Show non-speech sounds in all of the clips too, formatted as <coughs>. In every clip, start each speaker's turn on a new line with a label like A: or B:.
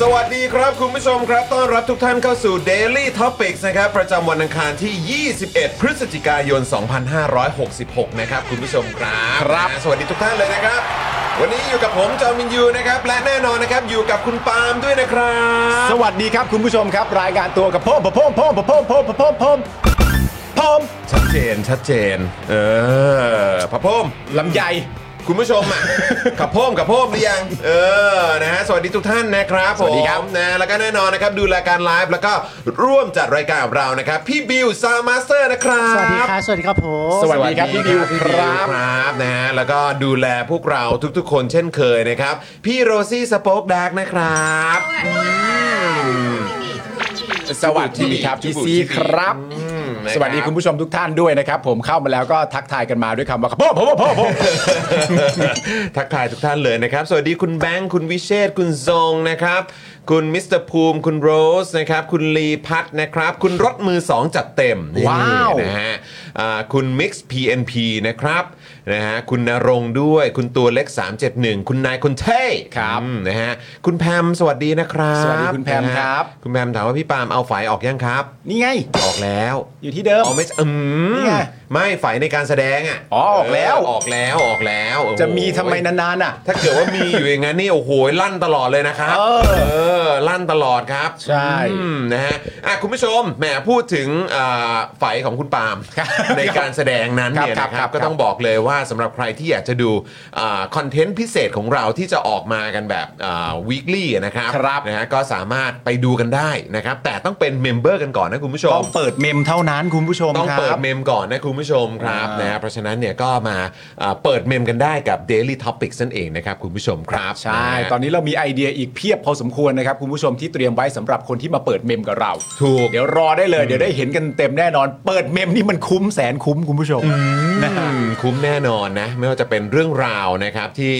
A: สวัสดีครับคุณผู้ชมครับ ต้อนรับทุกท่านเข้าสู่ Daily Topics นะครับ ประจำวันอังคารที่ 21 พฤศจิกายน 2566 นะครับ คุณผู้ชมครับครับ สวัสดีทุกท่านเลยนะครับ วันนี้อยู่กับผมจอมินยูนะครับ และแน่นอนนะครับ อยู่กับคุณปาล์มด้วยนะครับ
B: สวัสดีครับคุณผู้ชมครับ รายการตัวกับพ่อพ่อพ่อพ่อพ่อพ่อพ่อพ่อพ่อม
A: ชัดเจนชัดเจน เออพระพรหม
B: ลำไย
A: คุณผู้ชมอ่ะ <laughs> ขับพ่มขับพ่มหรือยัง เออนะฮะสวัสดีทุกท่านนะครับ
B: สวัสดีครับ
A: ผมนะแล้วก็แน่นอนนะครับ ดูรายการไลฟ์แล้วก็ร่วมจัดรายการกับเรานะครับ พี่บิวซาวมาสเตอร์นะครับ
C: สวัสดีครับ สวัสดีครับผม
B: สวัสดีครับพี่บิวครับ
A: ครับนะฮะแล้วก็ดูแลพวกเราทุกๆ คนเช่นเคยนะครับ พี่โรซี่สป็อกดาร์กนะครับ
B: สวัสดีครับพี่ซีครับ
A: อืมนะ
B: สวัสดีคุณผู้ชมทุกท่านด้วยนะครับ ผมเข้ามาแล้วก็ทักทายกันมาด้วยคำว่าพ่อพ่อพ่อพ่อ
A: <laughs> ทักทายทุกท่านเลยนะครับ สวัสดีคุณแบงค์คุณวิเชษฐ์คุณทรงนะครับ คุณมิสเตอร์ภูมิคุณโรสนะครับ คุณลีพัทนะครับ คุณรถมือ 2 จัดเต็มนี่
B: ว้าว
A: นะฮะอ่าคุณ Mix PNP นะครับนะฮะคุณนรงค์ด้วย คุณตัวเล็ก 371 คุณนายคุณเท่ครับนะฮะคุณแพมสวัสดีนะครับ
B: สวัสดีคุณแพมครับ
A: นะฮะคุณแพมถามว่าพี่ปาล์มเอาฝายออกยังครับ
B: นี่ไง
A: ออกแล้ว
B: อยู่ที่เดิม
A: อ๋อไม่ใช่อื
B: นี่
A: ม
B: ไง
A: ไม่ฝายในการแสดงอ่ะ
B: อ๋อออกแล้ว
A: เออออกแล้วออกแล้วโอ้โห
B: จะมีทำไมนานๆอ่ะ
A: ถ้าเกิดว่ามีอยู่อย่างนั้นนี่โอ้โหลั่นตลอดเลยนะครับ
B: เออ
A: อลั่นตลอดครับ
B: ใช่
A: อืมนะฮะอ่ะคุณผู้ชมแหมพูดถึงอ่าฝายของคุณปาล์ม <laughs> ในการแสดงนั้นเนี่ย
B: ครับ
A: นะ
B: ค
A: ค
B: รั
A: รั
B: บบ
A: ก็ต้องบอกเลยว่าสำหรับใครที่อยากจะดูอ่าคอนเทนต์พิเศษของเราที่จะออกมากันแบบอ่า weekly อะนะครับ
B: ครับ
A: นะฮะก็สามารถไปดูกันได้นะครับ แต่ต้องเป็นเมมเบอร์กันก่อนนะคุณผู้ชม
B: ต้องเปิดเมมเท่านั้นคุณผู้ชม
A: ต้อง
B: ครับ
A: เปิดเมมก่อนนะคุณผู้ชมครับ
B: อ่าน
A: นะฮะเพราะฉะนั้นเนี่ยก็มาเอ่อเปิดเมมกันได้กับ Daily Topics นั่นเองนะครับคุณผู้ชมครับ
B: ใช่
A: นะฮะ
B: ตอนนี้เรามีไอเดียอีกเพียบพอสมควรนะครับ คุณผู้ชมที่เตรียมไว้สำหรับคนที่มาเปิดเมมกับเรา
A: ถูก
B: เดี๋ยวรอได้เลย เดี๋ยวได้เห็นกันเต็มแน่นอน เปิดเมมนี่มันคุ้มแสนคุ้มคุณผู้ชมนะฮะ
A: อืมคุ้มแน่นอนนะ ไม่ว่าจะเป็นเรื่องราวนะครับที่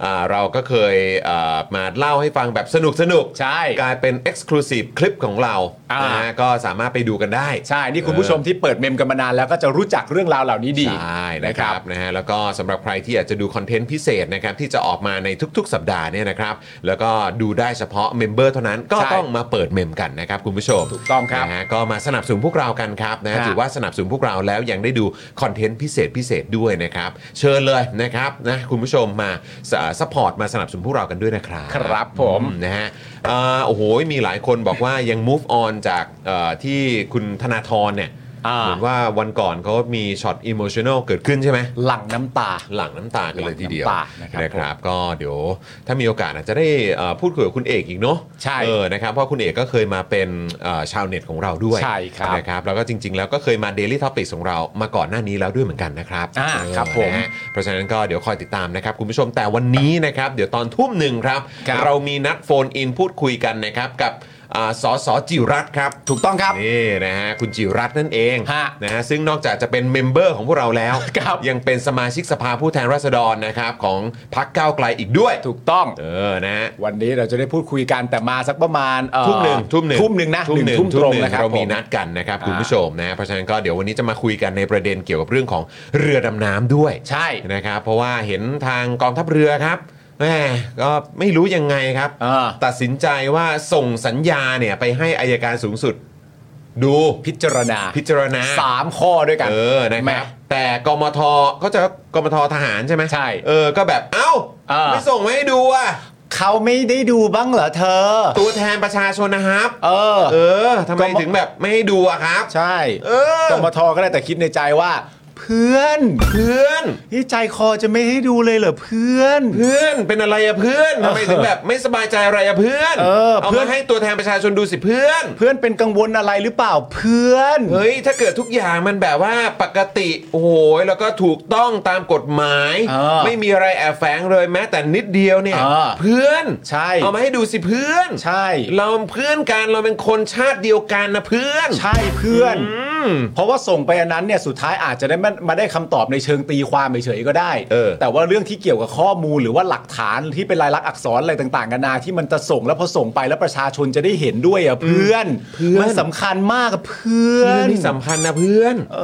A: เอ่อเราก็เคยเอ่อมาเล่าให้ฟังแบบสนุกสนุกๆ
B: ใช่
A: กลายเป็น Exclusive คลิปของเรา
B: อ่าน
A: นะฮะก็สามารถไปดูกันได้
B: ใช่ นี่คุณผู้ชมที่เปิดเมมกันมานานแล้วก็จะรู้จักเรื่องราวเหล่านี้ดี
A: ใช่นะครับนะฮะแล้วก็สำหรับใครที่อยากจะดูคอนเทนต์พิเศษนะครับที่จะออกมาในทุกๆ สัปดาห์เนี่ยนะครับแล้วก็ดูได้เฉพาะเมมเบอร์เท่านั้นก็
B: ใช่
A: ต้องมาเปิดเมมกันนะครับคุณผู้ชม
B: ถูกต้องครับ
A: นะฮะก็มาสนับสนุนพวกเรากันครับนะฮะ
B: ครับ
A: ถือว่าสนับสนุนพวกเราแล้วยังได้ดูคอนเทนต์พิเศษพิเศษด้วยนะครับเชิญเลยนะครับนะคุณผู้ชมมาสปอร์ตมาสนับสนุนพวกเรากันด้วยนะครับ
B: ครับผม
A: อื นะฮะเอ่อโอ้โห มีหลายคนบอกว่ายัง move on จากเอ่อที่คุณธนาธรเนี่ย
B: อ่า
A: เหมือนว่าวันก่อนเขามีช็อตอิ o t ชั n a l เกิดขึ้นใช่ไหม
B: หลั่งน้ำตา
A: หลังน้ำตากันเลยทีเดียว
B: หลั่งน้ำตานะครับ
A: นะครับ ก็เดี๋ยวถ้ามีโอกาสอาจจะได้เอ่อพูดคุยกับคุณเอกอีกเนาะ
B: ใช่
A: เออนะครับเพราะคุณเอกก็เคยมาเป็นเอ่อชาวเน็ตของเราด้วย
B: ใช่ครับ
A: นะครับแล้วก็จริง ๆ แล้วก็เคยมา Daily t o p i c ของเรามาก่อนหน้านี้แล้วด้วยเหมือนกันนะครับ
B: อ่า
A: เออ
B: ครับผม
A: นะฮะเพราะฉะนั้นก็เดี๋ยวคอยติดตามนะครับ คุณผู้ชมแต่วันนี้นะครับ เดี๋ยวตอนทุ่มหนึ่งครับ
B: ครับ
A: เรามีนัดโฟนอินพูดคุยกันนะครับกับ อ่าสสจิรัตน์ครับ
B: ถูกต้องครับ
A: นี่นะฮะคุณจิรัตน์นั่นเอง
B: ฮะ
A: นะฮะซึ่งนอกจากจะเป็นเมมเบอร์ของพวกเราแล้ว
B: ครับ
A: ยังเป็นสมาชิกสภาผู้แทนราษฎรนะครับของพรรคก้าวไกลอีกด้วย
B: ถูกต้อง
A: เออนะฮะ
B: วันนี้เราจะได้พูดคุยกันแต่มาสักประมาณเอ่อ
A: ทุ่มหนึ่งทุ่มหนึ่ง
B: ทุ่มหนึ่งนะ
A: ทุ่มหนึ่ง
B: ทุ่มตรงนะครับ
A: เรามี
B: ผ
A: นัดกันนะครับ
B: อ่า
A: คุณผู้ชมนะเพราะฉะนั้นก็เดี๋ยววันนี้จะมาคุยกันในประเด็นเกี่ยวกับเรื่องของเรือดำน้ำด้วย
B: ใช่
A: นะครับเพราะว่าเห็นทางกองทัพเรือครับแหมก็ไม่รู้ยังไงครับ
B: อ่า
A: ตัดสินใจว่าส่งสัญญาเนี่ยไปให้อายการสูงสุด ดู
B: พิจารณา
A: พิจารณา
B: สามข้อด้วยกัน
A: เออ นะค
B: แหม
A: รับ แต่กมทเขาจะกมททหารใช่ไหม
B: ใช่
A: เออ ก็แบบ เอ้า
B: อ่า
A: ไม่ส่งมาให้ดูอ่ะ
B: เขาไม่ได้ดูบ้างเหรอเธอ
A: ตัวแทนประชาชนนะครับ
B: เออ
A: เออ ทำไม
B: กม
A: ถึงแบบไม่ให้ดูอะครับ
B: ใช่
A: เออ
B: กมทก็ได้แต่คิดในใจว่า เพื่อน
A: เพื่อน
B: นี่ใจคอจะไม่ให้ดูเลยเหรอเพื่อน
A: เพื่อน เป็นอะไรอะเพื่อน ทำไมถึงแบบไม่สบายใจอะไรอะเพื่อน
B: เออ
A: เอา
B: เพื่อ
A: มาน ให้ตัวแทนประชาชนดูสิเพื่อน
B: เพื่อนเป็นกังวลอะไรหรือเปล่าเพื่อน
A: เฮ้ย ถ้าเกิดทุกอย่างมันแบบว่าปกติ โอ้โห แล้วก็ถูกต้องตามกฎหมาย
B: เออ
A: ไม่มีอะไรแอบแฝงเลยแม้แต่นิดเดียวเนี่ย
B: เออ
A: เพื่อน
B: ใช่
A: เอามาให้ดูสิเพื่อน
B: ใช่
A: เราเพื่อนกันเราเป็นคนชาติเดียวกันนะเพื่อน
B: ใช่เพื่อน เพราะว่าส่งไปอันนั้นเนี่ยสุดท้ายอาจจะได้มามาได้คำตอบในเชิงตีความเฉยๆก็ได้
A: เออ
B: แต่ว่าเรื่องที่เกี่ยวกับข้อมูลหรือว่าหลักฐานที่เป็นลายลักษณ์อักษรอะไรต่างๆกันานาที่มันจะส่งแล้วพอส่งไปแล้วประชาชนจะได้เห็นด้วยอ่ะเพื่อนมันสำคัญมากอะเพื่อ
A: เพื่อน
B: น
A: ที่สำคัญนะเพื่อน
B: เอ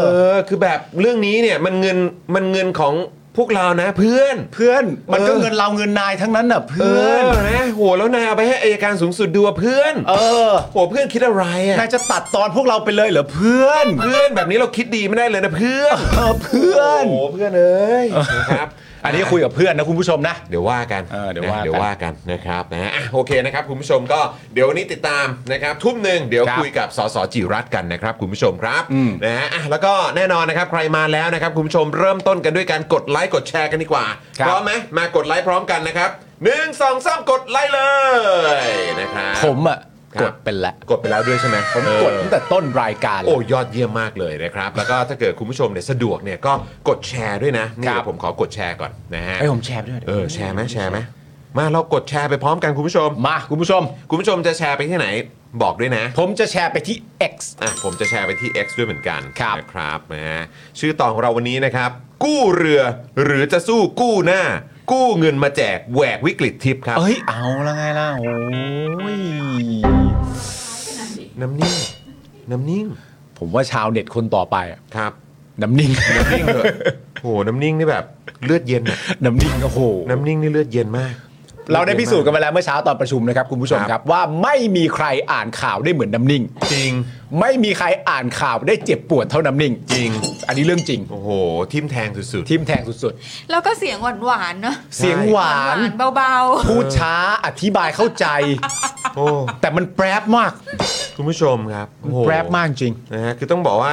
A: เอ
B: อ
A: อ คือแบบเรื่องนี้เนี่ยมันเงินมันเงินของพวกเรานะเพื่อน
B: เพื่อนมันก็
A: เออ
B: เงินเราเงินนายทั้งนั้นน่ะ
A: เอ
B: เพื่อน
A: อนะโหแล้วนายเอาไปให้อายการสูงสุดดูอะเพื่อน
B: เออ
A: โหเพื่อนคิดอะไรอะ
B: นายจะตัดตอนพวกเราไปเลยเหรอเพื่อน
A: เพื่อนแบบนี้เราคิดดีไม่ได้เลยนะเพื่อน
B: เออเพื่อน
A: โอ้โหเพื่อนเอ้ยนะครับ
B: อันนี้คุยกับเพื่อนนะคุณผู้ชมนะ
A: เดี๋ยวว่ากัน
B: เออเดี๋ยว
A: นะ
B: ว่ากัน
A: เดี๋ยวว่ากันนะครับนะฮะอ่ะโอเคนะครับคุณผู้ชมก็เดี๋ยววันนี้ติดตามนะครับทุ่มหนึ่งเดี๋ยว
B: ครับ
A: คุยกับสสจิรัตน์กันนะครับคุณผู้ชมครับนะฮะอ่ะแล้วก็แน่นอนนะครับใครมาแล้วนะครับคุณผู้ชมเริ่มต้นกันด้วยการกดไลค์กดแชร์กันดีกว่า
B: ครับ
A: พร้อมไหมมากดไลค์พร้อมกันนะครับหนึ่งสองสามกดไลค์เลยนะครับ
B: ผมอ่ะ
A: ครับ
B: กดเป็นละ
A: กดไปแล้วด้วยใช่ไหม
B: ผม
A: เออ
B: กดตั้งแต่ต้นรายการเล
A: โอ้
B: ย
A: ยอดเยี่ยมมากเลยนะครับ แล้วก็ถ้าเกิดคุณผู้ชมเนี่ยสะดวกเนี่ยก็กดแชร์ด้วยนะนี่
B: ครับ
A: เดี๋ยวผมขอกดแชร์ก่อนนะฮะ
B: ให้ผมแชร์ไปด้วย
A: เออแชร์ไหมแชร์ไหมมาเรากดแชร์ไปพร้อมกันคุณผู้ชม
B: มาคุณผู้ชม
A: คุณผู้ชมจะแชร์ไปที่ไหนบอกด้วยนะ
B: ผมจะแชร์ไปที่ X
A: อ่ะผมจะแชร์ไปที่ X ด้วยเหมือนกัน
B: ครับ
A: นะครับนะฮะชื่อตอนของเราวันนี้นะครับ กู้เรือหรือจะสู้กู้หน้า กู้เงินมาแจกแหวกวิกฤตทิพย์ครับ
B: เอ้ยเอาละไงล่ะโอ้ย
A: น้ำนิ่งน้ำนิ่ง
B: ผมว่าชาวเน็ตคนต่อไปอะ
A: ครับ
B: น้ำนิ่ง
A: น้ำนิ่งเถอะโหน้ำนิ่งนี่แบบเลือดเย็นอะ
B: <laughs> น้ำนิ่งโอ้โห
A: น้ำนิ่งนี่เลือดเย็นมาก
B: เราได้พิสูจน์กันมาแล้วเมื่อเช้าตอนประชุมนะครับคุณผู้ชม
A: ครับ
B: ครับว่าไม่มีใครอ่านข่าวได้เหมือนน้ำนิ่ง
A: จริง
B: ไม่มีใครอ่านข่าวได้เจ็บปวดเท่าน้ำนิ่ง
A: จริง
B: อันนี้เรื่องจริง
A: โอ้โห ทิมแทงสุด
B: ทิมแทงสุด
C: แล้วก็เสียงหวานๆเนอะ
B: ๆ เสียงหวาน
C: เบา
B: พูดช้าอธิบายเข้าใจ <laughs>
A: ๆ โอ้
B: แต่มันแปรบมาก
A: คุณผู้ชมครับโอ้
B: มัน
A: โห
B: แปรบมากจริง
A: นะฮะ คือต้องบอกว่า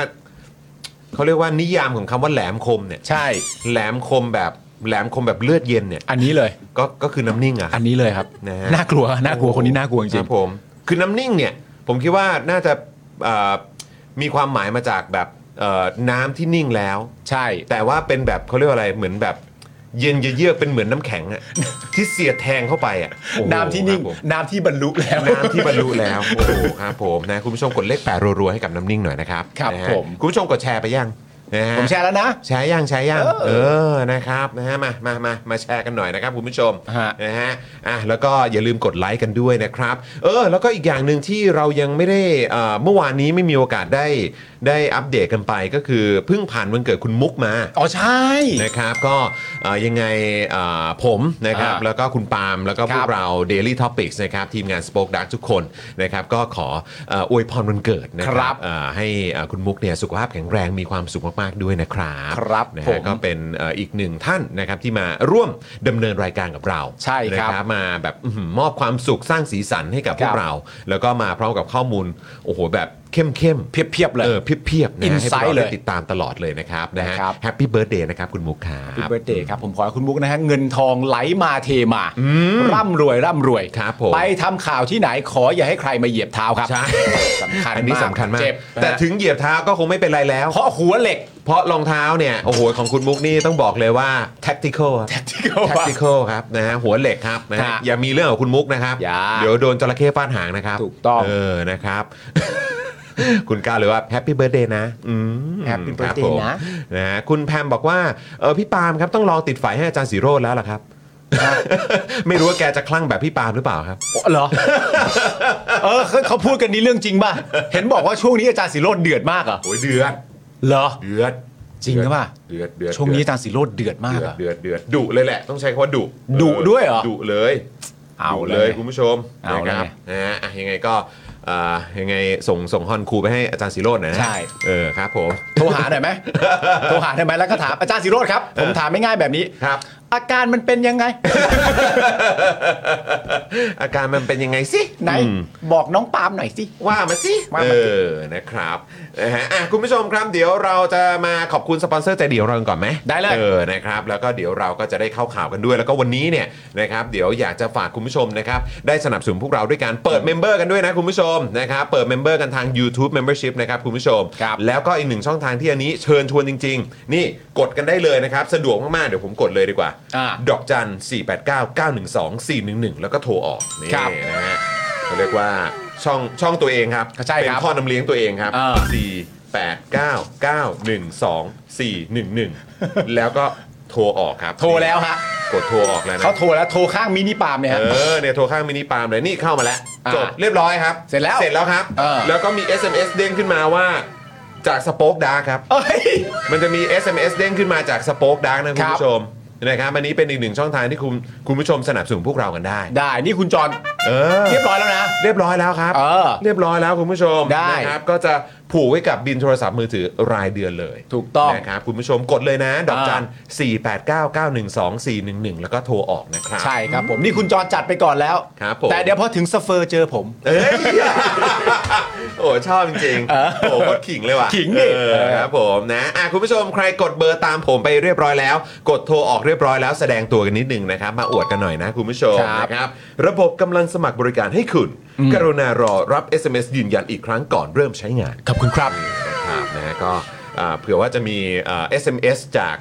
A: เขาเรียกว่านิยามของคำว่าแหลมคมเนี่ย
B: ใช่
A: แหลมคมแบบ แหลมคมแบบเลือดเย็นเนี่ย
B: อันนี้เลย
A: ก็ ก็คือน้ำนิ่งอะ
B: อันนี้เลยครับ
A: นะฮะ
B: น่ากลัวน่ากลัวคนนี้น่ากลัวจ
A: ค
B: ริ
A: รั
B: ง
A: บผม คือน้ำนิ่งเนี่ย ผมคิดว่าน่าจะเอ่อมีความหมายมาจากแบบเอ่อน้ำที่นิ่งแล้ว
B: ใช่
A: แต่ว่าเป็นแบบเขาเรียกว่าอะไร เหมือนแบบ เย็นเยือกๆเป็นเหมือนน้ำแข็ง
B: <laughs>
A: อะที่เสียดแทงเข้าไปอะโอ้โห
B: น้ำที่นิ่ง
A: ครับผม
B: น้ำที่บรรลุแล้ว
A: น้ำที่บรรลุแล้ว โอ้โหครับผมนะคุณผู้ชมกดเลขแปดรัวๆให้กับน้ำนิ่งหน่อยนะครับ
B: ครับ
A: นะฮะ
B: ผม
A: คุณผู้ชมกดแชร์ไปยังนะฮะ
B: ผมแชร์แล้วนะ
A: แชร์ยังแชร์ยัง
B: เออ
A: เออนะครับนะฮะมามามามาแชร์กันหน่อยนะครับคุณผู้ชม
B: ฮะ
A: นะฮะอ่ะแล้วก็อย่าลืมกดไลค์กันด้วยนะครับ เออ แล้วก็อีกอย่างหนึ่งที่เรายังไม่ได้เอ่อเมื่อวานนี้ไม่มีโอกาสได้ได้อัปเดตกันไปก็คือเพิ่งผ่านวันเกิดคุณมุกมา
B: อ๋อใช่
A: นะครับก็เอ่อยังไงเอ่อผมนะครับ
B: อ่า
A: แล้วก็คุณปาล์มแล้วก็
B: ค
A: พ
B: รั
A: ว
B: บ
A: กเรา Daily Topics นะครับทีมงาน Spoke Dark ทุกคนนะครับก็ขอเอ่ออวยพรวันเกิดนะค
B: ครั
A: รับบ เอ่อให้เอ่อคุณมุกเนี่ยสุขภาพแข็งแรงมีความสุขมาก ๆ ด้วยนะครับ
B: ครับ
A: นะ
B: ผ
A: ฮะ
B: ม
A: ก็เป็นเอ่ออีกหนึ่งท่านนะครับที่มาร่วมดำเนินรายการกับเรา
B: ใช่ครับ
A: นะมาแบบอื้อหือมอบความสุขสร้างสีสันให้กับพว
B: ครั
A: ก
B: บ
A: เรา แล้วก็มาพร้อมกับข้อมูลโอ้โหแบบเข้มๆ
B: เพียบๆเลย
A: เออเพียบๆนะให้พวก
B: Insight
A: เรา
B: เล
A: ได้
B: ย
A: ติดตามตลอดเลยนะครับนะฮะ
B: นะครับ
A: แฮปปี้เบิร์ดเดย์นะครับคุณมุกครั
B: พี่
A: บ
B: เบิร์ตเดย์ครับ ผมขอให้คุณมุกนะฮะเงินทองไหลมาเทมา ร่ำรวยร่ำรวย
A: ครับผม
B: ไปทำข่าวที่ไหนขออย่าให้ใครมาเหยียบเท้าครับ
A: ใช่
B: สำคัญ
A: อันนี้สำคัญมาก
B: เจ็บ
A: แต่
B: แต่
A: ถึงเหยียบเท้าก็คงไม่เป็นไรแล้ว
B: เพราะหัวเหล็ก
D: เพราะรองเท้าเนี่ยโอ้โหของคุณมุกนี่ต้องบอกเลยว่า tactical ครับ
B: tactical ว่ะ
D: tactical ครับนะฮะหัวเหล็กครับนะฮะ
B: ฮะ
D: อย่ามีเรื่องกับคุณมุกนะครับ
B: อย่า
D: เดี๋ยวโดนจระเข้ฟาดหางนะครับ
B: ถูกต้อง
D: เออนะครับ <laughs> คุณก้าวเลยว่า Happy Birthday นะอืม
B: Happy
D: ครับ
B: birthday
D: ผม
B: นะ
D: นะฮะคุณแพมบอกว่าเออพี่ปาล์มครับต้องลองติดไฟให้อาจารย์สีโรดแล้วล่ะครับ <laughs> ไม่รู้ว่าแกจะคลั่งแบบพี่ปาล์มหรือเปล่าครับ
B: เหรอ เออเขาเขาพูดกันนี้เรื่องจริงป่ะ เห็นบอกว่าช่วงนี้อาจารย์สิโรดเดือดมากเหรอ่ะ
D: โอ้ยเดือด
B: เหรอ
D: เดือด
B: จริงหรือเปล่า
D: เดือดเดือด
B: ช่วงนี้อาจารย์สิโรดเดือดมาก
D: เดือด
B: อ่ะ
D: เดือดเดือดดุเลยแหละ ต้องใช้คำว่าดุ
B: ดุด้วยเหรอ
D: ดุเลย
B: เอา
D: ดุ
B: เล
D: เลย
B: ย
D: คุณผู้ชม
B: เอา
D: นะ
B: เลย
D: ครับนะฮะอ่ะยังไงก็อ่ายังไงส่งส่งฮอนครูไปให้อาจารย์สีโรดหน่อยนะ
B: ใช่
D: เออครับผม
B: โทรหาหน่อย
D: <laughs>
B: ไหม โทรหาหน่อยไหมแล้วก็ถามอาจารย์สิโรดครับ ผมถามไม่ง่ายๆแบบนี้
D: ครับ
B: อาการมันเป็นยังไง
D: อาการมันเป็นยังไง <laughs> สิ
B: ไหน
D: อืม
B: บอกน้องปาล์มหน่อยสิ
D: ว่ามาสิ
B: ว่า
D: เอ
B: มาสิ
D: อ นะครับนะฮะอ่ะคุณผู้ชมครับ เดี๋ยวเราจะมาขอบคุณสปอนเซอร์ใจเดียวเรากันก่อนไหม
B: ได้เลย
D: เออ นะครับ แล้วก็เดี๋ยวเราก็จะได้เข้าข่าวกันด้วย แล้วก็วันนี้เนี่ยนะครับ เดี๋ยวอยากจะฝากคุณผู้ชมนะครับ ได้สนับสนุนพวกเราด้วยการเปิดเมมเบอร์กันด้วยนะคุณผู้ชมนะครับ เปิดเมมเบอร์กันทาง YouTube Membership นะครับคุณผู้ชม
B: ครับ
D: แล้วก็อีกหนึ่งช่องทางที่อันนี้เชิญชวนจริง ๆ นี่กดกันได้เลยนะครับ สะดวกมากๆ เดี๋ยวผมกดเลยดีกว่า
B: อ่า
D: ดอกจัน 4 8 9 9 1 2 4 1 1 แล้วก็โทรออก นี่
B: ครับ
D: นะฮะเขาเรียกว่าช่องช่องตัวเองครับ
B: ใช่ครับ
D: เป็นข้อนำเลี้ยงตัวเองครับ
B: อ่า
D: 4 8 9 9 1 2 4
B: <laughs>
D: 1 1 แล้วก็โทรออกครับ
B: โทรแล้วฮะ
D: กดโทรออกแล้วนะ
B: เขาโทรแล้วโทรข้างมินิปาล์มเนี่ยฮะ
D: เออเนี่ยโทรข้างมินิปาล์มเลยนี่เข้ามาแล้ว
B: อ่า
D: จบเรียบร้อยครับ
B: เสร็จแล้ว
D: เสร็จแล้วครับ
B: เออ
D: แล้วก็มี SMS เด้งขึ้นมาว่าจากสป็อคดาครับ
B: เอ้ย
D: มันจะมี SMS เด้งขึ้นมาจากสป็อคดักนะ
B: ค
D: คุณ
B: รับ
D: ผู้ชมนะครับอันนี้เป็นอีกหนึ่งช่องทางที่คุณคุณผู้ชมสนับสนุนพวกเรากันได้
B: ได้นี่คุณจอน
D: เออ
B: เรียบร้อยแล้วนะ
D: เรียบร้อยแล้วครับ
B: เออ
D: เรียบร้อยแล้วคุณผู้ชม
B: ได้
D: นะครับก็จะผูกไว้กับบินโทรศัพท์มือถือรายเดือนเลย
B: ถูกต้อง
D: นะครับคุณผู้ชมกดเลยนะ ดอก
B: อ่า
D: จัน 4 8 9 9 1 2 4 1 1 แล้วก็โทรออกนะครับ
B: ใช่ครับผมนี่คุณจอนจัดไปก่อนแล้ว
D: ครับผม
B: แต่เดี๋ยวพอถึงสเฟอร์เจอผม
D: เอ้ย โอ้ชอบจริงๆ โอ้โคตรขิงเลยว่ะ
B: ขิงดิ
D: เออครับผมนะอ่ะคุณผู้ชมใครกดเบอร์ตามผมไปเรียบร้อยแล้ว กดโทรออกเรียบร้อยแล้วแสดงตัวกันนิดนึงนะครับ มาอวดกันหน่อยนะคุณผู้ชม
B: ครับ
D: นะครับ ระบบกำลังสมัครบริการให้คุณ กรุณารอรับ SMS ยืนยันอีกครั้งก่อนเริ่มใช้งาน
B: ขอบคุณครับ
D: นี่นะครับนะฮะก็อ่าเผื่อว่าจะมีอ่า SMS จาก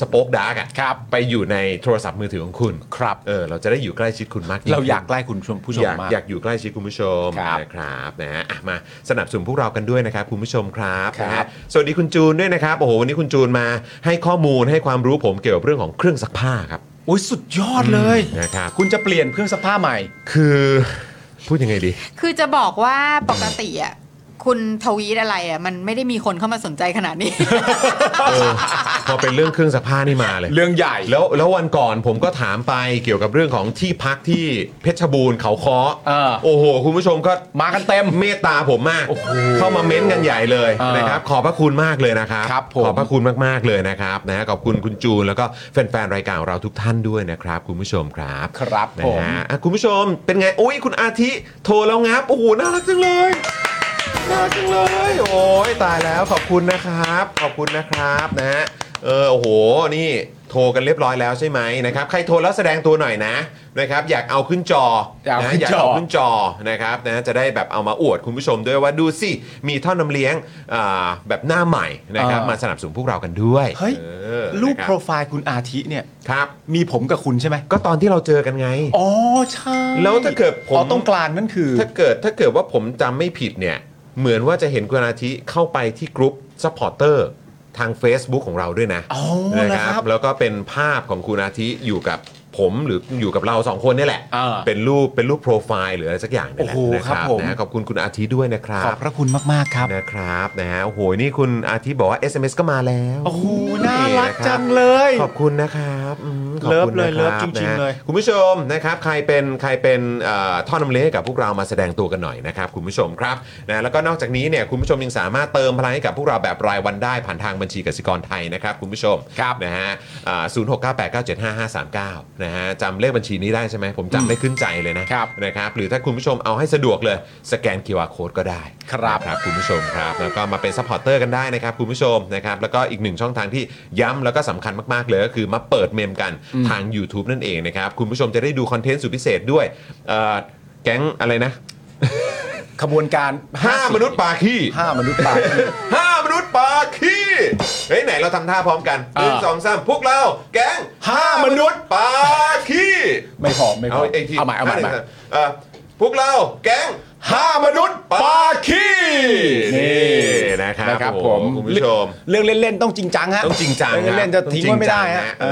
D: สป็อกดาร์ก
B: ครับ
D: ไปอยู่ในโทรศัพท์มือถือของคุณ
B: ครับ
D: เออเราจะได้อยู่ใกล้ชิดคุณมากยิ่ง
B: เรา
D: ขึ้น
B: อยากใกล้คุณผู้ชม
D: อยาก
B: มาก
D: อยากอยู่ใกล้ชิดคุณผู้ชม
B: ครับ
D: นะครับนะฮะอ่ะมาสนับสนุนพวกเรากันด้วยนะครับคุณผู้ชมครับ
B: ครับ
D: นะฮะสวัสดีคุณจูนด้วยนะครับโอ้โหวันนี้คุณจูนมาให้ข้อมูลให้ความรู้ผมเกี่ยวกับเรื่องของเครื่องซักผ้าครับ
B: อุ้ยสุดยอดเลย
D: นะครับ
B: คุณจะเปลี่ยนเครื่องซักผ้าใหม่
D: คือพูดยังไงดี
E: คือจะบอกว่าปกติอ่ะคุณทวีตอะไรอ่ะมันไม่ได้มีคนเข้ามาสนใจขนา
D: <laughs>
E: ดนี้
D: พอเป็นเรื่องเครื่องซักผ้านี่มาเลย
B: เรื่องใหญ่
D: แล้วแล้ววันก่อนผมก็ถามไปเกี่ยวกับเรื่องของที่พักที่เพชรบูรณ์เขาเคาะ
B: เออ
D: โอ้โห คุณผู้ชมก็
B: มากันเต็ม
D: เมตตาผมมาก เข้ามาเม้นต์กันใหญ่เลย
B: อ่าน
D: นะครับ ขอบพระคุณมากเลยนะครับ
B: ครับผม
D: ขอบพระคุณมากๆเลยนะครับนะขอบคุณคุณจูนแล้วก็แฟนๆรายการของเราทุกท่านด้วยนะครับ คุณผู้ชมครับ
B: ครับ
D: นะ
B: ผม
D: ฮะอ่ะคุณผู้ชมเป็นไงอุ้ยคุณอาทิโทรแล้วงับโอ้โหน่ารักจังเลยน่ารักจังเลย โอ้ยตายแล้วขอบคุณนะครับ ขอบคุณนะครับนะฮะเออโอ้โหนี่โทรกันเรียบร้อยแล้วใช่ไหมนะครับใครโทรแล้วแสดงตัวหน่อยนะนะครับ อยากเอาขึ้นจอ
B: อยากเอา
D: นะ
B: ขึ้น
D: อยาก
B: จอ
D: เอาขึ้น จอนะครับนะจะได้แบบเอามาอวดคุณผู้ชมด้วยว่าดูสิมีท่อนนำเลี้ยงอ่าแบบหน้าใหม่นะครับ
B: เออ
D: มาสนับสนุนพวกเรากันด้วย
B: เฮ้ย
D: ออ
B: รูป
D: นะคบ
B: โปรไฟล์คุณอาทิเนี่ย
D: ครับ
B: มีผมกับคุณใช่ไหม
D: ก็ตอนที่เราเจอกันไง
B: อ๋อใช่
D: แล้วถ้าเกิดผม
B: อ๋อตรงกลางนั่นคือ
D: ถ้าเกิดถ้าเกิดว่าผมจำไม่ผิดเนี่ย เหมือนว่าจะเห็นคุณอาทิเข้าไปที่กรุ๊ปซัพพอร์เตอร์ทาง Facebook ของเราด้วยนะ
B: อ๋อ
D: นะ
B: เหรอครับ
D: แล้วก็เป็นภาพของคุณอาทิอยู่กับผมหรืออยู่กับเราสองคนเนี่ยแหละ
B: อ่า
D: เป็นรูปเป็นรูปโปรไฟล์หรืออะไรสักอย่างเนี่ยแหละ
B: โอ้โห
D: นะครับ
B: ผม
D: นะขอบคุณคุณอาทิด้วยนะครั
B: ขอบ บพระคุณมากๆครับ
D: นะครับนะฮะโอ้โหนี่คุณอาทิตย์บอกว่า SMS ก็มาแล้ว
B: โอ้โหน่า
D: ะคบ
B: รักจังเลย
D: ขอบคุณนะครับอืมขอบ
B: เลิฟ
D: คุณ
B: เลย
D: นะคบ
B: เลิฟจริงๆ
D: นะ
B: เลย
D: คุณผู้ชมนะครับใครเป็นใครเป็นเอ่อท่อนำเลี้ยงให้กับพวกเรามาแสดงตัวกันหน่อยนะครับคุณผู้ชมครับนะแล้วก็นอกจากนี้เนี่ยคุณผู้ชมยังสามารถเติมพลังให้กับพวกเราแบบรายวันได้ผ่านทางบัญชีกสิกรไทยนะครับคุณผู้ชม
B: ครับ
D: นะฮะศูนย์หกเก้าแปดเก้าเจ็ดห้าห้าสามเก้านะฮะจำเลขบัญชีนี้ได้ใช่ไหมผมจำได้ขึ้นใจเลยนะครับ นะครับหรือถ้าคุณผู้ชมเอาให้สะดวกเลยสแกน QR code ก็ได้
B: ครับ
D: นะครับคุณผู้ชมครับแล้วก็มาเป็นซัพพอร์ตเตอร์กันได้นะครับคุณผู้ชมนะครับแล้วก็อีกหนึ่งช่องทางที่ย้ำแล้วก็สำคัญมากๆเลยก็คือมาเปิดเมมกันทาง YouTube นั่นเองนะครับคุณผู้ชมจะได้ดูคอนเทนต์สุดพิเศษด้วยเอ่อแก๊งอะไรนะ
B: ขบวนการ
D: ห้ามนุษย์ปาขี้
B: ห้ามนุษย์ปา
D: ห้ามนุษย์ปาขี้ เฮ้ยไหนเราทำท่าพร้อมกันห
B: อ่า
D: นึ่งสองสามพวกเราแก๊ง
B: ห้ามนุษย์
D: ปาขี้
B: ไม่พอไม่พ
D: เอา
B: อ
D: ไอ้ที
B: เอาใหม่เอาใหม่เอาใหม่
D: นึ่งสงเอ่อพวกเราแก๊ง
B: ห้ามนุษย์
D: ปาคี
B: นี่
D: นะครับ
B: นะครับ
D: โอ้
B: ผ
D: โห
B: ม
D: คุณผู้ชม
B: เรื่องเล่นๆต้องจริงจังฮะ
D: ต้องจริงจัง
B: เรื่องเล่นๆ
D: ค
B: จะ
D: รับ
B: ทิ้งไว้ไม่ได้ฮะ
D: เอ
B: เอ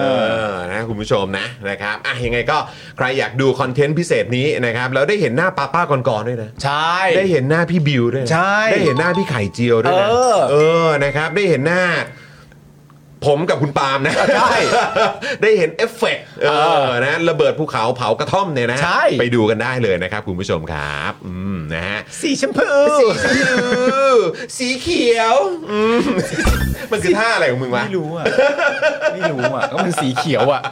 B: อ
D: อนะคุณผู้ชมนะนะครับอ่ะยังไงก็ใครอยากดูคอนเทนต์พิเศษนี้นะครับแล้วได้เห็นหน้าป้าป้าๆก่อนๆด้วยนะ
B: ใช่
D: ได้เห็นหน้าพี่บิวด้วยนะ
B: ใช่
D: ได้เห็นหน้าพี่ไข่เจียวด้วยนะ
B: เออ
D: เออนะครับ ได้เห็นหน้า ผมกับคุณปาล์มนะ
B: ใช่
D: ได้เห็นเอฟเฟกต์เอ
B: เอ
D: อนะระเบิดภูเขาเผากระท่อมเนี่ยนะ
B: ใช่
D: ไปดูกันได้เลยนะครับ คุณผู้ชมครับอืมนะ
B: <laughs>
D: ฮะ
B: สีชมพู
D: สีชมพูสีเขียวอืม <laughs> มันคือท่าอะไรของมึงวะ
B: ไม่รู้อ่ะ ไม่รู้อ่ะก็มันสีเขียวอ่ะ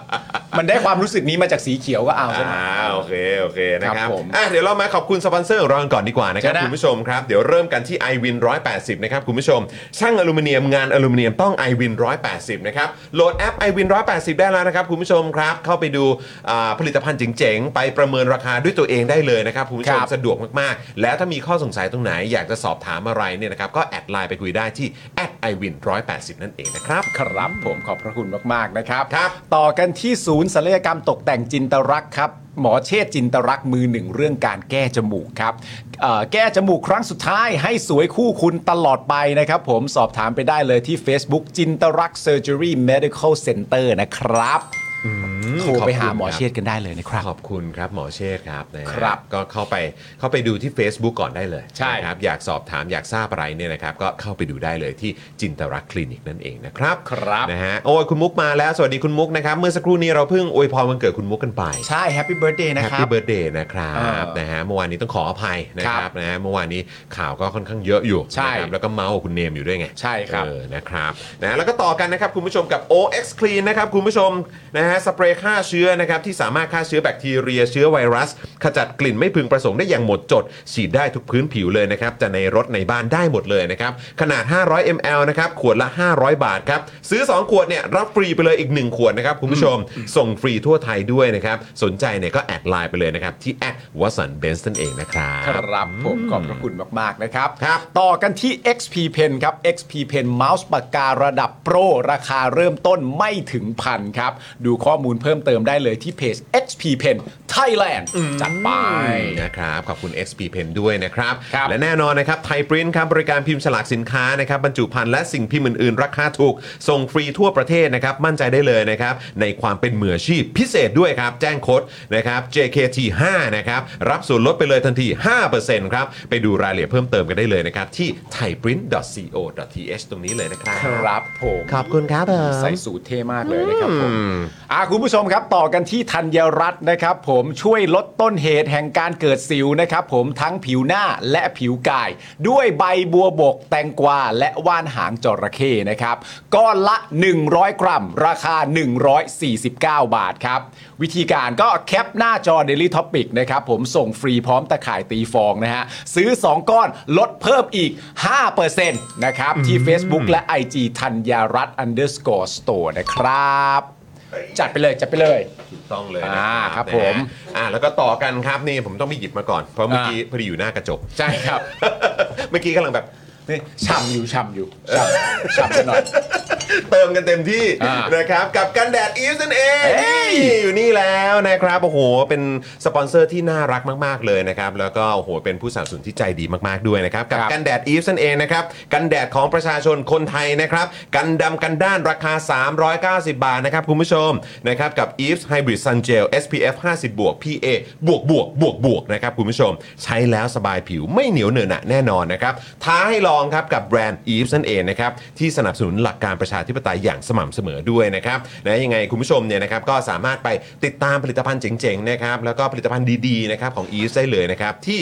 B: มันได้ความรู้สึกนี้มาจากสีเขียวก็เอาใช่ไหม
D: อ่าโอเค โอเคนะค
B: ค
D: รั
B: รั
D: บบ
B: ผม
D: อ่ะเดี๋ยวเรามาขอบคุณสปอนเซอร์ของเรากันก่อนดีกว่านะครับ
B: ใช่นะ
D: คุณผู้ชมครับ เดี๋ยวเริ่มกันที่ i w วิน180 นะครับ คุณผู้ชม ช่างอลูมิเนียมงานอลูมิเนียมต้อง i w วิน180 นะครับ โหลดแอป i w วิน180 ได้แล้วนะครับ คุณผู้ชมครับ เข้าไปดูอ่าผลิตภัณฑ์เจ๋งๆ ไปประเมินราคาด้วยตัวเองได้เลยนะครับ คุณผู้ช
B: ค
D: ม
B: รับ
D: สะดวกมากๆ แล้วถ้ามีข้อสงสัยตรงไหนอยากจะสอบถามอะไรเนี่ยนะครับก็แอดไลน์ไปคุยได้ที่แอด i w วิน180 นั่นเองนะครับ
B: ครับผมขอบพระคุณมาก ๆ นะครับ
D: ครับ
B: ต่อกันที่ศูนย์ศัลยกรรมตกแต่งจินตรักษ์ครับ หมอเชษจินตรักษ์มือหนึ่งเรื่องการแก้จมูกครับเอ่อแก้จมูกครั้งสุดท้ายให้สวยคู่คุณตลอดไปนะครับผมสอบถามไปได้เลยที่ Facebook จินตรักษ์ Surgery Medical Center นะครับโทรไปหาหมอเชษกันได้เลยนะครับ
D: ขอบคุณครับหมอเชษฐ์ครับนะฮะ
B: ครับ
D: ก็เข้าไปเข้าไปดูที่ Facebook ก่อนได้เลย
B: ใช่
D: นะครับอยากสอบถามอยากทราบอะไรเนี่ยนะครับ ก็เข้าไปดูได้เลยที่จินตรักษณ์คลินิกนั่นเองนะครับ
B: ครับ
D: นะฮะโอ้ยคุณมุกมาแล้วสวัสดีคุณมุกนะครับ เมื่อสักครู่นี้เราเพิ่งอวยพรวันเกิดคุณมุกกันไป
B: ใช่ Happy Birthday นะค
D: แฮป
B: รับ
D: ปี้เบิร์ดเดย์นะครับ
B: เออ
D: นะฮะเมื่อวานนี้ต้องขออภัยนะ
B: ค
D: ค
B: รั
D: รับบ นะฮะเมื่อวานนี้ข่าวก็ค่อนข้างเยอะอยู่
B: ใช่
D: นะครับแล้วก็เมาส์กับคุณเนมอยู่ด้วยไง
B: ใช่ครับ
D: เออนะครับนะแล้วก็ต่อกันนะครับคุณผู้ชมกับ OX Clean นะครับคุณผู้ชมนะฮะสเปรย์ฆ่าเชื้อนะครับที่สามารถฆ่าเชื้อแบคทีเรียเชื้อไวรัส ขจัดกลิ่นไม่พึงประสงค์ได้อย่างหมดจด ฉีดได้ทุกพื้นผิวเลยนะครับจะในรถในบ้านได้หมดเลยนะครับขนาด 500 ml นะครับขวดละ 500 บาทครับซื้อ 2 ขวดเนี่ยรับฟรีไปเลยอีก 1 ขวดนะครับคุณผู้ชม ส่งฟรีทั่วไทยด้วยนะครับ สนใจเนี่ยก็แอดไลน์ไปเลยนะครับ ที่แอดวัสันเบนส์นั่นเองนะครั
B: ครับ บผมขอบพระคุณมาก ๆ นะครับ
D: ครับ
B: ต่อกันที่ XP Pen ครับ XP Pen เมาส์ปากการะดับโปร ราคาเริ่มต้นไม่ถึงพันครับ ดูข้อมูลเพิ่มเติมได้เลยที่เพจ XP Pen Thailand จัดไป
D: นะครับขอบคุณ XP Pen ด้วยนะครับ
B: ครับ
D: และแน่นอนนะครับไทยปริ้นครับบริการพิมพ์ฉลากสินค้านะครับบรรจุภัณฑ์และสิ่งพิมพ์อื่นๆ ราคาถูก ส่งฟรีทั่วประเทศนะครับ มั่นใจได้เลยนะครับ ในความเป็นมืออาชีพพิเศษด้วยครับ แจ้งโค้ดนะครับ JKT5 นะครับ รับส่วนลดไปเลยทันที 5%ครับ ไปดูรายละเอียดเพิ่มเติมกันได้เลยนะครับ ที่ thaiprint.co.th ตรงนี้เลยนะครับ
B: ครับผม
D: ขอบคุณครับผม
B: ใส่สูตรเท่มากเลยนะครับผมอ่าคุณผู้ชมครับต่อกันที่ธัญรัตน์นะครับ ผมช่วยลดต้นเหตุแห่งการเกิดสิวนะครับ ผมทั้งผิวหน้าและผิวกาย ด้วยใบบัวบก แตงกวาและว่านหางจระเข้นะครับก้อนละ 100 กรัม ราคา 149 บาทครับ วิธีการก็แคปหน้าจอ Daily Topic นะครับผมส่งฟรีพร้อมตะข่ายตีฟองนะฮะซื้อ 2 ก้อนลดเพิ่มอีก 5%นะครับ ที่ Facebook และ IG ธัญญารัตน์ underscore store นะครับ จัดไปเลยจัดไปเลย
D: ถูกต้องเลย
B: อ่า
D: นะครับ
B: ครับ
D: นะฮะ
B: ผม
D: อ่าแล้วก็ต่อกันครับนี่ผมต้องไปหยิบมาก่อน เพราะเมื่อกี้
B: อ่า
D: พอดีอยู่หน้ากระจก
B: ใช่ครับ
D: เมื่อกี้กำลังแบบ
B: นี่ช่ำอยู่ช่ำอยู่ช่ำช่ำกันหน่อย
D: เติมกันเต็มที่
B: อ่า
D: นะครับกับกันแดดอีฟนั่นเอง
B: เฮ้ย
D: นี่อยู่นี่แล้วนะครับโอ้โห เป็นสปอนเซอร์ที่น่ารักมาก ๆ เลยนะครับแล้วก็โอ้โหเป็นผู้สนับสนุนที่ใจดีมาก ๆ ด้วยนะครับกับ
B: ครับ
D: กันแดดอีฟนั่นเองนะครับกันแดดของประชาชนคนไทยนะครับกันดำกันด้านราคา 390 บาทนะครับคุณผู้ชมนะครับกับ e v e s Hybrid Sun Gel SPF 50บวก PA บวกบวกบวกบวกนะครับคุณผู้ชม ใช้แล้วสบายผิวไม่เหนียวเหนอะหนะแน่นอนนะครับท้าให้ลองครับกับแบรนด์ e v e s นั่นเองนะครับที่สนับสนุนหลักการประชาธิปไตยอย่างสม่ำเสมอด้วยนะครับนะยังไงคุณผู้ชมเนี่ยนะครับก็สามารถไปติดตามผลิตภัณฑ์เจ๋งๆนะครับแล้วก็ผลิตภัณฑ์ดีๆนะครับของ e v e s ได้เลยนะครับที่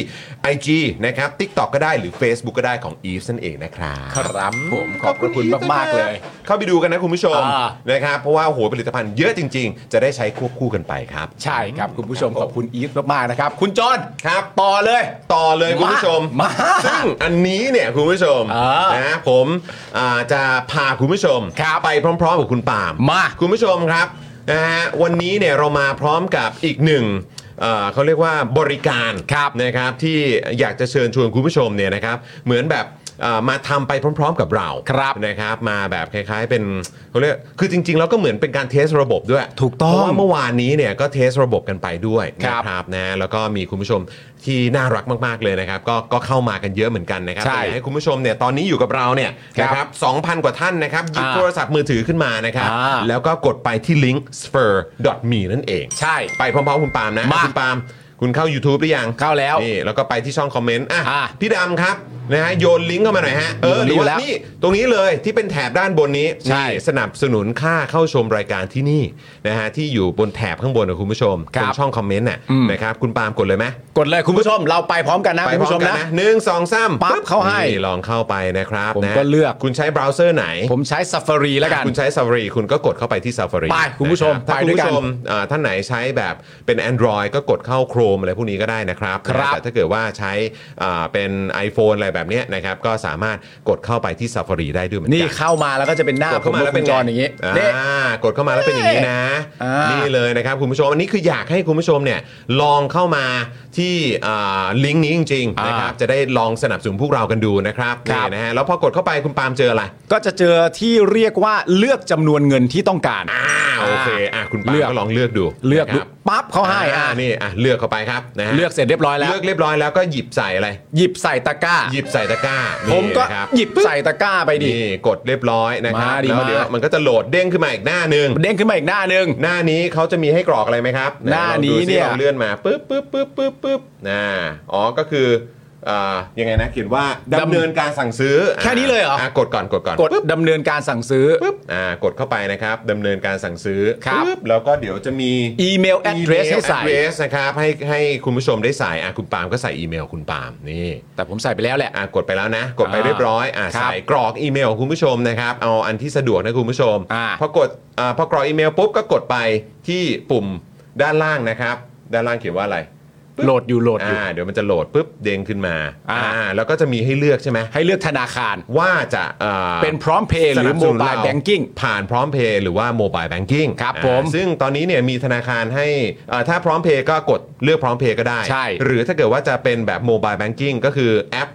D: IG นะครับ TikTok ก็ได้หรือ Facebook ก็ได้ของ e v e s นั่นเองนะครับ
B: ครับผมขอบพระคุณมาก ๆ เลย
D: เข้าไปดูกันนะคุณผู้ชม
B: อ่า
D: นะครับเพราะว่าโอ้โหผลิตภัณฑ์เยอะจริง ๆ จะได้ใช้ควบคู่กันไปครับ
B: ใช่ครับคุณผู้ชมขอบคุณอีฟมาก ๆ นะครับ คุณจอห์น
D: ครับ
B: ต่อเลย
D: ต่อเลยคุณผู้ชม
B: มามา
D: ซึ่งอันนี้เนี่ยคุณผู้ชม
B: อ่าน
D: นะผมอ่าจะพาคุณผู้ชมไปพร้อม ๆ กับคุณปาล์ม
B: มา
D: คุณผู้ชมครับนะฮะวันนี้เนี่ยเรามาพร้อมกับอีกหนึ่งเอ่อเขาเรียกว่าบริการ
B: ครับ
D: นะครับที่อยากจะเชิญชวนคุณผู้ชมเนี่ยนะครับเหมือนแบบ เอ่อมาทำไปพร้อม ๆ กับเรา
B: ครับ
D: นะครับ มาแบบคล้ายๆเป็นเขาเรียกคือจริง ๆ แล้วก็เหมือนเป็นการเทสระบบด้วย
B: ถูกต้อง
D: เพราะว่าเมื่อวานนี้เนี่ยก็เทสระบบกันไปด้วย
B: ค
D: นะ
B: รับ
D: ครับนะแล้วก็มีคุณผู้ชมที่น่ารักมากๆเลยนะครับก็ก็เข้ามากันเยอะเหมือนกันนะครับ
B: ใช่
D: แต่อยากให้คุณผู้ชมเนี่ยตอนนี้อยู่กับเราเนี่ย
B: ครับ
D: นะครับ2,000 กว่าท่านนะครับหยิบ
B: อ่า
D: โทรศัพท์มือถือขึ้นมานะครับ
B: อ่า
D: แล้วก็กดไปที่ลิงก์ spur.me นั่นเอง
B: ใช่
D: ไปพร้อมๆคุณปาล์มนะ
B: มา
D: คุณปาล์มคุณเข้า YouTube หรือยัง
B: เข้าแล้ว
D: นี่แล้วก็ไปที่ช่องคอมเมนต์อ่ะ
B: อ่ะ
D: พี่ดำครับนะฮะโยนลิงก์เข้ามาหน่อยฮะเออ
B: โยน
D: ห
B: ลิ
D: รื
B: งก์
D: อ
B: แล้
D: ว่าว นี่ตรงนี้เลยที่เป็นแถบด้านบนนี้
B: ใช่
D: นี่สนับสนุนค่าเข้าชมรายการที่นี่นะฮะที่อยู่บนแถบข้างบนนะคุณผู้ชม
B: ครับ
D: เป็นช่องคอมเมนต์น่ะ
B: อืม
D: นะครับคุณปาล์มกดเลยไหม
B: กดเลยคุณผู้ชมเราไปพร้อมกันนะ
D: ไป
B: คุณ
D: พร้อ
B: ผู้ช
D: ม
B: ม
D: กัน
B: นะ
D: นะหนึ่งสองสาม
B: ปั๊บเข้าให้
D: นี่ลองเข้าไปนะครับ
B: ผม
D: นะ
B: ก็เลือก
D: คุณใช้เบราว์เซอร์ไหน
B: ผมใช้ Safari แล้วกัน
D: คุณใช้ Safari คุณก็กดเข้าไปที่ Safari
B: ไปคุณผู้ชม
D: นะครับถ้า
B: ไป
D: คุณ
B: ด้วย
D: ผู้
B: กัน
D: ชมเอ่อท่านไหนใช้แบบเป็น Android ก็กดเข้า Chrome อะไรพวกนี้ก็ได้นะครับ
B: ครับ
D: แต่ถ้าเกิดว่าใช้อ่าเป็น iPhone อะไรแบบเนี้ยนะครับ ก็สามารถกดเข้าไปที่ Safari ได้ด้วยเหมือน
B: นี่
D: กั
B: เข้ามาแล้วก็จะเป็นหน้าก
D: ด
B: ผมบนคุณจรอย่าง
D: นี้
B: นี้เนี่ย
D: กดเข้ามาแล้วเป็นอย่างนี้นะ
B: อ่านี่
D: นี่เลยนะครับคุณผู้ชม อันนี้คืออยากให้คุณผู้ชมเนี่ยลองเข้ามาที่อ่าลิงก์นี้จริงๆ
B: อ่าน
D: นะครับ จะได้ลองสนับสนุนพวกเรากันดูนะครับนี่นะฮะ แล้วพอกดเข้าไปคุณปาล์มเจออะไร
B: ก็จะเจอที่เรียกว่าเลือกจำนวนเงินที่ต้องการ
D: อ่าโอเคอ่ะคุณปา
B: เลื
D: ล์
B: อก
D: มก็ลองเลือกดู
B: เลือก
D: นะ
B: ดู
D: ครับ
B: ปั๊บเขาให้อ่า
D: นี่อ่ะเลือกเข้าไปครับนะฮะ
B: เลือกเสร็จเรียบร้อยแล้ว
D: เลือกเรียบร้อยแล้วก็หยิบใส่อะไร
B: หยิบใส่ตะกร้า
D: หยิบใส่ตะกร้า
B: ผมก็
D: นี่นะครับ
B: หยิบใส่ตะกร้าไปดิ
D: นี่กดเรียบร้อยนะครับ
B: มาดิ
D: แล้วเดี๋ยว
B: มามั
D: มันก็จะโหลดเด้งขึ้นมาอีกหน้าหนึ่ง
B: เด้งขึ้นมาอีกหน้าหนึ่ง
D: หน้านี้เขาจะมีให้กรอกอะไรไหมครับ
B: หน้า
D: ลองดู
B: นี้
D: สิ
B: เนี่ย
D: ลองเลื่อนมาปึ๊บปึ๊บปึ๊บปึ๊บปึ๊บนะอ๋อก็คืออ่ายังไงนะเขียนว่าดำเนินการสั่งซื้อ
B: แค่นี้เลยเหรอ
D: ะกดก่อนกดก่อน
B: กดดำเนินการสั่งซื้อ
D: ปึ๊บอ่ากดเข้าไปนะครับดำเนินการสั่งซื้อ
B: ครับ
D: ปึ๊บแล้วก็เดี๋ยวจะมี
B: อีเมลแอดเดรสให้ใส่
D: เดรสนะครับให้ให้คุณผู้ชมได้ใส่อ่ะคุณปาล์มก็ใส่อีเมลคุณปาล์มนี่
B: แต่ผมใส่ไปแล้วแหละ
D: อ่ะกดไปแล้วนะ กดไป
B: อ่า
D: เรียบร้อยอ่ะ
B: ครับ
D: ใส่กรอกอีเมลของคุณผู้ชมนะครับเอาอันที่สะดวกนะคุณผู้ชม
B: อ่า
D: พอกดอ่าพอกรอกอีเมลปุ๊บก็กดไปที่ปุ่มด้านล่างนะครับ ด้านล่างเขียนว่าอะไรปึ๊บ
B: โหลดอยู่โหลดอยู่
D: อ่าเดี๋ยวมันจะโหลดปุ๊บเด้งขึ้นมา
B: อ่า
D: แล้วก็จะมีให้เลือกใช่ไหม
B: ให้เลือกธนาคาร
D: ว่าจะอ่า
B: เป็นพร้อมเพย์หรือโมบายแบงกิ้ง
D: ผ่านพร้อมเพย์หรือว่าโมบายแบงกิ้ง
B: ครับผม
D: ซึ่งตอนนี้เนี่ยมีธนาคารให้เอ่อถ้าพร้อมเพย์ก็กดเลือกพร้อมเพย์ก็ได้
B: ใช่
D: หรือถ้าเกิดว่าจะเป็นแบบโมบายแบงกิ้งก็คือแอป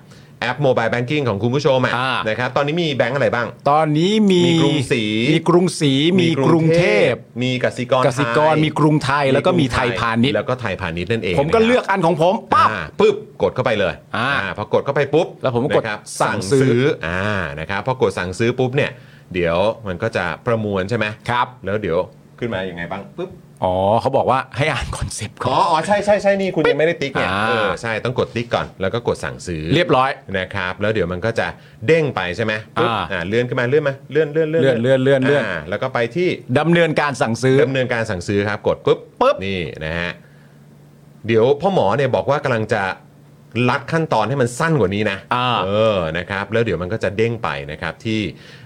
D: แอปโมบายแบงกิ้งของคุณผู้ชมอะ
B: อ่าน
D: นะครับตอนนี้มีแบงก์อะไรบ้าง
B: ตอนนี้มี
D: มีกรุงศรี
B: มีกรุงศรีมีกรุงเทพ
D: มีกสิกร
B: กสิกร
D: ไทย
B: มีกรุงไทยแล้วก็มีไทยพาณิชย์
D: แล้วก็ไทยพาณิชย์นั่นเอง
B: ผมก็
D: นะครับ
B: เลือกอันของผมปั๊บ
D: อ่าปึ๊บกดเข้าไปเลย
B: อ่า
D: พอกดเข้าไปปุ๊บ
B: แล้วผมก็กด
D: นะครับ
B: สั่
D: สั่ง
B: งซื้อ
D: ซื้ออ่านะครับพอกดสั่งซื้อปุ๊บเนี่ย เดี๋ยวมันก็จะประมวลใช่ไหม
B: ครับ
D: แล้วเดี๋ยวขึ้นมาอย่างไงบ้างปุ๊บ
B: อ๋อเขาบอกว่าให้อ่านคอนเซปต์ก่
D: อ๋
B: อ
D: อน อ๋อใช่ใช่ใช่นี่คุณยังไม่ได้ติ๊กเนี่ย
B: อ่า
D: เออใช่ต้องกดติ๊กก่อนแล้วก็กดสั่งซื้อ
B: เรียบร้อย
D: นะครับ แล้วเดี๋ยวมันก็จะเด้งไปใช่ไหมปุ๊บ
B: อ่า
D: อ่าเลื่อนขึ้นมาเลื่อนมาเลื่อนเลื่อนเลื่อน
B: เลื่อนเลื่อนเลื่อน
D: าแล้วก็ไปที่
B: ดำเนินการสั่งซื้อ
D: ดำเนินการสั่งซื้อครับกดปุ๊บ
B: ปุ๊บ
D: นี่นะฮะเดี๋ยวพ่อหมอเนี่ยบอกว่ากำลังจะลัดขั้นตอนให้มันสั้นกว่านี้นะ
B: อ่า
D: เออ นะครับ แล้วเดี๋ยวมันก็จะเด้งไปนะครับที่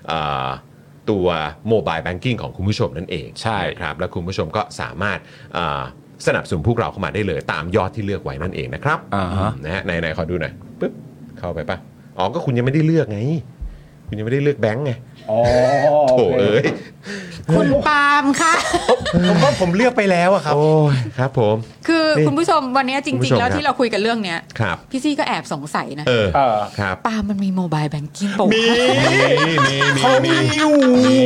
D: เอ่อตัวโมบายแบงกิ้งของคุณผู้ชมนั่นเอง
B: ใช่
D: นะครับ แล้วคุณผู้ชมก็สามารถเอ่อสนับสนุนพวกเราเข้ามาได้เลยตามยอดที่เลือกไว้นั่นเองนะครับ
B: อ่าฮะ
D: มนะฮะไหนไหนขอดูหน่อยปึ๊บ เข้าไปปะอ๋อ ก็คุณยังไม่ได้เลือกไง คุณยังไม่ได้เลือกแบงค์ไง
F: อ๋อ
D: โถเอ้ย
E: คุณปาล์มค่ะ
B: ผมว่าผมเลือกไปแล้วอะครับ
D: โอ้ย ครับผม
E: คือ
D: นี่
E: คุณผู้ชมวันนี้จ
D: คุณผู้
E: ริ
D: ช
E: ง
D: ม
E: ๆ แล้ว
D: ครับ
E: ที่เราคุยกันเรื่องเนี้ย
D: ครับ
E: พี่ซี่ก็แอบสงสัยนะ
D: เออ
F: เออ
D: ครับ
E: ปาล์มมันมีโมบายแบงกิ้งปะวะ
D: นี่นี่นี่นี่นี่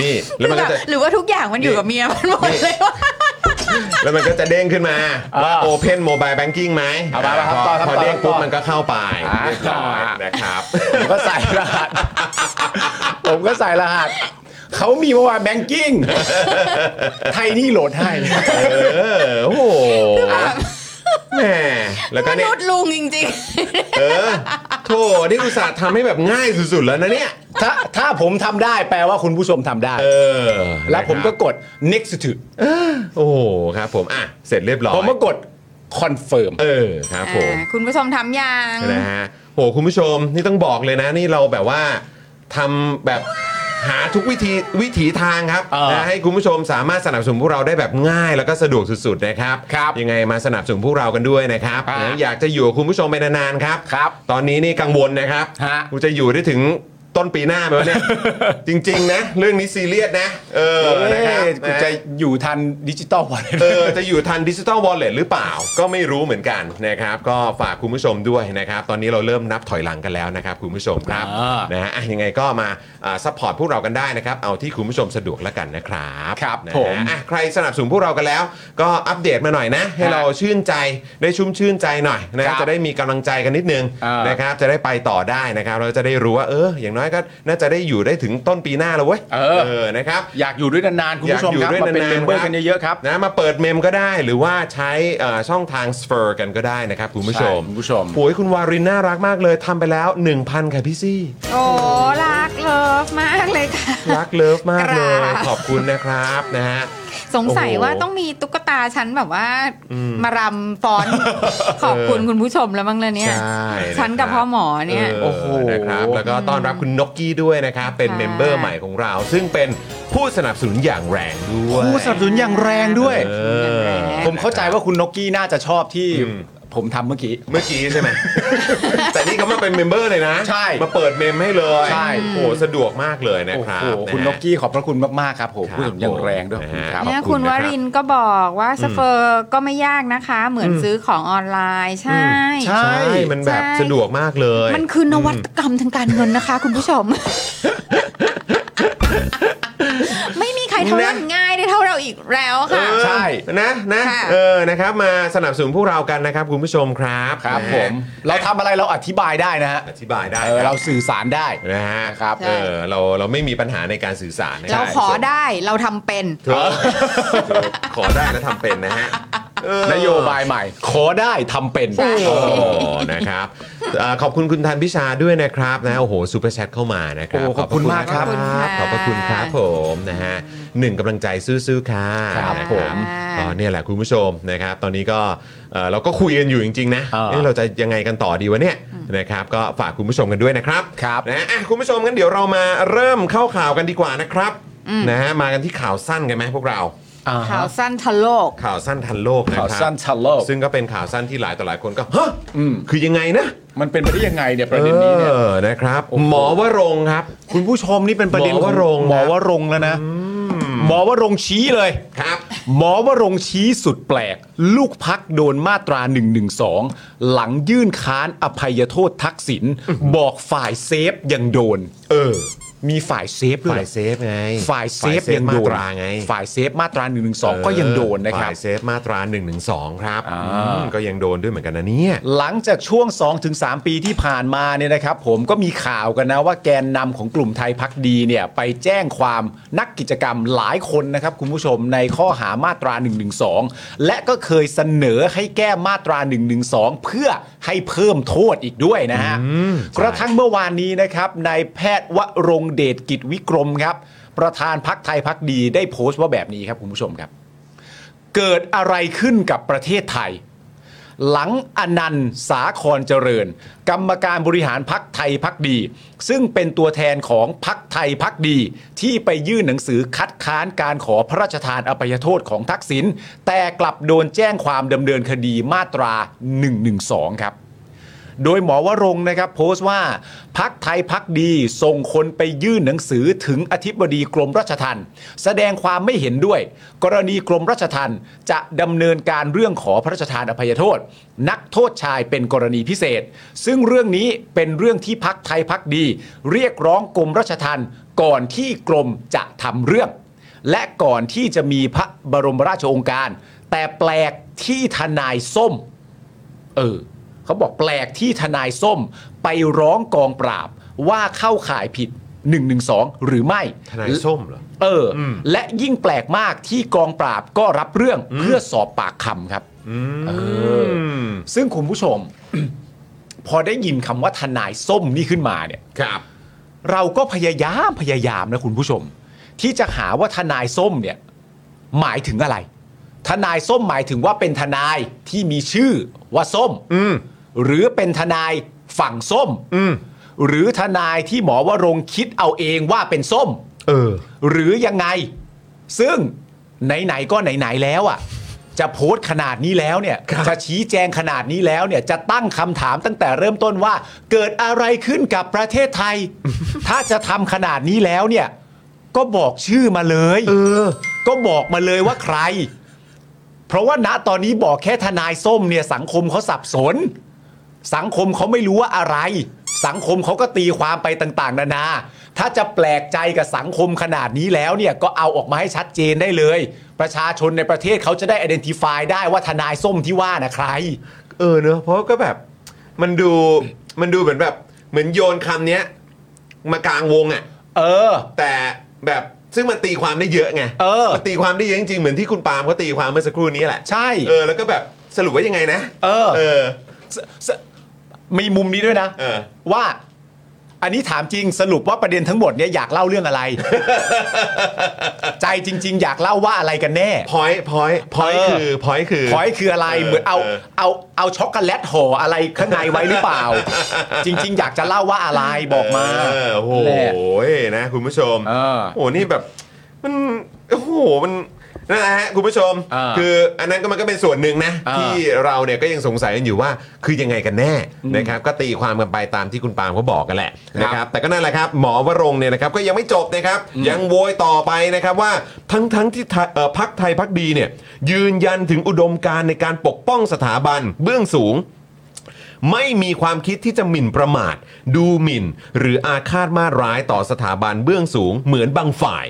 D: นี่
E: ห
D: แล้
E: รือ
D: วมัน
E: แบ
D: ก็
E: บ
D: จะ
E: หรือว่าทุกอย่างมันอยู่กับเมียมันหมดเลยวะ
D: แล้วมันก็จะเด้งขึ้นมาว่า
B: อ่า
D: Open Mobile Banking ไหม
B: เอามามาครับต่อครับ
D: พอ
B: ต่อ
D: เด้งปุ๊บ
B: ต่อ
D: มันก็เข้าไป
B: อ่า
D: เรียบร้อยนะครับ
B: ผมก็ใส่รหัส ผมก็ใส่รหัส เขามีเมื่อวานแบงกิ้ง <laughs> ไทยนี่โหลดให้
D: เออ โอ้โหแหมแล้วก็
E: ม
D: เนี่ย
E: นุษย์ลุงจริง
D: เออโถนี่อุตส่าห์ทำให้แบบง่ายสุดๆแล้วนะเนี่ย
B: ถ้าถ้าผมทำได้แปลว่าคุณผู้ชมทำได้
D: เออ
B: แล้วผมก็
D: นะครับ
B: กด next to
D: โอ้โหครับผม อ่ะ เสร็จเรียบร้อย
B: ผมก็กด confirm
D: เออครับผม
E: อ่าคุณผู้ชมทำยัง
D: นะฮะโหคุณผู้ชมนี่ต้องบอกเลยนะนี่เราแบบว่าทำแบบหาทุกวิธีวิถีทางครับ
B: เออ
D: นะให้คุณผู้ชมสามารถสนับสนุนพวกเราได้แบบง่ายแล้วก็สะดวกสุดๆนะครับ
B: ครับ
D: ยังไงมาสนับสนุนพวกเรากันด้วยนะครับ
B: อ่า
D: นะอยากจะอยู่กับคุณผู้ชมไปนานๆครับ
B: ครับ
D: ตอนนี้นี่กังวลนะครับ
B: ฮะ
D: กูจะอยู่ได้ถึง ต้นปีหน้าไหม
B: <laughs>
D: วะเนี่ย จริง ๆ นะ เรื่องนี้ซีเรียสนะ เออนะครับ
B: เอ้ยกูจะอยู่ทันดิจิตอลวอลเล็ต
D: เออจะอยู่ทันดิจิ t a ลวอลเล็ตหรือเปล่า ก็ไม่รู้เหมือนกันนะครับ ก็ฝากคุณผู้ชมด้วยนะครับ ตอนนี้เราเริ่มนับถอยหลังกันแล้วนะครับ คุณผู้ชมครับ
B: อ่าน
D: นะฮะอ่ะยังไงก็มาซัพพอร์ตพวกเรากันได้นะครับ เอาที่คุณผู้ชมสะดวกแล้วกันนะครับ
B: ครับ
D: นะ
B: ผม
D: ฮะอ่ะใครสนับสนุนพวกเรากันแล้ว ก็อัปเดตมาหน่อยนะ ให้
B: ฮะ
D: เราชื่นใจได้ชุ่มชื่นใจหน่อยนะค
B: ครั
D: รับบ จะได้มีกำลังใจกันนิดนึง
B: อ่าน
D: นะครับจะได้ไปต่อได้นะครับ เราจะได้รู้ว่าเออ อย่างน้อยก็น่าจะได้อยู่ได้ถึงต้นปีหน้าแล้วเว้ย
B: เออ
D: นะครับ
B: อยากอยู่ด้วยนานๆ คุณผู้ชมครับมาเป็นเมมเบอร์กันเยอะๆครับ
D: นะมาเปิดเมมก็ได้หรือว่าใช้เอ่อช่องทางสเฟอร์กันก็ได้นะครับคุณผู้ชม
B: ใช่คุณผู้ชม
D: โอ้ยคุณวารินน่ารักมากเลยทำไปแล้ว 1,000 ค่ะพี่ซี่
E: โอ้รักเลิฟมากเลยค่ะ
D: รักเลิฟมากเลย
E: กราบ
D: ขอบคุณนะครับนะฮะ
E: สงสัย
D: โอ้โห
E: ว่าต้องมีตุ๊กตาชั้นแบบว่า มารำฟ้อน
D: <laughs>
E: ขอบคุณคุณผู้ชมแล้วมั้งเลยเนี่ย
D: ใช่นะครับ
E: ชั้นกับพ่อหมอเนี่ย
D: โอ้
B: โอ้
D: โห
B: โห
D: นะครับแล้วก็ต้อนรับคุณนกกี้ด้วยนะครับ เป็น
E: ค่ะ
D: เมมเบอร์ใหม่ของเรา ซึ่งเป็นผู้สนับสนุนอย่างแรงด้วย
B: ผู้สนับสนุนอย่างแรงด้วย
D: เออ
B: ผมเข้าใจว่าคุณนกกี้น่าจะชอบที่
D: อืม
B: ผมทำเมื่อกี้
D: เมื่อกี้
B: <laughs>
D: ใช่ไหม แต่นี่เขามาเป็นเมมเบอร์เลยนะ
B: ใช่
D: มาเปิดเมมให้เลย
B: ใช่
D: โอ้โหสะดวกมากเลยนะ
B: โอ้
D: ค
B: โห
D: รับะฮะ
B: คุณนกกี้ขอบพระคุณมากๆครับผม
D: ครับ
B: ผู้สนับสนุนอย่างแรงด้วย
D: ผม
B: ขอบคุณครับ
E: เนี่ย
D: ขอบคุ
E: คุณ ณ
D: นะคว รับ
E: รินทร์ก็บอกว่าสเฟอร์ก็ไม่ยากนะคะ เหมือนซื้อของออนไลน์ใช่
B: ใช่
D: ใช่มันแบบ
E: ใช่
D: สะดวกมากเลย
E: มันคือนวัตกรรมทางการเงิน <laughs> นะคะ คุณผู้ชม ไม่มีใครทำเงินง่ายได้เท่าเราอีกแล้วค่ะ
D: เออ
B: ใช่
D: นะนะ
E: ค่ะ
D: เออนะครับมาสนับสนุนพวกเรากันนะครับคุณผู้ชมครับ
B: ครับ
D: นะฮะ
B: ผม เราทำอะไรเราอธิบายได้นะฮะ
D: อธิบายได้
B: เออ
D: คบ
B: เราสื่อสารได้
D: นะฮะ
B: ครับ
D: เออเราเราไม่มีปัญหาในการสื่อสารนะค
E: เรา
D: บ
E: ขอได้เราทำเป็น
D: เธอขอได้แล้วทำเป็นนะฮะเออน
B: โยบายใหม่ ขอได้ทำเป็น
D: โอ้นะครับเอ่อขอบคุณคุณทันพิชาด้วยนะครับนะโอ้โหซูเปอร์แชทเข้ามานะครับ
B: โอ้ขอบคุณมากครับ
D: ขอบพระคุณครับผมนะฮะหนึ่งกำลังใจซื่อๆค่ะ
B: ครับ
D: นะ
B: ผม
D: ก็เนี่ยแหละคุณผู้ชมนะครับตอนนี้ก็เอ่อเราก็คุยกันอยู่จริงๆนะ
B: เออ
D: เอ๊ะเราจะยังไงกันต่อดีวะเนี่ยนะครับก็ฝากคุณผู้ชมกันด้วยนะครับ
B: ครับ
D: นะอ่ะคุณผู้ชมงั้นเดี๋ยวเรามาเริ่มเข้าข่าวกันดีกว่านะครับนะฮะมากันที่ข่าวสั้นกันไหมพวกเรา
E: ข่าวสั้นทะโลก
D: ข่าวสั้นทันโลกนะครับ
B: ข่าวสั้นทันโลก
D: ซึ่งก็เป็นข่าวสั้นที่หลายต่อหลายคนก็ฮะคือยังไงนะ
B: มันเป็นไปได้ยังไงเนี่ยประเด็นนี้เนี่ย
D: ออนะครับ
B: โอ้โห
D: หมอวรงค์ครับ
B: คุณผู้ชมนี่เป็นประเด็น
D: หมอวรงค์
B: หมอ
D: นะ
B: วรงค์แล้วนะหมอวรงค์ชี้เลย
D: ครับ
B: หมอวรงค์ชี้สุดแปลก ลูกพักโดนมาตรา 112 หลังยื่นค้านอภัยโทษทักษิณบอกฝ่ายเซฟยังโดน
D: เออ
B: มีฝ่ายเซฟด้ว
D: ฝ่า
B: เหร
D: ย ย
B: อ
D: เซฟไง
B: ฝ่ายเซฟยัง
D: มา
B: โด
D: ต
B: น
D: ราไง
B: ฝ่ายเซฟมาตรา 112 ก็ยังโดนนะครับ
D: ฝ่ายเซฟมาตรา1นึครับ
B: อ่า
D: อืมก็ยังโดนด้วยเหมือนกันนะเนี่ย
B: หลังจากช่วง 2-3 ปีที่ผ่านมาเนี่ยนะครับ ผมก็มีข่าวกันนะว่าแกนนำของกลุ่มไทยพักดีเนี่ยไปแจ้งความนักกิจกรรมหลายคนนะครับ คุณผู้ชมในข้อหามาตรา 112 และก็เคยเสนอให้แก้มาตรา 112 เพื่อให้เพิ่มโทษอีกด้วยนะฮะ กระทั่งเมื่อวานนี้นะครับนายแพทย์วรงเดชกิจวิกรมครับ ประธานพักไทยพักดีได้โพสต์ว่าแบบนี้ครับคุณผู้ชมครับ เกิดอะไรขึ้นกับประเทศไทย หลังอนันต์สาครเจริญ กรรมการบริหารพักไทยพักดี ซึ่งเป็นตัวแทนของพักไทยพักดี ที่ไปยื่นหนังสือคัดค้านการขอพระราชทานอภัยโทษของทักษิณแต่กลับโดนแจ้งความดำเนินคดีมาตรา 112 ครับ โดยหมอวรงค์นะครับ โพสต์ว่าพักไทยพักดีส่งคนไปยื่นหนังสือถึงอธิบดีกรมราชทัณฑ์แสดงความไม่เห็นด้วย กรณีกรมราชทัณฑ์จะดำเนินการเรื่องขอพระราชทานอภัยโทษ นักโทษชายเป็นกรณีพิเศษ ซึ่งเรื่องนี้เป็นเรื่องที่พักไทยพักดี เรียกร้องกรมราชทัณฑ์ก่อนที่กรมจะทำเรื่อง และก่อนที่จะมีพระบรมราชโองการ แต่แปลกที่ทนายส้ม เออเขาบอกแปลกที่ทนายส้มไปร้องกองปราบว่าเข้าข่ายผิด 112 หรือไม่
D: ทนายส้มเหรอ
B: เอออและยิ่งแปลกมากที่กองปราบก็รับเรื่องเพื่อสอบปากคำครับเออ
D: ม
B: ซึ่งคุณผู้ชม <coughs> พอได้ยินคำว่าทนายส้มนี่ขึ้นมาเนี่ย
D: ครับ
B: เราก็พยายามพยายามนะคุณผู้ชม ที่จะหาว่าทนายส้มเนี่ยหมายถึงอะไร ทนายส้มหมายถึงว่าเป็นทนายที่มีชื่อว่าส้ม
D: อืม
B: หรือเป็นทนายฝั่งส้ม
D: อืม
B: หรือทนายที่หมอวรงค์คิดเอาเองว่าเป็นส้ม
D: เออ
B: หรือยังไง ซึ่งไหน ๆ ก็ไหน ๆ แล้วอ่ะ จะโพสต์ขนาดนี้แล้วเนี่ยจะชี้แจงขนาดนี้แล้วเนี่ยจะตั้งคำถามตั้งแต่เริ่มต้นว่า เกิดอะไรขึ้นกับประเทศไทย <laughs> ถ้าจะทำขนาดนี้แล้วเนี่ย ก็บอกชื่อมาเลย เออ ก็บอกมาเลยว่าใคร เพราะว่าณตอนนี้บอกแค่ทนายส้มเนี่ยสังคมเขาสับสน สังคมเขาไม่รู้ว่าอะไร สังคมเขาก็ตีความไปต่างๆ นานา ถ้าจะแปลกใจกับสังคมขนาดนี้แล้วเนี่ยก็เอาออกมาให้ชัดเจนได้เลย ประชาชนในประเทศเขาจะได้ identify ได้ว่าทนายส้มที่ว่านะใคร
D: เออเนอะเพราะก็แบบมันดูมันดูเหมือนแบบเหมือนโยนคำเนี้ยมากลางวงอะ่ะ
B: เออ
D: แต่แบบซึ่งมันตีความได้เยอะไง
B: เออ
D: มันตีความได้เยอะจริงๆเหมือนที่คุณปาล์มเขาตีความเมื่อสักครู่นี้แหละ
B: ใช่
D: เออแล้วก็แบบสรุปว่ายังไงนะ
B: เออ
D: เออ
B: สสมีมุมนี้ด้วยนะ
D: เออ
B: ว่าอันนี้ถามจริงสรุปว่าประเด็นทั้งหมดเนี่ยอยากเล่าเรื่อง
D: <laughs>
B: อะไร ใจจริง ๆ อยากเล่าว่าอะไรกันแน่
D: พอยพอยพอย
B: เออ
D: คือพอยคือ
B: พอยคืออะไรเหมือนเอาเอาเอาช็อกโกแลตห่ออะไรข้างในไว้หรือเป
D: <laughs>
B: ล่า จริง ๆ อยากจะเล่าว่าอะไรบอกมา
D: เออโอ้โห
B: แหละ
D: นะคุณผู้ชม
B: เออ
D: โอ้โหนี่แบบมันโอ้โหมันนั่นแหละฮะคุณผู้ชม
B: อ่า
D: คืออันนั้นก็มันก็เป็นส่วนหนึ่งนะ
B: อ่า
D: ที่เราเนี่ยก็ยังสงสัยกันอยู่ว่าคือยังไงกันแน่นะครับก็ตีความกันไปตามที่คุณปาล์มเขาบอกกันแหละ
B: ครับ
D: นะครับแต่ก็นั่นแหละครับ หมอวรงค์เนี่ยนะครับก็ยังไม่จบนะครับ ยังโวยต่อไปนะครับว่าทั้งทั้งที่ไทยเอ่อพักไทยพักดีเนี่ยยืนยันถึงอุดมการณ์ในการปกป้องสถาบันเบื้องสูง ไม่มีความคิดที่จะหมิ่นประมาท ดูหมิ่น หรืออาฆาตมาร้ายต่อสถาบันเบื้องสูงเหมือนบางฝ่าย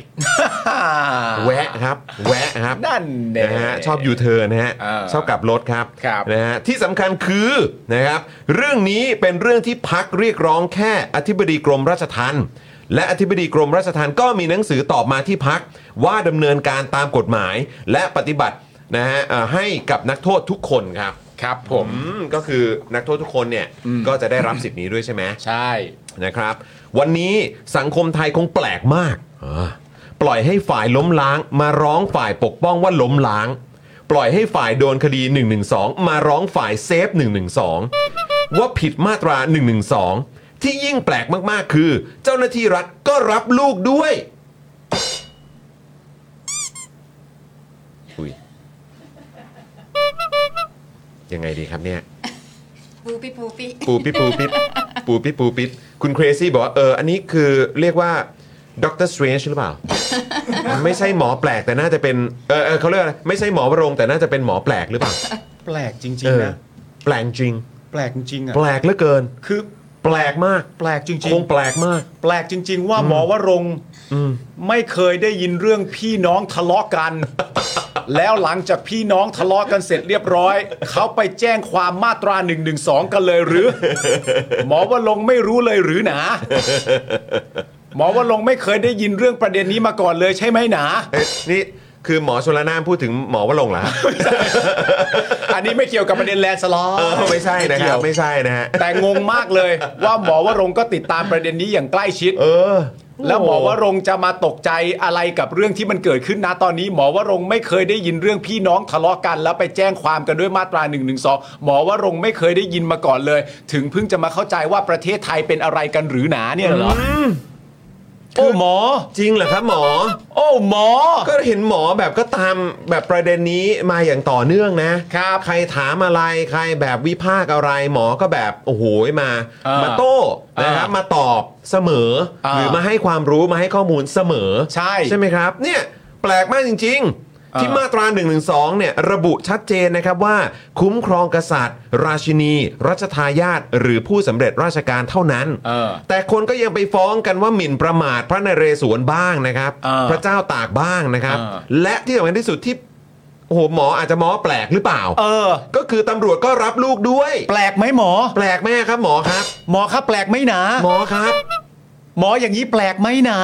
D: แวะครับ แวะครับ
B: นั่นแน่
D: นะฮะชอบยูเทิร์นนะฮะ
B: อ่า
D: ชอบกลับรถครับ
B: ครับ
D: นะฮะที่สำคัญคือนะครับ เรื่องนี้เป็นเรื่องที่พักเรียกร้องแค่อธิบดีกรมราชทัณฑ์และอธิบดีกรมราชทัณฑ์ก็มีหนังสือตอบมาที่พักว่าดำเนินการตามกฎหมาย และปฏิบัตินะฮะเอ่อให้กับนักโทษทุกคนครับ
B: ครับผม
D: อืก็คือนักโทษทุกคนเนี่ยก็จะได้รับสิทธิ์นี้ด้วยใช่ไหม
B: ใช่
D: นะครับ วันนี้สังคมไทยคงแปลกมากอ่าปล่อยให้ฝ่ายล้มล้างมาร้องฝ่ายปกป้องว่าล้มล้าง ปล่อยให้ฝ่ายโดนคดี 112 มาร้องฝ่ายเซฟ 112 ว่าผิดมาตรา 112 ที่ยิ่งแปลกมากๆ คือ เจ้าหน้าที่รัฐก็รับลูกด้วยอุยยังไงดีครับเนี่ย
G: ปูปิปูปิ
D: ปูปิดปูปิดปูปิดปูปิดคุณเครซี่บอกว่า เออ อันนี้คือเรียกว่าด็อกเตอร์สเตรนจ์ห
B: <laughs>
D: รือเปล่า ไม่ใช่หมอแปลกแต่น่าจะเป็น เออเออเขาเรียกอะไรไม่ใช่หมอวรงค์แต่น่าจะเป็นหมอแปลกหรือเปล่า
B: แปลกจริ
D: เอง อแปลกจริง
B: แปลกจริงอ่ะ
D: แปลกเหลือเกิน
B: คือ
D: แปลกมาก
B: แปลกจริง
D: คงแปลกมาก
B: แปลกจริง ๆ ว่าหมอวรงค์ไม่เคยได้ยินเรื่องพี่น้องทะเลาะ
D: <laughs>
B: กัน แล้วหลังจากพี่น้องทะเลาะกันเสร็จเรียบร้อย เขาไปแจ้งความมาตรา1นึกันเลยหรือ
D: <laughs>
B: หมอวรงค์ไม่รู้เลยหรือหนา หมอวรงค์ไม่เคยได้ยินเรื่องประเด็นนี้มาก่อนเลยใช่ไหมหนา
D: <laughs> เอ๊ะนี่คือหมอชลนานพูดถึงหมอวรงค์เหรอฮะ
B: อันนี้ไม่เกี่ยวกับประเด็นแลนด์สลอ
D: เออไม่ใช่นะค
B: เกี่
D: รั
B: ย
D: บ
B: ว
D: ไม่ใช่นะฮะ
B: แต่งงมากเลยว่าหมอวรงค์ก็ติดตามประเด็นนี้อย่างใกล้ชิด
D: เออ
B: แล้วหมอวรงค์จะมาตกใจอะไรกับเรื่องที่มันเกิดขึ้นนะตอนนี้ หมอวรงค์ไม่เคยได้ยินเรื่องพี่น้องทะเลาะกันแล้วไปแจ้งความกันด้วยมาตรา1นึหมอวรงค์ไม่เคยได้ยินมาก่อนเลย ถึงเพิ่งจะมาเข้าใจว่าประเทศไทยเป็นอะไรกันหรือหนาเนี่ยเหรอโอ้หมอ
D: จริงเหรอครับ
B: <laughs>
D: หมอ
B: โอ้หมอ
D: ก็เห็นหมอแบบก็ตามแบบประเด็นนี้มาอย่างต่อเนื่องนะครับ ใครถามอะไรใครแบบวิพากษ์อะไร หมอก็แบบโอ้โหมา
B: อ่าม
D: มาโต้
B: อ่าน
D: นะครับมาตอบเสมอ
B: อ่า
D: หรือมาให้ความรู้มาให้ข้อมูลเสมอ
B: ใช่
D: ใช่ไหมครับ เนี่ยแปลกมากจริง ๆ
B: อ่า
D: ที่มาตรา1นึเนี่ยระบุชัดเจนนะครับว่า คุ้มครองกษัตริย์ ราชินี รัชทายาทหรือผู้สำเร็จราชการเท่านั้น
B: เออ
D: แต่คนก็ยังไปฟ้องกันว่าหมิ่นประมาทพระนเรศวรบ้างนะครับ
B: อ่า
D: พระเจ้าตากบ้างนะครับ
B: อ่า
D: และที่สำคัญที่สุดที่โอ้โหหมออาจจะหมอแปลกหรือเปล่า
B: เออ
D: ก็คือตำรวจก็รับลูกด้วย
B: แปลกไหมหมอ
D: แปลกแม่ครับหมอครับ
B: หมอครับแปลกไหมหนา
D: หมอครับ
B: หมออย่างนี้แปลกไหมหนา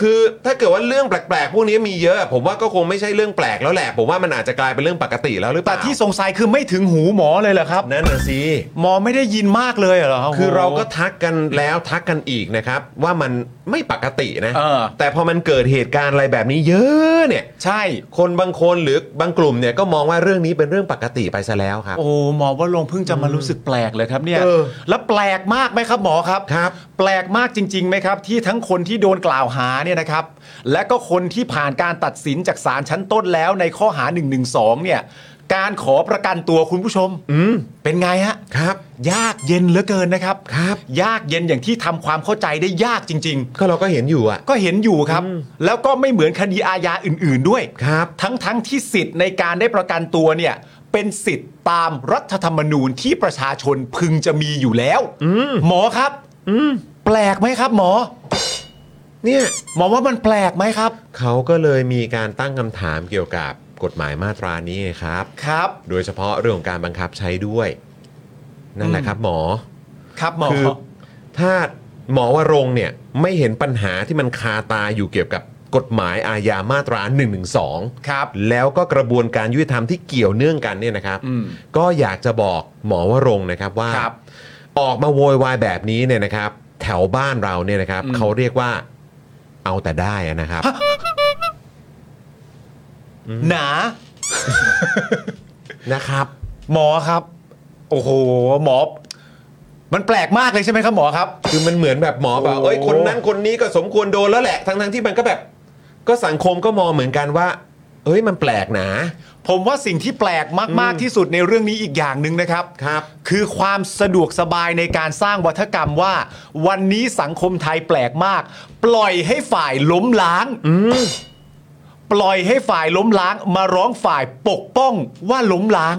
D: คือถ้าเกิดว่าเรื่องแปลกๆ พวกนี้มีเยอะ ผมว่าก็คงไม่ใช่เรื่องแปลกแล้วแหละ ผมว่ามันอาจจะกลายเป็นเรื่องปกติแล้วหรือเป
B: แต่
D: ล่า
B: ที่สงสัยคือไม่ถึงหูหมอเลยเหรอครับ
D: นั่นน่ะสิ
B: หมอไม่ได้ยินมากเลยเหรอ
D: คือเราก็ทักกันแล้วทักกันอีกนะครับ ว่ามันไม่ปกตินะ
B: เออ
D: แต่พอมันเกิดเหตุการณ์อะไรแบบนี้เยอะเนี่ย
B: ใช่
D: คนบางคนหรือบางกลุ่มเนี่ยก็มองว่าเรื่องนี้เป็นเรื่องปกติไปซะแล้วครับ
B: โอ้หมอว่าลงค์เพิ่งจะมารู้สึกแปลกเลยครับเนี่ย
D: เออ
B: แล้วแปลกมากไหมครับหมอครับ
D: ครับ
B: แปลกมากจริงๆไหมครับ ที่ทั้งคนที่โดนกล่าวหาเนี่ยนะครับ และก็คนที่ผ่านการตัดสินจากศาลชั้นต้นแล้วในข้อหา1นึเนี่ย การขอประกันตัวคุณผู้ชม
D: อืม
B: เป็นไงฮะ
D: ครับ
B: ยากเย็นเหลือเกินนะครับ
D: ครับ
B: ยากเย็นอย่างที่ทำความเข้าใจได้ยากจริง
D: ก็เราก็เห็นอยู่อ่ะ
B: ๆ ก็เห็นอยู่ครับ แล้วก็ไม่เหมือนคดีอาญาอื่น ๆ ด้วย
D: ครับ
B: ทั้งๆที่สิทธิ์ในการได้ประกันตัวเนี่ย เป็นสิทธิ์ตามรัฐธรรมนูญที่ประชาชนพึงจะมีอยู่แล้วหมอครับแปลกไหมครับ หมอ
D: เนี่ย
B: หมอว่ามันแปลกไหมครับ
D: เขาก็เลยมีการตั้งคำถามเกี่ยวกับกฎหมายมาตรานี้ไงครับ
B: ครับ
D: โดยเฉพาะเรื่องของการบังคับใช้ด้วย นั่นแหละครับหมอ
B: ครับหมอ
D: คือถ้าหมอวรงค์เนี่ยไม่เห็นปัญหาที่มันคาตาอยู่เกี่ยวกับกฎหมายอาญามาตรา1นึ
B: ครับ
D: แล้วก็กระบวนการยุติธรรมที่เกี่ยวเนื่องกันเนี่ยนะครับ
B: อืม
D: ก็อยากจะบอกหมอวรงค์นะครับว่า
B: ครับ
D: ออกมาโวยวายแบบนี้เนี่ยนะครับ แถวบ้านเราเนี่ยนะครับ
B: อืม
D: เขาเรียกว่าเอาแต่ได้อะนะครับ
B: หนา
D: นะครับ
B: หมอครับ โอ้โห หมอ มันแปลกมากเลยใช่ไหมครับหมอครับ
D: คือมันเหมือนแบบหมอแบบ
B: โอ้
D: เอ้ยคนนั้นคนนี้ก็สมควรโดนแล้วแหละทั้งทั้งๆที่มันก็แบบ ก็สังคมก็มองเหมือนกันว่า เอ้ยมันแปลกนะ
B: ผมว่าสิ่งที่แปลกมาก ๆ ที่สุดในเรื่องนี้อีกอย่างหนึ่งนะครับ
D: ครับ
B: คือความสะดวกสบายในการสร้างวัฒกรรมว่า วันนี้สังคมไทยแปลกมาก ปล่อยให้ฝ่ายล้มล้างปล่อยให้ฝ่ายล้มล้าง มาร้องฝ่ายปกป้องว่าล้มล้าง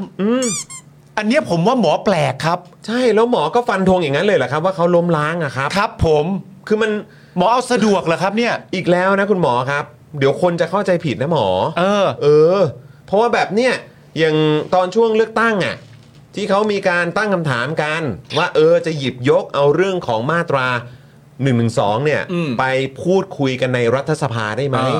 B: อันเนี้ยผมว่าหมอแปลกครับ
D: ใช่แล้วหมอก็ฟันธงอย่างนั้นเลยเหรอครับว่าเขาล้มล้างอะครับ
B: ครับ ผม
D: คือมัน
B: หมอเอาสะดวกเหรอครับ เนี่ย
D: อีกแล้วนะคุณหมอครับ เดี๋ยวคนจะเข้าใจผิดนะหมอ
B: เออ
D: เออ เพราะว่าแบบเนี้ยอย่างตอนช่วงเลือกตั้งอะที่เขามีการตั้งคำถามกัน ว่าเออจะหยิบยกเอาเรื่องของมาตรา1นึเนี่ย
B: อืม
D: ไปพูดคุยกันในรัฐสภาได้ไหม
B: เออ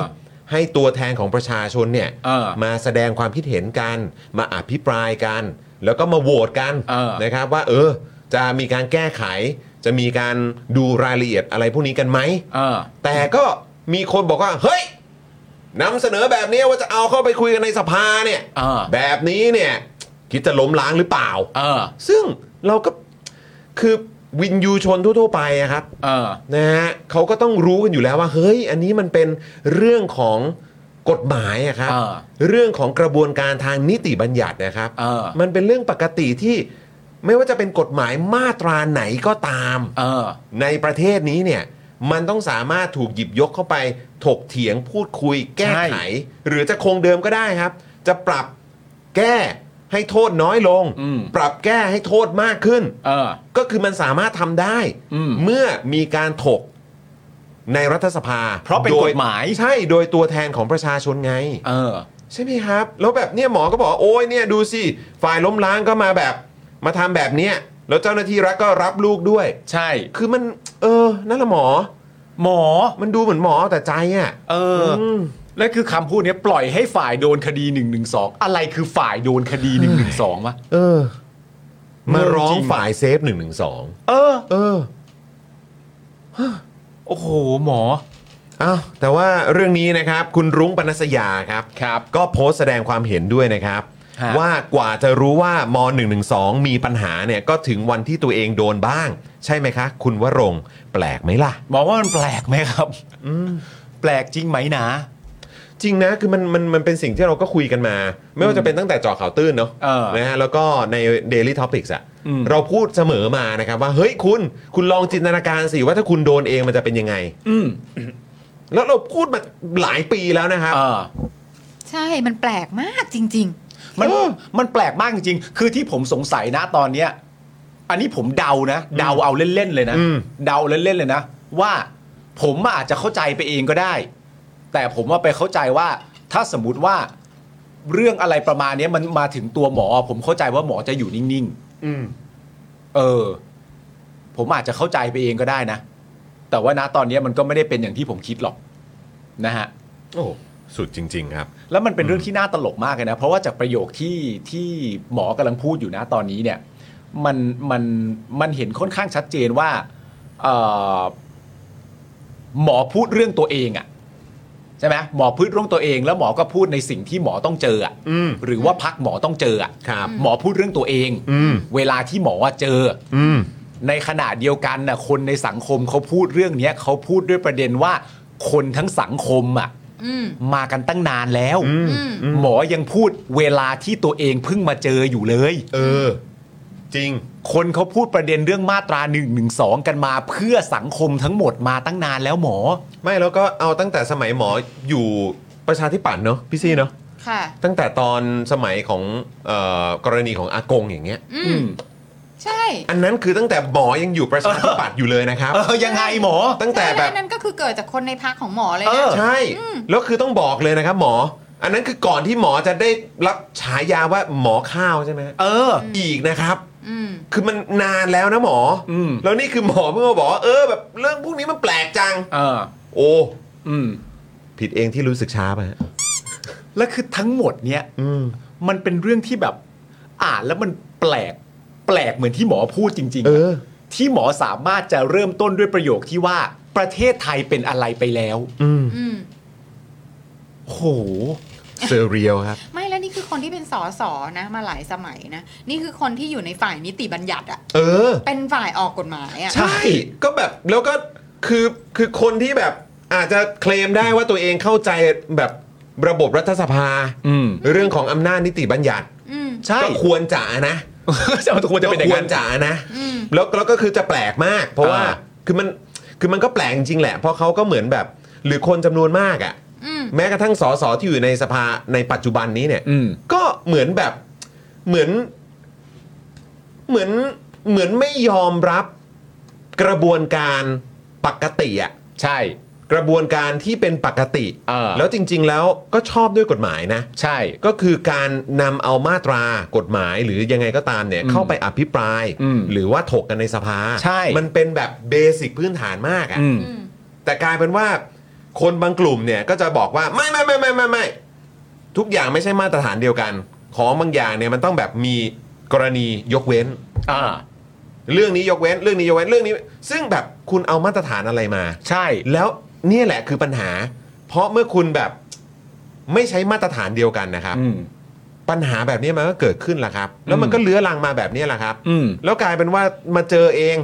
D: ให้ตัวแทนของประชาชนเนี่ย
B: เออ
D: มาแสดงความคิดเห็นกัน มาอภิปรายกัน แล้วก็มาโหวตกัน
B: เออ
D: นะครับว่าเออจะมีการแก้ไข จะมีการดูรายละเอียดอะไรพวกนี้กันไหม
B: เออ
D: แต่ก็มีคนบอกว่าเฮ้ยนำเสนอแบบนี้ว่าจะเอาเข้าไปคุยกันในสภาเนี่ย
B: อ่า
D: แบบนี้เนี่ยคิดจะล้มล้างหรือเปล่า
B: เออ
D: ซึ่งเราก็คือวินยูชนทั่วๆไปอะครับ
B: เออ
D: นะฮะเขาก็ต้องรู้กันอยู่แล้วว่า เฮ้ย อันนี้มันเป็นเรื่องของกฎหมายอะครับ
B: อ่า
D: เรื่องของกระบวนการทางนิติบัญญัตินะครับ
B: อ่า
D: มันเป็นเรื่องปกติที่ไม่ว่าจะเป็นกฎหมายมาตราไหนก็ตาม
B: เออ
D: ในประเทศนี้เนี่ยมันต้องสามารถถูกหยิบยกเข้าไปถกเถียงพูดคุย แก้ไข หรือจะคงเดิมก็ได้ครับ จะปรับแก้ให้โทษน้อยลง
B: อืม
D: ปรับแก้ให้โทษมากขึ้น
B: เออ
D: ก็คือมันสามารถทำได้
B: อืม
D: เมื่อมีการถกในรัฐสภา
B: เพราะเป็น
D: โด
B: กฎหมาย
D: ใช่โดยตัวแทนของประชาชนไง
B: เออ
D: ใช่ไหมครับ แล้วแบบเนี่ยหมอก็บอกว่าโอ้ยเนี่ยดูสิฝ่ายล้มล้างก็มาแบบ มาทำแบบเนี้ยแล้วเจ้าหน้าที่รัฐก็รับลูกด้วย
B: ใช่
D: คือมัน เออ นั่นแหละหมอ
B: หมอ
D: มันดูเหมือนหมอแต่ใจอ่ะ
B: เอออและคือคำพูดเนี้ยปล่อยให้ฝ่ายโดนคดี1นึอะไรคือฝ่ายโดนคดี1นึว <laughs> ะ
D: เออ มาร้อง
B: จริง
D: ฝ่ายเซฟหนึ่งหนึ่งสอง
B: เออ
D: เออ
B: โอ้โห หมอ
D: เอ้าแต่ว่าเรื่องนี้นะครับ คุณรุ้งปนัสยาครับ
B: ครับ
D: ก็โพสต์แสดงความเห็นด้วยนะครับ
B: ฮะ
D: ว่ากว่าจะรู้ว่าม112 มีปัญหาเนี่ย ก็ถึงวันที่ตัวเองโดนบ้าง ใช่ไหมคะ คุณวรงค์แปลกไหม
B: <laughs>
D: ล่ะ
B: หมอว่ามันแปลกไหมครับ แปลกจริงไหมนะ
D: จริงนะคือมันมันมันเป็นสิ่งที่เราก็คุยกันมา ไม่ว่าจะเป็นตั้งแต่เจอข่าวตื้นเนาะ
B: เออ
D: นะฮะแล้วก็ใน Daily Topics อะ
B: อืม
D: เราพูดเสมอมานะครับว่า เฮ้ยคุณคุณลองจินตนาการสิว่าถ้าคุณโดนเองมันจะเป็นยังไง
B: อืม
D: แล้วเราพูดมาหลายปีแล้วนะครับ
B: เออ
C: ใช่มันแปลกมากจริง
B: มัน
D: เออ
B: มันแปลกมากจริงๆ คือที่ผมสงสัยนะตอนเนี้ย อันนี้ผมเดานะ เดาเอาเล่นๆเลยนะ
D: อืม
B: เดาเล่นๆเลยนะ ว่าผมอาจจะเข้าใจไปเองก็ได้ แต่ผมว่าไปเข้าใจว่า ถ้าสมมติว่าเรื่องอะไรประมาณเนี้ยมันมาถึงตัวหมอ ผมเข้าใจว่าหมอจะอยู่นิ่งๆ เออ ผมอาจจะเข้าใจไปเองก็ได้นะ แต่ว่านะตอนเนี้ยมันก็ไม่ได้เป็นอย่างที่ผมคิดหรอกนะฮะ
D: โอ้สุดจริง ๆ ครับ
B: แล้วมันเป็นเรื่องที่น่าตลกมากเลยนะ เพราะว่าจากประโยคที่ที่หมอกำลังพูดอยู่นะตอนนี้เนี่ย มันมันมันเห็นค่อนข้างชัดเจนว่าเอ่อหมอพูดเรื่องตัวเองอะใช่ไหมหมอพูดเรื่องตัวเองแล้วหมอก็พูดในสิ่งที่หมอต้องเจออะ
D: อืม
B: หรือว่าพักหมอต้องเจออะ
D: ครับ
B: หมอพูดเรื่องตัวเอง
D: อืม
B: เวลาที่หมออะเจอ
D: อืม
B: ในขณะเดียวกันน่ะคนในสังคมเขาพูดเรื่องเนี้ยเขาพูดด้วยประเด็นว่า คนทั้งสังคมอ่ะ
C: อืม
B: มากันตั้งนานแล้ว
C: อืม
B: หมอยังพูดเวลาที่ตัวเองเพิ่งมาเจออยู่เลย
A: เออ จริง
B: คนเขาพูดประเด็นเรื่องมาตรา1นึกันมาเพื่อสังคมทั้งหมดมาตั้งนานแล้วหมอ
A: ไม่แล้วก็เอาตั้งแต่สมัยหมออยู่ประชาธิปัตย์เนอะพี่ซี่เนอะ
C: ค่ะ
A: ตั้งแต่ตอนสมัยของเออกรณีของอากงอย่างเงี้ย
C: อืมใช่
A: อันนั้นคือตั้งแต่หมอยังอยู่ประชาธิปัตย์อยู่เลยนะครับ
B: เออ ยังไงหมอ
A: ตั้งแต่
C: ใช่
A: แบ
C: ล้ว
A: บ
C: อันนั้นก็คือเกิดจากคนในพักของหมอเลย
B: เอ
C: นะ
B: อ
A: ใช่ แล้วคือต้องบอกเลยนะครับหมอ อันนั้นคือก่อนที่หมอจะได้รับฉายาว่าหมอข้าวใช่ไหม
B: เออ
A: อีกนะครับ
C: อืม
A: คือมันนานแล้วนะหมออ
B: ม
A: แล้วนี่คือหมอเพิ่งมาบอกว่าเออแบบเรื่องพวกนี้มันแปลกจัง
B: เออ
A: โอ้
B: อืม
A: ผิดเองที่รู้สึกช้าไปฮะ
B: และคือทั้งหมดเนี่ย
A: อืม
B: มันเป็นเรื่องที่แบบ อ่านแล้วมันแปลก แปลกเหมือนที่หมอพูดจริงๆ
A: เออ
B: อะที่หมอสามารถจะเริ่มต้นด้วยประโยคที่ว่าประเทศไทยเป็นอะไรไปแล้ว
A: อืม
C: อืม
B: โห
A: เซอร์เรียลครับ
C: ไม่แล้วนี่คือคนที่เป็นสอสอนะ มาหลายสมัยนะ นี่คือคนที่อยู่ในฝ่ายนิติบัญญัติอะ
A: เออ
C: เป็นฝ่ายออกกฎหมายอะ
A: ใช่ ก็แบบแล้วก็คือคือคนที่แบบอาจจะเคลมได้ว่าตัวเองเข้าใจแบบระบบรัฐสภา
B: อืม
A: เรื่องของอำนาจนิติบัญญัติ
C: อืม
B: ใช่
A: ก็ควรจะนะ
B: <laughs> จะมันควรจะเป็นอ
A: ก็
B: ย่า
A: ค
B: ง
A: ว
B: นั้
A: ร
B: น
A: จะนะ
C: อืม
A: แล้วแล้วก็คือจะแปลกมาก เพราะว่า
B: อ่า
A: คือมันคือมันก็แปลกจริงๆแหละ เพราะเขาก็เหมือนแบบ หรือคนจำนวนมากอ่ะ
C: อืม
A: แม้กระทั่งสสที่อยู่ในสภาในปัจจุบันนี้เนี่ย
B: อืม
A: ก็เหมือนแบบเหมือนเหมือนเหมือนไม่ยอมรับกระบวนการปกติอะ
B: ใช่
A: กระบวนการที่เป็นปกติ
B: เออ
A: แล้วจริง ๆ แล้วก็ชอบด้วยกฎหมายนะ
B: ใช่
A: ก็คือการนำเอามาตรากฎหมายหรือยังไงก็ตามเนี่ย
B: อืม
A: เข้าไปอภิปราย
B: อืม
A: หรือว่าถกกันในสภา
B: ใช่
A: มันเป็นแบบเบสิกพื้นฐานมากอะ
B: อืม
C: อืม
A: แต่กลายเป็นว่าคนบางกลุ่มเนี่ยก็จะบอกว่าไม่ไม่ไม่ไม่ไม่ไม่ทุกอย่างไม่ใช่มาตรฐานเดียวกัน ของบางอย่างเนี่ยมันต้องแบบมีกรณียกเว้น
B: อ่า
A: เรื่องนี้ยกเว้น เรื่องนี้ยกเว้นเรื่องนี้ ซึ่งแบบคุณเอามาตรฐานอะไรมา
B: ใช่
A: แล้วเนี่ยแหละคือปัญหา เพราะเมื่อคุณแบบไม่ใช้มาตรฐานเดียวกันนะครับ
B: อืม
A: ปัญหาแบบนี้มันก็เกิดขึ้นละครับ แล้วมันก็เลื้อรังมาแบบนี้แหละครับ
B: อืม
A: แล้วกลายเป็นว่ามาเจอเอง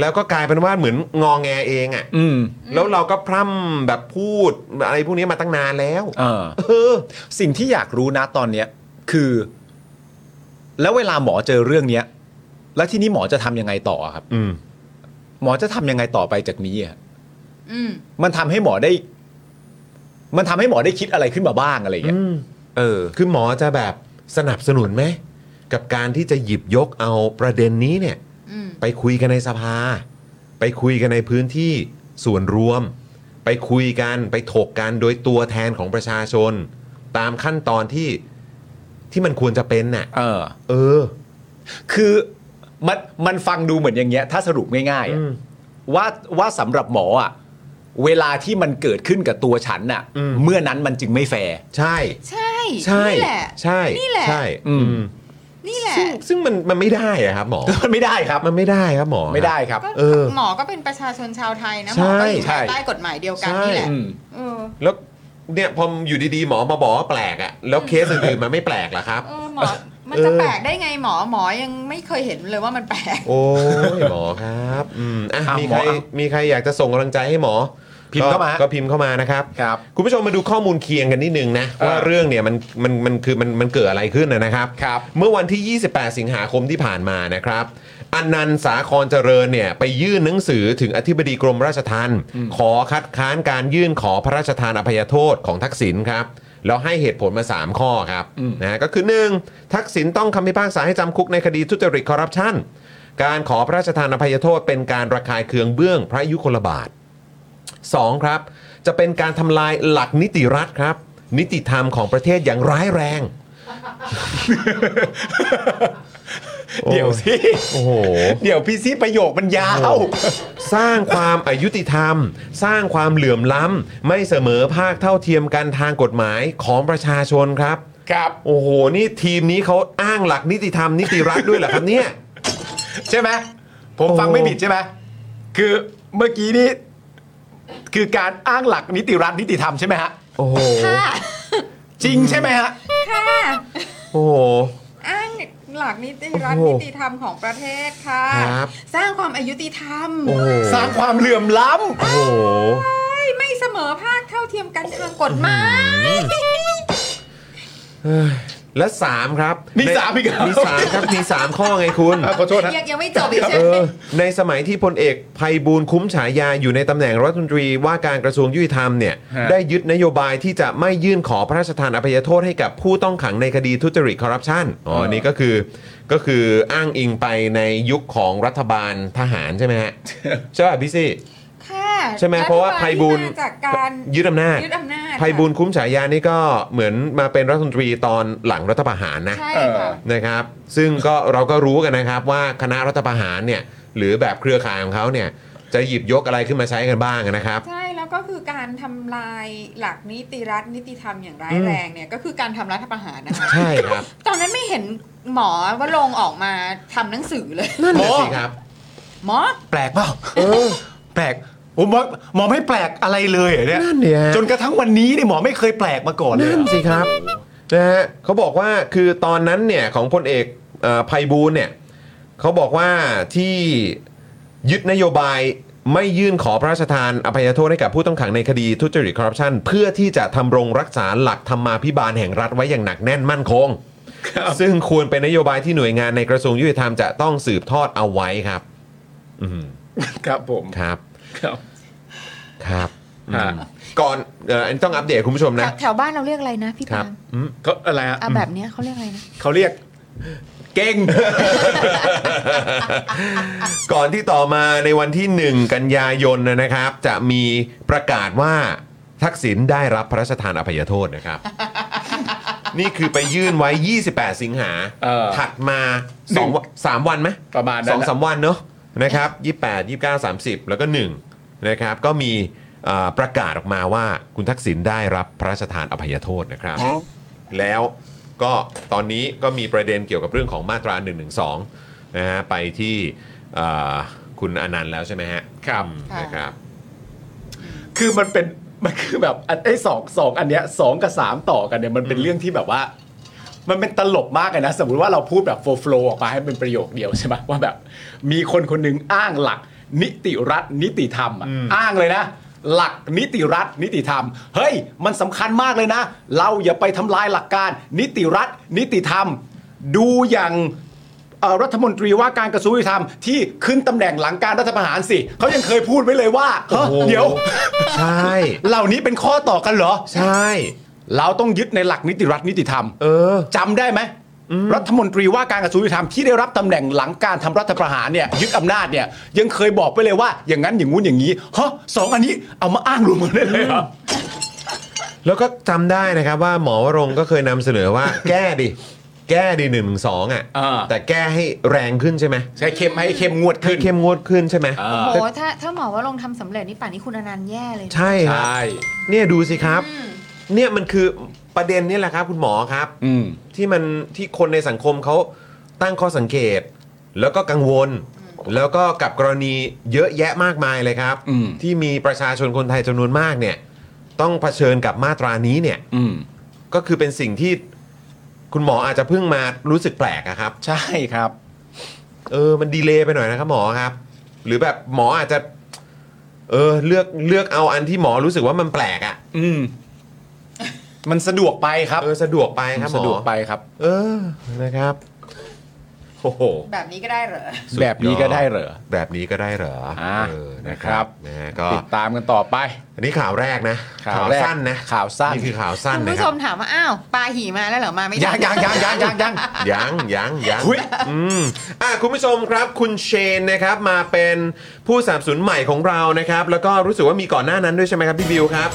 A: แล้วก็กลายเป็นว่าเหมือนงองแงเองอ่ะ
B: อืม
A: แล้วเราก็พร่ำแบบพูดอะไรพวกนี้มาตั้งนานแล้ว
B: เออ
A: เออ
B: สิ่งที่อยากรู้นะตอนเนี้ยคือ แล้วเวลาหมอเจอเรื่องเนี้ย แล้วที่นี้หมอจะทำยังไงต่อครับ
A: อืม
B: หมอจะทำยังไงต่อไปจากนี้อะ
C: อืม
B: มันทำให้หมอได้ มันทำให้หมอได้คิดอะไรขึ้นมาบ้างอะไรอย่างเงี้ยเออ
A: คือหมอจะแบบสนับสนุนไหม กับการที่จะหยิบยกเอาประเด็นนี้เนี่ย
C: อืม
A: ไปคุยกันในสภา ไปคุยกันในพื้นที่ส่วนรวม ไปคุยกันไปถกกันโดยตัวแทนของประชาชน ตามขั้นตอนที่ที่มันควรจะเป็นน่ะ
B: เออ
A: เออ
B: คือมันมันฟังดูเหมือนอย่างเงี้ย ถ้าสรุปง่ายๆอะ
A: อืม
B: ว่าว่าสำหรับหมออ่ะเวลาที่มันเกิดขึ้นกับตัวฉันน่ะ
A: อืม
B: เมื่อนั้นมันจึงไม่แฟร์
A: ใช่
C: ใช่
A: ใช่
C: นี่แหละ
A: ใช่
C: นี่แหละ
A: ใช่อืม
B: อืม
C: นี่แหละ
A: ซึ่งซึ่งมันมันไม่ได้อะครับหมอ
B: มัน <laughs> ไม่ได้ครับ
A: มันไม่ได้ครับหมอ
B: ไม่ได้ครับ
C: ก็
A: เออ
C: หมอก็เป็นประชาชนชาวไทยนะ ห
A: ใช่
C: มอก็อยู่
B: ใช่
C: ภายใต้กฎหมายเดียวกันนี่แหละ
A: ใช่
B: อืม
C: เออ
A: แล้วเนี่ยพออยู่ดีๆ หมอมาบอกว่าแปลกอะแล้วเคสอื่นๆมันไม่แปลกเหรอครับ
C: เออหมอ มันจะแปลกได้ไงหมอหมอยังไม่เคยเห็นเลยว่ามันแปลก
A: โอ้ยหมอครับอืมอ่ะ
B: อ่ะ
A: มีใคร
B: หมออ่ะ
A: มีใครอยากจะส่งกำลังใจให้หมอ
B: พิมพ์เข้ามา
A: ก็ก็พิมพ์เข้ามานะครับ
B: ครับ
A: คุณผู้ชมมาดูข้อมูลเคียงกันนิดนึงนะ
B: เออ
A: ว่าเรื่องเนี่ยมันมันมันคือมันมันเกิดอะไรขึ้นนะนะครับ
B: ครับ
A: เมื่อวันที่ 28 สิงหาคมที่ผ่านมานะครับอนันต์สาครเจริญเนี่ยไปยื่นหนังสือถึงอธิบดีกรมราชทัณฑ์ขอคัดค้านการยื่นขอพระราชทานอภัยโทษของทักษิณครับแล้วให้เหตุผลมา 3 ข้อครับ
B: อืม
A: นะก็คือ 1. ทักษิณต้องคำพิพากษาให้จำคุกในคดีทุจริตคอร์รัปชันการขอพระราชทานอภัยโทษเป็นการระคายเคืองเบื้องพระยุคลบาท สองครับจะเป็นการทำลายหลักนิติรัฐครับ นิติธรรมของประเทศอย่างร้ายแรง โอ้ย
B: เดี๋ยวสิ
A: โอ้โห
B: เดี๋ยวพี่ซี่ประโยคมันยาว
A: สร้างความอายุติธรรม สร้างความเหลื่อมล้ำ ไม่เสมอภาคเท่าเทียมกันทางกฎหมายของประชาชนครับ
B: ครับ
A: โอ้โห นี่ทีมนี้เขาอ้างหลักนิติธรรม นิติรัฐด้วยเหรอครับเนี่ย
B: ใช่ไหมผมฟัง
A: โอ้
B: ไม่ผิดใช่ไหมคือเมื่อกี้นี่คือการอ้างหลักนิติรัฐนิติธรรมใช่ไหมฮะ
A: โอ้โห
C: ค่ะ
B: จริงใช่ไหมฮะ
C: ค่ะ
A: โอ้โห
C: อ้างหลักนิติรัฐ
A: โอ้โห
C: นิติธรรมของประเทศค่ะ
A: ครับ
C: สร้างความอายุติธรรม
A: โอ้โห
B: สร้างความเหลื่อมล้
A: โอ้โห
C: ไม่ไม่ เสมอภาคเท่าเทียมกันทางกฎหมาย
A: และสามครับ
B: มีสามอีกเหรอ
A: มีสามครับมีสามข้อไงคุณ
B: อ่ะขอโทษนะ
C: ยังยังไม่จบอีกใช่
A: เอ
C: ไหม
A: อในสมัยที่พลเอกภัยบูลย์คุ้มฉายาอยู่ในตำแหน่งรัฐมนตรีว่าการกระทรวงยุติธรรมเนี่ย
B: ฮะ
A: ได้ยึดนโยบายที่จะไม่ยื่นขอพระราชทานอภัยโทษให้กับผู้ต้องขังในคดีทุจริตคอร์รัปชันอ๋ออนนี่ก็คือก็คืออ้างอิงไปในยุคของรัฐบาลทหารใช่ไหมฮะ ใช่ป่ะพี่ซี่
C: ค่ะ
A: ใช่ไหมเพราะว่าภัยบูลย์
C: รัฐบาที่มาจากการ
A: ยึดอำนาจ
C: ยึดอำนาจ
A: ภัยบูลย์คุ้มฉายานี่ก็เหมือนมาเป็นรัฐมนตรีตอนหลังรัฐประหารนะ
C: ใช่
B: เออ
C: ค่ะ
A: นะครับซึ่งก็เราก็รู้กันนะครับว่าคณะรัฐประหารเนี่ยหรือแบบเครือข่ายของเขาเนี่ยจะหยิบยกอะไรขึ้นมาใช้กันบ้างนะครับ
C: ใช่แล้วก็คือการทำลายหลักนิติรัฐนิติธรรมอย่างร้ายแรงเนี่ยก็คือการทำรัฐประหารนะคะ
A: ใช่ครับ
C: ตอนนั้นไม่เห็นหมอว่าลงค์ออกมาทำหนังสือเลย
A: <laughs> นั่นแหละสิครับ
C: หมอ
B: แปลกเปล่าแปลกผมว่ามองไม่แปลกอะไรเลยเหรอเนี่ย
A: นั่นเนี่ย
B: จนกระทั่งวันนี้เนี่ยหมอไม่เคยแปลกมาก่อนเลย
A: นั่น
B: อะ
A: สิครับนะฮะเขาบอกว่าคือตอนนั้นเนี่ยของพลเอกเอ่อภัยบูลย์เนี่ยเขาบอกว่าที่ยึดนโยบายไม่ยื่นขอพระราชทานอภัยโทษให้กับผู้ต้องขังในคดีทุจริตคอร์รัปชันเพื่อที่จะทำรงรักษาหลักธรรมาภิบาลแห่งรัฐไว้อย่างหนักแน่นมั่นคง ซึ่งควรเป็นนโยบายที่หน่วยงานในกระทรวงยุติธรรมจะต้องสืบทอดเอาไว้ครับ อืม
B: ครับผม
A: ครับ
B: ครับ
A: ครับอืมก่อนเอ่ออันนี้ต้องอัปเดตคุณผู้ชมนะ
C: แถวบ้านเราเรียกอะไรนะพี่
A: ครับ
C: ปาล์ม
A: อืม
B: เขาอะไรฮะ
C: อ่ะแบบเนี้ยเขาเรียกอะไรนะ
B: เขาเรียก เก่ง
A: ก่อนที่ต่อมาในวันที่ 1 กันยายนนะครับ จะมีประกาศว่าทักษิณได้รับพระราชทานอภัยโทษนะครับ
C: <laughs>
A: นี่คือไปยื่นไว้ 28 สิงหา
B: เออ
A: ถัดมา
B: หนึ่ง
A: 2วันสามวันไหม
B: ประมาณนั้น
A: สอง
B: นะ
A: สามวันเนอะนะครับ 28 29 30 แล้วก็ 1 นะครับ ก็มีเอ่อประกาศออกมาว่าคุณทักษิณได้รับพระราชทานอภัยโทษนะครับ แล้วก็ตอนนี้ก็มีประเด็นเกี่ยวกับเรื่องของมาตรา1นึนะฮะไปที่เอ่อคุณอนันต์แล้วใช่ไหมฮะ
B: ครับ
A: อืม
C: ค่ะ
A: นะครับ
B: คือมันเป็นมันคือแบบอันไอ้สองสองอันเนี้ยสองกับสามต่อกันเนี่ยมันเป็นเรื่องที่แบบว่า มันเป็นตลกมากเลยนะ สมมติว่าเราพูดแบบโฟล์ฟลออกมาให้เป็นประโยคเดียวใช่ไหมว่าแบบ มีคนคนหนึ่งอ้างหลัก นิติรัฐ นิติธรรมอะอ้างเลยนะ หลักนิติรัฐ นิติธรรม เฮ้ย มันสำคัญมากเลยนะ เราอย่าไปทำลายหลักการ นิติรัฐ นิติธรรม ดูอย่าง เอ่อรัฐมนตรีว่าการกระทรวงยุติธรรมที่ขึ้นตำแหน่งหลังการรัฐประหารสิเขายังเคยพูดไว้เลยว่าเฮ้ย
A: โอ้โห
B: เดี๋ยว
A: ใช่
B: เหล่านี้เป็นข้อต่อกันเหรอ
A: ใช่
B: เราต้องยึดในหลักนิติรัฐนิติธรรม
A: เออ
B: จำได้ไหมรัฐมนตรีว่าการกระทรวงยุติธรรมที่ได้รับตำแหน่งหลังการทำรัฐประหารเนี่ยยึดอำนาจเนี่ยยังเคยบอกไปเลยว่าอย่างนั้นอย่างงู้นอย่างนี้ฮะสองอันนี้เอามาอ้างรวมกันได้เลยเหรอ
A: แล้วก็จำได้นะครับว่าหมอวรงค์ก็เคยนำเสนอว่า <laughs> แก้ดิ แก้ดิหนึ่งสองอ่ะ
B: อ่า
A: แต่แก้ให้แรงขึ้นใช่ไหม
B: ใช้เข้มให้เข้มงวด
A: ให้
B: ขึ้น
A: เข้มงวดขึ้นใช่ไหม
B: เอ
C: โอ้
B: อ
C: โหถ้าถ้าหมอว่าลงค์ทำสำเร็จนี่ป่านนี้คุณอนันต์แย่เลยนะ
A: ใช่
B: ใช
A: ครับ
B: ่
A: เนี่ยดูสิครับ
C: อืม
A: เนี่ยมันคือประเด็นนี่แหละครับ คุณหมอครับ
B: อืม
A: ที่มันที่คนในสังคมเขาตั้งข้อสังเกต แล้วก็กังวล แล้วก็กับกรณีเยอะแยะมากมายเลยครับ ที่มีประชาชนคนไทยจำนวนมากเนี่ย ต้องเผชิญกับมาตรานี้เนี่ย
B: อืม
A: ก็คือเป็นสิ่งที่คุณหมออาจจะเพิ่งมารู้สึกแปลกอะครับ
B: ใช่ครับ
A: เออมันดีเลย์ไปหน่อยนะครับหมอครับ หรือแบบหมออาจจะ เออเลือกเลือกเอาอันที่หมอรู้สึกว่ามันแปลกอะ
B: อืมมันสะดวกไปครับ
A: เออสะดวกไปครับหม
B: สะ
A: อ
B: ดวกไปครับ
A: เออนะครับโอ้โห
C: แบบนี้ก็ได้เหรอ
A: สุดยอด
B: แบบนี้ก็ได้เหรอ
A: แบบนี้ก็ได้เหรอ
B: อ่า
A: เออนะ
B: นะ
A: ค
B: ครั
A: รับบ นะฮะก็
B: ติดตามกันต่อไป
A: อันนี้ข่าวแรกนะ
B: ข่าวแรก
A: สั้นนะ
B: ข่าวสั้น
A: นี่คือข่าวสั้น
C: คุณ
A: นะ
C: ผู้
A: ค
C: ช
A: รับ
C: มถามว่า อ้าวปลาหีมาแล้วเหรอ มาไม่
B: ยั
C: ได้
B: งยังยังยังยังยัง
A: ยังยังยัง
B: อุ๊ย
A: อืมอ่ะคุณผู้ชมครับ คุณเชนนะครับมาเป็นผู้สามสูนใหม่ของเรานะครับ แล้วก็รู้สึกว่ามีก่อนหน้านั้นด้วยใช่ไหมครับพี่บิวครับ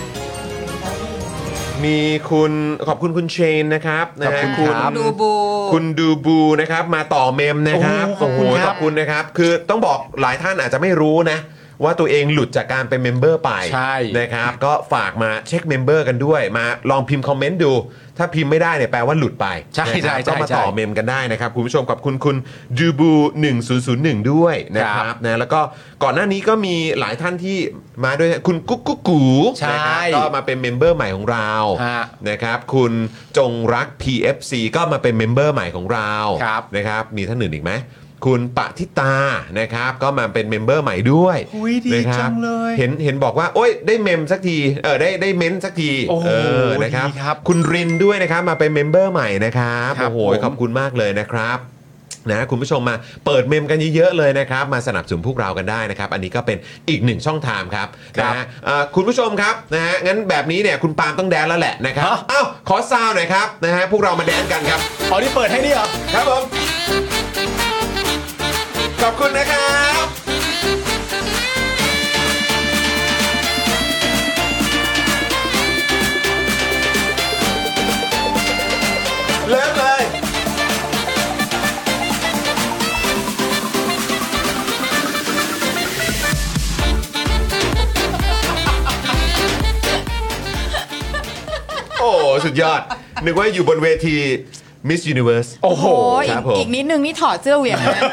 A: มีคุณขอบคุณคุณเชนนะครับนะฮะ
B: ขอบคุ
A: คุ
B: ณ
A: ณ
B: ครับ
C: ดูบู
A: คุณดูบูนะครับมาต่อเมมนะครับ
B: โอ้
A: ข
B: โหขอบคุณครับ
A: อบคุณนะครับ คือต้องบอกหลายท่านอาจจะไม่รู้นะ ว่าตัวเองหลุดจากการเป็นเมมเบอร์ไป
B: ใช่
A: นะครับก็ฝากมาเช็คเมมเบอร์กันด้วย มาลองพิมพ์คอมเมนต์ดู ถ้าพิมพ์ไม่ได้เนี่ยแปลว่าหลุดไป
B: ใช่
A: นะค
B: ใช่
A: รับ
B: ใช่
A: ก็มาต่อ
B: ใช่
A: เมมกันได้นะครับ คุณผู้ชมกับคุณคุณดูบู1001 ด้วยนะค
B: ครั
A: รับบ นะแล้วก็ก่อนหน้านี้ก็มีหลายท่านที่มาด้วยคุณกุ๊กกุ๊กกู
B: ใช่
A: นะครับก็มาเป็นเมมเบอร์ใหม่ของเรา
B: ฮะ
A: นะครับคุณจงรัก PFC ก็มาเป็นเมมเบอร์ใหม่ของเรา
B: ครับ
A: นะครับมีท่านอื่นอีกไหม คุณปะทิตานะครับ ก็มาเป็นเมมเบอร์ใหม่ด้วย
B: อุ๊ยดี
A: นะครับ
B: จังเลย
A: เห็นเห็นบอกว่า โอ้ยได้เมมสักทีเออได้ได้เม้นสักที
B: โอ้โห
A: เออนะครับ
B: ดีครับ
A: คุณรินด้วยนะครับมาเป็นเมมเบอร์ใหม่นะครับ
B: ครับ
A: โอ้โห
B: ผม
A: ขอบคุณมากเลยนะครับ นะคุณผู้ชมมาเปิดเมมกันเยอะๆเลยนะครับ มาสนับสนุนพวกเรากันได้นะครับ อันนี้ก็เป็นอีกหนึ่งช่องทางครับ
B: ครับ
A: นะฮะเอ่อคุณผู้ชมครับนะฮะงั้นแบบนี้เนี่ยคุณปาล์มต้องแดนแล้วแหละนะครับ
B: ฮะ
A: เอ้าขอซาวหน่อยครับนะฮะพวกเรามาแดนกันครับ
B: อ๋อนี่เปิดให้นี่เหรอ
A: ครับผมขอบคุณนะครับเริ่มเลย โอ้ สุดยอด นึกว่าอยู่บนเวที Miss Universe
B: โอ้โห
C: ย
A: ครับผม
C: อีกนิดนึงนี่ถอดเสื้อเหวี่ยงเลยนะ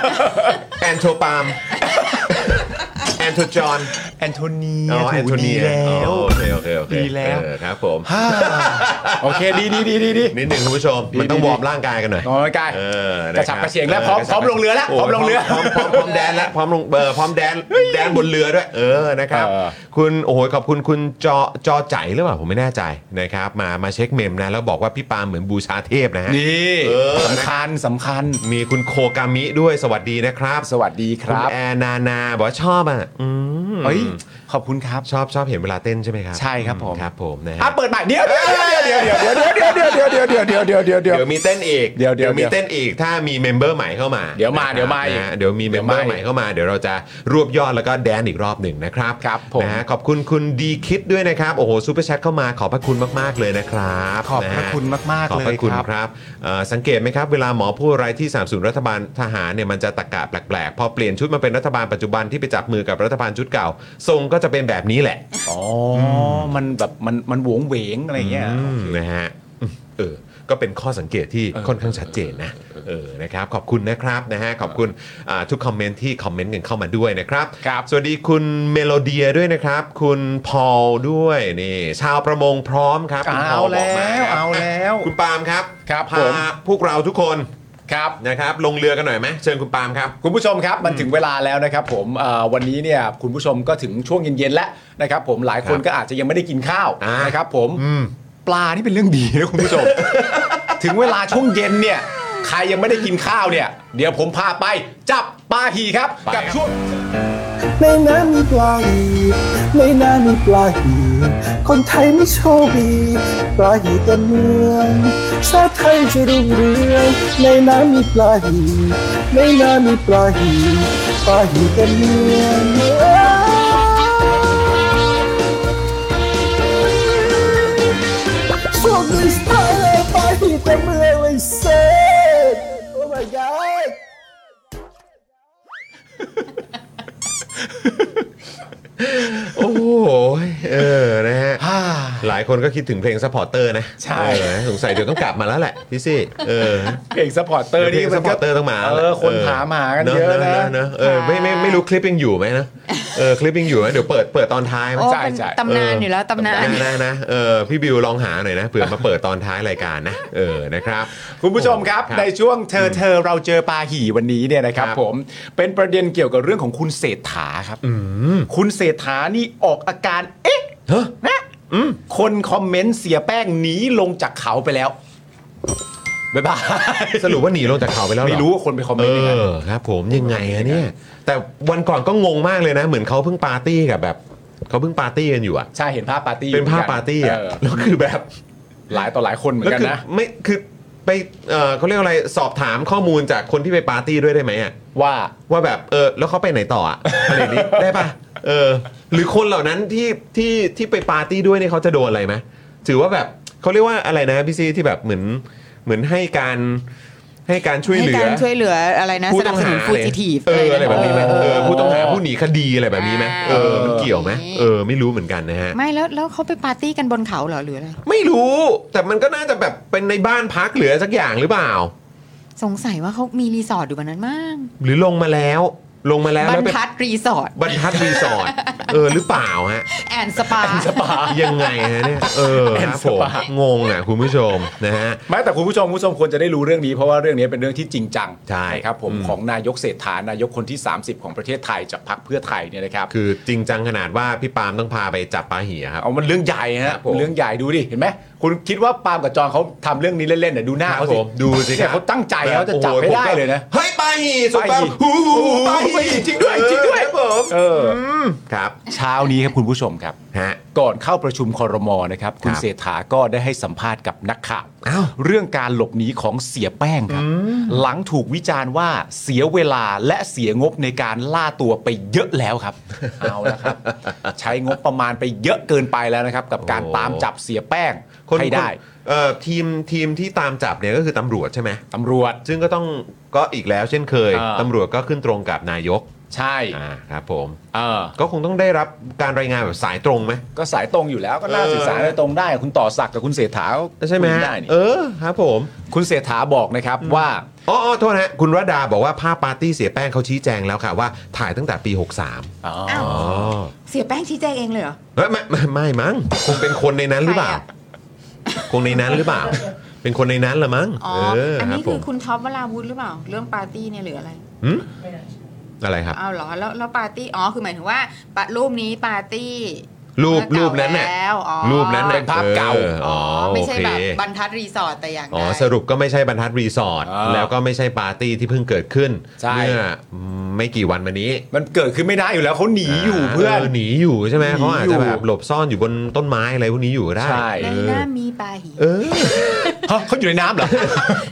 A: แอนโทป <laughs> าล์มแอนโทจอน
B: แอนโทเนี
A: อ๋อแอนโทเนีย
B: ถูกดีแล้ว
A: โอเคโอเคโอเค
B: ดีแล้ว
A: เออครับผม
B: ฮ่าโอเค ดีดีดีดีดี
A: นิดหนึ่งคุณผู้ชม มันต้อง
B: ดีดี
A: วอร์มร่างกายกันหน่อย
B: ออกกำลังกาย
A: เออก
B: ระฉับกระเฉงแล้วพร้อมพร้อมลงเรือแล้ว
A: โ
B: พร้อมลงเรือ
A: พร้อมพร้อมพร้อมแดนแล้วพร้อมลงเบอร์พร้อมแดนแดนบนเรือด้วย เออนะครับ
B: เออ
A: คุณโอ้โหขอบคุณคุณจอจอใจหรือเปล่าผมไม่แน่ใจนะครับ มามาเช็คเมมนะแล้วบอกว่าพี่ปาล์มเหมือนบูชาเทพนะฮะ
B: นี่
A: เออ
B: สำคัญสำคัญ
A: มีคุณโคกามิด้วยสวัสดีนะครับ
B: สวัสดีค
A: ณ
B: รับ
A: แอนนานาบอกว่าชอบอ่ะอืม
B: เฮ้ย ขอบคุณครับ
A: ชอบชอบเห็นเวลาเต้นใช่ไหมครับ
B: ใช่ครับผม
A: ครับผมนะ
B: อ่ะ
A: ฮะ
B: เปิดใหม่เดี๋ยวเดี๋ยวเดี๋ยวเดี๋ยวเดี๋ยวเดี๋ยวเดี๋ยวเดี๋ยวเดี๋ยวเดี๋ยวเดี๋ยวเดี๋ยวเดี๋ยวเดี๋ยว
A: เดี๋ยวมีเต้นอีก
B: เดี๋ยวเดี๋ยว
A: มีเต้นอีกถ้ามีเมมเบอร์ใหม่เข้ามา
B: เดี๋ยวมา
A: นะครับ
B: เดี๋ยวมาอีก
A: นะฮะเดี๋ยวมีเม
B: เดี๋ย
A: ม
B: ว
A: เบอ
B: มา
A: ร์
B: อีก
A: ใหม่เข้ามาเดี๋ยวเราจะรวบยอดแล้วก็แดนอีกรอบหนึ่งนะครับ
B: ครับผม
A: นะฮะขอบคุณคุณดีคิดด้วยนะครับโอ้โหซูเปอร์แชทเข้ามาขอบพระคุณมากๆเลยนะครับ
B: ขอบพระ
A: นฮ
B: คุณมากๆ
A: ขอบพระ
B: เลย
A: คุณ
B: ครับ
A: ครับเอ่อสังเกตไหมครับเวลาหมอพูดอะไรที่สามสูนรัฐบาลทหารเนี่ยมันจะตะกะแปลกๆพอเปลี่ยนชุดมาเป็นรัฐบาลปัจจุบันที่ไปจับมือกับรัฐบาลชุดเก่า ทรงก็จะเป็นแบบนี้แหละ
B: อ๋อมันแบบมันมันหวงเหวงอะไรเงี้ย
A: อืมนะฮะอืมเออ ก็เป็นข้อสังเกตที่
B: เออ
A: ค่อนข้างชัดเจนนะ เออ นะครับ ขอบคุณนะครับนะฮะ ขอบคุณอ่าทุกคอมเมนต์ที่คอมเมนต์กันเข้ามาด้วยนะครับ
B: ครับ
A: สวัสดีคุณเมโลเดียด้วยนะครับ คุณพอลด้วยนี่ ชาวประมงพร้อมครับคุณพ
B: เอา
A: อลบ
B: แล้
A: กม
B: ว
A: ครับ
B: เอาแล้ว
A: คุณปาล์มครับ
B: ครับ
A: พา
B: ผม
A: พวกเราทุกคน
B: ครับ
A: นะครับ ลงเรือกันหน่อยไหมเชิญคุณปาล์มครับ
B: คุณผู้ชมครับมันถึงเวลาแล้วนะครับผมเอ่อวันนี้เนี่ยคุณผู้ชมก็ถึงช่วงเย็นๆแล้วนะครับผมหลายคน
A: ครับ
B: ก็อาจจะยังไม่ได้กินข้าว
A: อ่าน
B: นะครับผม
A: อืม
B: ปลานี่เป็นเรื่องดีนะคุณ
A: <laughs>
B: ผู้ชม ถึงเวลาช่วงเย็นเนี่ยใครยังไม่ได้กินข้าวเนี่ย เดี๋ยวผมพาไปจับปลาหีครับ
A: ไป
B: กับช่วง
H: ในน้ำมีปลาหีในน้ำมีปลาหีคนไทยไม่โชคดีปลาหีเต็มเมืองชาติไทยจะรุ่งเรืองในน้ำมีปลาหีในน้ำมีปลาหีปลาหีเต็มเมืองโชคดีสไตล์เลยปลาหีเต็มเมืองเลยเซ่โอ้ my god
A: โอ้โหเออ นะฮะ
B: อ่า
A: หลายคนก็คิดถึงเพลงซัพพอร์เตอร์นะ
B: ใช่
A: เออสงสัยเดี๋ยวต้องกลับมาแล้วแหละพี่ซี่ เออ
B: เพลงสปอร์ตเตอร์
A: เพล
B: นี่
A: ง
B: มั
A: ส
B: น
A: ป
B: ก็
A: อร์เตอร์ต้องมา
B: เอ
A: แห
B: อ
A: ละ
B: คนถามหากันเยอะนะ
A: เนอะเออไม่ไม่ไม่รู้คลิปยังอยู่ไหมนะเออคลิปยังอยู่ไหมเดี๋ยวเปิดเปิดตอนท้ายไหม
C: โอ้
B: ใช่
C: เป็น
B: ใช่
C: ตำนานอยู่แล้วตำนาน
A: ได้ได้นะเออพี่บิวลองหาหน่อยนะเผื่อมาเปิดตอนท้ายรายการนะเออนะครับ
B: คุณผู้ชมครับในช่วงเธอเธอเราเจอปาหี่วันนี้เนี่ยนะครับ
A: ครับ
B: ผมเป็นประเด็นเกี่ยวกับเรื่องของคุณเศรษฐาครับคุณเศรษฐานี่ออกอาการ เอ๊ะ
A: เฮ้ย
B: นะคนคอมเมนต์เสียแป้งหนีลงจากเขาไปแล้วบ๊ายบาย
A: สรุปว่าหนีลงจากเขาไปแล้วเหอ
B: ไม่รู้ว่าคนไปคอมเม
A: เอน
B: ต์ยังไง
A: อครับผมยังไงอะเนี่ย แต่วันก่อนก็งงมากเลยนะ เหมือนเขาเพิ่งปาร์ตี้กับแบบเขาเพิ่งปาร์ตี้กันอยู่อะ
B: ใช่เห็นภาพปาร์ตี้
A: เป็นภาพ
B: หมือกั
A: ปาร์ตี้อะ
B: เออ
A: แล้วคือแบบ
B: หลายต่อหลายคนเหมือนกัน
A: แล้ว
B: นะ
A: คือไม่คือไปเอ่อเขาเรียกอะไรสอบถามข้อมูลจากคนที่ไปปาร์ตี้ด้วยได้ไหมอะ
B: ว่า
A: ว่าแบบเออแล้วเขาไปไหนต่ออะอะไรนี้ ได้ปะเออ หรือคนเหล่านั้นที่ที่ที่ไปปาร์ตี้ด้วยเนี่ยเขาจะโดนอะไรไหมถือว่าแบบเขาเรียกว่าอะไรนะพี่ซีที่แบบเหมือนเหมือนให้การให้การช่วย
C: ให้
A: เหลือ
C: การช่วยเหลืออะไรนะ
A: ผู้
C: สนั
A: ต้
C: บ
A: อง
C: ส
A: หา
C: นุนฟูจิทีฟ
A: เอออะไรแบบนี้ไหม
C: เออ
A: เออผู้ต้องหาผู้หนีคดีอะไรแบบนี้ไหมเออมันเกี่ยวไหมเออไม่รู้เหมือนกันนะฮะ
C: ไม่แล้วแล้วเขาไปปาร์ตี้กันบนเขาเหรอหรืออะไร
A: ไม่รู้แต่มันก็น่าจะแบบเป็นในบ้านพักเหลือสักอย่างหรือเปล่า
C: สงสัยว่าเขามีรีสอร์ทอยู่บนนั้นมั้ง
A: หรือลงมาแล้ว ลงมาแล้ว
C: บร
A: แล้ว
C: ร
A: เป็น
C: ทัดรีสอร์ท
A: บรรทัดรีสอร์ทเออหรือเปล่าฮะ
C: แอนสปา
A: ยังไงฮะเนี่ยเออครับผมงงอ่ะคุณผู้ชมนะฮะ
B: แม้แต่คุณผู้ชมคุณผู้ชมควรจะได้รู้เรื่องนี้เพราะว่าเรื่องนี้เป็นเรื่องที่จริงจัง
A: ใช่
B: นะครับผม
A: อืม
B: ของนายกเศรษฐานายกคนที่ 30 ของประเทศไทยจากพรรคเพื่อไทยเนี่ยนะครับ
A: คือจริงจังขนาดว่าพี่ปาล์มต้องพาไปจับปลาหี่อะครับ
B: เอามันเรื่องใหญ่
A: ครั
B: ฮะ
A: บผม
B: เรื่องใหญ่ดูดิเห็นไหมคุณคิดว่าปาล์มกับจอนเขาทำเรื่องนี้เล่นๆน่ะดูหน้าเขาสิ
A: ครับผมดูสิครับ
B: เนี่ยเขาตั้งใจเขาจะจับให้ได้เลยนะ
A: เฮ้ยปลาหี่สุดปลา
B: ปลาหี่
A: หูหูหูปลา
B: ปลาหี่
A: หี่
B: จริงด้วยจริงด้วย
A: เออครับผม
B: เอออ
A: อืมครับ
B: เช้านี้ครับคุณผู้ชมครับ
A: ฮะ
B: ก่อนเข้าประชุมคอรมอนะครับคุณ
A: ครับ
B: เศรษฐาก็ได้ให้สัมภาษณ์กับนักข่าว
A: อ้าว
B: เรื่องการหลบหนีของเสียแป้งครับ หลังถูกวิจารณ์ว่าเสียเวลาและเสียงบในการล่าตัวไปเยอะแล้ว
A: <laughs>
B: ครับ เอาละครับ ใช้งบประมาณไปเยอะเกินไปแล้วนะครับ กับการตามจับเสียแป้งให้ได้
A: เอ่อทีมทีมที่ตามจับเนี่ยก็คือตำรวจใช่ไหม
B: ตำรวจ
A: ซึ่งก็ต้องก็อีกแล้วเช่นเคย
B: อ่า
A: ตำรวจก็ขึ้นตรงกับนายก
B: ใช่
A: อ่าครับผม
B: เออ
A: ก็คงต้องได้รับการรายงานแบบสายตรงไหม
B: ก็สายตรงอยู่แล้วก็น่า
A: เออ
B: สื่อสารโดยตรงได้ คุณต่อศักดิ์กับคุณเศรษฐา
A: ใช่ไหม
B: คุ
A: ฮะ
B: ยด้นี่
A: เออครับผม
B: คุณเศรษฐาบอกนะครับว่า
A: อ๋ออ๋อโทษนะฮะคุณระดาบอกว่าภาพปาร์ตี้เสียแป้งเขาชี้แจงแล้วค่ะว่าถ่ายตั้งแต่ปี 63
C: อ้า
A: อ๋
C: ว
A: อ
C: เสียแป้งชี้แจงเองเลยเหรอ
A: เฮ้ยไม่ไม่ไม่มั้งคงเป็นคนในนั้นหรือเปล่า
C: ใครอะ
A: คงในนั้นหรือเปล่า เป็นคนในนั้นละมั้ง
C: อ๋อ
A: เออ
C: อัน
A: ครับ
C: นี้
A: ผ
C: คือ
A: ม
C: คุณท็อปวราวุธหรือเปล่า เรื่องปาร์ตี้เนี่ยหรืออะไร
A: หืมอะไรครับ
C: อ้าวเหรอแล้วแล้วปาร์ตี้อ๋อคือหมายถึงว่าปะรูปนี้ปาร์ตี้
A: รูปรู
C: เมื่อ
A: ป
C: เก่า
A: นั้นน่ะ
C: แล้วอ๋อ
A: รูปนั้นน่ะ
B: เป็นภาพเก่า
A: อออ๋อ
C: ไม่
A: โอ
C: ใช่
A: เค
C: แบบบรรทัดรีสอร์ทแต่อย่างใด
A: อ๋อสรุปก็ไม่ใช่บรรทัดรีสอร์ท
B: อ่า
A: แล้วก็ไม่ใช่ปาร์ตี้ที่เพิ่งเกิดขึ้น
B: ใช่
A: เมื่อไม่กี่วันมานี้
B: มันเกิดขึ้นไม่ได้อยู่แล้วเขาหนีอยู่เพื่อน
A: หนีอยู่ใช่ไหม
B: หนี
A: เขาอาจจะ
B: อยู่
A: แบบหลบซ่อนอยู่บนต้นไม้อะไรพวกนี้อยู่ก็ได้
B: ใช่
C: ใน
A: เออ
C: หน้ามีปลาหี
A: เออ
B: ฮะเขาอยู่ในน้ำเหรอ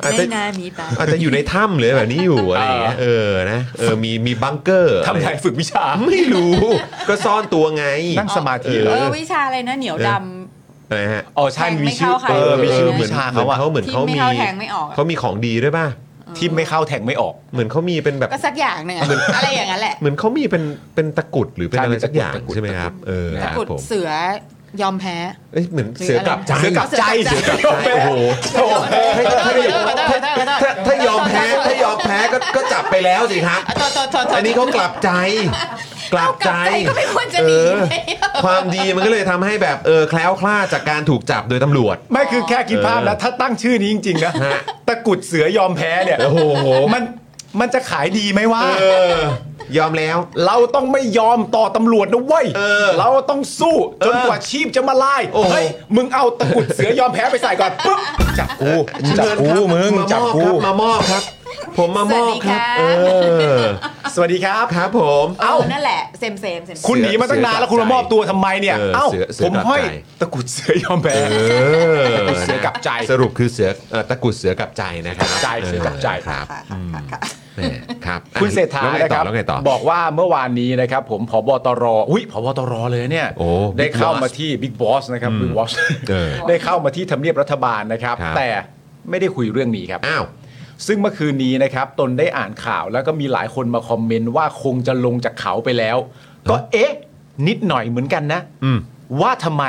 A: อาจ
C: ใน
A: จะ
C: หน้ามีปลา
A: อาจจะอยู่ในถ้ำหรือแบบนี้อยู่อะไรอย่างเงี้ยเออนะเออมีมีบังเกอร์
B: ทำไง
A: อะร
B: ฝึกวิชา
A: ไม่รู้ก็ซ่อนตัวไง
B: นั่งสมาธิเหร
C: เอ
B: อ
C: อวิชาอะไรนะเหนียว
A: เออ
C: ด
A: อะไรฮะ
B: อ๋อใช่
C: แทง
B: มี
C: ไม่
B: ชื่อ
C: เข้าใคร
B: เออมีชื่อ
C: เลย
A: เหมือ
B: วิ
A: น
B: ชา
A: เหมื
B: เขา
A: อน
B: อะ
A: เขาเหมือนเขา
C: ที่ไม่
A: มี
C: เข้าแทงไม่ออกอะ
A: เขามีของดีด้วยป่ะ
B: ที่ไม่เข้าแทงไม่ออก
A: เหมือนเขามีเป็นแบบ
C: ำก็สักอย่างหนึ่งอะอะไรอย่างนั้นแหละ
A: เหมือนเขามีเป็นเป็นตะกรุดหรือเป็น
B: ใช่
A: อะไร
B: เป็น
A: สักอย่าง
B: ตะกรุด
A: ใช่ไหมครับเออค
C: ตะ
A: รับ
C: กรุด
A: ผม
C: เสือยอมแพ้
A: เอ้ยเหมือนเสือกลับใจ
B: เสือกลับใจ
C: เสื
B: เสื
C: อ
B: อก
C: ลับ
B: กลั
C: บ ใจ
B: ใจ
A: โอ้โห
B: โอ้โห
A: ถ้าถ้ายอมแพ้ถ้ายอมแพ้ก็ก็จับไปแล้วสิครับ
C: อ่ะต่อต่อต่อต่อ
A: อันนี้เขากลับใจ กลับใจ
C: เอากลับใจก็ไม่ควรจะหนี
A: เออ
C: ไหม
A: ความดีมันก็เลยทำให้แบบเออแคล้วคลาดจากการถูกจับโดยตำรวจ
B: ไม่คือแค่คิดภาพนะถ้าตั้งชื่อนี้จริง ๆ นะ
A: ฮะ
B: ตะกรุดเสือยอมแพ้เนี่ย
A: โอ้โห
B: มันมันจะขายดีไหมวะ
A: เออยอมแล้ว
B: เราต้องไม่ยอมต่อตำรวจนะเว้ย
A: เออ
B: เราต้องสู้จน
A: เออก
B: ว่าชีพจะมาไล่
A: โอ้โห
B: เฮ้ยมึงเอาตะกรุดเสือยอมแพ้ไปใส่ก่อนปุ๊บจับกูจับ
A: เชิญ
B: กู
A: ครับ
B: มึงจับกู
A: มามอบครับ ผมมามอบครับ
C: ส
A: เอ
C: วัสดีครับ
A: อ
B: สวัสดีครับ
A: ครับผม
B: เอ้า
C: นั่นแหละเซมเซมเซม
B: คุณหนีมาตั้งนานแล้วคุณมามอบตัวทำไมเนี่ย
A: เออ
B: เอ้า
A: เสือเสือ
B: ผม
A: กลับ
B: ห้อย
A: ใจ
B: ตะกรุดเสือยอมแพ้
A: เออ
B: เสือกลับใจ
A: สรุปคือเสือเอ่อตะกรุดเสือกลับใจนะครับ
B: ใจเสือกลับใจ
A: ครับอืมแหมครับ
B: คุณเศรษฐา
A: แล้วไง
B: นะค
A: ต่อ
B: รับ
A: แล้วไงต่อ
B: บอกว่าเมื่อวานนี้นะครับ ผมผบตรอุ้ยผบตรเลยเนี่ย
A: โอ้
B: ได้
A: Big
B: เข้า
A: Boss
B: มาที่บิ๊กบอสนะครับบิ๊กบอส
A: เออ
B: ได้เข้ามาที่ทำเนียบรัฐบาลนะครับ
A: ครับ
B: แต่ไม่ได้คุยเรื่องนี้ครับ
A: อ้าว
B: ซึ่งเมื่อคืนนี้นะครับ ตนได้อ่านข่าวแล้วก็มีหลายคนมาคอมเมนต์ว่าคงจะลงจากเขาไปแล้ว ก็เอ๊ะ นิดหน่อยเหมือนกันนะ
A: อืม
B: ว่าทำไม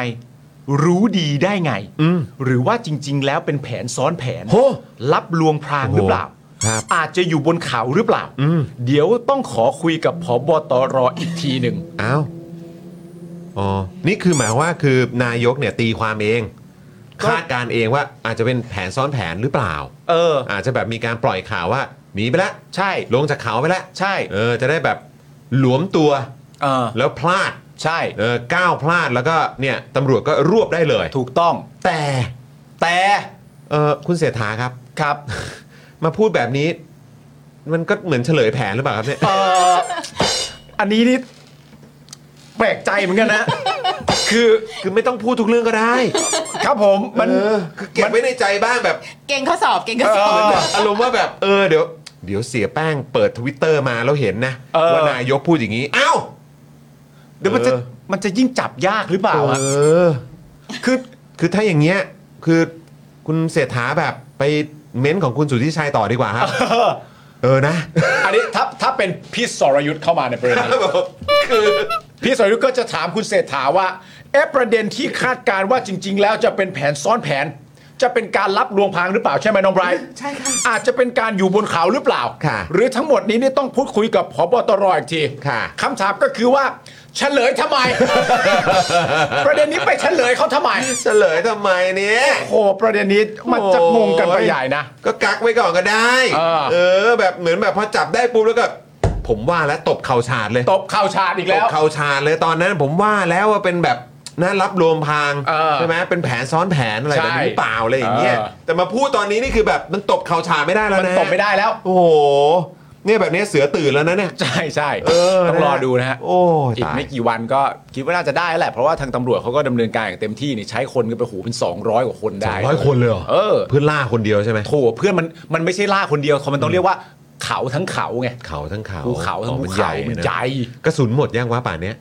B: รู้ดีได้ไง
A: อืม
B: หรือว่าจริง ๆ แล้วเป็นแผนซ้อนแผน
A: โห
B: รับลวงพรางหรือเปล่า
A: ครับ
B: อาจจะอยู่บนเขาหรือเปล่า
A: อืม
B: เดี๋ยวต้องขอคุยกับผบตรอีกทีหนึ่ง
A: อ้าว อ๋อ นี่คือหมายว่าคือนายกเนี่ยตีความเอง
B: ก็
A: คาดการณ์เองว่าอาจจะเป็นแผนซ้อนแผนหรือเปล่า
B: เออ
A: อาจจะแบบมีการปล่อยข่าวว่าหนีไปแล้ว
B: ใช่
A: ลงจากเขาไปแล้ว
B: ใช่
A: เออ จะได้แบบหลวมตัว
B: เออ
A: แล้วพลาด
B: ใช่
A: เออก้าวพลาดแล้วก็เนี่ยตำรวจก็รวบได้เลย
B: ถูกต้อง
A: แต่
B: แต่
A: เออคุณเสถาครับ
B: ครับ
A: <laughs> มาพูดแบบนี้ มันก็เหมือนเฉลยแผนหรือเปล่าครับเนี่ย
B: เอ่ออันนี้นี่แปลกใจเหมือนกันนะ คือ
A: คือไม่ต้องพูดทุกเรื่องก็ได้
B: ครับผมมัน
A: เออคือเก็บไว้ในใจบ้างแบบ
C: เก่งข้อสอบเก่งข้อส
B: เอ
C: อบ
B: อ
A: อารมณ์ว่าแบบเออเดี๋ยวเดี๋ยวเสียแป้งเปิดทวิตเตอร์มาแล้วเห็นนะ
B: เออ
A: ว่านายกพูดอย่างนี้อ้าว
B: เดี๋ยวมันจะ
A: เออ
B: มันจะยิ่งจับยากหรือเปล่าอะ
A: เออ คือคือถ้าอย่างเงี้ยคือคุณเศรษฐาแบบไปเม้นท์ของคุณสุทธิชัยต่อดีกว่าครับ เออนะ
B: อันนี้ถ้าถ้าเป็นพี่สรยุทธ์เข้ามาในประเด็นนี้พี่สรยุทธ์ก็จะถามคุณเศรษฐาว่าเอะประเด็นที่คาดการณ์ว่าจริง ๆ แล้วจะเป็นแผนซ้อนแผน จะเป็นการรับลวงพรางหรือเปล่าใช่ไหมน้องไบรท์
C: ใช่ค่ะ
B: อาจจะเป็นการอยู่บนเขาหรือเปล่า
A: ค่ะ
B: หรือทั้งหมดนี้นี่ต้องพูดคุยกับพบตรอีกที
A: ค่ะ
B: คำถามก็คือว่า เฉลยทำ
A: <laughs>
B: ไม ประเด็นนี้ไปเฉลยเขาทำไม
A: เฉลยทำไมเนี่ย
B: โอ้โหประเด็นนี้มันจะงงกันไปใหญ่นะ
A: ก็กักไว้ก่อนก็ได้
B: เออ
A: เออ แบบเหมือนแบบพอจับได้ปุ๊บแล้วก็ ผมว่าแล้วตบเข่าฉาดเลย
B: ตบเข่าชาดอีก
A: ต
B: แล้
A: ก
B: ว
A: เข่าชาญเลยตอนนั้นผมว่าแล้วว่าเป็นแบบน่ารับรวมพราง
B: เออ
A: ใช่ไหมเป็นแผนซ้อนแผนอะไร
B: ใช่
A: แบบนี้เปล่าอะไรอย่างเงี้ย
B: เออ
A: แต่มาพูดตอนนี้นี่คือแบบมันตบเข่าชาญไม่ได้แล้ว
B: มัน
A: นะ
B: ตบไม่ได้แล้ว
A: โอ้โหเนี่ยแบบนี้เสือตื่นแล้วนะเนี่ย
B: ใช่ใช่
A: เออ
B: ต้องรอ
A: นะฮะ
B: ดูนะฮะ
A: โอ้ย
B: อีก
A: ตาย
B: ไม่กี่วันก็คิดว่าน่าจะได้แหละเพราะว่าทางตำรวจเขาก็ดำเนินการอย่างเต็มที่นี่ใช้คนกันไปโหเป็น 200 กว่าคนได้
A: ร้อยคนเลยเหรอ
B: เออ
A: เพื่อนล่าคนเดียวใช่ไหม
B: โถเพื่อนมันมันไม่ใช่ล่าคนเดียวเขามันต้องเรียกว่าเขาทั้งเขาไง
A: เขาทั้งเขา
B: ภูเขาทั้ง
A: อ๋อ
B: ภู
A: มันให
B: เขา
A: ญ่
B: มัน
A: นะ
B: ใหญ่
A: กระสุนหมดยังวะป่านเนี้ย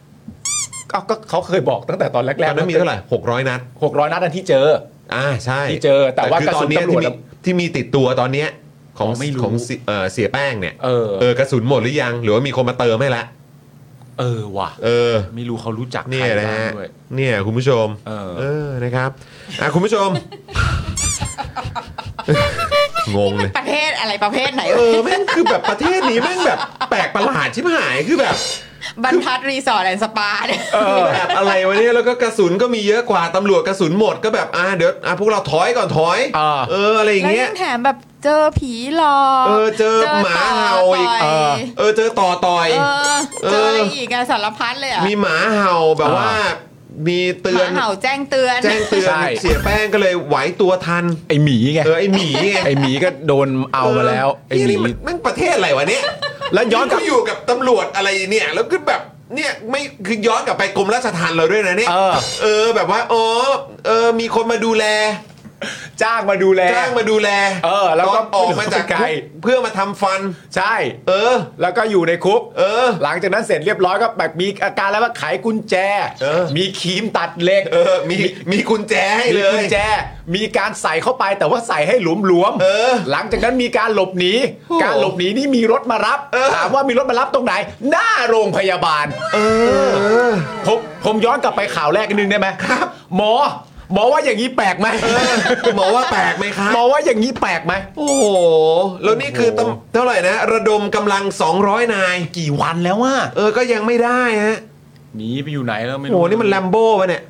B: ก็ก็เขาเคยบอกตั้งแต่ตอนแรก
A: ต
B: ๆ
A: อนนั้นมีเท่าไหร่หกร้อยนัด
B: หกร้อยนัดนั้นที่เจอ
A: อ่าใช่
B: ที่เจอแต่ว่า
A: คือก
B: ระ
A: ต
B: สุ
A: อน
B: น
A: เนี้ย
B: ตำรวจ
A: ที่มีที่มีติดตัวตอนเนี้ยของ
B: อ๋อไม่รู้
A: ของเสียเอ่อเสียแป้งเนี่ย
B: เออ
A: เออกระสุนหมดหรือยังหรือว่ามีคนมาเติมให้ละ
B: เออว่ะ
A: เออ
B: ไม่รู้เขารู้จักใค
A: เนี่ยนะ
B: รบ้าง
A: ฮะ
B: ด้วย
A: เนี่ยคุณผู้ชม
B: เออ
A: นะครับอ่ะคุณผู้ชม
B: <laughs>
A: งงเลย
C: ประเภทอะไรประเภทไหน
A: เออแม่งคือแบบประเทศนี้แม่งแบบแปลกประหลาดชิบหายคือแบบ
C: บรรทัดรีสอร์ทแอนด์สปาเนี่ย
A: แบบอะไรวะเนี่ยแล้วก็กระสุนก็มีเยอะกว่าตำรวจกระสุนหมดก็แบบอ่ะเดี๋ยวอ่ะพวกเราถอยก่อนถอย
B: อ่า
A: เอออะไรอย่าง
C: แล้ว
A: เงี้ย
C: ยังแถมแบบเจอผีหลอก
A: เออเจอหมาเห่าอีก
C: เจต่อย
A: เออเจอต่อต่อย
C: เออ
A: เออ
C: เจออะไรอีกอะสารพัดเลยอะ
A: มีหมาเห่าแบบว่า มีเตื
C: ห
A: อ
C: มาน เห่าแจ้งเตือน
A: แจ้งเตือน
B: ใช่
A: เสียแป้งก็เลยไหวตัวทัน
B: ไอหมีไง
A: เออไอหมีไง
B: ไอหมีก็โดนเอามาแล้วไอ
A: เหี้ย
B: ห
A: นี่มั
B: มี
A: นแม่งประเทศอะไรวะเนี่ย
B: แล้วย้อนกลับ
A: กูอยู่กับตำรวจอะไรเนี่ย แล้วก็แบบเนี่ยไม่คือย้อนกลับไปกรมราชทัณฑ์เราด้วยนะเนี่ย
B: เออ
A: เออแบบว่าอ๋อเออมีคนมาดูแล
B: จ้างมาดูแล
A: จ้างมาดูแล
B: เออแล้วก็
A: ตนออกมาจาก
B: ไกล
A: คุกเพื่อมาทำฟัน
B: ใช่
A: เออ
B: แล้วก็อยู่ในคุก
A: เออ
B: หลังจากนั้นเสร็จเรียบร้อยก็แบบมีอาการแล้วว่าไขกุญแจ
A: เออ
B: มีครีมตัดเหล็ก
A: เออมีมีกุญแจให้
B: มี
A: เลย
B: กุญแจ มีการใส่เข้าไปแต่ว่าใส่ให้หลวมหลวมๆ
A: เออ
B: หลังจากนั้นมีการหลบหนี
A: โอ้โห
B: การหลบหนีนี่มีรถมารับ
A: เออ
B: ถามว่ามีรถมารับตรงไหน หน้าโรงพยาบาล
A: เออ
B: ผมผมย้อนกลับไปข่าวแรกนิดนึงได้ไหมครับ หมอ หมอว่าอย่างนี้แปลกไหม
A: เออหมอว่าแปลกไหมครับ
B: หมอว่าอย่างนี้แปลกไหม
A: โอ้โหแล้วนี่คือตำเท่าไหร่นะ ระดมกำลัง 200 นาย
B: กี่วันแล้วว่า
A: เออก็ยังไม่ได้ฮะ
B: หนีไปอยู่ไหนแล้วไม่
A: โอ้
B: รู้
A: โหนี่มันแลมโบ้
B: <laughs>
A: ปะเนี่ย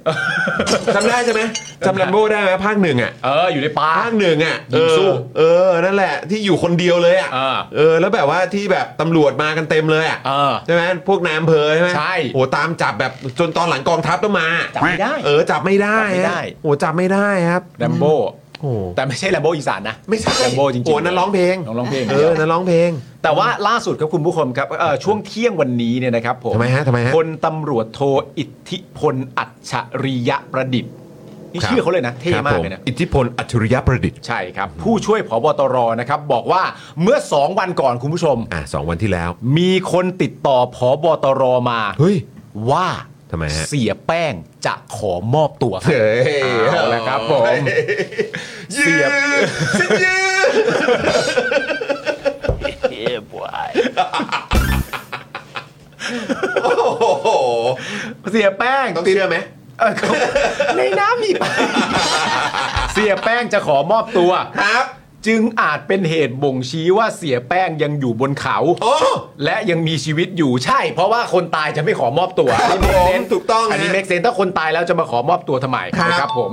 A: จำได้ใช่ไหมจำแลมโบ้ได้ไหมภาคหนึ่งอ่ะ
B: เอออยู่ในป่า
A: ภาคหนึ่งอ่ะ
B: ยิงสู้
A: เออเออ นั่นแหละที่อยู่คนเดียวเลยอ่ะ
B: อ่า
A: เออ แล้วแบบว่าที่แบบตำรวจมากันเต็มเลยอ่ะ
B: เออ
A: ใช่ไหมพวกนายอำเภอใช่ไหม
B: ใช่
A: โอ้โหตามจับแบบจนตอนหลังกองทัพต้องมา
B: จับไม่ได้
A: เออจับไม่ได้
B: จับไม่ได้
A: ฮะโอ้โหจับไม่ได้ครับ
B: แลมโบ้
A: โอ้โห
B: แต่ไม่ใช่แลมโบ้อีสานนะ
A: ไม่ใช่
B: แลมโบ้จริงๆ
A: โอ้โหนั่นร้องเพลง
B: น้องร้องเพลง
A: เออนั่นร้องเพลง
B: แต่ว่าล่าสุดครับคุณผู้ชมครับเอ่อช่วงเที่ยงวันนี้เนี่ยนะครับผม
A: ทำไมฮะทำไมฮะ
B: พลตำรวจโทอิทธิพลอัจฉริยประดิษฐ์นี่
A: ครับ
B: ชื่อเขาเลยนะ เท่มากเลย
A: ค
B: นะ
A: รับผอิทธิพลอัจฉริยะประดิษฐ์
B: ใช่ครับ ผู้ช่วยผบตรนะครับบอกว่าเมื่อ 2 วันก่อนคุณผู้ชม
A: อ่ะสองวันที่แล้ว
B: มีคนติดต่อผบตรมา
A: เฮ้ย
B: ว่า
A: ทำไมฮะ
B: เสียแป้งจะขอมอบตัวครับ
A: เฮ้ย
B: เอาละครับผม
A: เสียบฉันยืน โอ้โห
B: เสียแป้ง
A: ต้องเชื่อไหม
B: เออเขาในน้ำมีปลาเสียแป้งจะขอมอบตัว
A: ครับ
B: จึงอาจเป็นเหตุบ่งชี้ว่าเสียแป้งยังอยู่บนเขา
A: โอ้
B: และยังมีชีวิตอยู่ใช่ เพราะว่าคนตายจะไม่ขอมอบตัว
A: ครับ
B: อันนี้ make sense
A: ผมถูกต้อง
B: อันนี้
A: ฮะ
B: เมกเซนถ้าคนตายแล้วจะมาขอมอบตัวทำไม
A: ครับ
B: นะครับผม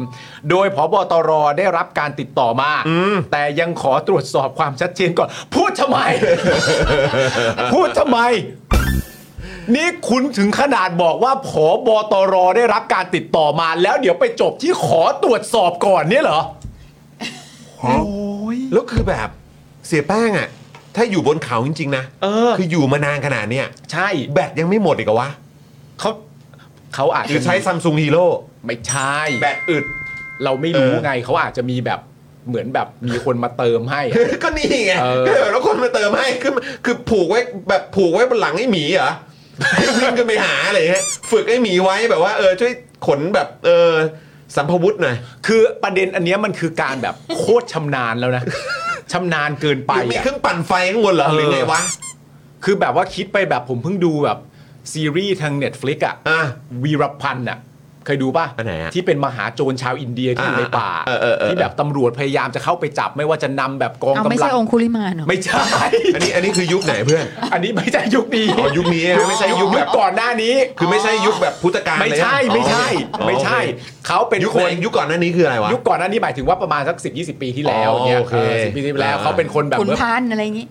B: โดยพบตรได้รับการติดต่อมา แต่ยังขอตรวจสอบความชัดเจนก่อน พูดทำไม พูดทำไม นี่คุณถึงขนาดบอกว่าผบตรได้รับการติดต่อมา แล้วเดี๋ยวไปจบที่ขอตรวจสอบก่อนเนี่ยเหรอ
A: ฮะ แล้วคือแบบเสียแป้งอ่ะ ถ้าอยู่บนเขาจริง ๆ นะ
B: เออ
A: คืออยู่มานานขนาดเนี้ย
B: ใช่
A: แบตยังไม่หมดอีกเหรอวะ
B: เขาเขาอาจ
A: หรื
B: จะ
A: อใช้ซัมซุงฮีโร่
B: ไม่ใช่
A: แบตอึด
B: เราไม่รู้
A: เออ
B: ไงเขาอาจจะมีแบบเหมือนแบบมีคนมาเติมให้อะ
A: <laughs> ก็นี่ไง
B: เออ
A: ก็แบบแล้วคนมาเติมให้คือคือผูกไว้แบบผูกไว้บนหลังไอ้หมีเหรอ <laughs> ให้วิ่งกันไปหาอะไรเงี้ยฝึกไอ้หมีไว้แบบว่าเออช่วยขนแบบเออสัมภวุธหน่อย
B: คือประเด็นอันเนี้ยมันคือการแบบ โคตรชำนาญแล้วนะ
A: <laughs>
B: ชำนาญเกินไป
A: หรือมี
B: อะ
A: เครื่องปั่นไฟข้างบนเหรอ
B: เออ
A: หรือไงวะ
B: คือแบบว่าคิดไปแบบผมเพิ่งดูแบบ ซีรีส์ทาง Netflix อ่ะ
A: อ่ะ
B: วีรพันธ์อ่ะ เคยดูป่ะ
A: อันไหนอะ
B: ที่เป็นมหาโจรชาวอินเดียที่อยู่ในป่า
A: อ่าเออเออเออ
B: ที่แบบตำรวจพยายามจะเข้าไปจับไม่ว่าจะนำแบบกอง
C: เอาไม่
B: กำลั
C: ใช่
B: ง
C: องคุลิมานเหรอ
B: ไม่ใช่ <laughs>
A: อันนี้อันนี้คือยุคไหนเพื่อน
B: อันนี้ไม่ใช่ยุคนี้
A: อ๋อยุคนี้อะไม่ใช่ยุคแบบ
B: ก่อนหน้านี้
A: คือไม่ใช่ยุคแบบพุทธกาล
B: ไม่
A: เลยนะ
B: ใช่ไม่ใช่
A: อ๋อ
B: ไม่ใช่
A: โอ
B: เขา
A: เค
B: เป็น
A: ยุค
B: ค
A: ไห
B: น
A: นยุคก่อนหน้านี้คืออะไรวะ
B: ยุคก่อนหนั้นนี่หมายถึงว่าประมาณสัก10 20 ปีที่แล้ว
A: อ๋อ
B: เนี่ย
A: โอเค
B: สิบปีที่แล้ว
A: อ่า
B: เขาเป็นคนแบบ
C: ขุนพันธุ์อะไรอย่างงี้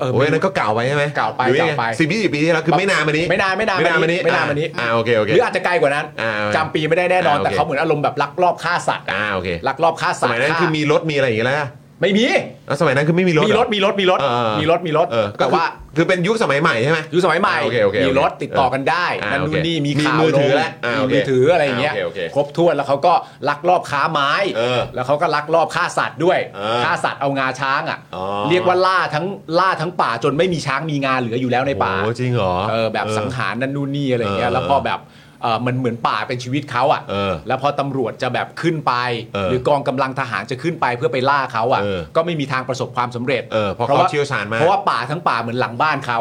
B: เออ
A: โอ้ยอัน
B: ไม่
A: นั้นก็เก่าไปใช่ไหม
B: เก่าไป
A: หรือยังง
B: เก่าไป
A: สิบยี่สิบปีที่แล้วคือไม่นานมานี้
B: ไม่นานไม่นาน
A: ไม่นานมานี้
B: ไม่นานมานี้
A: อ่าโอเคโอเค
B: หรืออาจจะไกลกว่านั้น
A: อ่า
B: จำปีไม่ได้แน่นอน
A: อ่าโอเค
B: แต่เขาเหมือนอารมณ์แบบลักลอบฆ่าสัตว์
A: อ่าโอเค
B: ลักลอบฆ่า
A: ส
B: สัตว์
A: มัยนั้นคือมีรถมีอะไรอย่างเงี้ยแล้วอะ
B: ไม่มี
A: แล้วสมัยนั้นคือไม่มีรถ
B: มีรถ
A: เหอ
B: มีรถมีร
A: เอ
B: ถ
A: อเออ
B: มีรถมีรถ
A: เออก็
B: แต่
A: คือ
B: ว่า
A: คือเป็นยุคสมัยใหม่ใช่ไหม
B: ยุคสมัยใหม่
A: อ่าโอเคโอเคโอเค
B: มีรถติดต่อกันได้
A: อ่า
B: นั่น
A: โอเค
B: นู่นนี่มี
A: มี
B: ข่าว
A: มือถือ
B: ลง
A: แล้วอ่า
B: มี
A: โอเค
B: มือถืออะไรอย่างเงี้ย
A: อ่าโอเคโอเค
B: ครบถ้วนแล้วเขาก็ลักลอบค้าไม้
A: เออ
B: แล้วเขาก็ลักลอบฆ่าสัตว์ด้วย
A: เออ
B: ฆ่าสัตว์เอางาช้างอ่ะ
A: อ๋อ
B: เรียกว่าล่าทั้งล่าทั้งป่าจนไม่มีช้างมีงาเหลืออยู่แล้วในป่า
A: โอ้จริงเหรอ
B: เออแบบสังหารนั่นนู่นนี่อะไรอย่างเงี้ย
A: เออ
B: แล้วพอแบบเออมันเหมือนป่าเป็นชีวิตเขาอ่ะ
A: เออ
B: แล้วพอตำรวจจะแบบขึ้นไป
A: เออ
B: หรือกองกำลังทหารจะขึ้นไปเพื่อไปล่าเขาอ่ะ
A: เออ
B: ก็ไม่มีทางประสบความสำเร็จ
A: เออเพราะเขาเชี่ยวชาญมาก
B: เพราะว่าป่าทั้งป่าเหมือนหลังบ้านเขา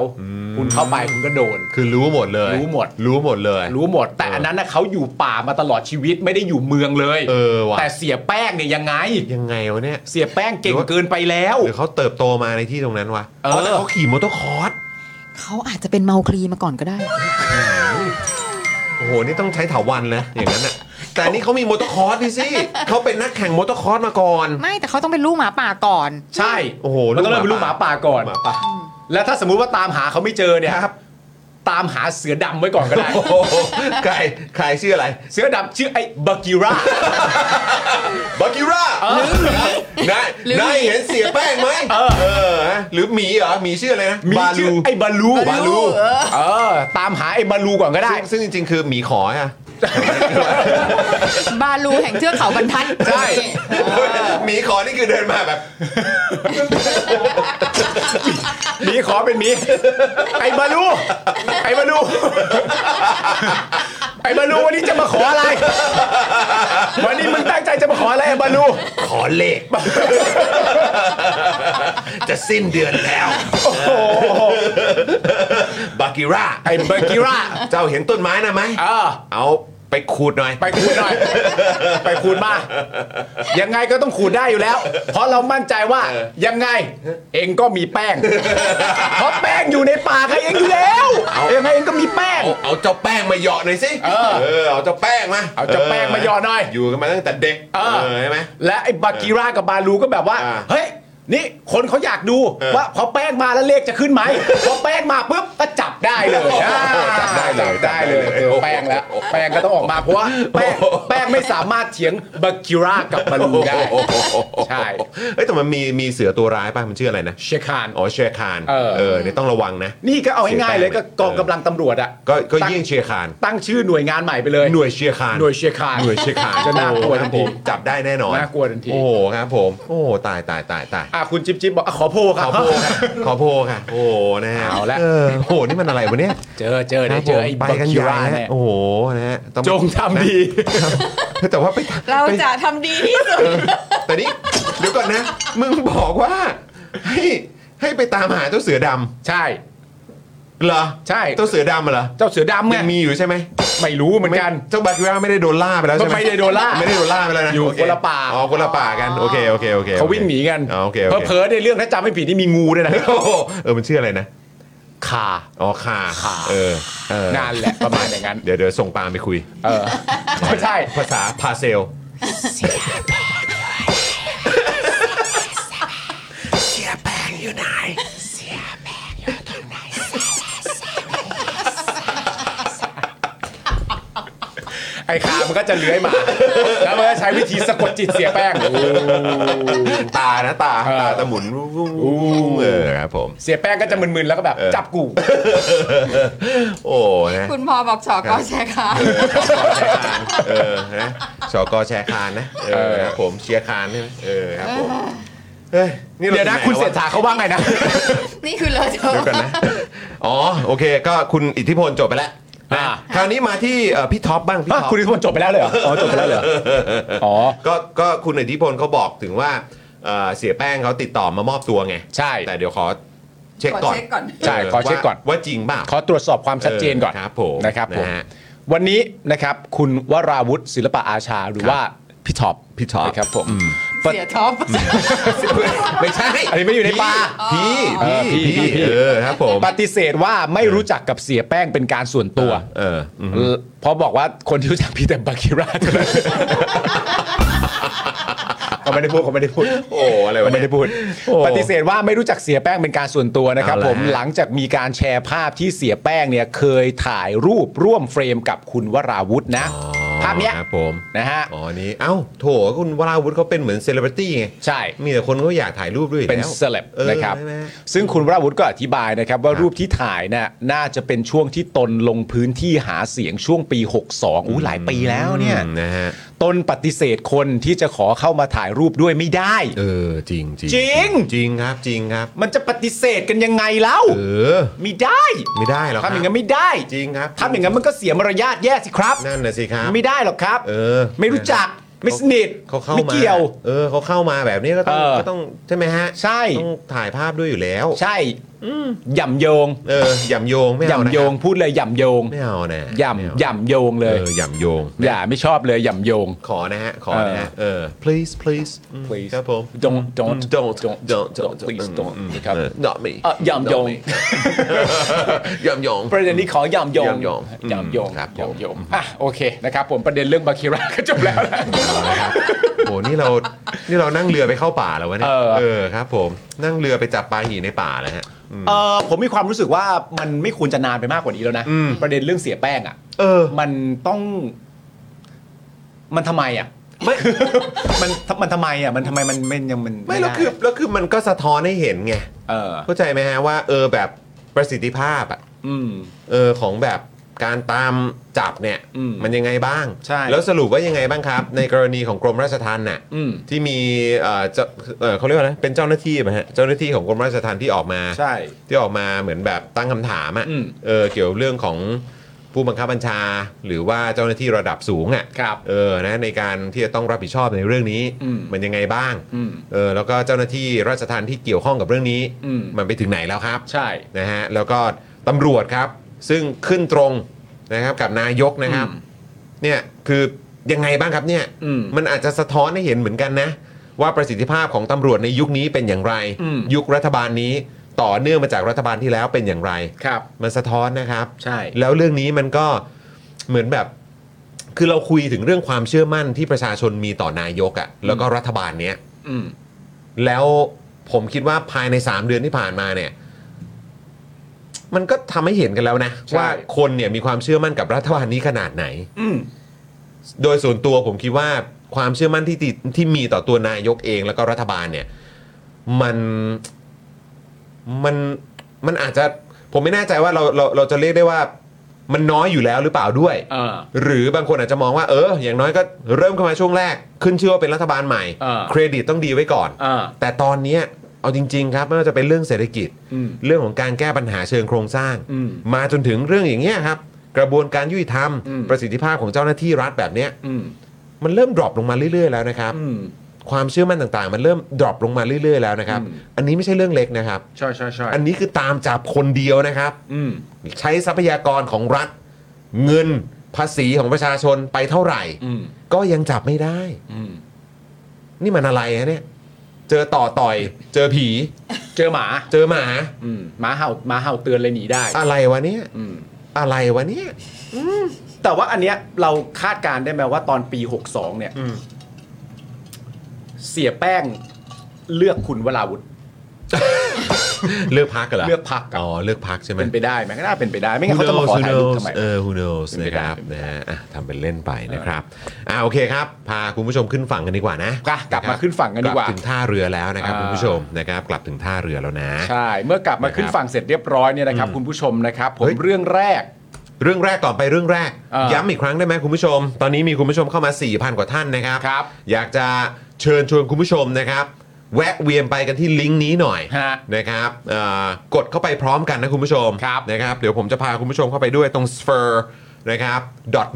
B: คุณเข้าไปคุณก็โดน
A: คือรู้หมดเลย
B: รู้หมด
A: รู้หมดเลย
B: รู้หมด แต่อันนั้นนะเขาอยู่ป่ามาตลอดชีวิตไม่ได้อยู่เมืองเลย
A: เออว่ะ
B: แต่เสียแป้งเนี่ยยังไง
A: ยังไงวะเนี่ย
B: เสียแป้งเก่
A: ห
B: ง
A: รือว่า
B: เกินไปแล้ว
A: หรือเขาเติบโตมาในที่ตรงนั้นวะ
B: เออ
A: แต่เขาขี่มอเตอร์คอร์ส
C: เขาอาจจะเป็นเมาคลีมาก่อนก็ได้
A: โอ้โหนี่ต้องใช้ถาวันนะอย่าง
B: <laughs>
A: นั้นอ่ะแต่อันนี่เขามีมอเตอร์คอร์สดิสิเขาเป็นนักแข่งมอเตอร์คอร์สมาก่อน
C: ไม่แต่เขาต้องเป็นลูกหมาป่าก่อน
B: ใช่
A: โอ้โห
B: มันต้องเริ่มเป็นลูกหมาป่าก่อน
A: หมาป่า
B: แล้วถ้าสมมุติว่าตามหาเขาไม่เจอเนี่ย
A: ครับ
B: ตามหาเสือดำไว้ก่อนก็ได้
A: โอ้โห <laughs> ใครใครชื่ออะไร
B: เสือดำชื่อไอ้บากิรา
A: บักกิร่าได
C: หรือ
A: ได้เห็นเสียแป้งไหมเออหรือหมีเหรอหมีชื่ออะไรนะ
B: มี
A: บา
B: ชื่
A: ลู
B: อไอ้บาลู
A: บาลู
B: เออ ตามหาไอ้บาลูก่อนก็ได้
A: ซึ่งซึ่งจริงๆ คือหมีขออ่ะ
C: บาลูแห่งเทือกเขาบรรทัด
B: ใช่
A: <laughs> หมีขอนี่คือเดินมาแบบ
B: หมีขอเป็นหมี ไอ้บาลู ไอ้บาลู ไอ้บาลูวันนี้จะมาขออะไร วันนี้มึงตั้งใจจะมาขออะไรไอ้บาลู
A: ขอเลข <laughs> จะสิ้นเดือน
B: <laughs>
A: แล้วบากิร่า
B: ไอ้บากิรา
A: เจ้าเห็นต้นไม้นะไหม
B: เออ
A: เอาไปขูดหน่อย
B: ไปคูณหน่อย ไปคูณมา ยังไงก็ต้องขูดได้อยู่แล้ว เพราะเรามั่นใจว่า
A: เออ
B: ยังไง เองก็มีแป้ง เพราะแป้งอยู่ในปากใครเองอยู่แล้ว เองไงเองก็มีแป้ง
A: เอาเอาเจ้าแป้งมาเหยาะหน่อยสิ
B: เออ
A: เออเอาเจ้าแป้งมา
B: เอาเจ้าแป้งมาเหยาะหน่อย
A: อยู่กันมาตั้งแต่เด็ก
B: เออ
A: ใช่ไหม
B: และไอ้บากิรากับบาลูก็แบบว่า
A: อ่า
B: เฮ้ย นี่คนเขาอยากดู
A: เออ
B: ว่าพอแป้งมาแล้วเลขจะขึ้นไหม พอแป้งมาปุ๊บก็จับได้เลยอ่า
A: จับได้เลย
B: จับได้เลยเออแป้งแล้ว แป้งก็ต้องออกมาเพราะว่าแป้งแป้งไม่สามารถเถียงบากิรากับบาลูได้ ใช่
A: เอ้ยแต่มันมีมีเสือตัวร้ายป่ะมันชื่ออะไรนะ
B: เชคาน
A: อ๋อเชียร์คาน
B: เออ
A: เออเนี่ยต้องระวังนะ
B: นี่ก็เอาง่ายๆเลย
A: เสียแป้ง
B: ก็กอง
A: เออ
B: กำลังตำรวจอ่ะ
A: ก็ก็
B: ตั้
A: ยิ่งเชียร์คาน
B: ตั้งชื่อหน่วยงานใหม่ไปเลย
A: หน่วยเชียร์คาน
B: หน่วยเชียร์คาน
A: หน่วยเชียร์คาน
B: จะน่ากลัวทันที
A: โอ้โหครับผมจับได้แน่นอน
B: น่ากลัวทันที
A: โอ้โหครับผมโอ้โหตายตายตายตาย
B: อ่ะคุณจิ๊บจิ๊บบอกอ่ะขอโพลค
A: ข
B: รับ
A: อโพ
B: <laughs>
A: ค่ะขอโพค่ะ โอ้โหนะฮะ
B: เอาละ
A: เออโอ้โหนี่มันอะไรวะเนี่ย
B: เจอเจอได้เจอไอ้
A: ไป
B: บัค
A: กัน
B: คิ
A: ใหญ่
B: รา
A: นะ
B: แน่
A: โอ้โหนะฮะต้อง
B: จงทำดี
A: ครับแต่ว่าไป
C: เรา
A: ไป
C: จะทำดีที่สุด
A: แต่นี่เดี๋ยวก่อนนะ มึงบอกว่า ให้ให้ไปตามหาเจ้าเสือด
B: ใช่
A: ำเหรอ
B: ใช่
A: เจ้าเสือดำเหรอ
B: เจ้าเสือดำไง
A: ยังมีอยู่ใช่ไหม
B: ไม่รู้เหมือนกัน
A: เจ้าบาคิราไม่ได้โดนล่าไปแล้วใช่ไหม
B: ไม่ได้โดนล่า
A: ไม่ได้โดนล่าไปแล้วนะ
B: อยู่
A: โเ
B: คนละป่า
A: อ๋อคนละป่ากันโอเคโอเคโอเค
B: เขาวิ่งหนีกัน
A: อ๋อโอเคโอเค
B: เผลอๆในเรื่องถ้าจำไม่ผิดนี่มีงูด้วยนะ
A: โอ้โหเออมันชื่ออะไรนะ
B: คา
A: อ๋อขา
B: ขา
A: เออเออ
B: นั่นแหละประมาณอย่างนั้น
A: เดี๋ยวเดี๋ยวส่งปาล์มไปคุย
B: เออใช่
A: ภาษาพาเซล
B: ไอ้คามันก็จะเลื้อยมา แล้วมันก็ใช้วิธีสะกดจิตเสียแป้ง
A: ตานะตา
B: เออ
A: ตาตะหมุนเออครับผม
B: เสียแป้งก็จะมึนๆแล้วก็แบบ
A: เออ
B: จับกู
A: โอ้นะ
C: คุณพอบอกชอกอแชร์ค่ะ
A: เออนะสกแชร์คานนะ เออครับผมเชียร์คานใช่ไหมเออครับผมเฮ้ยนี่รา
B: เดี๋ยวนะ
A: ถึงไห
B: คุณเศรษ
A: แล้
B: ฐาเขาว่าไงนะ
C: นี่คือเลอะเทอะ
A: วะเดี๋ยวก่อนนะ อ๋อ โอเค ก็คุณอิทธิพลจบไปแล้วนะ
B: อ่า
A: คราวนี้มาที่เอ่อพี่ท็อปบ้าง พี่
B: อ่ะ
A: ท็อป
B: คุณอิทธิพลจบไปแล้วเลยเหรออ๋อจบไปแล้วเหรออ๋อ
A: ก็ก็คุณอิทธิพลเขาบอกถึงว่าเอ่อเสียแป้งเขาติดต่อมามอบตัวไง
B: ใช่
A: แต่เดี๋ยวขอเช็คก่อน
C: ขอเช็คก่อน
B: ใช่ขอเช็คก่อน
A: ว่าว่าจริงเปล่า
B: ขอตรวจสอบความชัดเจนก่อน
A: ครับผม
B: นะครับผม
A: ฮ
B: วันนี้นะครับคุณวราวุฒิศิลปะอาชาหรือว่าพี่ท็อป
A: พี่ท็อป
B: นะครับผม
C: เสียท็อป
A: ไม่ใช่
B: อันนี้ไม่อยู่ในป่า
A: พี่
B: อ๋อ
A: พี่
B: พี่
A: พี่
B: พี่
A: เออครับผม
B: ปฏิเสธว่าไม่รู้จักกับเสียแป้งเป็นการส่วนตัว
A: เอออืม
B: เพราะบอกว่าคนที่รู้จักพี่แต่บาคิราเท่านั้น <laughs> เขาไม่ได้พูดเขาไม่ได้พูด
A: โอ้อะไรวะเนี่ย
B: เขาไม่ได้พูด
A: โอ้
B: ปฏิเสธว่าไม่รู้จักเสียแป้งเป็นการส่วนตัวนะครับ
A: เอาล่ะ
B: ผม
A: ฮะ
B: หลังจากมีการแชร์ภาพที่เสียแป้งเนี่ยเคยถ่ายรูปร่วมเฟรมกับคุณวราวุธนะ ภาพเนี้ย
A: ครับผม
B: นะฮะ
A: อ๋อนี่เอ้าโถคุณวราวุฒิเขาเป็นเหมือนเซเลบริตี้ไง
B: ใช่
A: มีแต่คนเขาอยากถ่ายรูปด้วยอยู่
B: เป็น
A: แล้ว
B: เซเลบ
A: ออ
B: นะครับ
A: ใช่ไหม
B: ซึ่งคุณวราวุฒิก็อธิบายนะครับ ว่า
A: ครับ
B: รูปที่ถ่ายน่ะน่าจะเป็นช่วงที่ตนลงพื้นที่หาเสียงช่วงปี 62อู้หลายปีแล้วเนี่ย
A: อืมนะฮะ
B: ตนปฏิเสธคนที่จะขอเข้ามาถ่ายรูปด้วยไม่ได้
A: เออจริงจริง
B: จริง
A: จริงครับจริงครับ
B: มันจะปฏิเสธกันยังไงเล่า
A: เออ
B: ไม่ได้
A: ไม่ได้หรอกครับ
B: ทำอย่างนั้นไม่ได้
A: จริงครับ
B: ทำอย่างนั้นมันก็เสียมารยาทแย่สิครับ
A: นั่นน่ะสิครับ
B: ไม่ได้หรอกครับ
A: เออ
B: ไม่รู้จักไม่สนิท
A: เขาเข้า
B: ไม่
A: มา
B: เกี่ยว
A: เออเขาเข้ามาแบบนี้ก็ต้อง
B: เออ
A: ก็ต้องใช่ไหมฮะ
B: ใช่
A: ต้องถ่ายภาพด้วยอยู่แล้ว
B: ใช่หย่ำโยง
A: เออหย่ำโยงไม่เอา
B: ห
A: นะ
B: ย่ำโยงพูดเลยหย่ำโยง
A: ไม่เอานะ
B: หย่ำหย่ำโยงเลย
A: เออหย่ำโยง
B: อย่าไม่ชอบเลยหย่ำโยง
A: ขอนะฮะขอนะฮะเออ please please อืม
B: Please
A: ครับผม
B: don't don't
A: don't
B: don't
A: don't
B: don't please don't นะครับ
A: เออ not me
B: เอ่อหย่ำโยง
A: Not me <laughs> หย่ำโยง
B: <laughs> ประเด็นนี้ขอหย่ำโยง
A: หย่ำโยง
B: หย่ำโยง
A: อืมครับผม
B: หย่ำโยงอ่ะโอเคนะครับผมประเด็ <laughs> นเรื่องบาคิราก็จบแล้วนะ
A: โอ้นี่เรานี่เรานั่งเรือไปเข้าป่าแล้ววะเนี่ย
B: เออ
A: เออครับ ผมนั่งเรือไปจับปลาหีในป่าแล้วฮะ
B: เออผมมีความรู้สึกว่ามันไม่ควรจะนานไปมากกว่านี้แล้วนะ
A: อืม
B: ประเด็นเรื่องเสียแป้งอ่ะ
A: เออ
B: มันต้อง มันทำไมอ่ะ
A: ไม่
B: <laughs> มันมันทำไมอ่ะ มันทำไมมันมันยังมัน
A: ไม่แล้ว
B: ด้
A: คือแล้วคือมันก็สะท้อนให้เห็นไง
B: เออ
A: เข้าใจไหมฮะว่าเออแบบประสิทธิภาพอะ
B: อืม
A: เออของแบบการตามจับเนี่ย
B: อืม
A: นยังไงบ้าง
B: ใช่
A: แล้วสรุปว่ายังไงบ้างครับ ในกรณีของกรมราชทัณฑ์น่ะ
B: อืม
A: ที่มีเอ่อเจ้าเอ่อเขาเรียกว่าอะไรเป็นเจ้าหน้าที่ไหมฮะเจ้าหน้าที่ของกรมราชทัณฑ์ที่ออกมา
B: ใช่
A: ที่ออกมาเหมือนแบบตั้งคำถามอะ
B: อืม
A: เออเกี่ยวเรื่องของผู้บังคับบัญชา หรือว่าเจ้าหน้าที่ระดับสูงอะ
B: ครับ
A: เออนะในการที่จะต้องรับผิดชอบในเรื่องนี้
B: อืม
A: นยังไงบ้าง
B: อืม
A: เออแล้วก็เจ้าหน้าที่ราชทัณฑ์ที่เกี่ยวข้องกับเรื่องนี้
B: อืม
A: มันไปถึงไหนแล้วครับ
B: ใช่
A: นะฮะแล้วก็ตำรวจครับ ซึ่งขึ้นตรงนะครับกับนายกนะครับ
B: อืม
A: เนี่ยคือยังไงบ้างครับเนี่ย
B: อืม
A: มันอาจจะสะท้อนให้เห็นเหมือนกันนะ ว่าประสิทธิภาพของตำรวจในยุคนี้เป็นอย่างไร
B: อืม
A: ยุครัฐบาลนี้ต่อเนื่องมาจากรัฐบาลที่แล้วเป็นอย่างไร
B: ครับ
A: มันสะท้อนนะครับ
B: ใช่
A: แล้วเรื่องนี้มันก็เหมือนแบบ คือเราคุยถึงเรื่องความเชื่อมั่นที่ประชาชนมีต่อนายกอะ่ะแล้วก็รัฐบาลเนี้ย
B: อืม
A: แล้วผมคิดว่าภายใน 3 เดือนที่ผ่านมาเนี่ย มันก็ทำให้เห็นกันแล้วนะ
B: ใช่
A: ว่าคนเนี่ยมีความเชื่อมั่นกับรัฐบาลนี้ขนาดไหน
B: อืม
A: โดยส่วนตัวผมคิดว่าความเชื่อมั่นที่ติดที่มีต่อตัวนายกเองแล้วก็รัฐบาลเนี่ย มันมันมันอาจจะผมไม่แน่ใจว่าเราเราเราจะเรียกได้ว่า มันน้อยอยู่แล้วหรือเปล่าด้วย
B: เออ
A: หรือบางคนอาจจะมองว่าเออ อย่างน้อยก็เริ่มเข้ามาช่วงแรก ขึ้นชื่อว่าเป็นรัฐบาลใหม่
B: อ่า
A: เครดิตต้องดีไว้ก่อน
B: เออ
A: แต่ตอนเนี้ยเอาจริง ๆ ครับไม่ว่าจะเป็นเรื่องเศรษฐกิจ
B: อืม
A: เรื่องของการแก้ปัญหาเชิงโครงสร้าง
B: อืม
A: มาจนถึงเรื่องอย่างเงี้ยครับ กระบวนการยุติธรรม
B: อืม
A: ประสิทธิภาพของเจ้าหน้าที่รัฐแบบเนี้ย
B: อืม
A: มันเริ่มดรอปลงมาเรื่อยๆแล้วนะครับ
B: อืม
A: ความเชื่อมั่นต่างๆ มันเริ่มดรอปลงมาเรื่อยๆแล้วนะครับ
B: อืม
A: อันนี้ไม่ใช่เรื่องเล็กนะครับ
B: ใช่ใช่ใช่
A: อันนี้คือตามจับคนเดียวนะครับ
B: อืม
A: ใช้ทรัพยากรของรัฐ เงินภาษีของประชาชนไปเท่าไหร่
B: อืม
A: ก็ยังจับไม่ได้
B: อืม
A: นี่มันอะไรฮะเนี่ย เจอต่อต่อย เจอผี
B: เจอหมา
A: เจอหมา
B: อืมหมาเห่าหมาเห่าเตือนเลยหนีได้
A: อะไรวะเนี่ย
B: อืม
A: อะไรวะเนี่ย
B: แต่ว่าอันเนี้ยเราคาดการณ์ได้ไหมว่าตอนปี 62 เนี่ย
A: อืม
B: เสียแป้งเลือกคุณวราวุธ
A: เลือกพักกันเหรอ
B: เลือกพรรค
A: อ๋อเลือกพักใช่ไหม
B: เป็นไปได้ไหมก็น่าเป็นไปได้ ไม่งั้น
A: Who
B: เขาจะมาขอ
A: knows, who
B: ถ่ายรูปทำไม
A: knows เออ who knows
B: เป็น
A: นะ
B: ไป
A: ค
B: ได้
A: รับ
B: เป็นไป
A: นะ
B: ได้
A: ฮะอ่ะทำเป็นเล่นไปนะครับอ่าโอเคครับ พาคุณผู้ชมขึ้นฝั่งกันดีกว่านะ
B: กะกลับมาขึ้นฝั่งกันดีกว่า
A: ลับถึงท่าเรือแล้วนะครับ
B: อ่า
A: คุณผู้ชมนะครับ กลับถึงท่าเรือแล้วนะ
B: ใช่ เมื่อกลับมาขึ้นฝั่งเสร็จเรียบร้อยเนี่ยนะครับคุณผู้ชมนะครับ ผ
A: เฮ้
B: ม
A: ย
B: เรื่องแรก
A: เรื่องแรกก่อนไปเรื่องแรก
B: อ่า
A: ย้ำอีกครั้งได้ไหมคุณผู้ชม ตอนนี้มีคุณผู้ชมเข้ามา 4,000 กว่าท่านนะครับ
B: ครับ
A: อยากจะเชิญชวนคุณผู้ชมนะครับ แวะเวียนไปกันที่ลิงก์นี้หน่อย
B: ฮะ
A: นะครับเอ่อกดเข้าไปพร้อมกันนะคุณผู้ชม
B: ครับ
A: นะครับ เดี๋ยวผมจะพาคุณผู้ชมเข้าไปด้วยตรง sphere นะครับ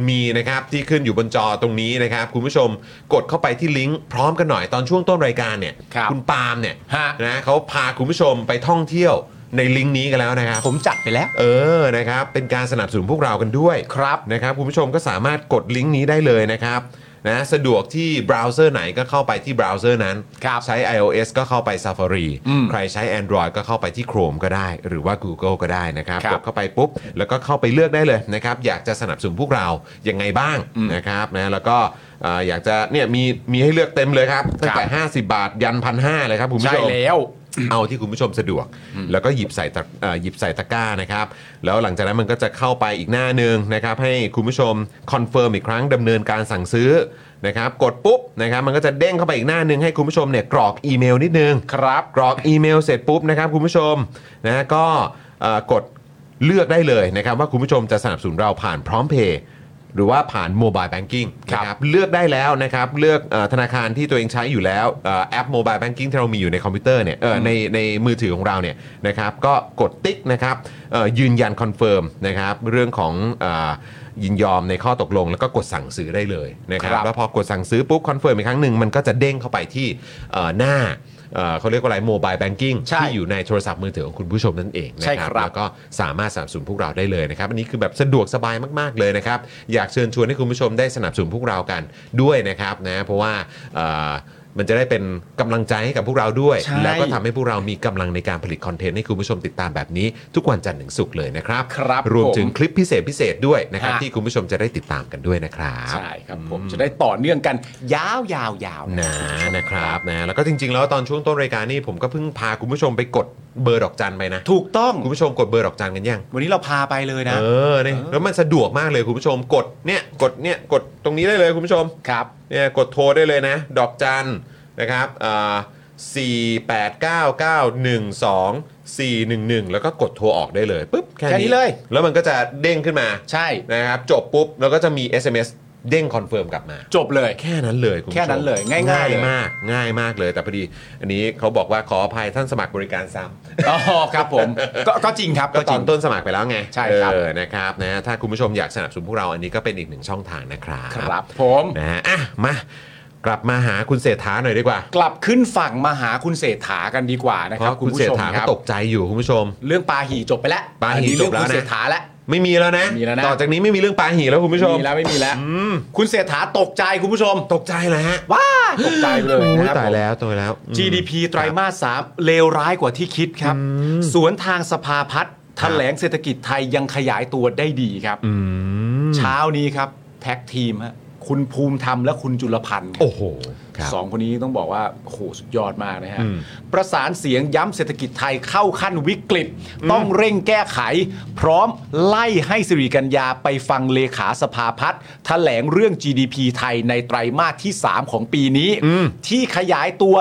A: .me นะครับที่ขึ้นอยู่บนจอตรงนี้นะครับ คุณผู้ชมกดเข้าไปที่ลิงก์พร้อมกันหน่อยตอนช่วงต้นรายการเนี่ย
B: ครับ
A: ณปาล์มเนี่ย
B: ฮะ
A: นะเขาพาคุณผู้ชมไปท่องเที่ยว ในลิงก์นี้กันแล้วนะครับ
B: ผมจัดไปแล้ว
A: เออ นะครับ เป็นการสนับสนุนพวกเรากันด้วยครับนะครับคุณผู้ชมก็สามารถกดลิงก์นี้ได้เลยนะครับนะสะดวกที่เบราว์เซอร์ไหนก็เข้าไปที่เบราว์เซอร์นั้น ใช้ iOS ก็เข้าไป Safari ใครใช้ Android ก็เข้าไปที่ Chrome ก็ได้ หรือว่า Google ก็ได้นะครับ
B: ครับ
A: กดเข้าไปปุ๊บ แล้วก็เข้าไปเลือกได้เลยนะครับ อยากจะสนับสนุนพวกเรายังไงบ้างนะครับนะแล้วก็เอ่ออยากจะเนี่ยมีมีให้เลือกเต็มเลยครับตั้งแต่50 บาทยันพันห้าเลยครับคุณผู้ชม
B: ใช่แล้ว
A: <coughs> เอาที่คุณผู้ชมสะดวก แล้วก็หยิบใส่ตะเอ่อหยิบใส่ตะกร้านะครับ แล้วหลังจากนั้นมันก็จะเข้าไปอีกหน้าหนึ่งนะครับ ให้คุณผู้ชมคอนเฟิร์มอีกครั้งดำเนินการสั่งซื้อนะครับ กดปุ๊บนะครับ มันก็จะเด้งเข้าไปอีกหน้าหนึ่งให้คุณผู้ชมเนี่ยกรอกอีเมลนิดนึงครับ กรอกอีเมลเสร็จปุ๊บนะครับคุณผู้ชมนะฮะก็เอ่อกดเลือกได้เลยนะครับ ว่าคุณผู้ชมจะสนับสนุนเราผ่านพร้อมเพย์หรือว่าผ่านโมบายแบงกิ้งนะครับ ครับเลือกได้แล้วนะครับเลือกเออธนาคารที่ตัวเองใช้อยู่แล้วเอ่อแอปโมบายแบงกิ้งที่เรามีอยู่ในคอมพิวเตอร์เนี่ยเอ่อในในมือถือของเราเนี่ยนะครับก็กดติ๊กนะครับเอ่อยืนยันคอนเฟิร์มนะครับเรื่องของเอ่อยินยอมในข้อตกลง แล้วก็กดสั่งซื้อได้เลยนะครับ
B: ครับ
A: แล้วพอกดสั่งซื้อปุ๊บคอนเฟิร์มอีกครั้งหนึ่งมันก็จะเด้งเข้าไปที่เอ่อหน้าเอ่อเขาเรียกว่าอะไรโมบายแบงกิ้ง
B: ใช่
A: ที่อยู่ในโทรศัพท์มือถือของคุณผู้ชมนั่นเองนะ
B: ใช่
A: ค
B: ค
A: รั
B: รับ บ
A: แล้วก็สามารถสนับสนุนพวกเราได้เลยนะครับ อันนี้คือแบบสะดวกสบายมากๆเลยนะครับ อยากเชิญชวนให้คุณผู้ชมได้สนับสนุนพวกเรากันด้วยนะครับนะเพราะว่าเอ่อมันจะได้เป็นกำลังใจให้กับพวกเราด้วย
B: ใช่
A: แล้วก็ทำให้พวกเรามีกำลังในการผลิตคอนเทนต์ให้คุณผู้ชมติดตามแบบนี้ ทุกวันจันทร์ถึงศุกร์เลยนะครับ
B: ครับ
A: รวมถึง
B: ผ
A: คลิปพิเศษพิเศษด้วยนะครับ
B: ฮะ
A: ที่คุณผู้ชมจะได้ติดตามกันด้วยนะครับ
B: ใช่ครับผมจะได้ต่อเนื่องกันยาวยาวยาว
A: นะนะครับนะแล้วก็จริง ๆ แล้วตอนช่วงต้นรายการนี่ผมก็เพิ่งพาคุณผู้ชมไปกดเบอร์ดอกจันไปนะ
B: ถูกต้อง
A: คุณผู้ชมกดเบอร์ดอกจันกันยัง
B: วันนี้เราพาไปเลยนะ
A: เออเนี่ยแล้วมันสะดวกมากเลยคุณผู้ชมกดเนี่ยกดเนี่ยกดตรงนี้ได้เลยคุณผู้ชม
B: ครับ
A: เนี่ยกดโทรได้เลยนะ ดอกจันนะครับอ่าสี่แปดเก้าเก้าหนึ่งสองสี่หนึ่งหนึ่งแล้วก็กดโทรออกได้เลยปุ๊บแค่
B: แค่นี้เลย
A: แล้วมันก็จะเด้งขึ้นมา
B: ใช่
A: นะครับจบปุ๊บแล้วก็จะมี SMS เด้งคอนเฟิร์มกลับมา
B: จบเลย
A: แค่นั้นเลยคุณผู้ชม
B: แค่นั้นเลยง่ายๆเลย
A: มากง่ายมากเลย แต่พอดีอันนี้เขาบอกว่าขออภัยท่านสมัครบริการซ้ำ
B: อ๋อครับผม ก็ก็จริงครับ
A: ก็
B: ก็
A: ต
B: จ
A: อ
B: ริ
A: น
B: ง
A: ต้นสมัครไปแล้วไง
B: ใช่ครับ
A: เออนะครับนะถ้าคุณผู้ชมอยากสนับสนุนพวกเราอันนี้ก็เป็นอีกหนึ่งช่องทางนะครับ
B: ครับผม
A: นะฮะอ่ะมากลับมาหาคุณเศรษฐาหน่อยดีกว่าก
B: ลับขึ้นฝั่งมาหาคุณเศรษฐากันดีกว่านะ
A: เพ
B: ครับ
A: ราะคุณเศรษฐา
B: ค
A: ก็
B: รับ
A: ตกใจอยู่คุณผู้ชม
B: เรื่องปาหี่จบไปแล้ว
A: ปาหี่
B: อันนี้
A: จ
B: เรื่
A: บแล้วนะ
B: คุณเศรษฐาแล้ว
A: ไม่มีแล้วนะ
B: ไม่มีแล้วนะ
A: ต่อจากนี้ไม่มีเรื่องปาหี่แล้วคุณผู้ชม
B: ไมีแล้วไม่มีแล้ว คุณเศรษฐาตกใจคุณผู้ชม
A: ตกใจแล้วฮะ
B: ว้าตกใจไปเลย
A: โอ้ย
B: นะครับ
A: ตาย
B: ผม
A: แล้วตายแล้วอืม
B: GDP ไตรมาสสามเลวร้ายกว่าที่คิดครับ สวนทางสภาพัฒน์แถลงเศรษฐกิจไทยยังขยายตัวได้ดีครับ
A: อืม
B: เช้านี้ครับ แท็กทีมฮะคุณภูมิธรรมและคุณจุลพันธ์
A: โอ้โหครับ
B: สองคนนี้ต้องบอกว่าโอ้โหสุดยอดมากนะฮะ
A: อืม
B: ประสานเสียงย้ำเศรษฐกิจไทยเข้าขั้นวิกฤต ต้องเร่งแก้ไข พร้อมไล่ให้สิริกัญญาไปฟังเลขาสภาพัฒน์แถลงเรื่อง GDP ไทยในไตรมาสที่ 3 ของปีนี้ ที่ขยายตัว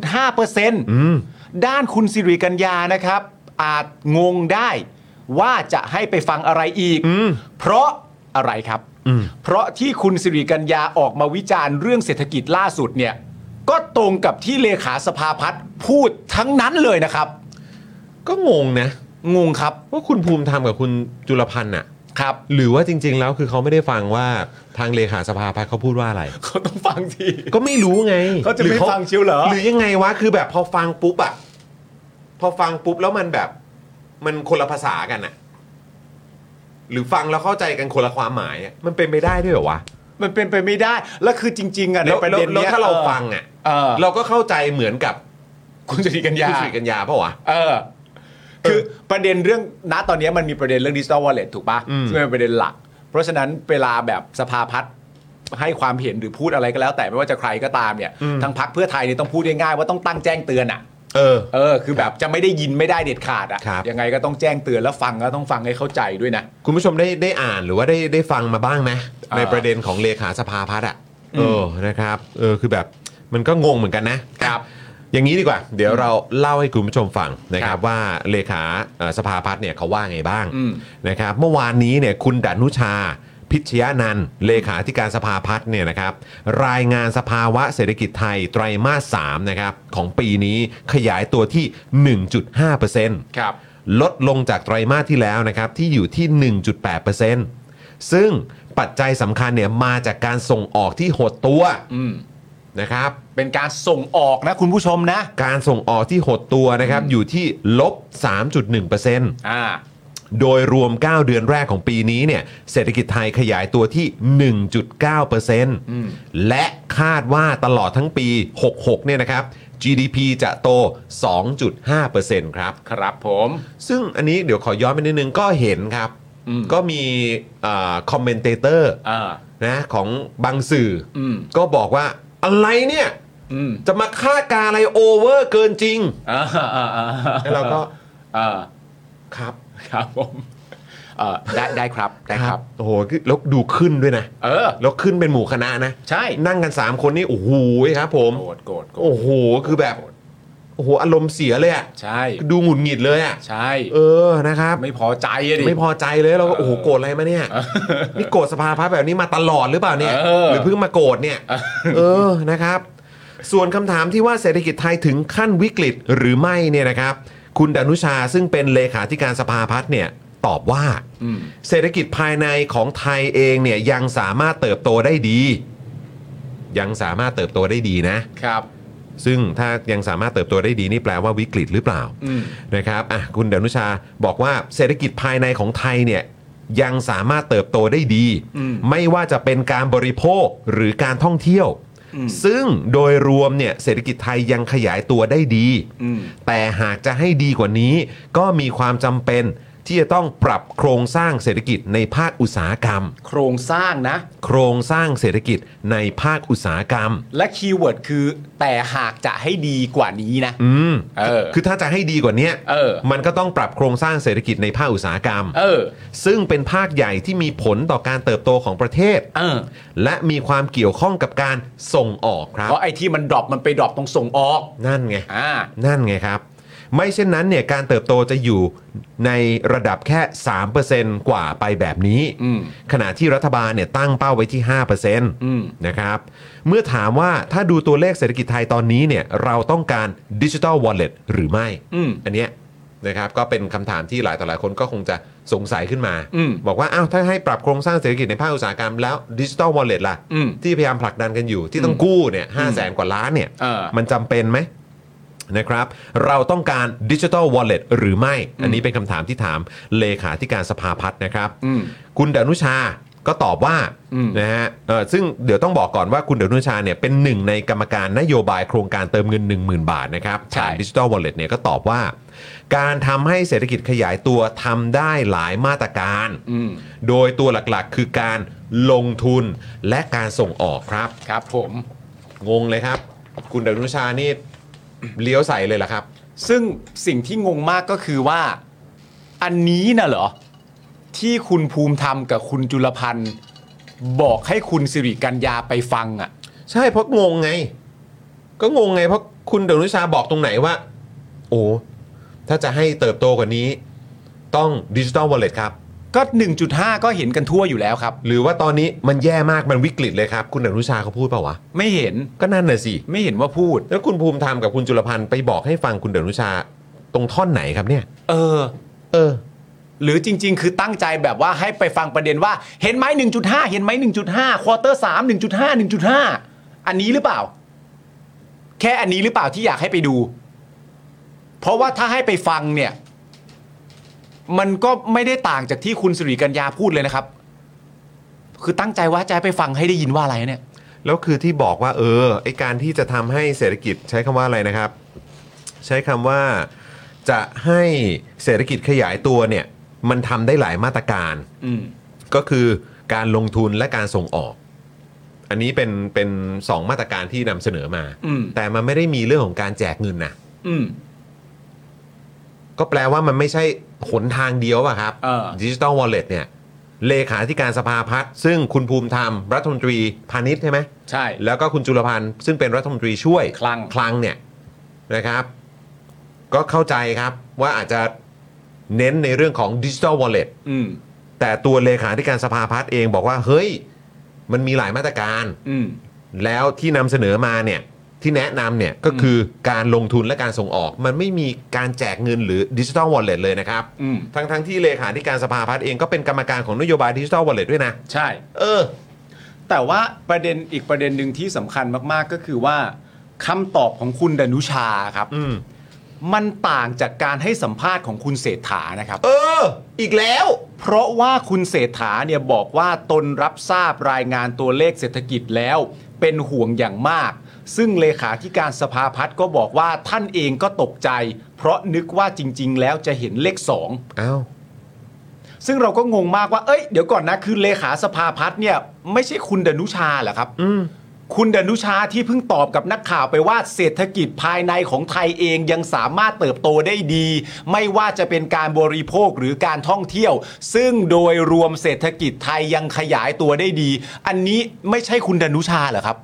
B: 1.5%ด้านคุณสิริกัญญานะครับ อาจงงได้ว่าจะให้ไปฟังอะไรอีก เพราะอะไรครับ เพราะที่คุณสิริกัญญาออกมาวิจารณ์เรื่องเศรษฐกิจล่าสุดเนี่ย ก็ตรงกับที่เลขาสภาพัฒน์พูดทั้งนั้นเลยนะครับ
A: ก็งงนะ
B: งงครับ
A: ว่าคุณภูมิธรรมกับคุณจุลพันธ์อะ
B: ครับ
A: หรือว่าจริง ๆ แล้วคือเขาไม่ได้ฟังว่าทางเลขาสภาพัฒน์เขาพูดว่าอะไร
B: เขา <laughs> ต้องฟังที
A: ก็ไม่รู้ไง
B: เขาจะ
A: หรือ
B: ไม่ฟังชิวเหรอ
A: หรือยังไงวะ คือแบบพอฟังปุ๊บอะพอฟังปุ๊บแล้วมันแบบ มันคนละภาษากันอะหรือฟังแล้วเข้าใจกันคนละความหมายอะมันเป็นไปได้ด้วยเหรอวะ
B: มันเป็นไปไม่ได้ แล้วคือจริง ๆอ่ะใน
A: แล้ว
B: ประ
A: แล้ว
B: เด็น
A: แล้ว
B: เนี้ย
A: ถ้าเราฟังอะ
B: เออ
A: เราก็เข้าใจเหมือนกับ
B: คุณจริกัญญา
A: ผู้สื่อกัญญาเปล่าวะ
B: เออ คือประเด็นเรื่องณตอนเนี้ยมันมีประเด็นเรื่องดิจิ t a ลวอลเล็ตถูกปะ
A: อืม
B: ซึ่งเป็นประเด็นหลัก เพราะฉะนั้นเวลาแบบสภาพัฒน์ให้ความเห็นหรือพูดอะไรก็แล้ว แต่ไม่ว่าจะใครก็ตามเนี่ยทางพักเพื่อไทยเนี่ยต้องพูดง่ายๆว่าต้องตั้งแจ้งเตือนอ่ะ
A: เออ
B: เออคือแบบจะไม่ได้ยินไม่ได้เด็ดขาด
A: ครั
B: อะ่ะ
A: บ
B: ยังไงก็ต้องแจ้งเตือนแล้วฟังก็ต้องฟังให้เข้าใจด้วยนะ
A: คุณผู้ชมได้ได้อ่านหรือว่าได้ได้ฟังมาบ้างไหม
B: เอ่อ
A: ในประเด็นของเลขาสภาพัฒน์อ่ะเออนะครับเออคือแบบมันก็งงเหมือนกันนะครับ อย่างนี้ดีกว่า เดี๋ยวเราเล่าให้คุณผู้ชมฟังนะครับ
B: ครับ
A: ว่าเลขาเอ่อสภาพัฒน์เนี่ยเขาว่าไงบ้าง
B: อืม
A: นะครับเมื่อวานนี้เนี่ยคุณดนุชา พิชยานันท์เลขาธิการสภาพัฒน์เนี่ยนะครับรายงานสภาวะเศรษฐกิจไทยไตรมาส3นะครับของปีนี้ขยายตัวที่ 1.5%
B: ครับ
A: ลดลงจากไตรมาสที่แล้วนะครับ ที่อยู่ที่ 1.8%ซึ่งปัจจัยสำคัญเนี่ยมาจากการส่งออกที่หดตัว นะครับ
B: เป็นการส่งออกนะคุณผู้ชมนะ
A: การส่งออกที่หดตัวนะครับอยู่ที่ลบ 3.1%
B: อ่า
A: โดยรวม 9 เดือนแรกของปีนี้เนี่ยเศรษฐกิจไทยขยายตัวที่ 1.9%และคาดว่าตลอดทั้งปี 66 เนี่ยนะครับ GDP จะโต 2.5%ครับ
B: ครับผม
A: ซึ่งอันนี้เดี๋ยวขอย้อนไปนิดนึงก็เห็นครับ
B: อืม
A: ก็มีคอมเมนเตเตอร์
B: อ่า
A: นะของบางสื่ออ
B: ม
A: ก็บอกว่าอะไรเนี่ย
B: อืม
A: จะมาคาดการณ์อะไรโอเวอร์เกินจริง
B: อ่าอ่าอ่า
A: แล้วเราก็
B: อ่า
A: ครับ
B: ครับผมเอ่อได้ได้ครับได้ครับ
A: โอ้โหแล้วดูขึ้นด้วยนะ
B: เออ
A: แล้วขึ้นเป็นหมู่คณะนะ
B: ใช่
A: นั่งกัน 3 คนนี่โอ้โหครับผม
B: โกรธโกรธโกรธ
A: โอ้โห คือแบบ โอ้โห อารมณ์เสียเลยอะ
B: ใช่
A: ดูหงุดหงิดเลยอะ
B: ใช่
A: เออนะครับ
B: ไม่พอใจอะดิ
A: ไม่พอใจเลยเราก็
B: เออ
A: โอ้โหโกรธอะไรมาเนี่ย นี่โกรธสภาพัฒน์แบบนี้มาตลอดหรือเปล่าเนี่ย
B: เออ
A: หรือเพิ่งมาโกรธเนี่ยเออนะครับ ส่วนคำถามที่ว่าเศรษฐกิจไทยถึงขั้นวิกฤตหรือไม่เนี่ยนะครับ คุณดนุชาซึ่งเป็นเลขาธิการสภาพัฒน์เนี่ยตอบว่า
B: อืม
A: เศรษฐกิจภายในของไทยเองเนี่ยยังสามารถเติบโตได้ดี ยังสามารถเติบโตได้ดีนะ
B: ครับ
A: ซึ่งถ้ายังสามารถเติบโตได้ดีนี่แปลว่าวิกฤตหรือเปล่า
B: อืม
A: นะครับอ่ะคุณดนุชาบอกว่าเศรษฐกิจภายในของไทยเนี่ยยังสามารถเติบโตได้ดี
B: อืม
A: ไม่ว่าจะเป็นการบริโภคหรือการท่องเที่ยว
B: อืม
A: ซึ่งโดยรวมเนี่ยเศรษฐกิจไทยยังขยายตัวได้ดี
B: อืม
A: แต่หากจะให้ดีกว่านี้ ก็มีความจำเป็นที่จะต้องปรับโครงสร้างเศรษฐกิจในภาคอุตสาหกรรม
B: โครงสร้างนะ
A: โครงสร้างเศรษฐกิจในภาคอุตสาหกรรม
B: และคีย์เวิร์ดคือ แต่หากจะให้ดีกว่านี้นะ
A: อืม
B: เออ
A: คือถ้าจะให้ดีกว่านี้
B: เออ
A: มันก็ต้องปรับโครงสร้างเศรษฐกิจในภาคอุตสาหกรรม
B: เออ
A: ซึ่งเป็นภาคใหญ่ที่มีผลต่อการเติบโตของประเทศ
B: เออ
A: และมีความเกี่ยวข้องกับการส่งออกครับ
B: เพราะไอ้ที่มันดรอปมันไปดรอปตรงส่งออก
A: นั่นไง
B: อ่า
A: นั่นไงครับ ไม่เช่นนั้นเนี่ยการเติบโตจะอยู่ในระดับแค่ 3%กว่าไปแบบนี้
B: อืม
A: ขณะที่รัฐบาลเนี่ยตั้งเป้าไว้ที่ 5%
B: อืม
A: นะครับ เมื่อถามว่าถ้าดูตัวเลขเศรษฐกิจไทยตอนนี้เนี่ยเราต้องการดิจิ t a ลวอลเล็ตหรือไม่
B: อืม
A: อันเนี้ยนะครับก็เป็นคำถามที่หลายต่อหลายคนก็คงจะสงสัยขึ้นมา
B: อืม
A: บอกว่าอ้าวถ้าให้ปรับโครงสร้างเศรษฐกิจในภาคอุตสาหกรรมแล้วดิจิตอลวอลเล็ตล่ะ
B: อืม
A: ที่พยายามผลักดันกันอยู่ที่ต้องกู้เนี่ยห้าแสนกว่าล้านเนี่ย
B: เออ
A: มันจำเป็นไหมนะครับ เราต้องการดิจิ t a ลวอลเล็ตหรือไม่ อันนี้เป็นคำถามที่ถามเลขาธิการสภาพัฒน์นะครับ
B: อืม
A: คุณดนุชาก็ตอบว่า
B: อืม
A: นะฮะเอ่อซึ่งเดี๋ยวต้องบอกก่อนว่าคุณดนุชาเนี่ยเป็นหนึ่งในกรรมการนโยบายโครงการเติมเงิน 10,000 บาทนะครับผ่านดิจิ t a ลวอลเล็ตเนี่ยก็ตอบว่า การทำให้เศรษฐกิจขยายตัวทำได้หลายมาตรการ
B: อืม
A: โดยตัวหลักๆ คือการลงทุนและการส่งออกครับ
B: ครับผม
A: งงเลยครับ คุณดนุชานี่เลี้ยวใส่เลยเหรอครับ
B: ซึ่งสิ่งที่งงมากก็คือว่า อันนี้น่ะเหรอ ที่คุณภูมิธรรมกับคุณจุลพันธ์บอกให้คุณสิริกัญญาไปฟังอ่ะ
A: ใช่เพราะงงไง ก็งงไง เพราะคุณดนุชาบอกตรงไหนว่า โอ้ถ้าจะให้เติบโตกว่านี้ ต้องดิจิ t a ลวอลเล็ตครับ
B: ก็ 1.5 ก็เห็นกันทั่วอยู่แล้วครับ
A: หรือว่าตอนนี้มันแย่มากมันวิกฤตเลยครับ คุณดนุชาเขาพูดเปล่าวะ
B: ไม่เห็น
A: ก็นั่นน่ะสิ
B: ไม่เห็นว่าพูด
A: แล้วคุณภูมิธรรมกับคุณจุลพันธ์ไปบอกให้ฟังคุณดนุชาตรงท่อนไหนครับเนี่ย
B: เออ
A: เออ
B: หรือจริง ๆ คือตั้งใจแบบว่าให้ไปฟังประเด็นว่า เห็นไหม1.5 เห็นไหม1.5ควอเตอร์3 1.5 1.5 อันนี้หรือเปล่า แค่อันนี้หรือเปล่าที่อยากให้ไปดู เพราะว่าถ้าให้ไปฟังเนี่ย มันก็ไม่ได้ต่างจากที่คุณสุริกัญญาพูดเลยนะครับ คือตั้งใจว่าจะให้ไปฟังให้ได้ยินว่าอะไรเนี่ย
A: แล้วคือที่บอกว่า เออไอการที่จะทำให้เศรษฐกิจใช้คำว่าอะไรนะครับ ใช้คำว่าจะให้เศรษฐกิจขยายตัวเนี่ย มันทำได้หลายมาตรการ
B: อืม
A: ก็คือการลงทุนและการส่งออก อันนี้เป็นเป็นสองมาตรการที่นำเสนอมา
B: อืม
A: แต่มันไม่ได้มีเรื่องของการแจกเงินนะ
B: อืม
A: ก็แปลว่ามันไม่ใช่หนทางเดียวอะครับ
B: เออ
A: ดิจิตอลวอลเล็ตเนี่ย เลขาธิการสภาพัฒน์ซึ่งคุณภูมิธรรมรัฐมนตรีพาณิชย์ใช่ไหม
B: ใช่
A: แล้วก็คุณจุลพันธ์ซึ่งเป็นรัฐมนตรีช่วย
B: คลัง
A: คลังเนี่ยนะครับ ก็เข้าใจครับว่าอาจจะเน้นในเรื่องของดิจิ t a ลวอลเล็ต
B: อืม
A: แต่ตัวเลขาธิการสภาพัฒน์เองบอกว่า เฮ้ย มันมีหลายมาตรการ
B: อืม
A: แล้วที่นำเสนอมาเนี่ย ที่แนะนำเนี่ยก็คือการลงทุนและการส่งออก มันไม่มีการแจกเงินหรือดิจิ t a ลวอลเล็ตเลยนะครับ
B: อืม
A: ทั้งทั้งๆที่เลขาธิการสภาพัฒน์เองก็เป็นกรรมการของนโยบายดิจิ t a ลวอลเล็ตด้วยนะ
B: ใช่
A: เออ
B: แต่ แต่ว่าประเด็นอีกประเด็นหนึ่งที่สำคัญมากๆก็คือว่าคำตอบของคุณดนุชาครับ
A: อืม
B: มันต่างจากการให้สัมภาษณ์ของคุณเศรษฐานะครับ
A: เออ อีกแล้ว
B: เพราะว่าคุณเศรษฐาเนี่ยบอกว่าตนรับทราบรายงานตัวเลขเศรษฐกิจแล้ว เป็นห่วงอย่างมาก ซึ่งเลขาธิการสภาพัฒน์ก็บอกว่าท่านเองก็ตกใจ เพราะนึกว่าจริง ๆ แล้วจะเห็นเลข
A: อ้าว
B: 2 ซึ่งเราก็งงมากว่า เอ้ยเดี๋ยวก่อนนะคือเลขาสภาพัฒน์เนี่ยไม่ใช่คุณดนุชาเหรอครับ
A: อืม
B: คุณดนุชาที่เพิ่งตอบกับนักข่าวไปว่าเศรษฐกิจภายในของไทยเองยังสามารถเติบโตได้ดี ไม่ว่าจะเป็นการบริโภคหรือการท่องเที่ยว ซึ่งโดยรวมเศรษฐกิจไทยยังขยายตัวได้ดี อันนี้ไม่ใช่คุณดนุชาเหรอครับ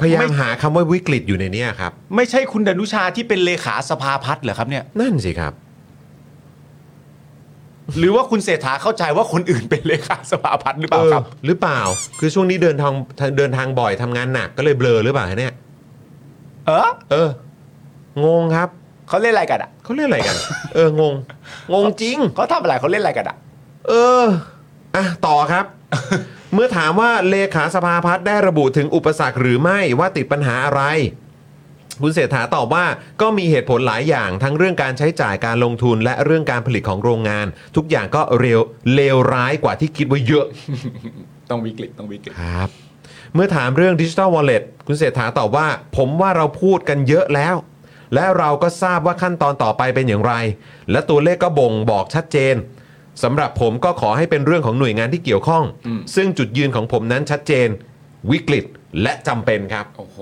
A: พยายา
B: ไม่
A: มหาคำว่าวิกฤตอยู่ในเนี้ยครับ
B: ไม่ใช่คุณดนุชาที่เป็นเลขาสภาพัฒน์เหรอครับเนี่ย
A: นั่นสิครับ
B: หรือว่าคุณเศรษฐาเข้าใจว่าคนอื่นเป็นเลขาสภาพัฒน์หรือเปล่าครับ
A: เออหรือเปล่า คือช่วงนี้เดินทางเดินทางบ่อยทำงานหนักก็เลยเบลอหรือเปล่าเนี่ย
B: เออ
A: เออ งงครับ
B: เขาเล่นอะไรกันอ่ะ
A: เขาเล่นอะไรกัน เออ งง งงจริง
B: เขาทำอะไรเขาเล่นอะไรกันอ่ะ
A: เออ อ่ะ ต่อ
B: <laughs>
A: ครับ เมื่อถามว่าเลขาสภาพัฒน์ได้ระบุถึงอุปสรรคหรือไม่ว่าติดปัญหาอะไร คุณเศรษฐาตอบว่าก็มีเหตุผลหลายอย่างทั้งเรื่องการใช้จ่ายการลงทุนและเรื่องการผลิตของโรงงาน ทุกอย่างก็เร็วเลวร้ายกว่าที่คิดไว้เยอะ
B: ต้องวิกฤตต้องวิกฤต
A: ครับ เมื่อถามเรื่องดิจิ t a ลวอลเล็ตคุณเศรษฐาตอบว่า ผมว่าเราพูดกันเยอะแล้ว และเราก็ทราบว่าขั้นตอนต่อไปเป็นอย่างไร และตัวเลขก็บ่งบอกชัดเจนสำหรับผมก็ขอให้เป็นเรื่องของหน่วยงานที่เกี่ยวข้อง
B: อืม
A: ซึ่งจุดยืนของผมนั้นชัดเจน วิกฤตและจำเป็นครับ
B: โอ้โห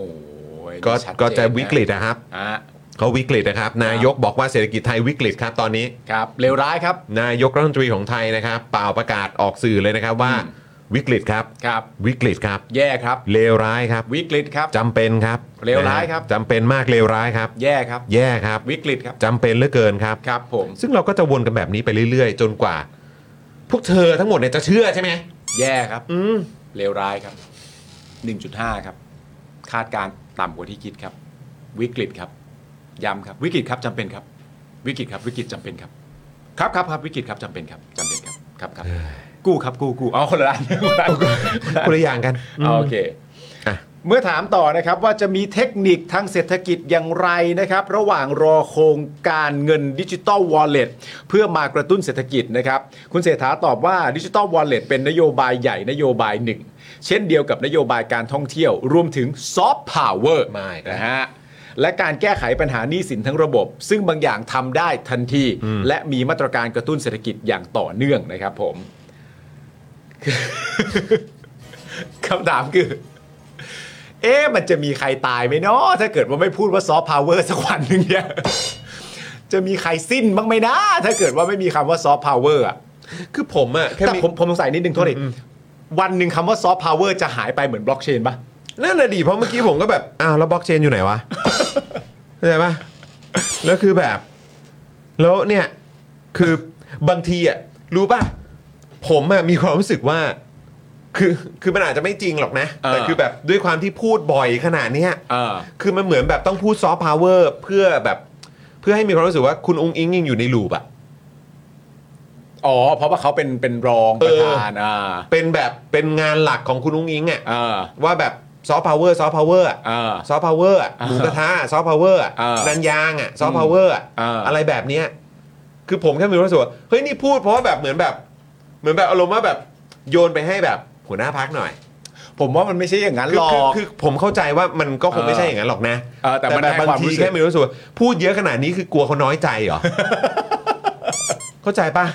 A: ก็
B: ชัดเน
A: ก็จะวิกฤตนะครับ
B: อ่ะ
A: เขาวิกฤตนะครับ นายกบอกว่าเศรษฐกิจไทยวิกฤตครับตอนนี้
B: ครับเลวร้ายครับ
A: นายกรัฐมนตรีของไทยนะครับเป่าประกาศออกสื่อเลยนะครับว่า
B: อืม
A: วิกฤตครับ
B: ครับ
A: วิกฤตครับ
B: แย่ครับ
A: เลวร้ายครับ
B: วิกฤตครับ
A: จำเป็นครับ
B: เลวร้ายครับ
A: นะฮะจำเป็นมากเลวร้ายครับ
B: แย่ครับ
A: แย่ครับ
B: วิกฤตครับ
A: จำเป็นเหลือเกินครับ
B: ครับผม
A: ซึ่งเราก็จะวนกันแบบนี้ไปเรื่อยๆ จนกว่า พวกเธอทั้งหมดเนี่ยจะเชื่อใช่ไหม
B: แย่ครับ
A: อืม
B: เลวร้ายครับ 1.5 ครับ คาดการณ์ต่ำกว่าที่คิดครับ วิกฤตครับย้ำครับ วิกฤตครับจำเป็นครับ วิกฤตครับวิกฤตจำเป็นครับ ครับครับครับวิกฤตครับจำเป็นครับจำเป็นครับครับครับกู้ครับกู้กู้เอาคนละอัน <laughs> คนละอันคนละ
A: คน
B: อัน
A: ละอย่างกันม
B: เอาโอเค
A: อ่ะ
B: เมื่อถามต่อนะครับว่าจะมีเทคนิคทางเศรษฐกิจอย่างไรนะครับ ระหว่างรอโครงการเงินดิจิ t a ลวอลเล็ตเพื่อมากระตุ้นเศรษฐกิจนะครับ คุณเศรษฐาตอบว่าดิจิ t a ลวอลเล็ตเป็นนโยบายใหญ่นโยบายหนึ่ง เช่นเดียวกับนโยบายการท่องเที่ยวรวมถึงซอฟต์พาวเวอร์
A: มาอีกแล้ว
B: นะฮะและการแก้ไขปัญหาหนี้สินทั้งระบบ ซึ่งบางอย่างทำได้ทันที และมีมาตรการกระตุ้นเศรษฐกิจอย่างต่อเนื่องนะครับผม <laughs> คำถามคือ เอ๊ะมันจะมีใครตายไหมเนาะถ้าเกิดว่าไม่พูดว่าซอฟต์พาวเวอร์ <laughs> สักวันหนึ่งเนี่ย จะมีใครสิ้นบ้างไหมนะ ถ้าเกิดว่าไม่มีคำว่าซอฟต์พาวเวอร์อะ
A: คือผมอะแค่
B: แต่
A: มี
B: ผมผมสงสัยนิดนึงโทษดิวันหนึ่งคำว่าซอฟต์พาวเวอร์จะหายไปเหมือนบล็อกเชนปะ
A: นั่นแหะดิเพราะเมื่อกี้ผมก็แบบอ้าวแล้วบล็อกเชนอยู่ไหนวะ เข้าใจปะแล้วคือแบบ แล้วเนี่ย คือบางทีอะรู้ป่ะ ผมอะมีความรู้สึกว่า คือคือมันอาจจะไม่จริงหรอกนะแต่คือแบบด้วยความที่พูดบ่อยขนาดเนี้ย
B: เออ
A: คือมันเหมือนแบบต้องพูดซอฟต์พาวเวอร์เพื่อแบบ เพื่อให้มีความรู้สึกว่าคุณองค์อิงยังอยู่ในลูปอะ
B: อ๋อ เพราะว่าเขาเป็นเป็นรองประธานอ่า
A: เป็นแบบเป็นงานหลักของคุณองค์อิงอะ
B: เออ
A: ว่าแบบซอฟต์พาวเวอร์ซอฟต์พาวเวอร์
B: อ่า
A: ซอฟต์พาวเวอร์หมูกระทะซอฟต์พาวเวอร์
B: อ่านั
A: นันยางอะซอฟต์พาวเวอร์อะ
B: อ่า
A: อะไรแบบเนี้ยคือผมแค่มีความรู้สึกว่าเฮ้ยนี่พูดเพราะว่าแบบเหมือนแบบ เหมือนแบบอารมณ์ว่าแบบโยนไปให้แบบหัวหน้าพักหน่อย
B: ผมว่ามันไม่ใช่อย่างนั้น
A: คือ
B: หรอ
A: คือก คือผมเข้าใจว่ามันก็คงไม่ใช่อย่างนั้นหรอกนะ
B: เออแต่มันให้
A: บาง
B: ความ
A: ที
B: รู้สึก
A: แค่มีรู้สึกว่าพูดเยอะขนาดนี้คือกลัวเขาน้อยใจเหรอ เข้าใจปะ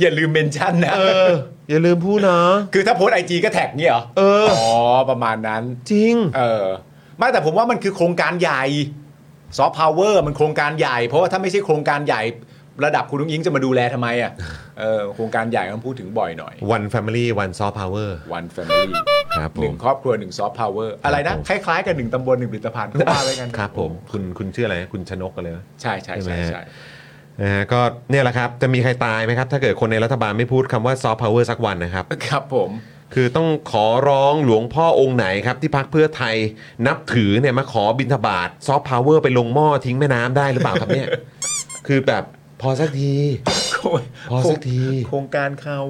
B: อย่าลืมเมนชั่นนะ
A: เออ อย่าลืมพูดเนาะ
B: คือถ้าโพสไอจีก็แท็กเนี่ยเหรอ
A: เออ
B: อ๋อประมาณนั้น
A: จริง
B: เออไม่แต่ผมว่ามันคือโครงการใหญ่ซอฟต์พาวเวอร์มันโครงการใหญ่ เพราะว่าถ้าไม่ใช่โครงการใหญ่ ระดับคุณนุ้งยิงจะมาดูแลทำไมอ่ะ <laughs> เออโครงการใหญ่มันพูดถึงบ่อยหน่อย
A: one family one soft power
B: one family
A: ครับผ
B: หนึ่
A: ม
B: งครอบครัวหนึ่งซอฟต์พาวเวอร์อะไรนะ
A: ผม
B: คล้ายๆ กับหนึ่งตำบลหนึ่งผลิตภัณฑ์ก็ว่าไว้กัน
A: ครับผมคุณคุณชื่ออะไรนะคุณชนกกันเลยนะ
B: ใช่ใช่ใช่ใช่
A: นะฮะก็เนี่ยแหละครับ จะมีใครตายไหมครับ ถ้าเกิดคนในรัฐบาลไม่พูดคำว่า soft power สักวันนะครับ
B: ครับผม
A: คือต้องขอร้องหลวงพ่อองค์ไหนครับ ที่พักเพื่อไทยนับถือเนี่ยมาขอบิณฑบาต soft power ไปลงหม้อทิ้งแม่น้ำได้หรือเปล่าครับเนี่ย คือแบบ พอสักที
B: โอ้ย
A: พอสักที
B: โครงการเขา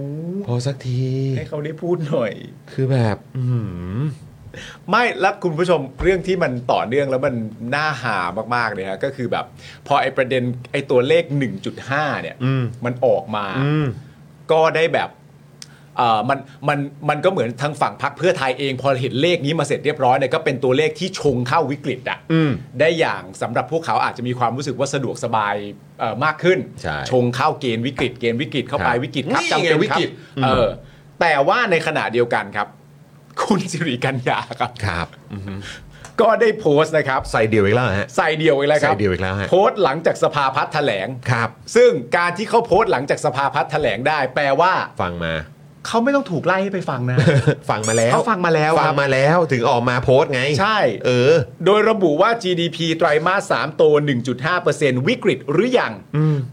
A: พอสักที
B: ให้เขาได้พูดหน่อย
A: คือแบบอื้อหือ
B: ไม่แล้วคุณผู้ชมเรื่องที่มันต่อเนื่องแล้วมันน่าหามากๆเลยฮะก็คือแบบ พอไอ้ประเด็นไอ้ตัวเลข 1.5 เนี่ยมันออกมา
A: อืม
B: ก็ได้แบบเอ่อมันมันมันก็เหมือนทางฝั่งพักเพื่อไทยเอง พอเห็นเลขนี้มาเสร็จเรียบร้อยเนี่ยก็เป็นตัวเลขที่ชงเข้าวิกฤตอะ
A: อืม
B: ได้อย่างสำหรับพวกเขาอาจจะมีความรู้สึกว่าสะดวกสบายเอ่อมากขึ้น
A: ใช่
B: งเข้าเกณฑ์วิกฤตเกณฑ์วิกฤตเข้าไป
A: ครับ
B: วิกฤตครับ
A: นี่
B: จำเป็น
A: ไงวิ
B: ครับ
A: กฤตอืม
B: เออแต่ว่าในขณะเดียวกันครับ คุณสิริกัญญาครับ
A: ครับ
B: ก็ได้โพสต์นะครับ
A: ใส่เดียวอีกแล้วเหรอฮะ
B: ใส่เดียวอีกแล้วครับ
A: ใส่เดี่ยวอีกแล้วฮะ
B: โพสต์หลังจากสภาพัฒน์แถลง
A: ครับ
B: ซึ่งการที่เขาโพสต์หลังจากสภาพัฒน์แถลงได้ แปลว่า
A: ฟังมา
B: เขาไม่ต้องถูกไล่ให้ไปฟังนะ
A: ฟังมาแล้ว
B: เขาฟังมาแล้ว
A: ฟั
B: ค
A: ง
B: รับ
A: มาแล้วถึงออกมาโพสต์ไง
B: ใช่
A: เออ
B: โดยระบุว่า GDP ไตรมาส3โต 1.5%วิกฤตหรือยัง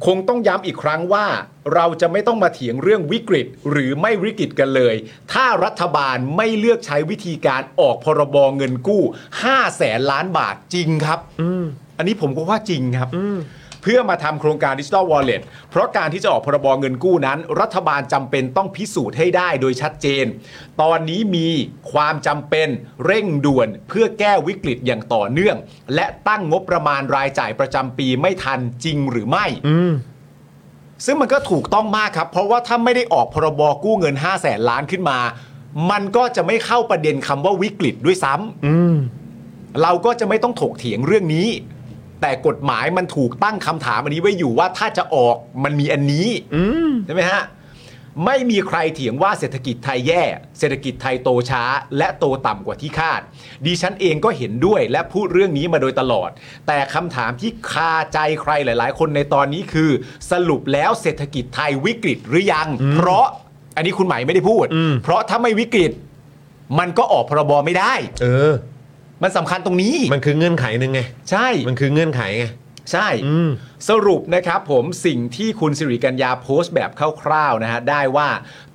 B: คงต้องย้ำอีกครั้งว่า เราจะไม่ต้องมาเถียงเรื่องวิกฤตหรือไม่วิกฤตกันเลย ถ้ารัฐบาลไม่เลือกใช้วิธีการออกพรบเงินกู้ 5 แสนล้านบาทจริงครับ อันนี้ผมก็ว่าจริงครับ เพื่อมาทำโครงการดิจิ t a ลวอลเล็ตเพราะการที่จะออกพรบเงินกู้นั้น รัฐบาลจำเป็นต้องพิสูจน์ให้ได้โดยชัดเจน ตอนนี้มีความจำเป็นเร่งด่วนเพื่อแก้วิกฤตอย่างต่อเนื่อง และตั้งงบประมาณรายจ่ายประจำปีไม่ทันจริงหรือไม่ ซึ่งมันก็ถูกต้องมากครับ เพราะว่าถ้าไม่ได้ออกพรบกู้เงิน 5 0 0แสนล้านขึ้นมา มันก็จะไม่เข้าประเด็นคำว่าวิกฤตด้วยซ้ำ เราก็จะไม่ต้องถกเถียงเรื่องนี้ แต่กฎหมายมันถูกตั้งคำถามอันนี้ไว้อยู่ว่าถ้าจะออกมันมีอันนี้ใช่ไหมฮะ ไม่มีใครเถียงว่าเศรษฐกิจไทยแย่ เศรษฐกิจไทยโตช้า และโตต่ำกว่าที่คาด ดิฉันเองก็เห็นด้วยและพูดเรื่องนี้มาโดยตลอด แต่คำถามที่คาใจใครหลาย ๆ คนในตอนนี้คือ สรุปแล้วเศรษฐกิจไทยวิกฤตหรือยัง เพราะอันนี้คุณหมายไม่ได้พูด เพราะถ้าไม่วิกฤต มันก็ออกพรบไม่ได้
A: เออ
B: มันสำคัญตรงนี้
A: มันคือเงื่อนไขหนึ่งไง
B: ใช่
A: มันคือเงื่อนไขไง
B: ใช่
A: อืม
B: สรุปนะครับผมสิ่งที่คุณสิริกัญญาโพสต์แบบคร่าวๆนะฮะได้ว่า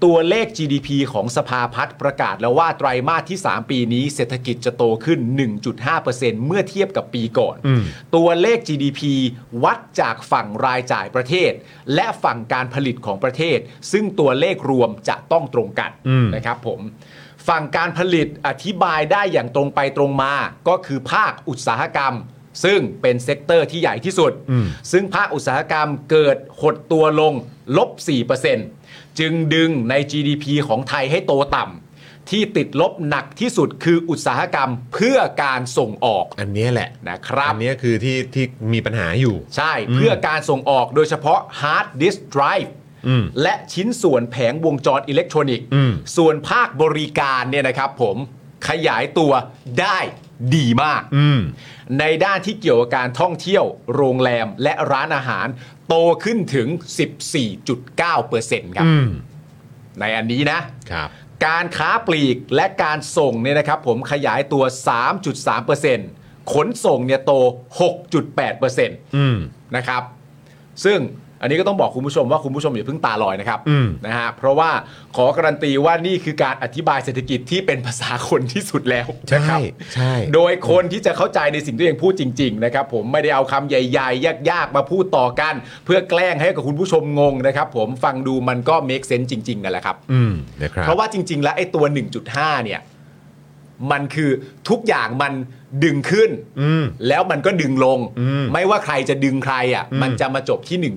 B: ตัวเลข GDP ของสภาพัฒน์ประกาศแล้วว่าไตรมาสที่ 3 ปีนี้เศรษฐกิจจะโตขึ้น 1.5%เมื่อเทียบกับปีก่อน ตัวเลข GDP วัดจากฝั่งรายจ่ายประเทศ และฝั่งการผลิตของประเทศ ซึ่งตัวเลขรวมจะต้องตรงกันนะครับผม ฝั่งการผลิตอธิบายได้อย่างตรงไปตรงมา ก็คือภาคอุตสาหกรรม ซึ่งเป็นเซกเตอร์ที่ใหญ่ที่สุด ซึ่งภาคอุตสาหกรรมเกิดหดตัวลงลบ 4%จึงดึงใน GDP ของไทยให้โตต่ำที่ติดลบหนักที่สุดคืออุตสาหกรรมเพื่อการส่งออก
A: อันเนี้ยแหละ
B: นะครับ
A: อันเนี้ยคือที่ที่มีปัญหาอยู่
B: ใช่เพื่อการส่งออกโดยเฉพาะ hard disk drive
A: อืม
B: และชิ้นส่วนแผงวงจรอิเล็กทรอนิกส์
A: อืม
B: ส่วนภาคบริการเนี่ยนะครับผมขยายตัวได้ดีมาก
A: อืม
B: ในด้านที่เกี่ยวกับการท่องเที่ยว โรงแรมและร้านอาหาร โตขึ้นถึง 14.9%ครับ
A: อืม
B: ในอันนี้นะ
A: ครับ
B: การค้าปลีกและการส่งเนี่ยนะครับผมขยายตัว 3.3%ขนส่งเนี่ยโต 6.8%
A: อืม
B: นะครับ ซึ่งอันนี้ก็ต้องบอกคุณผู้ชมว่าคุณผู้ชมอย่าเพิ่งตาลอยนะครับ
A: อืม
B: นะฮะเพราะว่าขอการันตีว่านี่คือการอธิบายเศรษฐกิจที่เป็นภาษาคนที่สุดแล้ว
A: ใช่
B: นะครับ
A: ใช่
B: โดยคนที่จะเข้าใจในสิ่งที่ตัวเองพูดจริง ๆ นะครับ ผมไม่ได้เอาคำใหญ่ ๆ ยาก ๆ มาพูดต่อกัน เพื่อแกล้งให้กับคุณผู้ชมงงนะครับ ผมฟังดูมันก็ make sense จริง ๆ กันแหละครับ
A: อืมนะครับ
B: เพราะว่าจริง ๆ แล้วไอ้ตัว 1.5 เนี่ย มันคือทุกอย่างมันดึงขึ้น
A: อืม
B: <laughs> แล้วมันก็ดึงลง
A: อืม
B: ไม่ว่าใครจะดึงใครอ่ะ
A: อืม
B: มันจะมาจบที่
A: ใช่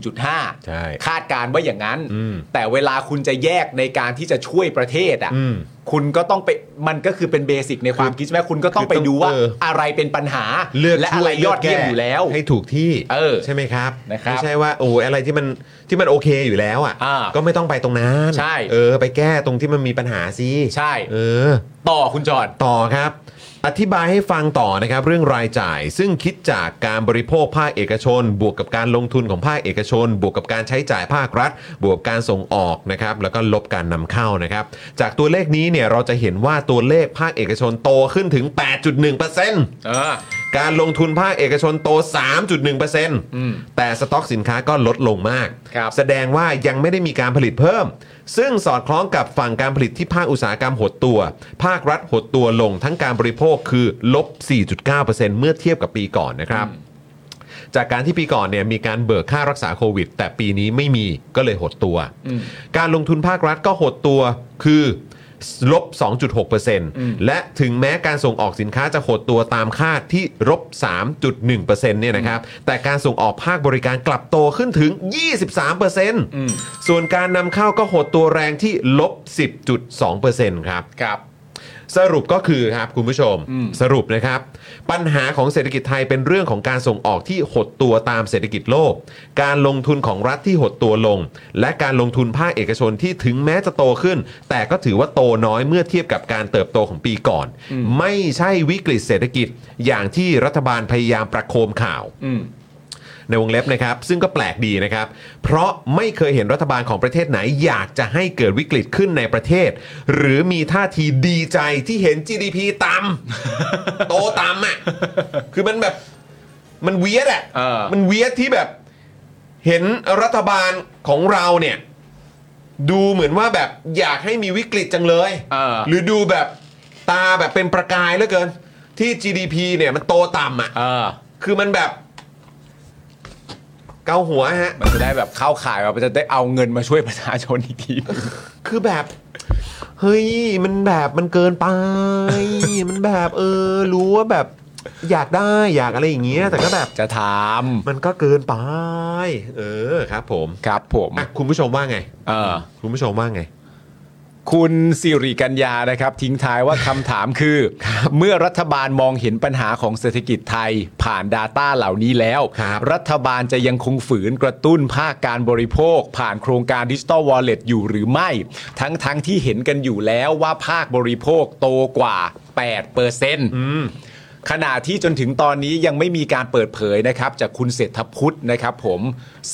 B: 1.5 คาดการณ์ว่าอย่างนั้น
A: อืม
B: แต่เวลาคุณจะแยกในการที่จะช่วยประเทศอ่ะ
A: อืม
B: คุณก็ต้องไปมันก็คือเป็นเบสิกในความคิดใช่ไหมคุณก็ต้องไปดูว่า
A: คือต้องเอออ
B: อะไรเป็นปัญหา
A: เลือก
B: และ
A: ช่
B: อะ
A: ว
B: ไรยอดเยี่ยม
A: เลืก
B: อยู่แล้ว
A: ให้ถูกที่
B: เออ
A: ใช่ไหมครับ
B: นะครับ
A: ไม่ใช่ว่าโอ้ยอะไรที่มันที่มันโอเคอยู่แล้วอ่ะ
B: อ่า
A: ก็ไม่ต้องไปตรงนั้น
B: ใช่
A: เออ ไปแก้ตรงที่มันมีปัญหาสิ
B: ใช่
A: เออ
B: ต่อคุณจอด
A: ต่อครับ อธิบายให้ฟังต่อนะครับ เรื่องรายจ่าย ซึ่งคิดจากการบริโภคภาคเอกชน บวกกับการลงทุนของภาคเอกชน บวกกับการใช้จ่ายภาครัฐ บวกการส่งออกนะครับ แล้วก็ลบการนำเข้านะครับ จากตัวเลขนี้เนี่ยเราจะเห็นว่าตัวเลขภาคเอกชนโตขึ้นถึง 8.1%
B: เออ
A: การลงทุนภาคเอกชนโต 3.1%แต่สต็อกสินค้าก็ลดลงมาก
B: ครับ
A: แสดงว่ายังไม่ได้มีการผลิตเพิ่ม ซึ่งสอดคล้องกับฝั่งการผลิตที่ภาคอุตสาหกรรมหดตัว ภาครัฐหดตัวลงทั้งการบริโภคคือลบ 4.9%เมื่อเทียบกับปีก่อนนะครับ จากการที่ปีก่อนเนี่ยมีการเบิกค่ารักษาโควิด แต่ปีนี้ไม่มีก็เลยหดตัว การลงทุนภาครัฐก็หดตัวคือลบ 2.6%และถึงแม้การส่งออกสินค้าจะหดตัวตามคาดที่ลบ 3.1%เนี่ยนะครับ แต่การส่งออกภาคบริการกลับโตขึ้นถึง 23%ส่วนการนำเข้าก็หดตัวแรงที่ลบ 10.2%ครับ
B: ครับ
A: สรุปก็คือครับคุณผู้ชม สรุปนะครับ ปัญหาของเศรษฐกิจไทยเป็นเรื่องของการส่งออกที่หดตัวตามเศรษฐกิจโลก การลงทุนของรัฐที่หดตัวลง และการลงทุนภาคเอกชนที่ถึงแม้จะโตขึ้น แต่ก็ถือว่าโตน้อยเมื่อเทียบกับการเติบโตของปีก่อน ไม่ใช่วิกฤตเศรษฐกิจอย่างที่รัฐบาลพยายามประโคมข่าว
B: อืม
A: ในวงเล็บนะครับ ซึ่งก็แปลกดีนะครับ เพราะไม่เคยเห็นรัฐบาลของประเทศไหน อยากจะให้เกิดวิกฤตขึ้นในประเทศ หรือมีท่าทีดีใจที่เห็น GDP ต่
B: <laughs>
A: ำ โตต่ำอ่ะ คือมันแบบมันเวียดอ่ะ
B: เออ
A: มันเวียดที่แบบเห็นรัฐบาลของเราเนี่ย ดูเหมือนว่าแบบอยากให้มีวิกฤตจังเลย
B: เออ
A: หรือดูแบบตาแบบเป็นประกายเหลือเกิน ที่ GDP เนี่ยมันโตต่ำอ่ะ
B: เออ
A: คือมันแบบ เกาหัวฮะ
B: มันจะได้แบบเข้าข่ายว่ามันจะได้เอาเงินมาช่วยประชาชนอีกที
A: คือแบบ เฮ้ย มันแบบมันเกินไป มันแบบเออ รู้ว่าแบบ อยากได้อยากอะไรอย่างเงี้ย แต่ก็แบบ
B: จะถาม
A: มันก็เกินไป เออครับ ผม
B: ครับผม
A: อ่ะคุณผู้ชมว่าไง
B: เออ
A: คุณผู้ชมว่าไง
B: คุณสิริกัญญานะครับ ทิ้งท้ายว่าคำถามคือ เมื่อรัฐบาลมองเห็นปัญหาของเศรษฐกิจไทยผ่าน Data เหล่านี้แล้ว
A: ครับ
B: รัฐบาลจะยังคงฝืนกระตุ้นภาคการบริโภค ผ่านโครงการดิจิ t a ลวอลเล็ตอยู่หรือไม่ ทั้งทั้งที่เห็นกันอยู่แล้วว่าภาคบริโภคโตกว่า 8เปอร์เซ็นต์ ขณะที่จนถึงตอนนี้ยังไม่มีการเปิดเผยนะครับ จากคุณเศรษฐพุทธนะครับผม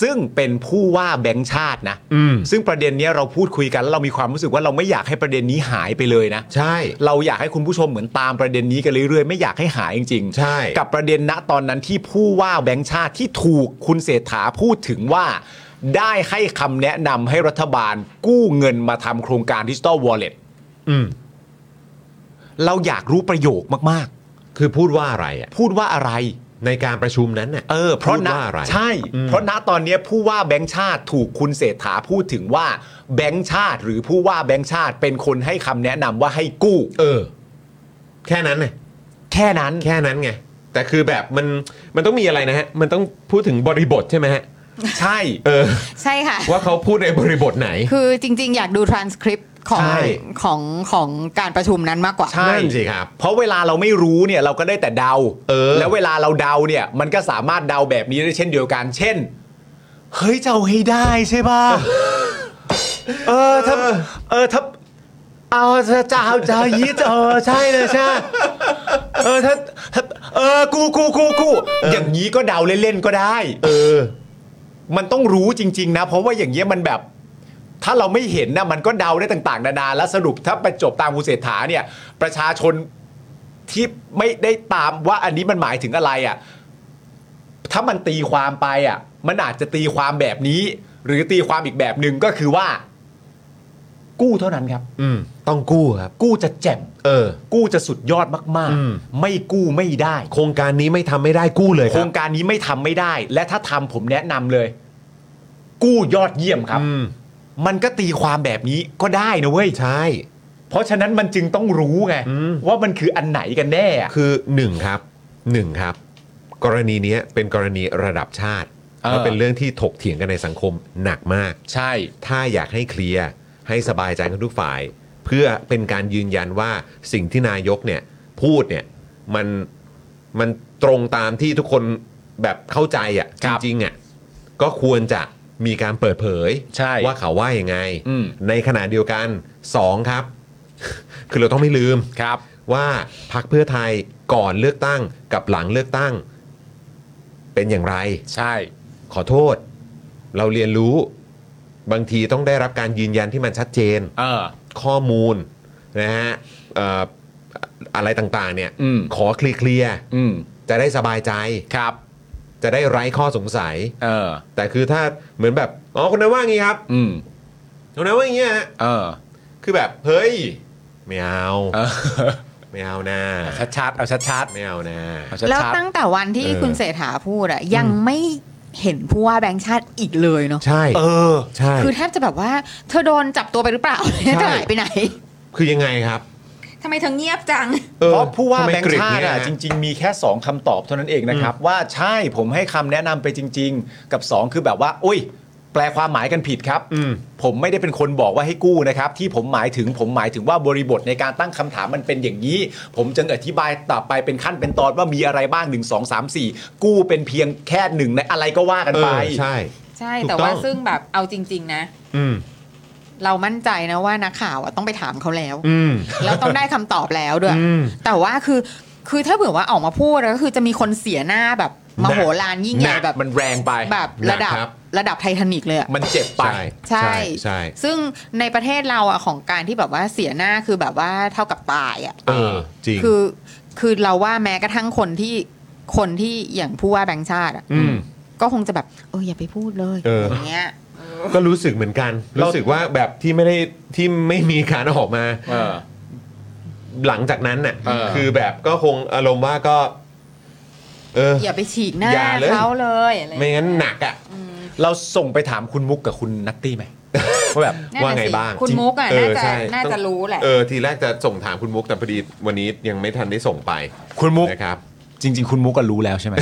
B: ซึ่งเป็นผู้ว่าแบงค์ชาตินะ
A: อืม
B: ซึ่งประเด็นเนี้ยเราพูดคุยกันแล้วเรามีความรู้สึกว่าเราไม่อยากให้ประเด็นนี้หายไปเลยนะ
A: ใช่
B: เราอยากให้คุณผู้ชมเหมือนตามประเด็นนี้กันเรื่อยๆ ไม่อยากให้หายจริงๆ
A: ใช่
B: กับประเด็นณตอนนั้นที่ผู้ว่าแบงค์ชาติที่ถูกคุณเศรษฐาพูดถึงว่า ได้ให้คำแนะนำให้รัฐบาลกู้เงินมาทำโครงการดิจิ t a ลวอลเล็ต
A: อืม
B: เราอยากรู้ประโยคมาก
A: คือพูดว่าอะไรอ่ะ
B: ๆ พูดว่าอะไร
A: ในการประชุมนั้นน่ะ
B: เออเพราะ
A: พูด
B: นะ
A: ว่าอะไร
B: ใช่
A: อืม
B: เพราะณตอนเนี้ยผู้ว่าแบงค์ชาติถูกคุณเศรษฐาพูดถึงว่าแบงค์ชาติหรือผู้ว่าแบงค์ชาติเป็นคนให้คำแนะนำว่าให้กู้
A: เออ แค่นั้นน่ะ
B: แค่นั้น
A: แค่นั้นไง แต่คือแบบมันมันต้องมีอะไรนะฮะ มันต้องพูดถึงบริบทใช่ไหมฮะ
B: ใช่
A: เออ
C: ใช่ค่ะ
A: ว่าเขาพูดในบริบทไหน
C: คือจริง ๆ อยากดูทรานสคริปต์ของ
A: ใช่
C: ของของการประชุมนั้นมากกว่า
B: ใช่
A: นั่นสิครับ
B: เพราะเวลาเราไม่รู้เนี่ยเราก็ได้แต่เดา
A: เออ
B: แล้วเวลาเราเดาเนี่ยมันก็สามารถเดาแบบนี้ได้เช่นเดียวกัน เช่น เฮ้ยจะเอาให้ได้ใช่ป่ะ เออถ้าเออถ้าเอาจะจะเอาจะเอายีจะเออใช่เลยใช่ เออถ้าถ้าเออกูกูกูกูอย่างนี้ก็เดาเล่นๆก็ได้
A: เออ
B: มันต้องรู้จริง ๆ นะ เพราะว่าอย่างเงี้ยมันแบบ ถ้าเราไม่เห็นนะมันก็เดาได้ต่าง ๆ นานาและสรุปถ้าไปจบตามคุณเศรษฐาเนี่ย ประชาชนที่ไม่ได้ตามว่าอันนี้มันหมายถึงอะไรอะ่ะ ถ้ามันตีความไปอะ่ะ มันอาจจะตีความแบบนี้ หรือตีความอีกแบบหนึ่งก็คือว่า กู้เท่านั้นครับ
A: อืม ต้องกู้ครับ
B: กู้จะแจ่ม
A: เออ
B: กู้จะสุดยอดมาก
A: อืม
B: ๆ ไม่กู้ไม่ได้
A: โครงการนี้ไม่ทำไม่ได้กู้เลย
B: โค
A: ค
B: ร
A: รับ
B: งการนี้ไม่ทำไม่ได้ และถ้าทำผมแนะนำเลย กู้ยอดเยี่ยมครับ
A: อืม
B: มันก็ตีความแบบนี้ก็ได้นะเว้ย
A: ใช่
B: เพราะฉะนั้นมันจึงต้องรู้ไง
A: อืม
B: ว่ามันคืออันไหนกันแน่อะ
A: คือหนึ่งครับหนึ่งครับ กรณีเนี้ยเป็นกรณีระดับชาติและเป็นเรื่องที่ถกเถียงกันในสังคมหนักมาก
B: ใช่
A: ถ้าอยากให้เคลียร์ให้สบายใจกันทุกฝ่าย เพื่อเป็นการยืนยันว่าสิ่งที่นายกเนี่ยพูดเนี่ยมันมันตรงตามที่ทุกคนแบบเข้าใจอะ
B: ครั่
A: ะ
B: บ
A: จริงๆอะ่ะก็ควรจะมีการเปิดเผย
B: ใช่
A: ว่าเขาว่ายังไง
B: อืม
A: ในขณะเดียวกันสองครับ <laughs> คือเราต้องไม่ลืม
B: ครับ
A: ว่าพักเพื่อไทยก่อนเลือกตั้งกับหลังเลือกตั้ง เป็นอย่างไร
B: ใช่
A: ขอโทษ เราเรียนรู้ บางทีต้องได้รับการยืนยันที่มันชัดเจน
B: เออ
A: ข้อมูลนะฮะเอ่ออะไรต่างๆ เนี่ย
B: อืม
A: ขอเคลียร์
B: อืม
A: ๆจะได้สบายใจ
B: ครับ
A: จะได้ไร้ข้อสงสัย
B: เออ
A: แต่คือถ้าเหมือนแบบอ๋อคนนั้นว่างี้ครับ
B: อืม
A: คนนั้นว่าอย่างเงี้ยฮะ
B: เออ
A: คือแบบ เฮ้ย ไม่เอา
B: เออ
A: ไม่เอานะ
B: ชัดๆเอาชัดๆ
A: ไม่เอานะ
B: เอาชัดๆ
C: แล้วตั้งแต่วันที่
A: เออ
C: คุณเศรษฐาพูดอะยังไม่เห็นผู้ว่าแบงค์ชาติอีกเลยเนาะ
A: ใช่
B: เออ
A: ใช่
C: คือแทบจะแบบว่า เธอโดนจับตัวไปหรือเปล่า <laughs> เนี่ยเธอหายไปไหน
A: คือยังไงครับ
C: ทำไมเธอเงียบจัง
A: ออ
B: เพราะผู้ว่า
A: ทำไม
B: แบงค์ชาติ
A: กริดเนี่ย
B: อะ
A: ฮะ
B: จริง ๆ มีแค่ 2คำตอบเท่านั้นเองนะครับ ว่าใช่ผมให้คำแนะนำไปจริง ๆ กับ 2 คือแบบว่า อุ้ย แปลความหมายกันผิดครับ
A: อืม
B: ผมไม่ได้เป็นคนบอกว่าให้กู้นะครับ ที่ผมหมายถึงผมหมายถึงว่าบริบทในการตั้งคำถามมันเป็นอย่างนี้ ผมจึงอธิบายต่อไปเป็นขั้นเป็นตอนว่ามีอะไรบ้าง 1 2 3 4 กู้เป็นเพียงแค่หนึ่งในอะไรก็ว่ากัน
A: เอ
B: ไป
A: อใช่
C: ใช่
A: ถูก
C: แต่ว่า
A: ต้อง
C: ซึ่งแบบเอาจริง ๆ นะ
A: อืม
C: เรามั่นใจนะว่านักข่าวอะต้องไปถามเขาแล้ว
A: อืม
C: แล้วต้องได้คำตอบแล้วด้วย
A: อืม
C: แต่ว่าคือคือถ้าเผื่อว่าออกมาพูดแล้วก็คือจะมีคนเสียหน้าแบบมโหฬารยิ่งให
A: ห
C: ญ่
A: นัก
C: แบบ
B: มันแรงไป
C: แบบระดับ
A: หนักครับ
C: ระดับไททานิกเลยอะ
B: มันเจ็บไป
A: ใช่
C: ใช่
A: ใช่
C: ซึ่งในประเทศเราอ่ะของการที่แบบว่าเสียหน้าคือแบบว่าเท่ากับตายอ่ะ
A: เออจริง
C: คือ คือเราว่าแม้กระทั่งคนที่ คนที่อย่างผู้ว่าแบงค์ชาติอ่ะ
A: อืม
C: ก็คงจะแบบ เอออย่าไปพูดเลย
A: เอออ
C: ย่างเงี้ย
A: ก็รู้สึกเหมือนกัน รู้สึกว่าแบบที่ไม่ได้ที่ไม่มีการออกมา
B: เออ
A: หลังจากนั้นน่ะ
B: เออ
A: คือแบบก็คงอารมณ์ว่าก็ เออ
C: อย่าไปฉีกหน้า
A: อย่าเลย
C: เขาเลยอะไร
A: ไม่งั้นหนักอ่ะ
B: เราส่งไปถามคุณมุกกับคุณนัตตี้ไหมว่าแบบ
C: นั่นน่ะ
A: ว่าไง
C: สิ
A: บ้าง
C: คุณ
A: จริง
C: มุกอ่ะ
A: เอ
C: น่า
A: อ
C: จะ
A: ใช่
C: น่า
A: ต้
C: จะ
A: อง
C: รู้แหละ
A: เออทีแรกจะส่งถามคุณมุกแต่พอดีวันนี้ยังไม่ทันได้ส่งไป
B: คุณมุก
A: นะครับ
B: จริง ๆ คุณมุกก็รู้แล้วใช่ไหม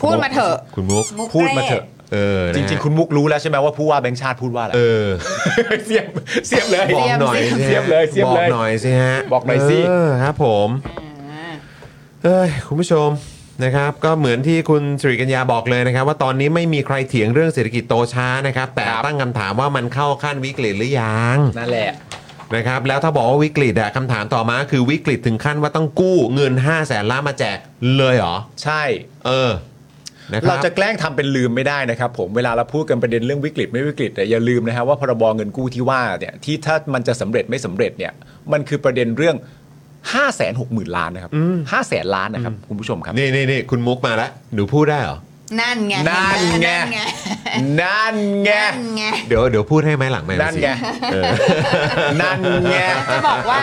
C: พูดมาเถอะ
A: คุณมุก
C: มุก
A: พูดมาเถอะ เออนะ
B: จ
A: ฮะ
B: ริง ๆ คุณมุกรู้แล้วใช่ไหมว่าผู้ว่าแบงค์ชาติพูดว่าอะไร
A: เออ
B: เสียบเสียบเลย
A: บอกหน่อยสิฮะ
B: เสียบเลยเสียบ
A: บอก
B: เลย
A: หน่อยสิฮะ
B: บอกหน่อยสิ
A: เอครับผมเอ้ยคุณผู้ชมนะครับ ก็เหมือนที่คุณสิริกัญญาบอกเลยนะครับ ว่าตอนนี้ไม่มีใครเถียงเรื่องเศรษฐกิจโตช้านะครับ แต่ตั้งคำถามว่ามันเข้าขั้นวิกฤตหรือยัง
B: นั่นแหละ
A: นะครับ แล้วถ้าบอกว่าวิกฤตอะคำถามต่อมาคือวิกฤตถึงขั้นว่าต้องกู้เงิน 5 0 0แสนล้านมาแจกเลยเหรอ
B: ใช่
A: เออนะคบ
B: เราจะแกล้งทำเป็นลืมไม่ได้นะครับผมเวลาเราพูดกันประเด็นเรื่องวิกฤตไม่วิกฤตแต่อย่าลืมนะฮะว่าพรบเงินกู้ที่ว่าเนี่ยที่ถ้ามันจะสำเร็จไม่สำเร็จเนี่ยมันคือประเด็นเรื่อง5้าแสนหกหมื่นล้านนะครับห้าแสนล้านนะครับคุณผู้ชมครับ
A: นี่นี่นี่คุณมุกมาแล้ว หนูพูดได้เหรอ
C: นั่นไง
B: นั่นไง
C: นั่นไง
B: นั่นไง
C: นั่นไง
A: เดี๋ยวเดี๋ยวพูดให้ไหมหลังไหมค์
B: นั่นไง
A: เออ
B: นั่นไง
C: จะบอกว่า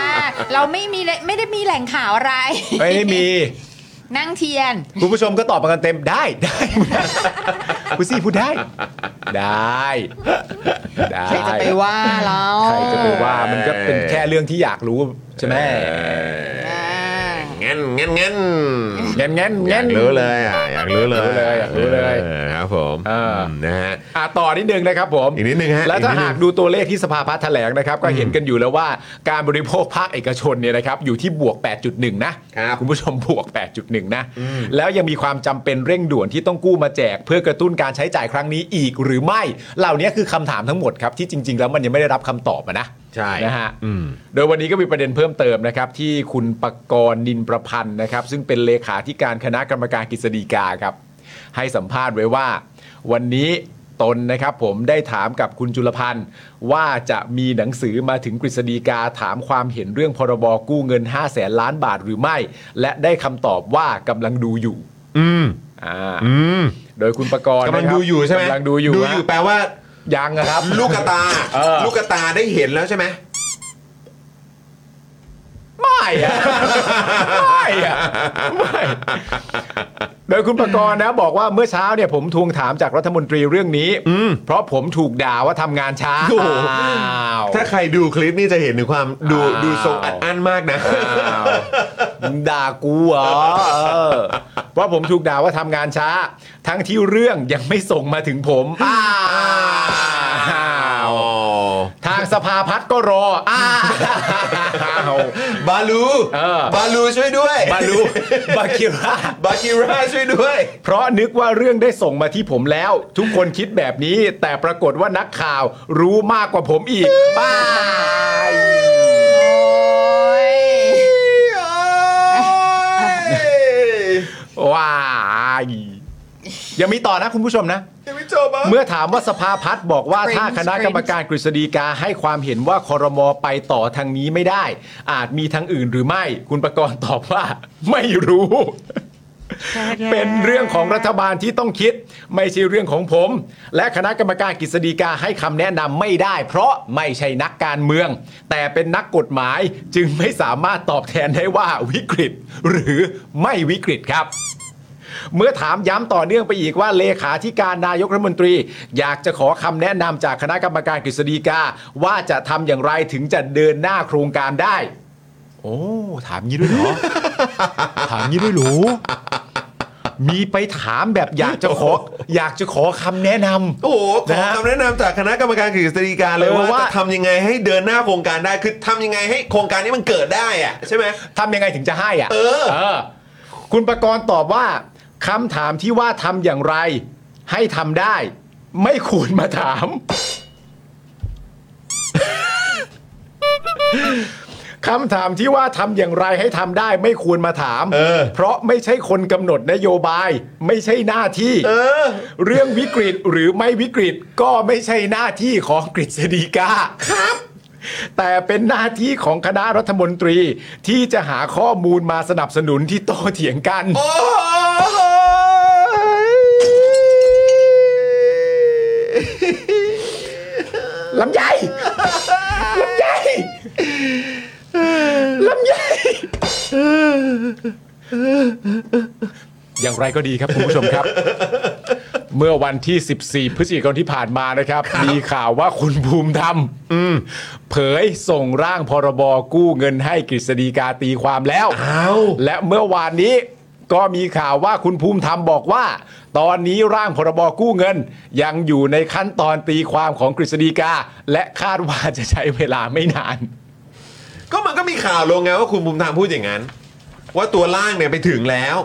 C: เราไม่มีเลยไม่ได้มีแหล่งข่าวอะไร
B: ไม่ได้มี
C: นั่งเทียน
B: คุณผู้ชมก็ตอบมากันเต็มได้ได้ คุณซี่พูดได้ ได้ได้
C: ใครจะไปว่าเรา
B: ใครจะไปว่ามันก็เป็นแค่เรื่องที่อยากรู้ใช่ไหม
C: อ่า
A: งั้นงั้นงั้น
B: งั้นงั้น
A: อ
B: งั้
A: ยาน กรู้เลยอ่ะอยากรู้เลย
B: รู้เลยอยากรู้เลย
A: ออครับผม
B: อ่า
A: มนะฮะ
B: อ่ะต่อนิดนึงนะครับผม
A: อีกนิดนึงฮะ
B: แล้วถ้า
A: อีกนิดนึง
B: หากดูตัวเลขที่สภาพัฒน์แถลงนะครับ ก็เห็นกันอยู่แล้วว่าการบริโภคภาคเอกชนเนี่ยนะครับอยู่ที่บวก 8.1 นะครับคุณผู้ชมบวก 8.1 นะ แล้วยังมีความจำเป็นเร่งด่วนที่ต้องกู้มาแจก เพื่อกระตุ้นการใช้จ่ายครั้งนี้อีกหรือไม่ เหล่านี้คือคำถามทั้งหมดครับที่จริง ๆ แล้วมันยังไม่ได้รับคำตอบอะนะ
A: ใช่
B: นะฮะ
A: อืม
B: โดยวันนี้ก็มีประเด็นเพิ่มเติมนะครับที่คุณปกรณ์นินประพันธ์นะครับ ซึ่งเป็นเลขาธิการคณะกรรมการกฤษฎีกาครับ ให้สัมภาษณ์ไว้ว่า วันนี้ตนนะครับผมได้ถามกับคุณจุลพันธ์ ว่าจะมีหนังสือมาถึงกฤษฎีกาถามความเห็นเรื่องพรบกู้เงิน 5 0 0แสนล้านบาทหรือไม่ และได้คำตอบว่ากำลังดูอยู่
A: อืม
B: อ่า
A: อืม
B: โดยคุณประกรณ์
A: กำลัง
B: นะครับ
A: ดูอยู่ใช่ไหม
B: กำลังดูอยู่
A: ดู
B: ฮะ
A: อยู่แปลว่า
B: ยังนะครับ
A: ลูกกระตา
B: เออ
A: ลูกกระตาได้เห็นแล้วใช่ไหม
B: ไม่อะไม่อะไม่โดยคุณประกรณ์นะบอกว่าเมื่อเช้าเนี่ยผมทวงถามจากรัฐมนตรีเรื่องนี้เพราะผมถูกด่าว่าทำงานช้าอ้าว
A: ถ้าใครดูคลิปนี่จะเห็นถึงความดู
B: อ้าว
A: ดูทรงอัดอั้นมากนะ
B: อ้าวมึงด่ากูเหรอเออว่าผมถูกด่าว่าทำงานช้า ทั้งที่เรื่องยังไม่ส่งมาถึงผมอ้าว
A: อ๋อ
B: ทางสภาพัฒน์ก็รออ้าว
A: บาลู
B: เออ
A: บาลูช่วยด้วย
B: บาลูบาคิรา
A: บากิราช่วยด้วย
B: เพราะนึกว่าเรื่องได้ส่งมาที่ผมแล้ว ทุกคนคิดแบบนี้ แต่ปรากฏว่านักข่าวรู้มากกว่าผมอีกป้าย
C: โอ้ย
B: ว้ายยังมีต่อนะคุณผู้ชมนะ
A: ยังไม่จบอ่ะ
B: เมื่อถามว่าสภาพัฒน์บอกว่า
C: Cringe,
B: ถ้าคณะกรรมการกฤษฎีกาให้ความเห็นว่าคอรมอไปต่อทางนี้ไม่ได้ อาจมีทางอื่นหรือไม่ คุณประกรณ์ตอบว่า ไม่รู้ เป็นเรื่องของรัฐบาลที่ต้องคิด ไม่ใช่เรื่องของผม และคณะกรรมการกฤษฎีกาให้คำแนะนำไม่ได้ เพราะไม่ใช่นักการเมือง แต่เป็นนักกฎหมายจึงไม่สามารถตอบแทนได้ว่าวิกฤต หรือไม่วิกฤตครับ เมื่อถามย้ำต่อเนื่องไปอีกว่าเลขาธิการนายกรัฐมนตรี อยากจะขอคำแนะนำจากคณะกรรมการกฤษฎีกา ว่าจะทำอย่างไรถึงจะเดินหน้าโครงการได้ โอ้ถามงี้ด้วยเหรอ <laughs> ถามงี้ด้วยเหรอ <laughs> มีไปถามแบบอยากจะขอ อยากจะขอคำแนะนำ
A: โอ้โหข
B: นะ
A: อ
B: ฮะ
A: คำแนะนำจากคณะกรรมการกฤษฎีกาเลย
B: เออ
A: ว่า
B: ว่า
A: จะทำยังไงให้เดินหน้าโครงการได้คือทำยังไงให้โครงการนี้มันเกิดได้อะใช่ไหม
B: ทำยังไงถึงจะให้อ่ะ
A: เออ
B: คุณประกรณ์ตอบว่าคำถามที่ว่าทำอย่างไร ให้ทำได้ ไม่ควรมาถาม
A: <laughs>
B: คำถามที่ว่าทำอย่างไรให้ทำได้ ไม่ควรมาถาม
A: เออ
B: เพราะไม่ใช่คนกำหนดนโยบาย ไม่ใช่หน้าที่
A: เออ
B: เรื่องวิกฤตหรือไม่วิกฤตก็ไม่ใช่หน้าที่ของกฤษฎีกาครับ แต่เป็นหน้าที่ของคณะรัฐมนตรีที่จะหาข้อมูลมาสนับสนุนที่โต้เถียงกัน
A: โอ้โห
B: ลำไยลำไยลำไยอย่างไรก็ดีครับคุณผู้ชมครับ เมื่อวันที่ 14 พฤศจิกายนที่ผ่านมานะครับ มีข่าวว่าคุณภูมิธรรมเผยส่งร่างพรบกู้เงินให้กฤษฎีกาตีความแล้ว
A: อ้าว
B: และเมื่อวานนี้ก็มีข่าวว่าคุณภูมิธรรมบอกว่า ตอนนี้ร่างพรบกู้เงิน ยังอยู่ในขั้นตอนตีความของกฤษฎีกา และคาดว่าจะใช้เวลาไม่นาน
A: ก็มันก็มีข่าวลงไงว่าคุณภูมิธรรมพูดอย่างนั้น ว่าตัวล่างเนี่ยไปถึงแล้ว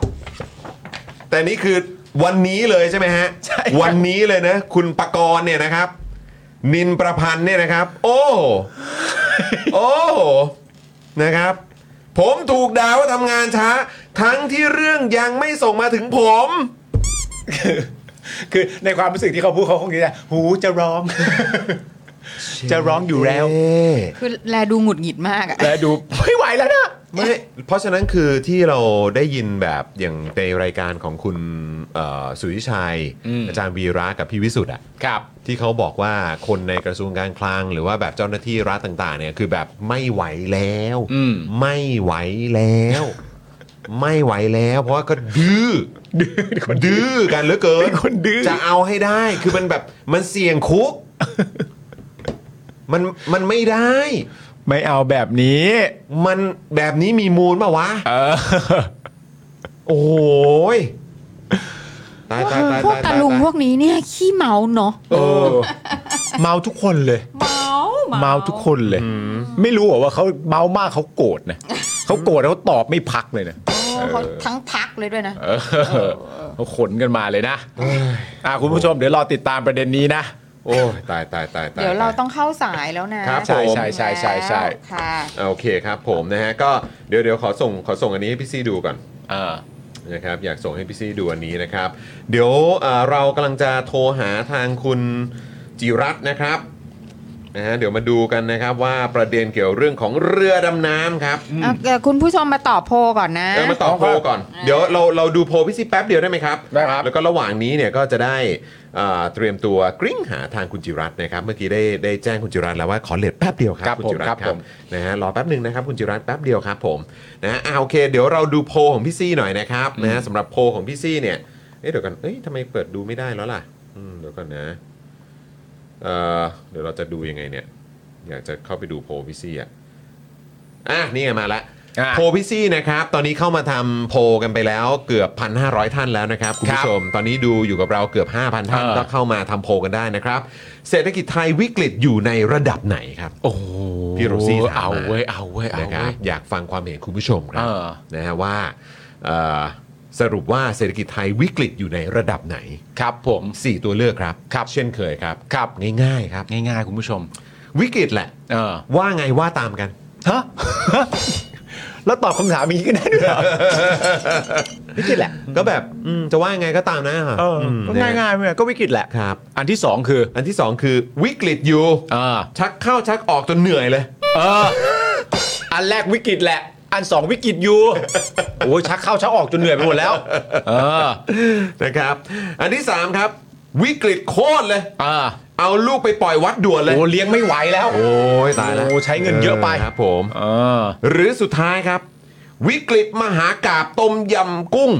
A: แต่นี่คือวันนี้เลยใช่ไหมฮะ
B: ใช่ครับ
A: วันนี้เลยนะ คุณประกรณ์เนี่ยนะครับ นินประพันธ์เนี่ยนะครับ โอ้ โอ้นะครับ ผมถูกด่าว่าทำงานช้า ทั้งที่เรื่องยังไม่ส่งมาถึงผม
B: คือในความรู้สึกที่เขาพูดเขาคงจะหูจะร้ <laughs> อง จะร้องอยู่แล้ว
C: คือแลดูหงุดหงิดมากอะ
B: และดูไม่ไหวแล้วนะ
A: ไม่เพราะฉะนั้นคือที่เราได้ยินแบบอย่างในรายการของคุณเอ่อสุริชัย
B: อืม
A: อาจารย์วีระกับพี่วิสุทธ์อ่ะ
B: ครับ
A: ที่เขาบอกว่าคนในกระทรวงการคลัง หรือว่าแบบเจ้าหน้าที่รัฐต่างๆเนี่ยคือแบบไม่ไหวแล้ว
B: อืม
A: ไม่ไหวแล้ว <laughs> ไม่ไหวแล้ว เพราะว่าก็ดื้อ
B: ดื้อคนดื้อ
A: ดื้อกันเหลือเกิน
B: เป็นคนดื้อ
A: จะเอาให้ได้คือมันแบบมันเสี่ยงคุก
B: <laughs>
A: มันมันไม่ได้
B: ไม่เอาแบบนี้
A: มันแบบนี้มีมูลป่าวะ
B: เออ
A: โอ้ยตายตายตาย
C: พวก
A: ตาย
C: ตะลุงพวกนี้เนี่ยขี้เมาเนาะ
B: เออ เมาทุกคนเลย
C: เมา
B: เมาทุกคนเลย ไม่รู้เหรอว่าเขาเมามากเขาโกรธ <laughs> นะเขาโกรธแล้วเขาตอบไม่พักเลยนะ
C: เออเขาทั้งพักเลยด้วยนะ
B: เออเขาขนกันมาเลยนะอ่ะคุณผู้ชมเดี๋ยวรอติดตามประเด็นนี้นะ
A: โอ้ยตายตายตายตาย
C: เดี๋ยวเราต้องเข้าสายแล้วนะครับ
A: ผม
C: ใช่
B: ใช่ใช่ใช่ใช่
C: ค่ะ
A: โอเคครับผมนะฮะก็เดี๋ยวเดี๋ยวขอส่งขอส่งอันนี้ให้พี่ซีดูก่อน
B: เออ
A: นะครับอยากส่งให้พี่ซีดูอันนี้นะครับ เดี๋ยวเอ่อเรากำลังจะโทรหาทางคุณจิรัตน์นะครับนะฮะเดี๋ยวมาดูกันนะครับว่าประเด็นเกี่ยวเรื่องของเรือดำน้ำครับ
C: เอาเดี๋ยวคุณผู้ชมมาตอบโพลก่อนนะ
A: เออมาตอบโพลก่อน เดี๋ยวเราเราดูโพลพี่ซีแป๊บเดียวได้ไหมครับ
B: ได้ครับ
A: แล้วก็ระหว่างนี้เนี่ยก็จะได้เอ่อเตรียมตัวกริ้งหาทางคุณจิรัตน์นะครับ เมื่อกี้ได้ได้แจ้งคุณจิรัตน์แล้วว่าขอเลทแป๊บเดียวครั
B: ครับ บ
A: คุณจิรัตน์
B: ผมครับผม
A: นะฮะรอแป๊บหนึ่งนะครับคุณจิรัตน์แป๊บเดียวครับผมนะฮะอ่าโอเค เดี๋ยวเราดูโพลของพี่ซี่หน่อยนะครับนะฮะสำหรับโพลของพี่ซี่เนี่ยเอ๊ะเดี๋ยวกันเอ้ยทำไมเปิดดูไม่ได้แล้วล่ะอืมเดี๋ยวก่อนนะเอ่อเดี๋ยวเราจะดูยังไงเนี่ยอยากจะเข้าไปดูโพลพี่ซี่อ่ะอ่ะนี่ไงมาละ
B: อ่ะ
A: โพลพี่ซี่นะครับตอนนี้เข้ามาทำโพลกันไปแล้วเกือบ 1,500 ท่านแล้วนะครับคุณผู้ชมตอนนี้ดูอยู่กับเราเกือบ 5,000 ท่าน
B: เออ
A: ก็เข้ามาทำโพลกันได้นะครับ เศรษฐกิจไทยวิกฤตอยู่ในระดับไหนครับ
B: โอ้โห
A: พี่โรซี่ถามมา
B: เอาเว้ยเอาเว้ยเอา
A: นะครับ
B: เว้ย
A: อยากฟังความเห็นคุณผู้ชมครั
B: เออ
A: นะฮะว่าเอ่อสรุปว่าเศรษฐกิจไทยวิกฤตอยู่ในระดับไหน
B: ครับผม
A: 4 ตัวเลือกครับครับ เช่นเคยครับ
B: ครับ
A: ง่ายๆครับ
B: ง่ายๆ คุณผู้ชม
A: วิกฤตแหละ
B: เออ
A: ว่าไงว่าตามกัน
B: ฮะ <laughs> แล้วตอบคำถามอย่างนี้ก็ได้
A: <laughs>
B: ด้วยเหรอวิกฤตแหละ
A: ก็แบบอืมจะว่าไงก็ตามนะ
B: เออ
A: ม
B: ก็ง่ายๆเลยก็วิกฤตแหละ
A: ๆครับ
B: อันที่สองคือ
A: อันที่ 2 คือวิกฤตอยู่
B: เออ
A: ชักเข้าชักออกจนเหนื่อยเลย
B: เออ อันแรกวิกฤตแหละ อันสองวิกฤตอยู่ โอ้ยชักเข้าชักออกจนเหนื่อยไปหมดแล้ว เออ
A: <laughs> นะครับ อันที่ 3 ครับ วิกฤตโคตรเลย
B: อ่า
A: เอาลูกไปปล่อยวัดด่วนเลย
B: โอ้เลี้ยงไม่ไหวแล้ว
A: โอ้ยตายแล้ว
B: โอ้ใช้เงินเยอะไป
A: ครับผม
B: เออ
A: หรือสุดท้ายครับ วิกฤตมหากาบต้มยำกุ้ง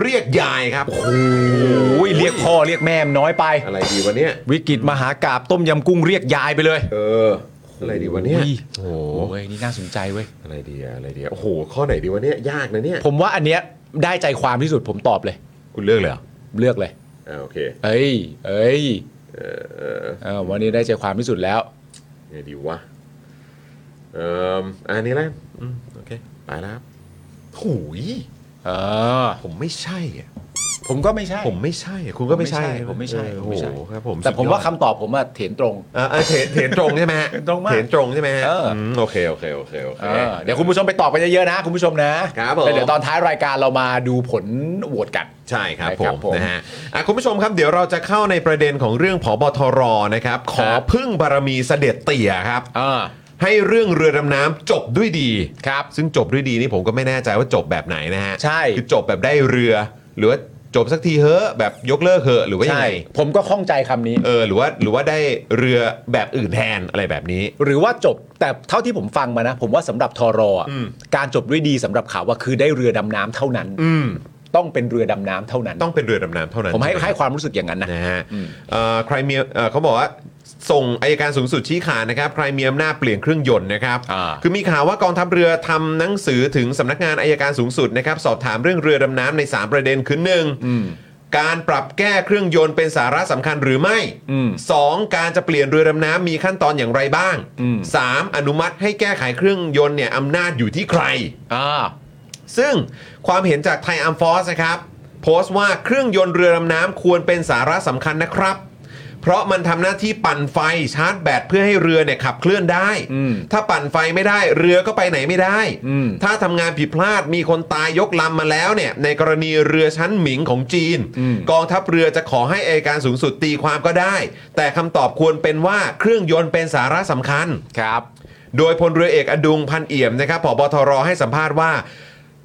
A: เรียกยายครับ
B: โอ้ยเรียกพ่อเรียกแม่มน้อยไป
A: อะไรดีวะเนี่ย
B: วิกฤตมหากาบต้มยำกุ้งเรียกยายไปเลย
A: เออ อะไรดีวะเนี่ย
B: อุ้ย
A: โอ้โห
B: เว้ยนี่น่าสนใจเว้ย
A: อะไรดีอะอะไรดีอะโอ้โห ข้อไหนดีวะเนี่ย ยากนะเนี่ย
B: ผมว่าอันเนี้ยได้ใจความที่สุดผมตอบเลย
A: คุณเลือกเลยเหรอ
B: เลือกเลย
A: อ่าโอเค
B: เอ้ย เอ้ย
A: เออ
B: เออวันนี้ได้ใจความที่สุดแล้ว
A: ไงดีวะ เอ่ออันนี้แล้วอืมโอเค ไปแล้วครับหูย
B: เออ
A: ผมไม่ใช่อะ
B: ผมก็ไม่ใช่
A: ผมไม่ใช่อะคุณก็ไม่ใช่
B: ผมไม่ใช่
A: เออ
B: ผมไม่ใช่
A: โอ้โหครับผม
B: แต่ผม
A: สุดยอด
B: ว่าคำตอบผมอะเถียนตรง
A: เออเออเถนเถนตรงใช่ไหมฮะ
B: เถนตรงมาก
A: เถนตรงใช่ไหมฮะ
B: เอออื
A: มโอเค โอเค โอเค โอเค
B: เออเดี๋ยวคุณผู้ชมไปตอบกันเยอะๆนะ คุณผู้ชมนะครับ
A: ผม
B: แล้วเดี๋ยวตอนท้ายรายการเรามาดูผลโหวตกัน
A: ใช่ครับผ
B: ใช่ครั
A: ม
B: บผม
A: นะฮะอ่ะคุณผู้ชมครับเดี๋ยวเราจะเข้าในประเด็นของเรื่องผอบทรนะครับ ขอ
B: ครับ
A: พึ่งบารมีเสด็จเตี่ยครับ
B: เออ
A: ให้เรื่องเรือดำน้ำจบด้วยดีครับ ซึ่งจบด้วยดีนี่ผมก็ไม่แน่ใจว่าจบแบบไหนนะฮะ
B: ใช่
A: คือจบแบบได้เรือ หรือว่าจบสักทีเหอะแบบยกเลิกเหอะหรือว่ายังไ
B: ใช่
A: ง
B: ผมก็ข้องใจคำนี้
A: เออหรือว่าหรือว่าได้เรือแบบอื่นแทนอะไรแบบนี้
B: หรือว่าจบแต่เท่าที่ผมฟังมานะ ผมว่าสำหรับทอรอะ
A: อืม
B: การจบด้วยดีสำหรับเขาว่าคือได้เรือดำน้ำเท่านั้น
A: อืม
B: ต้องเป็นเรือดำน้ำเท่านั้น
A: ต้องเป็นเรือดำน้ำเท่านั้น
B: ผมให้
A: ช่ไ
B: ให้ความรู้สึกอย่างนั้นนะ
A: นะฮะเอ่อใครมีเอ่อเขาบอกว่าส่งอายการสูงสุดชี้ขาดนะครับ ใครมีอำนาจเปลี่ยนเครื่องยนต์นะครับ
B: อ่า
A: คือมีข่าวว่ากองทัพเรือทำหนังสือถึงสำนักงานอายการสูงสุดนะครับ สอบถามเรื่องเรือดำน้ำใน 3 ประเด็นคือหนึ่งการปรับแก้เครื่องยนต์เป็นสาระสำคัญหรือไม่ 2. การจะเปลี่ยนเรือดำน้ำมีขั้นตอนอย่างไรบ้าง 3. อนุมัติให้แก้ไขเครื่องยนต์เนี่ยอำนาจอยู่ที่ใคร
B: อ่า
A: ซึ่งความเห็นจากไทยอัมฟอสนะครับ โพสต์ว่าเครื่องยนต์เรือดำน้ำควรเป็นสาระสำคัญนะครับ เพราะมันทำหน้าที่ปั่นไฟชาร์จแบตเพื่อให้เรือเนี่ยขับเคลื่อนได้
B: อืม
A: ถ้าปั่นไฟไม่ได้เรือก็ไปไหนไม่ได้
B: อืม
A: ถ้าทำงานผิดพลาดมีคนตายยกลำมาแล้วเนี่ยในกรณีเรือชั้นหมิงของจีน กองทัพเรือจะขอให้อาการสูงสุดตีความก็ได้ แต่คำตอบควรเป็นว่าเครื่องยนต์เป็นสาระสำคัญ
B: ครับ
A: โดยพลเรือเอกอดุงพันเอี่ยมนะครับผบทรให้สัมภาษณ์ว่า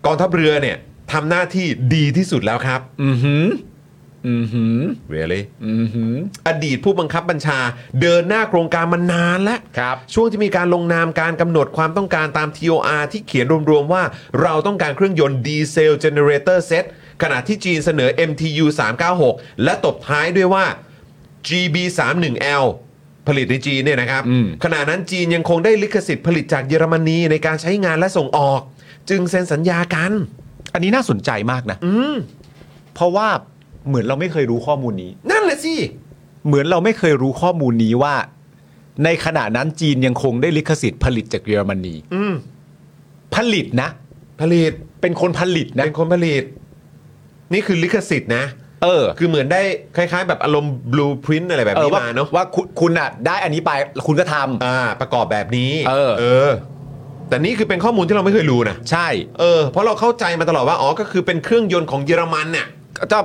A: กองทัพเรือเนี่ยทำหน้าที่ดีที่สุดแล้วครับ
B: อือหือ อือหือ
A: really
B: อือหือ
A: อดีตผู้บังคับบัญชาเดินหน้าโครงการมานานแล้ว
B: ครับ
A: ช่วงที่มีการลงนามการกำหนดความต้องการตาม TOR ที่เขียนรวม ๆ ว่าเราต้องการเครื่องยนต์ดีเซลเจเนเรเตอร์เซตขณะที่จีนเสนอ MTU 396 และตบท้ายด้วยว่า GB 3 1 L ผลิตในจีนเนี่ยนะครับ
B: อืม
A: ขณะนั้นจีนยังคงได้ลิขสิทธิ์ผลิตจากเยอรมนีในการใช้งานและส่งออก จึงเซ็นสัญญากัน
B: อันนี้น่าสนใจมากนะ
A: อืม
B: เพราะว่าเหมือนเราไม่เคยรู้ข้อมูลนี้
A: นั่นแหละสิ
B: เหมือนเราไม่เคยรู้ข้อมูลนี้ว่า ในขณะนั้นจีนยังคงได้ลิขสิทธิ์ผลิตจากเยอรมนี
A: อืม
B: ผลิตนะ
A: ผลิต
B: เป็นคนผลิตนะ
A: เป็นคนผลิต นี่คือลิขสิทธิ์นะ
B: เออ
A: คือเหมือนได้คล้ายๆ แบบอารมณ์บลูพรินต์อะไรแบบ
B: เออ
A: นี้
B: ว่า
A: มาเนาะ
B: ว่าคุณคุณอ่ะ ได้อันนี้ไปคุณก็ทำ
A: อ่า ประกอบแบบนี้
B: เออ
A: เออ แต่นี่คือเป็นข้อมูลที่เราไม่เคยรู้นะ
B: ใช่
A: เออเพราะเราเข้าใจมาตลอดว่าอ๋อก็คือเป็นเครื่องยนต์ของเยอรมันเนี่ย
B: ก็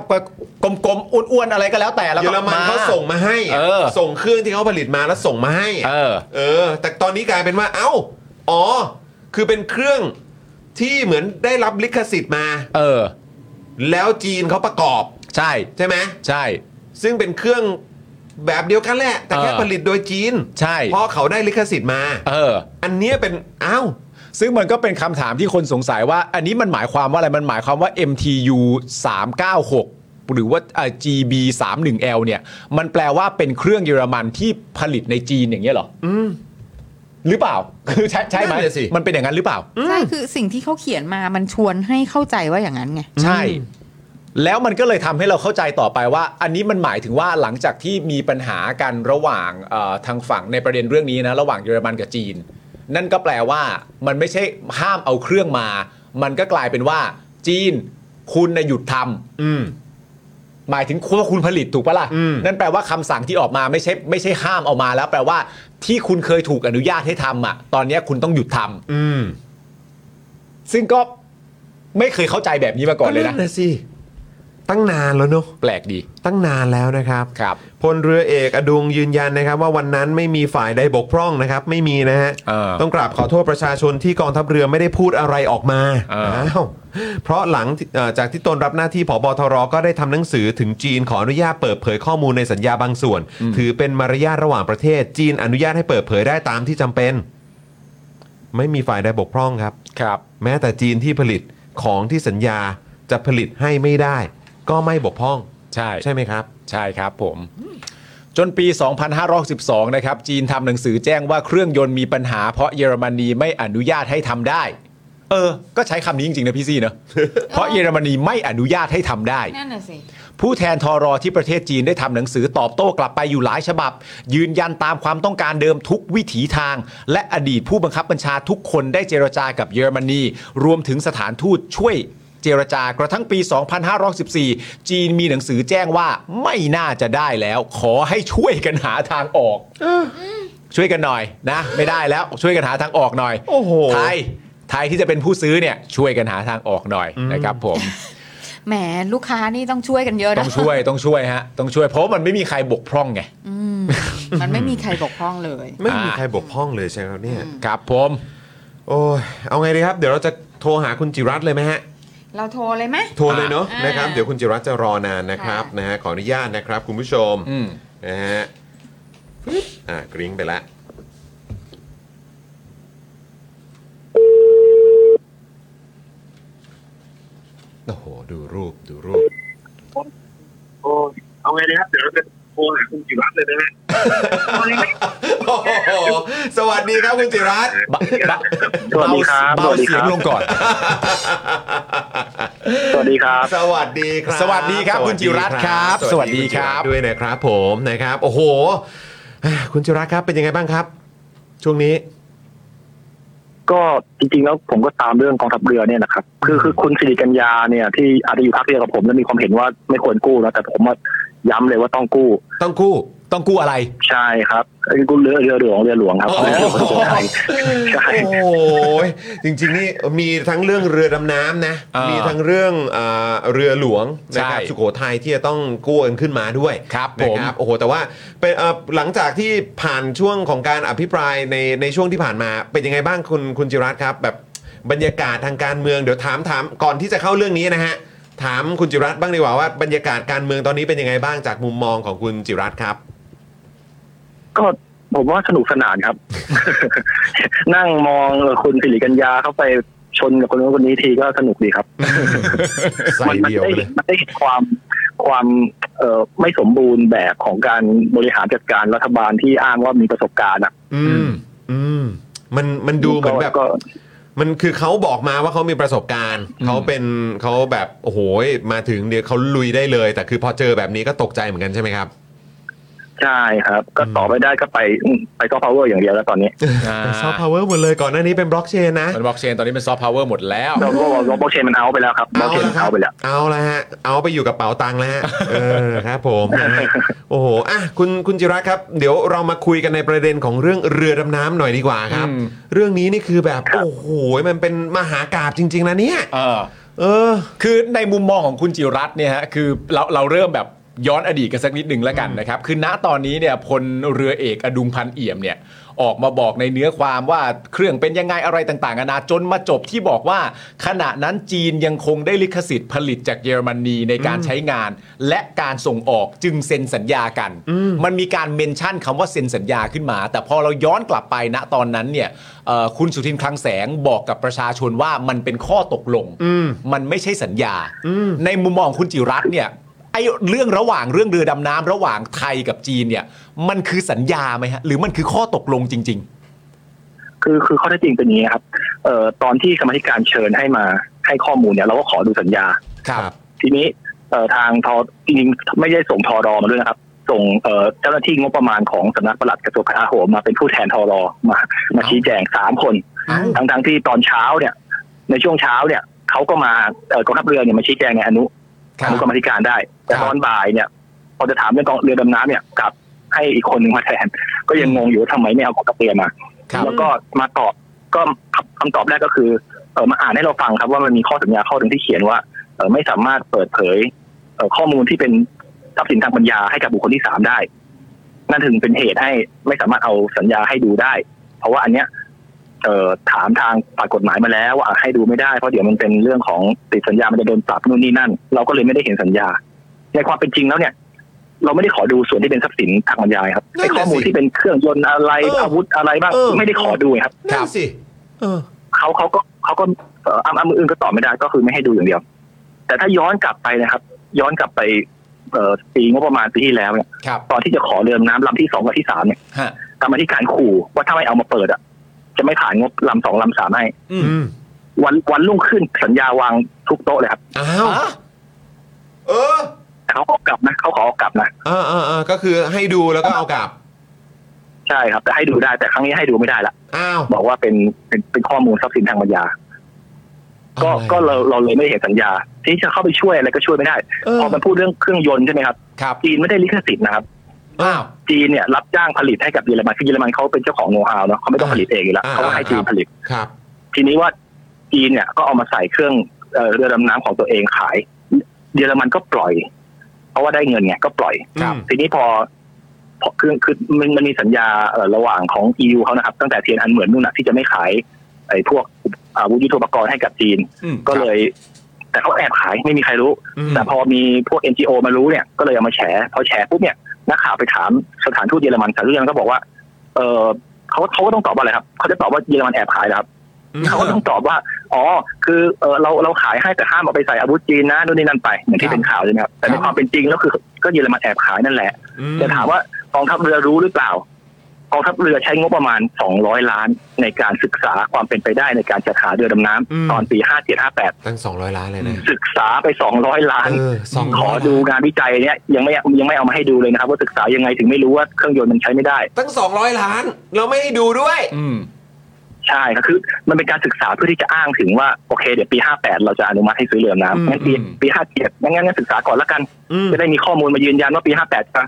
B: กลมๆอ้วนๆอะไรก็แล้วแต่แล้ว
A: เย
B: ก็
A: อรมัน
B: มา
A: เขาส่งมาให้
B: เออ
A: ส่งเครื่องที่เขาผลิตมาแล้วส่งมาให้
B: เออ
A: เออ แต่ตอนนี้กลายเป็นว่า เอ้าอ๋อ คือเป็นเครื่องที่เหมือนได้รับลิขสิทธิ์มา
B: เออ
A: แล้วจีนเขาประกอบ
B: ใช่
A: ใช่ไหม
B: ใช่
A: ซึ่งเป็นเครื่องแบบเดียวกันแหละ แต่แค่
B: เออ
A: ผลิตโดยจีน
B: ใช่
A: เพราะเขาได้ลิขสิทธิ์มา
B: เออ
A: อันเนี้ยเป็น อ้าว
B: ซึ่งมันก็เป็นคำถามที่คนสงสัยว่า อันนี้มันหมายความว่าอะไร มันหมายความว่า MTU 396 หรือว่าเอ่อ GB 31L เนี่ย มันแปลว่าเป็นเครื่องเยอรมันที่ผลิตในจีนอย่างเงี้ยเหรอ อืหรือเปล่า คือใช่ใช่ไหม
A: นั่นน่ะสิ
B: มันเป็นอย่างนั้นหรือเปล่า
C: ใช่คือสิ่งที่เขาเขียนมามันชวนให้เข้าใจว่าอย่างนั้นไง
B: ใช่ แล้วมันก็เลยทำให้เราเข้าใจต่อไปว่า อันนี้มันหมายถึงว่าหลังจากที่มีปัญหากันระหว่างเอ่อทางฝั่งในประเด็นเรื่องนี้นะ ระหว่างเยอรมันกับจีน นั่นก็แปลว่ามันไม่ใช่ห้ามเอาเครื่องมา มันก็กลายเป็นว่าจีน คุณนะหยุดทำ
A: อืม
B: หมายถึงว่าคุณผลิตถูกปะล่ะ
A: อืม
B: นั่นแปลว่าคำสั่งที่ออกมาไม่ใช่ไม่ใช่ห้ามเอามาแล้ว แปลว่าที่คุณเคยถูกอนุญาตให้ทำอ่ะ ตอนเนี้ยคุณต้องหยุดทำ
A: อืม
B: ซึ่งก็ไม่เคยเข้าใจแบบนี้มาก่อนเลยนะ
A: นะสิ ตั้งนานแล้วเนอะ
B: แปลกดี
A: ตั้งนานแล้วนะครับ
B: ครับ
A: พลเรือเอกอดุงยืนยันนะครับ ว่าวันนั้นไม่มีฝ่ายใดบกพร่องนะครับ ไม่มีนะฮะ
B: เออ
A: ต้องกราบขอโทษประชาชนที่กองทัพเรือไม่ได้พูดอะไรออกมา
B: เอออ้
A: าวเพราะหลังเอ่อจากที่ตนรับหน้าที่ผบทรก็ได้ทำหนังสือถึงจีนขออนุญาตเปิดเผยข้อมูลในสัญญาบางส่วน ถือเป็นมารยาทระหว่างประเทศ จีนอนุญาตให้เปิดเผยได้ตามที่จำเป็น ไม่มีฝ่ายใดบกพร่องครับ
B: ครับ
A: แม้แต่จีนที่ผลิตของที่สัญญาจะผลิตให้ไม่ได้ ก็ไม่บกพร่อง
B: ใช่
A: ใช่ไหมครับ
B: ใช่ครับผม จนปี 2512 นะครับ จีนทำหนังสือแจ้งว่าเครื่องยนต์มีปัญหาเพราะเยอรมนีไม่อนุญาตให้ทำได้ เออ ก็ใช้คำนี้จริงๆนะพี่ซี่เนอะ เพราะเยอรมนีไม่อนุญาตให้ทำได้
C: นั่นน่ะสิ
B: ผู้แทนทอรอที่ประเทศจีนได้ทำหนังสือตอบโต้กลับไปอยู่หลายฉบับ ยืนยันตามความต้องการเดิมทุกวิถีทาง และอดีตผู้บังคับบัญชาทุกคนได้เจรจากับเยอรมนี รวมถึงสถานทูตช่วยเจรจากระทั่งปี 2514 จีนมีหนังสือแจ้งว่าไม่น่าจะได้แล้ว ขอให้ช่วยกันหาทางออก ช่วยกันหน่อยนะ ไม่ได้แล้วช่วยกันหาทางออกหน่อย
A: โอ้โห
B: ไทยไทยที่จะเป็นผู้ซื้อเนี่ยช่วยกันหาทางออกหน่อยนะครับผม
C: แหมลูกค้านี่ต้องช่วยกันเยอะ
B: ต้
C: นะ
B: องช่วยต้องช่วยฮะ ต้องช่วยเพราะมันไม่มีใครบกพร่องไง
C: มันไม่มีใครบกพร่องเลย
A: ไม่มี
B: อ่า
A: ใครบกพร่องเลยใช่ไหมครับเนี่ย
B: ครับผม
A: โอ้ยเอาไงดีครับ เดี๋ยวเราจะโทรหาคุณจิรัตน์เลยไหมฮะ
C: เราโทรเลยไหม
A: โทรเลยเนาะ
C: อ่าน
A: นะครับเดี๋ยวคุณจิรัตน์จะรอนานนะครับ
C: ค่ะ
A: นะฮะขออนุญาตนะครับ คุณผู้ชม
B: อืม
A: นะฮะปึ๊บอ่ากริ้งไปละโอ้โหดูรูปดูรูป
I: โอ้ยเอาไงนะครับ เดี๋ยวเราจะโทรหาคุณจิรัตน์เลยนะฮะ
A: โอ้โหสวัสดีครับคุณจิรัตน์
B: เบาเบา
I: สวัสดีค
B: เบาเสี
I: รับ
B: ยงลงก่อน
I: สวัสดีครับ
A: สวัสดีครับ
B: สวัสดีครับคุณจิรัตน์ครับ
A: สวัสดี
B: สวัสดีครับ
A: ณจิตด้วยนะครับผมนะครับ โอ้โหอ่าคุณจิรัตน์ครับเป็นยังไงบ้างครับ ช่วงนี้
I: ก็จริงๆแล้วผมก็ตามเรื่องกองทัพเรือเนี่ยนะครับ คือคือคุณสิริกัญญาเนี่ย ที่อาจจะอยู่พักเดียวกับผมแล้วมีความเห็นว่าไม่ควรกู้นะแต่ผมว่าย้ำเลยว่าต้องกู้
B: ต้องกู้ต้องกู้อะไร
I: ใช่ครับกู้เรือเรือหลวงเรือหลวงครับ
A: โอ้โห
I: เรือหลวงสุโขทัยใช่
A: โอ้โหจริงๆนี่มีทั้งเรื่องเรือดำน้ำนะ
B: อ่ามี
A: มีทั้งเรื่องอ่าเรือหลวงนะครับ
B: ใช่
A: สุโขทัยที่จะต้องกู้กันขึ้นมาด้วย
B: ครับ
A: นะ
B: ผม
A: โอ้โหแต่ว่าเป็นเอ่อหลังจากที่ผ่านช่วงของการอภิปรายในในช่วงที่ผ่านมาเป็นยังไงบ้างคุณคุณจิรัตน์ครับ แบบบรรยากาศทางการเมืองเดี๋ยวถามถามก่อนที่จะเข้าเรื่องนี้นะฮะถามคุณจิรัตน์บ้างดีกว่าว่าบรรยากาศการเมืองตอนนี้เป็นยังไงบ้างจากมุมมองของคุณจิรัตน์ครับ
I: ก็ผมว่าสนุกสนานครับ <laughs> นั่งมองเอ่อคุณสิริกัญญาเข้าไปชนกับคนนู้นคนนี้ทีก็สนุกดีครับ
A: ใส่
I: มัมั
A: เดียว
I: ได้
A: ไปเลย
I: มันได้เห็นความความเอ่อไม่สมบูรณ์แบบของการบริหารจัดการรัฐบาลที่อ้างว่ามีประสบการณ์อ่ะ
A: อืม อืม มันมันดูเหมือนแบบ
I: ก็
A: มันคือเขาบอกมาว่าเขามีประสบการณ์
B: อืม
A: เขาเป็นเขาแบบโอ้โหมาถึงเดี๋ยวเขาลุยได้เลย แต่คือพอเจอแบบนี้ก็ตกใจเหมือนกันใช่ไหมครับ
I: ใช่ครับ ก็ต่อไม่ได้ก็ไปอืมไปก็พาวเวอร์อย่างเดียวแล้วตอนนี้
A: ซอฟต์พาวเวอร์หมดเลยก่อนหน้านี้เป็นบล็อกเชนนะ
B: มันบล็อกเชนตอนนี้เป็นซอฟต์พาวเวอร์หมดแล้ว
I: เราก็เราบล็อกเชนมันเอาไปแล้วครับบล็อกเชนมัน
A: ครั
I: เอาไปแล้ว
A: เอาละฮะ เอาไปอยู่กับเป๋าตังค์แล้วฮะ เออครับผมนะฮะโอ้โหอ่ะคุณคุณจิระครับ เดี๋ยวเรามาคุยกันในประเด็นของเรื่องเรือดำน้ำหน่อยดีกว่าครับ
B: อืม
A: เรื่องนี้นี่คือแบบโอ้โหมันเป็นมหากาบจริง ๆนะเนี่ย
B: เออ
A: เออ
B: คือในมุมมองของคุณจิรัตน์เนี่ยฮะคือเราเราเริ่มแบบย้อนอดีตกันสักนิดหนึ่งแล้วกันนะครับคือณตอนนี้เนี่ยพลเรือเอกอดุงพันเอี่ยมเนี่ยออกมาบอกในเนื้อความว่าเครื่องเป็นยังไงอะไรต่างๆนานาจนมาจบที่บอกว่า ขณะนั้นจีนยังคงได้ลิขสิทธิ์ผลิตจากเยอรมนีในการใช้งาน และการส่งออกจึงเซ็นสัญญากัน มันมีการเมนชั่นคำว่าเซ็นสัญญาขึ้นมา แต่พอเราย้อนกลับไปณตอนนั้นเนี่ยเอ่อคุณสุทินคลังแสงบอกกับประชาชนว่ามันเป็นข้อตกลง มันไม่ใช่สัญญา ในมุมมองคุณจิรัตน์เนี่ยไอ้เรื่องระหว่างเรื่องเรือดำน้ำระหว่างไทยกับจีนเนี่ย มันคือสัญญาไหมฮะ หรือมันคือข้อตกลงจริง
I: คือคือข้อเท็จจริงเป็นอย่างนี้ครับเอ่อตอนที่กรรมาธิการเชิญให้มาให้ข้อมูลเนี่ยเราก็ขอดูสัญญา
B: ๆ ครับ
I: ทีนี้เอ่อทางทอจริงๆไม่ได้ส่งทอรอมาด้วยนะครับ ส่งเอ่อเจ้าหน้าที่งบประมาณของสำนักปลัดกระทรวงกลาโหมมาเป็นผู้แทนทอรอมามาชี้แจงสามคน
B: เอ้า
I: ทั้งๆที่ตอนเช้าเนี่ย ในช่วงเช้าเนี่ยเขาก็มาเอ่อกองทัพเรือเนี่ยมาชี้แจงในอนุ
B: ครั
I: อบ นุกรรมาธิการได้ แต่
B: ครับ
I: ตอนบ่ายเนี่ยพอจะถามเรื่องกองเรือดำน้ำเนี่ยกลับให้อีกคนหนึ่งมาแทน ก็ยังงงอยู่ว่าทำไมไม่เอากองทัพเรือมา
B: ครับ
I: แล้วก็มาตอบก็คำคำตอบแรกก็คือเออมาอ่านให้เราฟังครับว่ามันมีข้อสัญญาข้อหนึ่งที่เขียนว่าเออไม่สามารถเปิดเผย เอ่อข้อมูลที่เป็นทรัพย์สินทางปัญญาให้กับบุคคลที่สามได้ นั่นถึงเป็นเหตุให้ไม่สามารถเอาสัญญาให้ดูได้ เพราะว่าอันเนี้ยเอ่อถามทางฝ่ายกฎหมายมาแล้วว่าให้ดูไม่ได้เพราะเดี๋ยวมันเป็นเรื่องของติดสัญญามันจะโดนปรับนู่นนี่นั่น เราก็เลยไม่ได้เห็นสัญญา ในความเป็นจริงแล้วเนี่ย เราไม่ได้ขอดูส่วนที่เป็นทรัพย์สินทางปัญญาครับ
A: นั่นน่ะ
I: ไอ้ข้อมูล
A: สิ
I: ที่เป็นเครื่องยนต์อะไร
A: เออ
I: อาวุธอะไรบ้าง
A: เออ
I: ไม่ได้ขอดูครับ
A: นั่นสิเออ
I: เขาเขาก็เขาก็เอ่ออ้ำอ้ำมืออื่นก็ตอบไม่ได้ก็คือไม่ให้ดูอย่างเดียว แต่ถ้าย้อนกลับไปนะครับ ย้อนกลับไปเอ่อปีงบประมาณปีที่แล้วเนี่ย
B: ครับ
I: ตอนที่จะขอเรือน้ำลำที่สองกับที่สามเนี่ย
B: ฮะ
I: กรรมาธิการขู่ว่าถ้าไม่เอามาเปิดอ่ะ จะไม่ผ่านงบลำสองลำสามให้
B: อืม
A: อืม
I: วันวันรุ่งขึ้นสัญญาวางทุกโต๊ะเลยครับ
A: อ้าว
B: อ่ะ
A: เออ
I: แต่เขาก็เอากลับนะเขาขอเอากลับนะ
A: อ่าอ่าอ่าก็คือให้ดูแล้วก็เอากลับ
I: ใช่ครับแต่ให้ดูได้แต่ครั้งนี้ให้ดูไม่ได้ละ
A: อ้าว
I: บอกว่าเป็นเป็นเป็นข้อมูลทรัพย์สินทางปัญญา ก็
A: อะไร
I: ก็เราเราเลยไม่ได้เห็นสัญญาที่จะเข้าไปช่วยอะไรก็ช่วยไม่ได้
A: เออ
I: พอมันพูดเรื่องเครื่องยนต์ใช่ไหมครับ
B: ครับ
I: จีนไม่ได้ลิขสิทธิ์นะครับ
A: อ้าว
I: จีนเนี่ยรับจ้างผลิตให้กับเยอรมันคือเยอรมันเขาเป็นเจ้าของโน้ตฮาวเนาะเขาไม่ต้องผลิตเองอยู่แล้ว
A: อ่า
I: เขาก็ให้จีน
A: อ่า
I: ผลิต
A: ครับ
I: ทีนี้ว่าจีนเนี่ยก็เอามาใส่เครื่องเอ่อเรือดำน้ำของตัวเองขาย เยอรมันก็ปล่อย เพราะว่าได้เงินไงก็ปล่อย
A: ครับ
I: ทีนี้พอพอคือคือมันมันมีสัญญาเอ่อระหว่างของ EU เขานะครับ ตั้งแต่เทียนอันเหมือนนู่นนะที่จะไม่ขายไอ้พวกอาวุธยุทโธปกรณ์ให้กับจีน
B: อืม
I: ก็เลย แต่เขาแอบขายไม่มีใครรู้
A: อืม
I: แต่พอมีพวก NGO มารู้เนี่ยก็เลยเอามาแฉพอแฉปุ๊บเนี่ยนักข่าวไปถามสถานทูตเยอรมันสถานทูตเยอรมันก็บอกว่า เออเขาเขาก็ต้องตอบว่าอะไรครับเขาจะตอบว่าเยอรมันแอบขายเหรอครับเขาก็ต้องตอบว่า อ๋อ คือเออเราเราขายให้แต่ห้ามเอาไปใส่อาวุธจีนนะนู่นนี่นั่นไปเหมือนที่เป็นข่าวใช่ไหมครับแต่ในความเป็นจริงแล้วคือ ก็เยอรมันแอบขายนั่นแหละ
A: อื
I: จะถามว่ากองทัพเรือรู้หรือเปล่ากองทัพเรือใช้งบประมาณ 200 ล้านในการศึกษาความเป็นไปได้ในการจัดหาเรือดำน้
A: อืม
I: ำตอนปี 5758
A: ตั้ง 200 ล้านเลยนะ
I: ศึกษาไป 200 ล้าน
A: เออสอง
I: ขอดูงานวิจัยเนี้ยยังไม่ยังไม่เอามาให้ดูเลยนะครับ ว่าศึกษายังไงถึงไม่รู้ว่าเครื่องยนต์มันใช้ไม่ได้
A: ตั้ง 200 ล้าน เราไม่ให้ดูด้วย
B: อืม
I: ใช่ครับคือมันเป็นการศึกษาเพื่อที่จะอ้างถึงว่าโอเค เดี๋ยวปี 58 เราจะอนุมัติให้ซื้อเรือ
A: อืม
I: ดำน้ำงั้นปีปี57งั้นงั้นงั้นศึกษาก่อนละกัน
A: อืม
I: จะได้มีข้อมูลมายืนยันว่าปี 58 จะ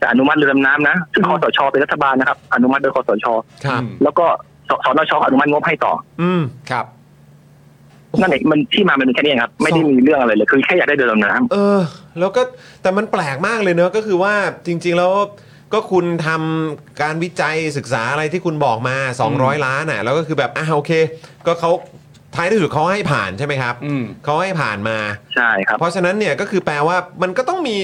I: จะอนุมัติเรือดำน้ำนะซึ่งคอสชเป็นรัฐบาลนะครับอนุมัติโดยคอสช
A: ครับ
I: แล้วก็สสนชอนุมัติงบให้ต่อ
A: อืม
B: ครับ
I: นั่นเองมันที่มามันเป็นแค่นี้เองครับ ไม่ได้มีเรื่องอะไรเลย คือแค่อยากได้เดินดำน้ำ
A: เออ แล้วก็แต่มันแปลกมากเลยเนอะก็คือว่าจริง ๆ แล้วก็คุณทำการวิจัยศึกษาอะไรที่คุณบอกมา 200 ล้านอ่ะ แล้วก็คือแบบอ่ะโอเค ก็เขาท้ายที่สุดเขาให้ผ่านใช่ไหมครับ
B: อืม
A: เขาให้ผ่านมา
I: ใช่ครับ
A: เพราะฉะนั้นเนี่ยก็คือแปลว่ามันก็ต้องมี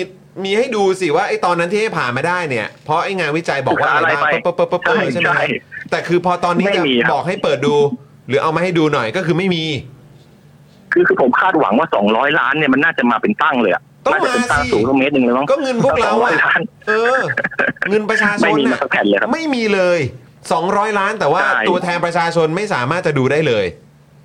A: มีให้ดูสิว่าไอ้ตอนนั้นที่ให้ผ่านมาได้เนี่ย เพราะไอ้งานวิจัยบอกว่าอะไรบ้าง
I: ศึกษาอะไรไป
A: เปิ๊บปิ๊บปิ๊บปิ๊บใช่ไหม
I: ใช่
A: แต่คือพอตอนนี้
I: ไม่
A: จะ
I: มีครับ
A: บอกให้เปิดดู หรือเอามาให้ดูหน่อยก็คือไม่มี
I: คือคือผมคาดหวังว่า 200 ล้านเนี่ยมันน่าจะมาเป็นตั้งเลยอะ
A: ต้อง
I: น่าจะเป็น
A: มา
I: ตั้ง
A: สิ
I: สูงสักเมตรหนึ่งเลยมั้ง
A: ก็เงินพวกเรา
I: 200
A: อะ
I: ล้าน
A: เออ เงินประชาชน
I: ไม่มี
A: น่ะ
I: มาสักแผ่นเลยครับ
A: ไม่มีเลย 200 ล้านแต่ว่า
I: ใช่
A: ตัวแทนประชาชนไม่สามารถจะดูได้เลย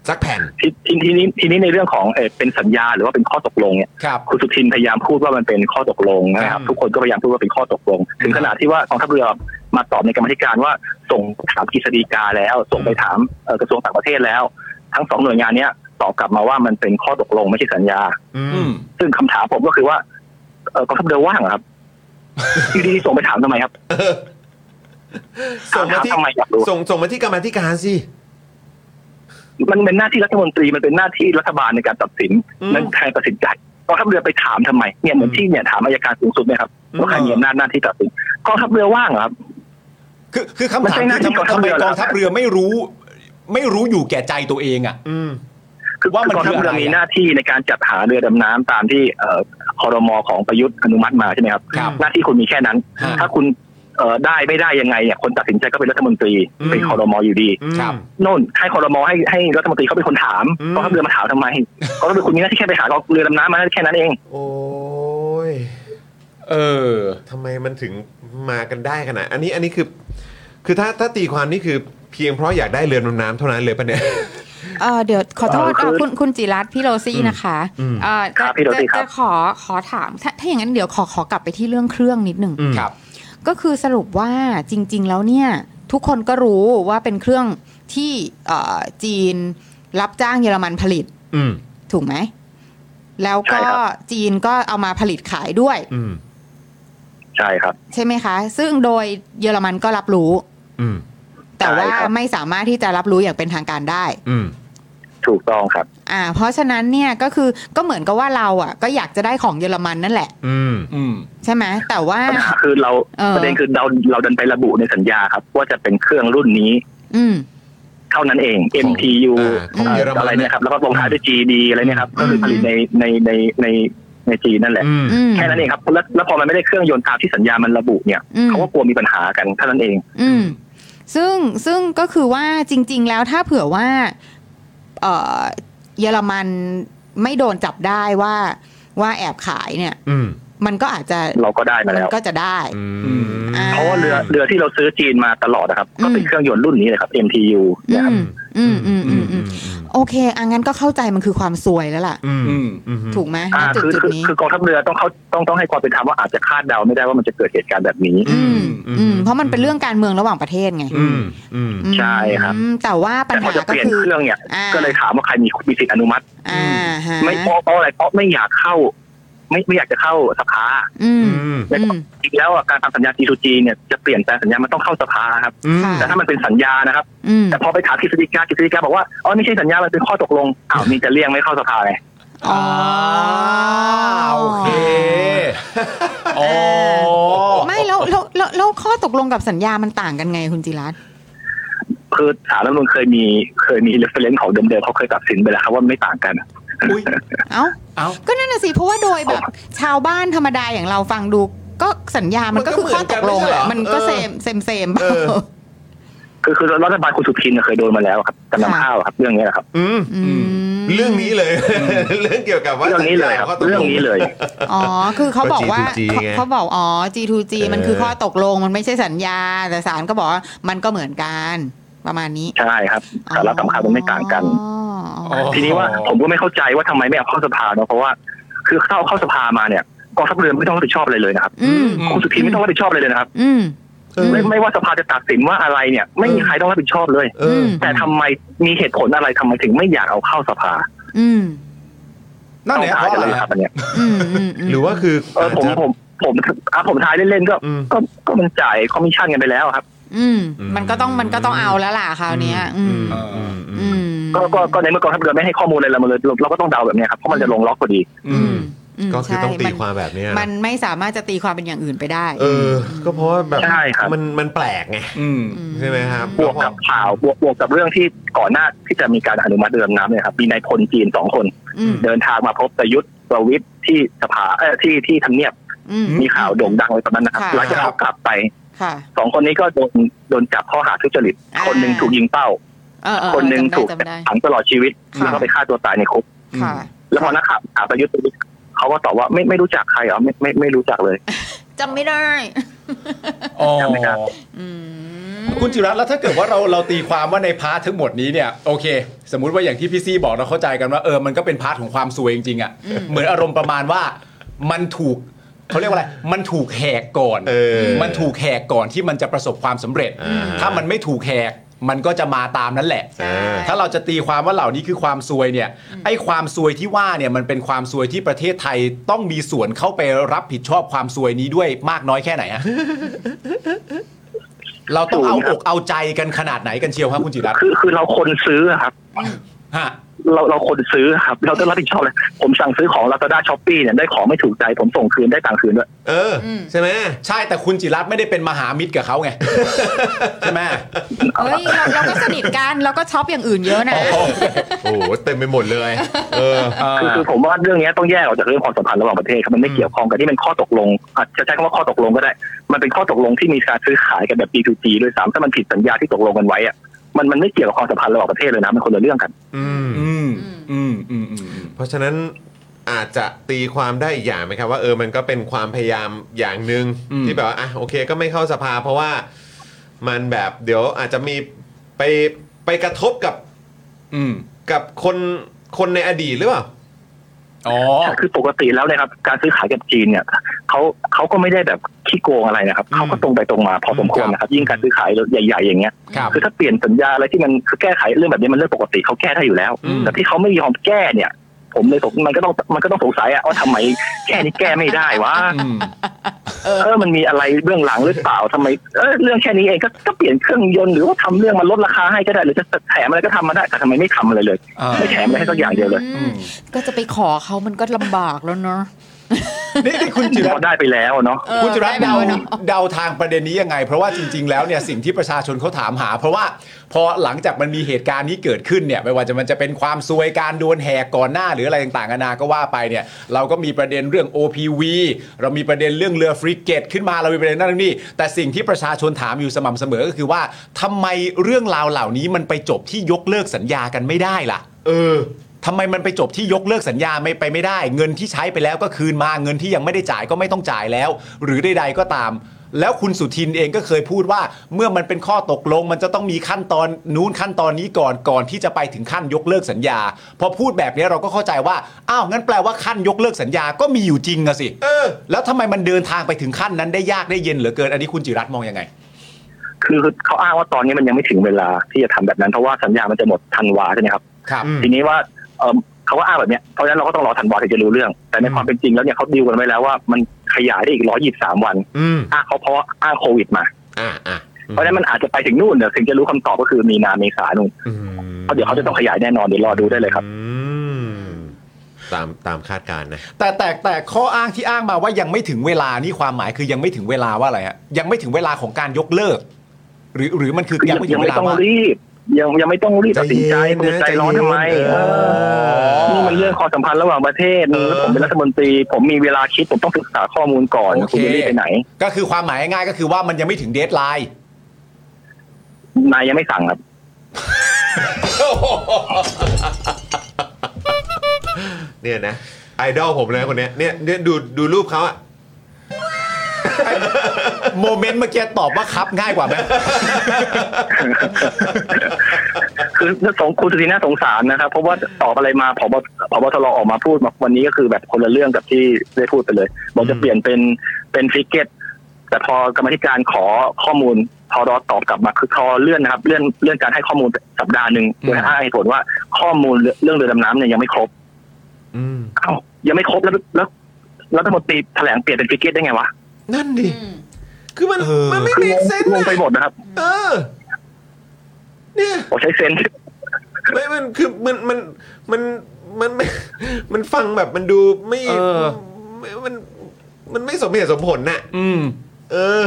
A: สักแผ่น
I: ทีทีทีนี้ทีนี้ในเรื่องของเอ่อเป็นสัญญาหรือว่าเป็นข้อตกลงเนี่ย
B: ครับ
I: คุณสุทินพยายามพูดว่ามันเป็นข้อตกลงนะครับ
A: อืม
I: ทุกคนก็พยายามพูดว่าเป็นข้อตกลง ถึงขนาดที่ว่ากองทัพเรือมาตอบในกรรมาธิการว่าส่งถามกฤษฎีกาแล้ว ส่งไปถามเอ่อกระทรวงต่างประเทศแล้ว ทั้งสองหน่วยงานเนี้ยตอบกลับมาว่ามันเป็นข้อตกลงไม่ใช่สัญญา
A: อื
B: อื
A: ม
B: ม
I: ซึ่งคำถามผมก็คือว่าเอ่อกองทัพเรือว่างเหรอครับ อยู่ดีๆส่งไปถามทำไมครับ
A: ส่งมาที่
I: ถามทำไมอยากรู้
A: ส่งส่งมาที่กรรมาธิการสิ
I: มันเป็นหน้าที่รัฐมนตรีมันเป็นหน้าที่รัฐบาลในการตัดสิน
A: อืม
I: นั่นใครตัดสินใจกองทัพเรือไปถามทำไมเนี่ยเหมือนที่เนี่ยถามอายการสูงสุดเนี่ยครับว่าใครมีอำนาจหน้าที่ตัดสินกองทัพเรือว่างเหรอครับ
B: คือคือ
I: มัน
B: คำถาม
I: ใช่หน้า
B: คือ
I: ที่
B: ทำไม
I: กอง
B: ทำไมกอง
I: ทัพเรือเหรอ
B: ทัพเรือไม่รู้ ไม่รู้อยู่แก่ใจตัวเองอ่ะ
A: อืม
I: คือ
B: ว่ามัน
I: กองทัพ
B: คื
I: เรือ
B: ออะไรอะ
I: มีหน้าที่ในการจัดหาเรือดำน้ำตามที่เอ่อคอรมอของประยุทธ์อนุมัติมาใช่ไหมครับ
B: ครับ
I: หน้าที่คุณมีแค่นั้น
B: ฮะ
I: ถ้าคุณเอ่อได้ไม่ได้ยังไงเนี่ยคนตัดสินใจก็เป็นรัฐมนตรี
A: อืม
I: เป็นคอรมออยู่ดี
A: อืม
B: ครับ
I: โน่นให้คอรมอให้ให้รัฐมนตรีเขาเป็นคนถาม
A: อืม
I: กองทัพเรือมาถามทำไมกองทัพเรือคุณมีหน้าที่แค่ไปหากองเรือดำน้ำมาแค่นั้นเอง
A: โอ้ย
B: เออ
A: ทำไมมันถึงมากันได้ขนาดอันนี้อันนี้คือ คือถ้าถ้าตีความนี่คือเพียงเพราะอยากได้เรือนดำน้ำเท่านั้นเลยปะเนี่ย
C: เอ่อเดี๋ยวขอโทษ
I: เอ่อคือ
C: เอ่อคุณคุณจิรัตน์พี่โรซี่นะคะ
A: อืม
C: เอ่อ
I: ครั
C: จะ
I: บพี่โรซี่
C: จะ
I: ครับ
C: จะขอขอถามถ้าถ้าอย่างนั้นเดี๋ยวขอขอกลับไปที่เรื่องเครื่องนิดหนึ่ง
A: อืม
B: ครับ
C: ก็คือสรุปว่าจริง ๆ แล้วเนี่ยทุกคนก็รู้ว่าเป็นเครื่องที่เอ่อจีนรับจ้างเยอรมันผลิต
A: อืม
C: ถูกไหม แล้วก็
I: ใช่ครับ
C: จีนก็เอามาผลิตขายด้วย
A: อืม
I: ใช่ครับ
C: ใช่ไหมคะ ซึ่งโดยเยอรมันก็รับรู้
A: อืม
C: แต่ว่า
I: ใช่ครับ
C: ไม่สามารถที่จะรับรู้อย่างเป็นทางการได้
A: อืม
I: ถูกต้องครับ
C: อ่าเพราะฉะนั้นเนี่ยก็คือก็เหมือนกับว่าเราอ่ะก็อยากจะได้ของเยอรมันนั่นแหละ
A: อืม
B: อืม
C: ใช่ไหมแต่ว่า
I: ปัญหาคือเรา
C: เออ
I: ประเด็นคือเราเราดันไประบุในสัญญาครับ ว่าจะเป็นเครื่องรุ่นนี้
C: อืม
I: เท่านั้นเอง
A: ของ
I: MTU
A: อ่าของเยอรมัน
I: อะไรเนี่ยครับแล้วก็ลงท้ายด้วย GD อะไรเนี่ยครับก็คือผลิตในในในในในจีนนั่นแหละ
A: อืม
C: อืม
I: แค่นั้นเองครับแล้วแล้วพอมันไม่ได้เครื่องยนต์ตามที่สัญญามันระบุเนี่ย
C: อืม
I: เขาก็กลัวมีปัญหากันเท่านั้นเอง
C: อืมซึ่งซึ่งก็คือว่าจริง ๆ แล้วถ้าเผื่อว่าเอ่อเยอรมันไม่โดนจับได้ว่าว่าแอบขายเนี่ย
A: อืม
C: มันก็อาจจะ
I: เราก็ได้มา
C: มั
I: แล้ว
C: ก็จะได้
A: อืม
C: อ่
I: เพราะว่าเรือเรือที่เราซื้อจีนมาตลอดนะครับ ก็เป็น
C: อืม
I: เครื่องยนต์รุ่นนี้เลยครับ MTU
C: อื
I: นะครับ
C: มอืมอืมอืมอืมโอเคอังั้นก็เข้าใจมันคือความซวยแล้วล่ะ
A: อืม
B: อืม
A: อืม
C: ถูกไหมณ
I: อ่า
C: จุด
I: คือ
C: จุด
I: คือ
C: นี้
I: คือกองทัพเรือต้องเขาต้องต้องให้ความเป็นธรรมว่าอาจจะคาดเดาไม่ได้ว่ามันจะเกิดเหตุการณ์แบบนี้
C: อืมอืมเพราะมันเป็นเรื่องการเมืองระหว่างประเทศไง
A: อืมอืม
C: อืม
I: ใช่ครับ
C: แต่ว่าปัญ
I: แต่พ
C: หา
I: อจะเป
C: ก็
I: ลี่ยน
C: คือ
I: เครื่องเนี่ย
C: อ่า
I: ก็เลยถามว่าใครมีมีสิทธิอนุมัติ
C: อ่าฮะ
I: ไม่เพราะเพราะอะไรเพราะไม่อยากเข้า ไม่ไม่อยากจะเข้าสภา
C: อืม
A: อืม
C: อืม
I: จริงแล้วอ่ะการทำสัญญา G2G เนี่ยจะเปลี่ยนแปลงสัญญามันต้องเข้าสภาครับ
A: อืม
C: ค่ะ
I: แต่ถ้ามันเป็นสัญญานะครับ
C: อืม
I: แต่พอไปถามกฤษฎีกากฤษฎีกาบอกว่าอ๋อไม่ใช่สัญญามันเป็นข้อตกลงอ้าวนี่จะเลี่ยงไม่เข้าสภาไง
C: อ๋อ
B: โอเคโอ้
C: ไม่แล้วแล้วแล้วแล้วข้อตกลงกับสัญญามันต่างกันไงคุณจิรัตน์
I: คือสารรัฐธรรมนูลเคยมีเคยมีเรฟเฟรนซ์ของเดิมๆเขาเคยตัดสินไปแล้วครับว่าไม่ต่างกัน
B: อุ้ย
C: เอ้า
B: เอ้า
C: ก็นั่นน่ะสิเพราะว่าโดยแบบ ชาวบ้านธรรมดาอย่างเราฟังดูก็สัญญามันก็คือข้อตกลงอะ
A: มั
C: มัน น
A: ก็
C: ก็
A: เหมื
C: เซ
A: อนกั
C: ม
A: น
C: เซมเซม
A: เออ
I: คือคือรัฐบาลคุณสุทินเนี่ยเคยโดนมาแล้วครับจำนำข้าวครับเรื่องนี้แหละครับ
A: อืม
C: อืม
A: เรื่องนี้เลย เรื่องเกี่ยวกับว่า
I: เรื่องนี้เลยครับ
A: สัญญาข้อตกง
I: เรื่องนี้เลย
C: อ๋อคือเขาบอกว่า
A: G2G ไง
C: เขาบอกอ๋อ G2G มันคือข้อตกลงมันไม่ใช่สัญญา แต่ศาลก็บอกว่ามันก็เหมือนกันประมาณนี้
I: ใช่ครับ
C: อ๋อ
I: สาระสำคัญมันไม่ต่างกัน
C: อ๋อ
B: อ๋อ
I: ทีนี้ว่าผมก็ไม่เข้าใจว่าทำไมไม่เอาเข้าสภาเนาะเพราะว่าคือเข้าเข้าสภามาเนี่ยกองทัพเรือไม่ต้องรับผิดชอบอะไรเลยนะครับ
C: อืม
I: คุณสุทินไม่ต้องรับผิดชอบอะไรเลยนะครับ
C: อืมอืม
I: ไม่ไม่ว่าสภาจะตัดสินว่าอะไรเนี่ย ไม่มีใครต้องรับผิดชอบเลย
A: เออ
I: แต่ทำไมมีเหตุผลอะไรทำไมถึงไม่อยากเอาเข้าสภา
C: อืม
B: นั่น
I: ต้อง
B: เนี่ยเพ
I: ทาย
B: ราะ
I: กัน
B: อะไร
I: เลยครับอันเนี้ย
C: อืมอืมม
A: หรือว่าคือ
I: เออผม
A: อาจจะ
I: ผมผมอ่ะผมทายเล่นๆก็
A: อืม
I: ก็ก็มันจ่ายคอมมิชชั่นกันไปแล้วครับ
C: อืมมันก็ต้องมันก็ต้องเอาแล้วล่ะคราวเนี้ย อืม
A: อืมอืม
C: อืม
I: ก็ก็ก็ในเมื่อกองทัพเรือไม่ให้ข้อมูลอะไรเรามาเลยเราเราก็ต้องเดาแบบเนี้ยครับเพราะมันจะลงล็อกพอดี
C: อืมม
A: ก็คือ
C: ใช่
A: ต้องตี
C: น
A: ความแบบเนี้ย
C: มันไม่สามารถจะตีความเป็นอย่างอื่นไปได้
A: เออ ก็เพราะว่าแบบ
I: ใช่ครับ
A: มันมันแปลกไง
B: อืม
C: ม
A: ใช่ไหมครับ
I: บวกกับข่าวบวกบวกกับเรื่องที่ก่อนหน้าที่จะมีการอนุมัติเรือดำน้ำเนี่ยครับมีนายพลจีนสองคน
C: อืม
I: เดินทางมาพบประยุทธ์ประวิทย์ที่สภาเอ่อที่ที่ทำเนียบ
C: อืม
I: มีข่าวโด่งดังไว้ตอนนั้นนะครับ
C: ค่ะ
I: หลังจากเขากลับไป
C: ค่ะ
I: สองคนนี้ก็โดนโดนจับข้อหาทุจริต
C: อ่า
I: คนหนึ่งถูกยิงเป้า
C: เออเออ
I: คนหนึ่ง
C: จำได้
I: ถูก
C: จำได้
I: ขังตลอดชีวิต
C: ค่ะ
I: แล้วก็ไปฆ่าตัวตายในคุก
C: ค่ะ
I: แล้วพอนักข่าวถามประยุทธ์ประวิทย์เขาก็ตอบว่าไม่ไม่รู้จักใครเหรอไม่ไม่ไม่รู้จักเลย
C: จำไม่ได้
B: อ๋อ
I: จำไม่ได้
C: อืม
B: คุณจิรัตน์แล้วถ้าเกิดว่าเราเราตีความว่าในพาร์ททั้งหมดนี้เนี่ยโอเค สมมุติว่าอย่างที่พี่ซีบอกเราเข้าใจกันว่าเออมันก็เป็นพาร์ทของความซวยจริงๆอะ่ะเหมือนอารมณ์ประมาณว่ามันถูกเขาเรียกว่าอะไรมันถูกแหกก่อน
A: เออ
B: มันถูกแหกก่อนที่มันจะประสบความสำเร็จ
A: อ่า
B: ถ้ามันไม่ถูกแหกมันก็จะมาตามนั้นแหละ
C: ใช่
B: ถ้าเราจะตีความว่าเหล่านี้คือความซวยเนี่ยไอ้ความซวยที่ว่าเนี่ยมันเป็นความซวยที่ประเทศไทยต้องมีส่วนเข้าไปรับผิดชอบความซวยนี้ด้วยมากน้อยแค่ไหนฮ <laughs> ะ เราต้องเอาอกเอาใจกันขนาดไหนกันเชียวครับคุณจิรัตน์
I: คือคือเราคนซื้อครับ
B: ฮะ
I: เราเราคนซื้อครับ เราต้องรับผิดชอบเลย ผมสั่งซื้อของ Lazada s h o p ป e เนี่ยได้ของไม่ถูกใจ ผมส่งคืนได้ตังค์คืนด้วย
A: เอออ ใช่ไหม
B: ใช่แต่คุณจิรัตน์ไม่ได้เป็นมหามิตรกับเขาไง <laughs> ใช่ไหม
C: เฮ้ยเราเราก็สนิทกันเราก็ช็อปอย่างอื่นเยอะนะ
A: <laughs> โอ้โหเต็มไปหมดเลย เออ
I: คือคือผมว่าเรื่องเนี้ยต้องแยกออกจากเรื่องความสัมพันธ์ระหว่างประเทศครับมันไม่เกี่ยวข้องกันที่เป็นข้อตกลงอาจจะใช้คำว่าข้อตกลงก็ได้ มันเป็นข้อตกลงที่มีการซื้อขายกันแบบ B2G ด้วยซ้ำถ้ามันผิดสัญญาที่ตกลงกันไว้อะมันมันไม่เกี่ยวกับความสัมพันธ์ระหว่างประเทศเลยนะมันคนละเรื่องกัน
A: อืม
B: อืมอืมอืมอืม
A: เพราะฉะนั้นอาจจะตีความได้อีกอย่างไหมครับ ว่าเออมันก็เป็นความพยายามอย่างหนึ่ง
B: อืม
A: ที่แบบว่าอ่ะโอเคก็ไม่เข้าสภา เพราะว่ามันแบบเดี๋ยวอาจจะมีไปไปกระทบกับ
B: อืม
A: กับคนคนในอดีตหรือเปล่า
B: อ๋อ
I: คือปกติแล้วเนะครับการซื้อขายกับจีนเนี่ยเขาเขาก็ไม่ได้แบบขี้โกงอะไรนะครับเขาก็ตรงไปตรงมาพอสมควรนะครับยิ่งการซื้อขายใหญ่ๆอย่างเงี้ย
B: ครับ
I: คือถ้าเปลี่ยนสัญญาอะไรที่มันคือแก้ไขเรื่องแบบนี้มันเรื่องปกติเขาแก้ได้อยู่แล้ว
A: อืม
I: แต่ที่เขาไม่ยอมแก้เนี่ย ผ ผมเลยสงมันก็ต้องมันก็ต้องสงสัยอะว่าทำไมแค่นี้แก้ไม่ได้วะ
B: อืม
I: เออมันมีอะไรเบื้องหลังหรือเปล่าทำไมเออเรื่องแค่นี้เองก็ก็เปลี่ยนเครื่องยนต์หรือว่าทำเรื่องมันลดราคาให้ก็ได้หรือจะแถมอะไรก็ทำมาได้แต่ทำไมไม่ทำอะไรเลย
B: อ่า
I: ไม่แถมอะไรให้สักอย่างเดียวเลย
B: อืม
C: ก็จะไปขอเขามันก็ลำบากแล้วเนาะ
B: นี่นี่คุณจิ
I: พ
B: รั
I: อ
B: ตน์
I: ได้ไปแล้วเนาะ
C: เออ
B: คุณจิรัตน์
C: ได้
B: เดา
C: ไปแล้วเนอะ
B: เดาทางประเด็นนี้ยังไง เพราะว่าจริง ๆ แล้วเนี่ยสิ่งที่ประชาชนเขาถามหา เพราะว่าพอหลังจากมันมีเหตุการณ์นี้เกิดขึ้นเนี่ยไม่ว่าจะมันจะเป็นความซวยการโดนแหกก่อนหน้าหรืออะไรต่างๆนานาก็ว่าไปเนี่ย เราก็มีประเด็นเรื่อง OPV เรามีประเด็นเรื่องเรือฟริเกตขึ้นมาเรามีประเด็นนั่นเรื่องนี่แต่สิ่งที่ประชาชนถามอยู่สม่ำเสมอก็คือว่าทำไมเรื่องราวเหล่านี้มันไปจบที่ยกเลิกสัญญากันไม่ได้ล่ะ เออ ทำไมมันไปจบที่ยกเลิกสัญญาไม่ไปไม่ได้ เงินที่ใช้ไปแล้วก็คืนมาเงินที่ยังไม่ได้จ่ายก็ไม่ต้องจ่ายแล้ว หรือใดๆก็ตาม แล้วคุณสุทินเองก็เคยพูดว่า เมื่อมันเป็นข้อตกลง มันจะต้องมีขั้นตอนนู้นขั้นตอนนี้ก่อนก่อนที่จะไปถึงขั้นยกเลิกสัญญา พอพูดแบบนี้เราก็เข้าใจว่าอ้าวงั้นแปลว่าขั้นยกเลิกสัญญาก็มีอยู่จริงอะสิ
A: เออ
B: แล้วทำไมมันเดินทางไปถึงขั้นนั้นได้ยากได้เย็นเหลือเกินอันนี้คุณจิรัตน์มองยังไง
I: คือเขาอ้างว่าตอนนี้มันยังไม่ถึงเวลาที่จะทำแบบนั้นเพราะว่าสัญญามันจะหมดธันวาใช่ไหมครับ
B: ครับ
I: ทีนี้ว่าเอิ่มเขาก็อ้างแบบเนี้ยเพราะฉะนั้นเราก็ต้องรอธันวาถึงจะรู้เรื่อง แต่ในความเป็นจริงแล้วเนี่ยเขาดีลกันไว้แล้วว่ามันขยายได้อีก 123 วัน
A: อืม
I: อ้างเขาเพราะว่าอ้างโควิดมา
A: อ่าอ่า
I: เพราะฉะนั้นมันอาจจะไปถึงนู่นเดี๋ยวถึงจะรู้คำตอบก็คือมีนาเมษานู่นเพราะเดี๋ยวเขาจะต้องขยายแน่นอนเดี๋ยวรอดูได้เลยครับ
A: ตามตามคาดการณ์นะ
B: แต่แต่แต่ข้ออ้างที่อ้างมาว่ายังไม่ถึงเวลานี่ความหมายคือยังไม่ถึงเวลาว่าอะไรฮะยังไม่ถึงเวลาของการยกเลิก หรือหรือมันคือยังไม่ถึ
I: ยังง
B: เว
I: ไม่
B: ลา
I: ต้อง
B: ว่า
I: รีบ ยังยังไม่ต้องรีบตัดสินใจ
A: ใจเย็นนะ
I: คุณใจร้อนทำไม
A: ใจเย็น
I: เออ
A: เออ
I: นี่มันเรื่องความสัมพันธ์ระหว่างประเทศ
A: เออ
I: แล้วผมเป็นรัฐมนตรีผมมีเวลาคิดผมต้องศึกษาข้อมูลก่อนคุณจะรีบไปไหน
B: ก็คือความหมายง่ายๆก็คือว่ามันยังไม่ถึงเดทไลน์
I: นายยังไม่สั่งครับ
A: เนี่ยนะไอดอลผมเลยคนเนี้ยเนี่ยเนี่ยดูดูรูปเขาอะ
B: โมเมนต์เมื่อกี้ตอบว่าครับง่ายกว่าไหม
I: คือสงคุณสุธีน่าสงสารนะครับ เพราะว่าตอบอะไรมาพบพบตรออกมาพูดมาวันนี้ก็คือแบบคนละเรื่องกับที่ได้พูดไปเลย บอกจะเปลี่ยนเป็นเป็นฟิกเก็ต แต่พอกรรมาธิการขอข้อมูลพอรอตอบกลับมาคือทอเลื่อนนะครับ เลื่อนเลื่อนการให้ข้อมูลสัปดาห์หนึ่งโดยอ้างเหตุผลว่าข้อมูลเรื่องเรือดำน้ำเนี่ยยังไม่ครบ
A: อืม
I: เอ้ายังไม่ครบแล้วแล้วรัฐมนตรีแถลงเปลี่ยนเป็นฟิกเก็ตได้ไงวะ
A: นั่นดิคือมัน
B: เออ
A: มันไม่
I: คือ
A: มี
I: งง
A: เซน
I: งง
A: นะ
I: ไปหมดนะครับ
A: เออ เนี่ย
I: ผมใช้เซนส์
A: ไม่มันคือมันมันมันมันไม่มันฟังแบบมันดูไม่
B: เออ
A: ไม่มันมันไม่สมเหตุสมผลน่ะ
B: อืม
A: เออ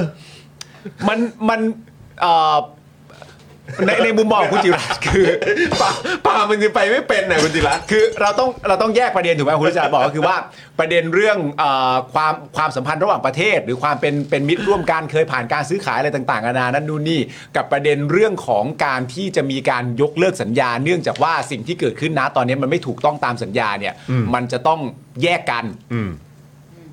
B: มันมันเอ่อในในมุมมองของคุณจิรัตน์คือ
A: ป่าป่ามันจะไปไม่เป็นน่ะคุณจิรัตน์
B: คือเราต้องเราต้องแยกประเด็นถูกไหมคุณรัชดาบอกก็คือว่าประเด็นเรื่องเออความความสัมพันธ์ระหว่างประเทศ หรือความเป็นเป็นมิตรร่วมกันเคยผ่านการซื้อขายอะไรต่างๆนานานั่นนู่นนี่กับประเด็นเรื่องของการที่จะมีการยกเลิกสัญญา เนื่องจากว่าสิ่งที่เกิดขึ้นนะตอนนี้มันไม่ถูกต้องตามสัญญาเนี่ย
A: อืม
B: มันจะต้องแยกกัน
A: อืม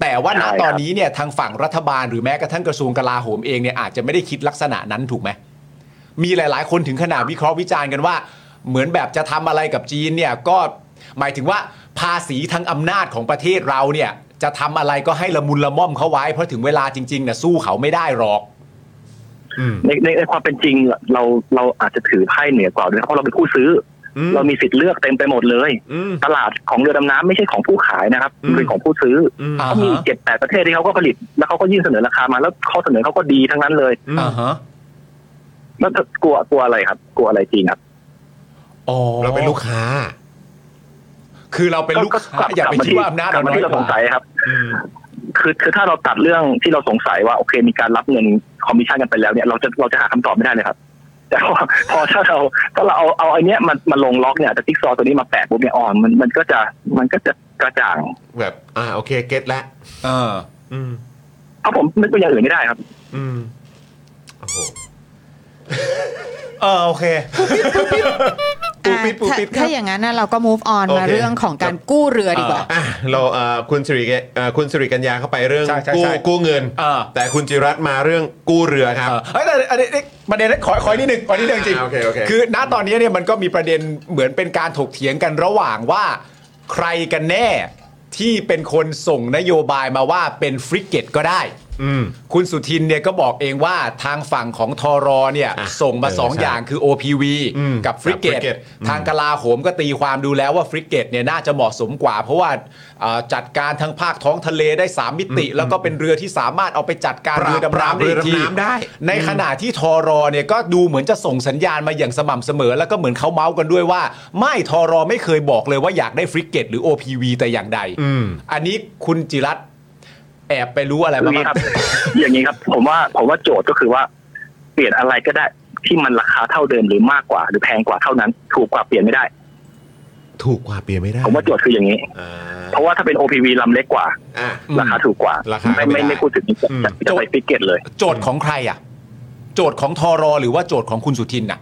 B: แต่ว่าณ
I: ใช่ครับ
B: ตอนนี้เนี่ยทางฝั่งรัฐบาลหรือแม้กระทั่งกระทรวงกลาโหมเองเนี่ยอาจจะไม่ได้คิดลักษณะนั้นถูกไหม มีหลาย ๆ คนถึงขนาดวิเคราะห์วิจารณ์กันว่า เหมือนแบบจะทำอะไรกับจีนเนี่ยก็หมายถึงว่าภาษีทางอำนาจของประเทศเราเนี่ยจะทำอะไรก็ให้ละมุนละม่อมเขาไว้ เพราะถึงเวลาจริงๆเนี่ยสู้เขาไม่ได้หรอก
A: อืม
I: ในในในความเป็นจริงเราเราอาจจะถือไพ่เหนือกว่าด้วยเพราะเราเป็นผู้ซื้ออ
A: ม
I: เรามีสิทธิ์เลือกเต็มไปหมดเลย
A: อืม
I: ตลาดของเรือดำน้ำไม่ใช่ของผู้ขายนะครับ
A: อืม
I: เป็นของผู้ซื้อ
A: อืม
B: อ่า
I: เขามี
B: ฮะ
I: เจ็ดแปดประเทศที่เขาก็ผลิต แล้วเขาก็ยื่นเสนอราคามาแล้วข้อเสนอเขาก็ดีทั้งนั้นเลย
A: อืม
B: อ่าฮะ
I: แล้วจะกลัวกลัวอะไรครับ กลัวอะไรจริงครับ
B: อ๋อ
A: เราเป็นลูกค้า
B: คือเราเป็นลูกค้าอย่าไปคิดว่าอำนาจ
I: กลั
B: เรา
I: บ
B: น้
I: มา
B: อย
I: ที่เรา
B: ก
I: สง
B: ว่า
I: สัยครับ
A: อืม
I: คือคือถ้าเราตัดเรื่องที่เราสงสัยว่าโอเคมีการรับเงินคอมมิชชั่นกันไปแล้วเนี่ยเราจะเราจะหาคำตอบไม่ได้เลยครับ แต่ <laughs> ว่า พอถ้าเราถ้าเราเอาเอาไอเนี้ยมันมาลงล็อกเนี่ยแต่ติ๊กซอว์ตัวนี้มาแปะปุ๊บเนี่ยอ่อนมันมันก็จะมันก็จะกระจ่าง
A: แบบ อ่าโอเคเก็ตแล้ว
B: เออ
A: อืม
I: เพราะผมนึกเป็นอย่างอื่นไม่ได้ครับ
A: อืมโอ้โห
B: เออโอเค
A: ปูปิดปู
C: อ่ะ
A: ปิดครับ
C: ถ้าถ้าอย่างนั้นน่ะเราก็ move on
A: โอเค
C: มาเรื่องของการกู้เรือดีกว่า
A: อ่ะเราเอ่อคุณสิริเกเอ่อคุณสิริกัญญาเข้าไปเรื่อง
B: ใช่ใช่
A: กู้
B: ใช่
A: กู้เงิน
B: อ่า
A: แต่คุณจิรัตน์มาเรื่องกู้เรือครับ
B: เออเฮ้ยแต่อันนี้ประเด็นขอขอนิดหนึ่งขอนิดหนึ่งจริง
A: อ่าโอเคโอเค
B: คือณตอนนี้เนี่ยมันก็มีประเด็นเหมือนเป็นการถกเถียงกันระหว่างว่า ใครกันแน่ที่เป็นคนส่งนโยบายมาว่าเป็นฟริกเกตก็ได้
A: อืม
B: คุณสุทินเนี่ยก็บอกเองว่าทางฝั่งของทอรอเนี่ย
A: อ่ะ
B: ส่งมา
A: เออใช่
B: 2 อย่างคือ OPV
A: อืม
B: กับฟริเก
A: กับฟริ
B: ต
A: เกตอืม
B: ทางกลาโหมก็ตีความดูแล้วว่าฟริเกตเนี่ยน่าจะเหมาะสมกว่า เพราะว่าเอ่อจัดการทางภาคท้องทะเลได้ 3 มิติ แล้วก็เป็นเรือที่สามารถเอาไปจัดการ
A: ปราบ
B: เรือดำน้ำ
A: ปราบเรือ
B: ได้ที
A: ดำน้ำได้
B: ในขณะที่ทอรอเนี่ยก็ดูเหมือนจะส่งสัญญาณมาอย่างสม่ำเสมอ แล้วก็เหมือนเขาเมาส์กันด้วยว่า ไม่ทอรอไม่เคยบอกเลยว่าอยากได้ฟริเกตหรือ OPV แต่อย่างใด
A: อืม
B: อันนี้คุณจิรัตน์แอบไปรู้อะไร
I: อ
B: มา
I: ย่าง
B: บ้าง
I: นี้ครับ <laughs> อย่างนี้ครับ ผมว่าผมว่าโจทย์ก็คือว่า เปลี่ยนอะไรก็ได้ที่มันราคาเท่าเดิมหรือมากกว่า หรือแพงกว่าเท่านั้น ถูกกว่าเปลี่ยนไม่ได้
A: ถูกกว่าเปลี่ยนไม่ได้
I: ผมว่าโจทย์คืออย่างนี้
A: อ่า
I: เพราะว่าถ้าเป็น OPV ลำเล็กกว่า
A: อ่ะ
B: อืม
I: ราคาถูกกว่า
A: ราคา
I: ไม่
A: ไม่
I: ไม่
A: ได้
I: ไม่พูดถึงจะ
A: อืม
I: จะจะไปฟิกเก็ตเลย
B: โจทย์ของใครอ่ะ โจทย์ของทอรอหรือว่าโจทย์ของคุณสุทินน่ะ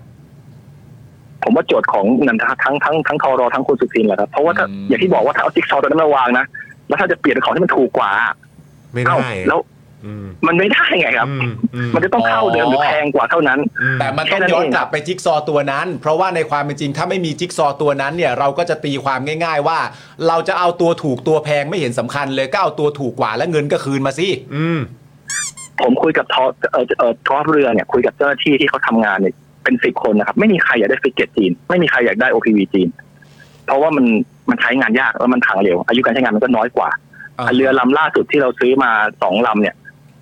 I: ผมว่าโจทย์ของนันทะทั้งทั้งทั้งทอรอทั้งคุณสุทินแหละครับ เพราะว่าถ้า
B: อืม
I: อย่างที่บอกว่าถ้าเอาจิ๊กซอว์ตัวนั้นมาวางนะ แล้วถ้าจะเปลี่ยนของที่มันถูกกว่า
A: ไม่
I: เอ้า
A: ได้
I: แล้ว
A: อืม
I: มันไม่ได้ไงครับ
A: อืมอืม
I: มันจะต้องเท่าเดิมหรือแพงกว่าเท่านั้น
A: อืม
B: แต่มันต้อง
I: แค่นั้น
B: ย้อน
I: เอง
B: กลับไปจิ๊กซอว์ตัวนั้น เพราะว่าในความเป็นจริงถ้าไม่มีจิ๊กซอว์ตัวนั้นเนี่ยเราก็จะตีความง่าย ๆ ว่า เราจะเอาตัวถูกตัวแพงไม่เห็นสำคัญเลยก็เอาตัวถูกกว่าแล้วเงินก็คืนมาสิ
A: อืม
I: ผมคุยกับทอเอ่อเอ่อทอเรือเนี่ยคุยกับเจ้าหน้าที่ที่เขาทำงานเนี่ยเป็นสิบคนนะครับไม่มีใครอยากได้ฟิกเก็ตจีน ไม่มีใครอยากได้ OPV จีน เพราะว่ามันมันใช้งานยากแล้วมันพังเร็ว อายุการใช้งานมันก็น้อยกว่า
B: อ่า
I: เรือลำล่าสุดที่เราซื้อมาสองลำเนี่ย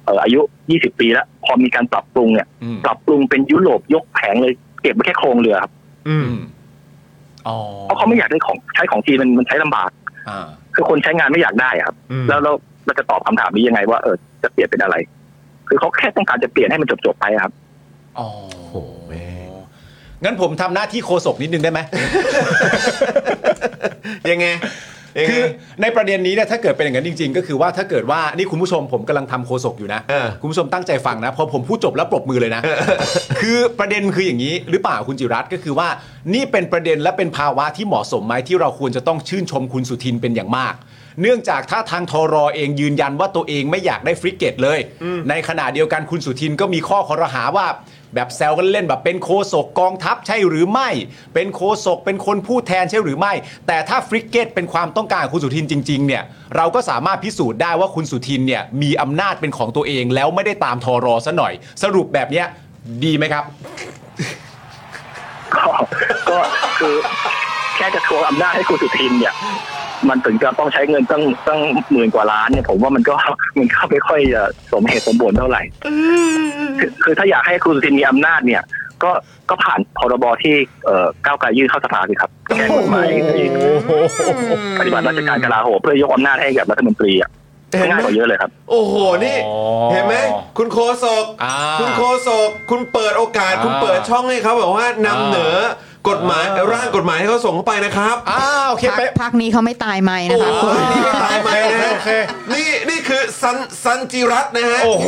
I: เอ่ออายุยี่สิบปีแล้วพอมีการปรับปรุงเนี่ย
B: อืม
I: ปรับปรุงเป็นยุโรปยกแผงเลยเก็บไว้แค่โครงเรือครับ
A: อืม
B: อืมอ๋อ
I: เพราะเขาไม่อยากได้ของใช้ของจีนมันมันใช้ลำบาก
B: อ่า
I: คือคนใช้งานไม่อยากได้อะครับ
A: อืม
I: แล้วแล้วเราจะตอบคำถามนี้ยังไงว่าเออจะเปลี่ยนเป็นอะไร คือเขาแค่ต้องการจะเปลี่ยนให้มันจบๆไปอะครับ
B: อ๋อ
A: โหแม่ง
B: งั้นผมทำหน้าที่โคศกนิดนึงได้ไหม
A: ยังไงยังไง
B: คือในประเด็นนี้เนี่ยถ้าเกิดเป็นอย่างนั้นจริง ๆ ก็คือว่าถ้าเกิดว่านี่คุณผู้ชมผมกำลังทำโคศกอยู่นะ
A: เออ
B: คุณผู้ชมตั้งใจฟังนะ พอผมพูดจบแล้วปรบมือเลยนะ คือประเด็นคืออย่างนี้หรือเปล่าคุณจิรัตน์ก็คือว่า นี่เป็นประเด็นและเป็นภาวะที่เหมาะสมไหมที่เราควรจะต้องชื่นชมคุณสุทินเป็นอย่างมาก เนื่องจากถ้าทางทรอเองยืนยันว่าตัวเองไม่อยากได้ฟริกเกตเลย ในขณะเดียวกันคุณสุทินก็มีข้อคอรหาว่า แบบแซวกันเล่นแบบเป็นโคศกกองทัพใช่หรือไม่ เป็นโคศกเป็นคนพูดแทนใช่หรือไม่ แต่ถ้าฟริกเกตเป็นความต้องการของคุณสุทินจริงๆเนี่ยเราก็สามารถพิสูจน์ได้ว่าคุณสุทินเนี่ยมีอำนาจเป็นของตัวเองแล้วไม่ได้ตามทอรอซะหน่อย สรุปแบบเนี้ยดีไหมครับ
I: ก็ก็คือแค่จะทวงอำนาจให้คุณสุทินเนี่ย มันถึงจะต้องใช้เงินตั้งตั้งหมื่นกว่าล้านเนี่ยผมว่ามันก็ <laughs> มันก็ไม่ค่อยจะสมเหตุสมผลเท่าไหร่คือคือถ้าอยากให้คุณสุทินมีอำนาจเนี่ย ก็ก็ผ่านพรบที่เอ่อก้าวไกลยื่นเข้าสภาสิครับแก้กฎหมายที่ปฏิบัติราชการกลาโหมเพื่อยกอำนาจให้กับรัฐมนตรีอ่ะ
A: เห็นไหม
I: ง่ายกว่าเยอะเลยครับ
A: โอ้โห นี่
B: อ๋อ
A: เห็นไหม คุณโคศก
B: อ่า
A: คุณโคศก คุณเปิดโอกาส
B: อ่า
A: คุณเปิดช่องให้เขาแบบว่านำเหนือกฎหมาย
B: อ่า
A: ร่างกฎหมายให้เขาส่งเข้าไปนะครับ
B: อ้าวโอเค
C: พัก
B: เป๊ะ
C: พักนี้เขาไม่ตายไหมนะ
A: โอ้
C: คะ
A: โห
C: คุณ
A: นี่ไม่ตายไหมนะฮะ
B: โอเค
A: นี่นี่คือซันซันจิรัตน์นะฮะ
B: โอ้โห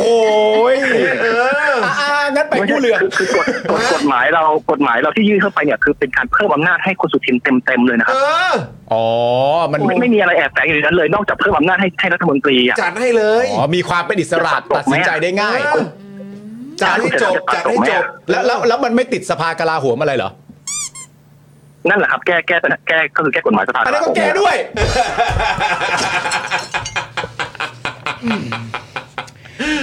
B: ย
A: เออ
B: อ่างั้นไปกู้เรือ
I: คือกฎกฎกฎหมายเรากฎหมายเราที่ยื่นเข้าไปเนี่ยคือเป็นการเพิ่มอำนาจให้คุณสุทินเต็มๆเลยนะค
A: เอ
I: รับ
A: อ
B: อ๋อ มัน
I: ไม่ไม่มีอะไรแอบแฝงอยู่ในนั้นเลยนอกจากเพิ่มอำนาจให้ให้รัฐมนตรีอ่ะ
A: จัดให้เลย
B: อ๋อมีความเป็นอิสระ
I: จะปัดตก
B: ตัด
I: ไหม
B: สินใจได้ง่าย
A: เออจัดให้จบ จัดให้จบ
B: แล้วแล้วแล้วมันไม่ติดสภากลาโหมอะไรเหรอ
I: นั่นแหละครับแก้แก้ปัญหาแก้ก็คือแก้กฎหมายสภา
B: อันนั้นก็แกด้วย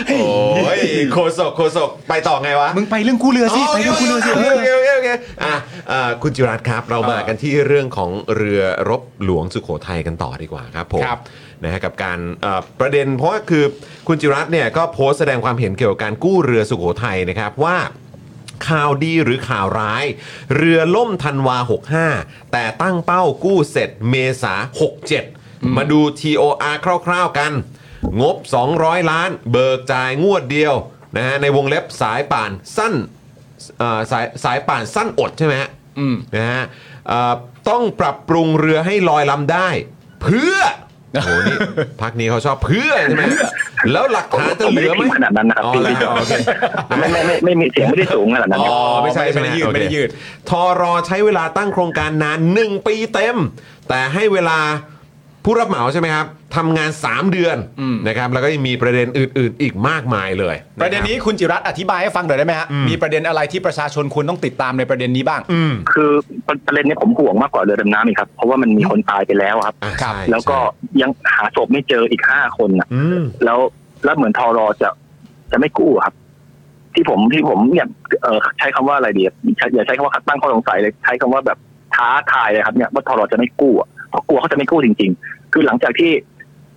A: โอ้ยโคศกโคศกไปต่อไงวะ
B: มึงไปเรื่องกู้เรือสิ ไปเรื่องกู้เรือสิ
A: โอเคโอเคโอเคโอเคอ่ะอ่าคุณจิรัตน์ครับเรามากันที่เรื่องของเรือรบหลวงสุโขทัยกันต่อดีกว่าครับผม
B: ครับ
A: นะฮะกับการเอ่อประเด็นเพราะว่าคือคุณจิรัตน์เนี่ยก็โพสต์แสดงความเห็นเกี่ยวกับการกู้เรือสุโขทัยนะครับว่าข่าวดีหรือข่าวร้าย เรือล่มธันวา 65 แต่ตั้งเป้ากู้เสร็จเมษา 67 มาดู TOR คร่าวๆกัน งบ 200 ล้าน เบิกจ่ายงวดเดียวนะฮะในวงเล็บสายป่านสั้น เอ่อสายสายป่านสั้นอดใช่ไหมฮะ
B: อืม
A: นะฮะเอ่อต้องปรับปรุงเรือให้ลอยลำได้ เพื่อโอ้โหนี่ <laughs> พักนี้เขาชอบเพื่อใช่ไหมแล้วหลักฐานจะเหลือไหม
I: ไม่ได้ขนาดนั้นนะครับ
A: อ๋อแล้วอ๋อโอเค
I: ไม่ไม่ไม่ไม่มีเสียงไม่ได้สูงขนาดนั้น
A: อ๋อ ไม่ใช่
B: ไม่ได้ยืด
A: ใช่ห
B: ไม่ได้
A: โอเค
B: ยืด
A: ทอรอใช้เวลาตั้งโครงการนาน 1 ปีเต็ม แต่ให้เวลาผู้รับเหมาใช่ไหมครับทำงาน 3 เดือนนะครับแล้วก็ยังมีประเด็นอื่น ๆ อีกมากมายเลยคบ
B: ประเด็นนี้คุณจิรัตน์อธิบายให้ฟังหน่อยได้ไหมฮะ มีประเด็นอะไรที่ประชาชนควรต้องติดตามในประเด็นนี้บ้าง
I: คือประเด็นเนี้ผมห่วงมากกว่าเรือดำน้ำอีกครับ เพราะว่ามันมีคนตายไปแล้วอะครับ
A: อ่ะใช่
I: แล้วก็ยังหาศพไม่เจออีกห้าคนน่ะ
A: อืม
I: แล้ว แล้วเหมือนทอรอจะจะไม่กู้อะครับ ที่ผมที่ผมเนี่ยเอ่อใช้คำว่าอะไรดีอะใช้อย่าใช้คำว่าตั้งข้อสงสัยเลยใช้คำว่าแบบท้าทายเลยครับ เนี่ยว่าทอรอจะไม่กู้อะเพราะกลัวเขาจะไม่กู้จริง ๆ คือหลังจากที่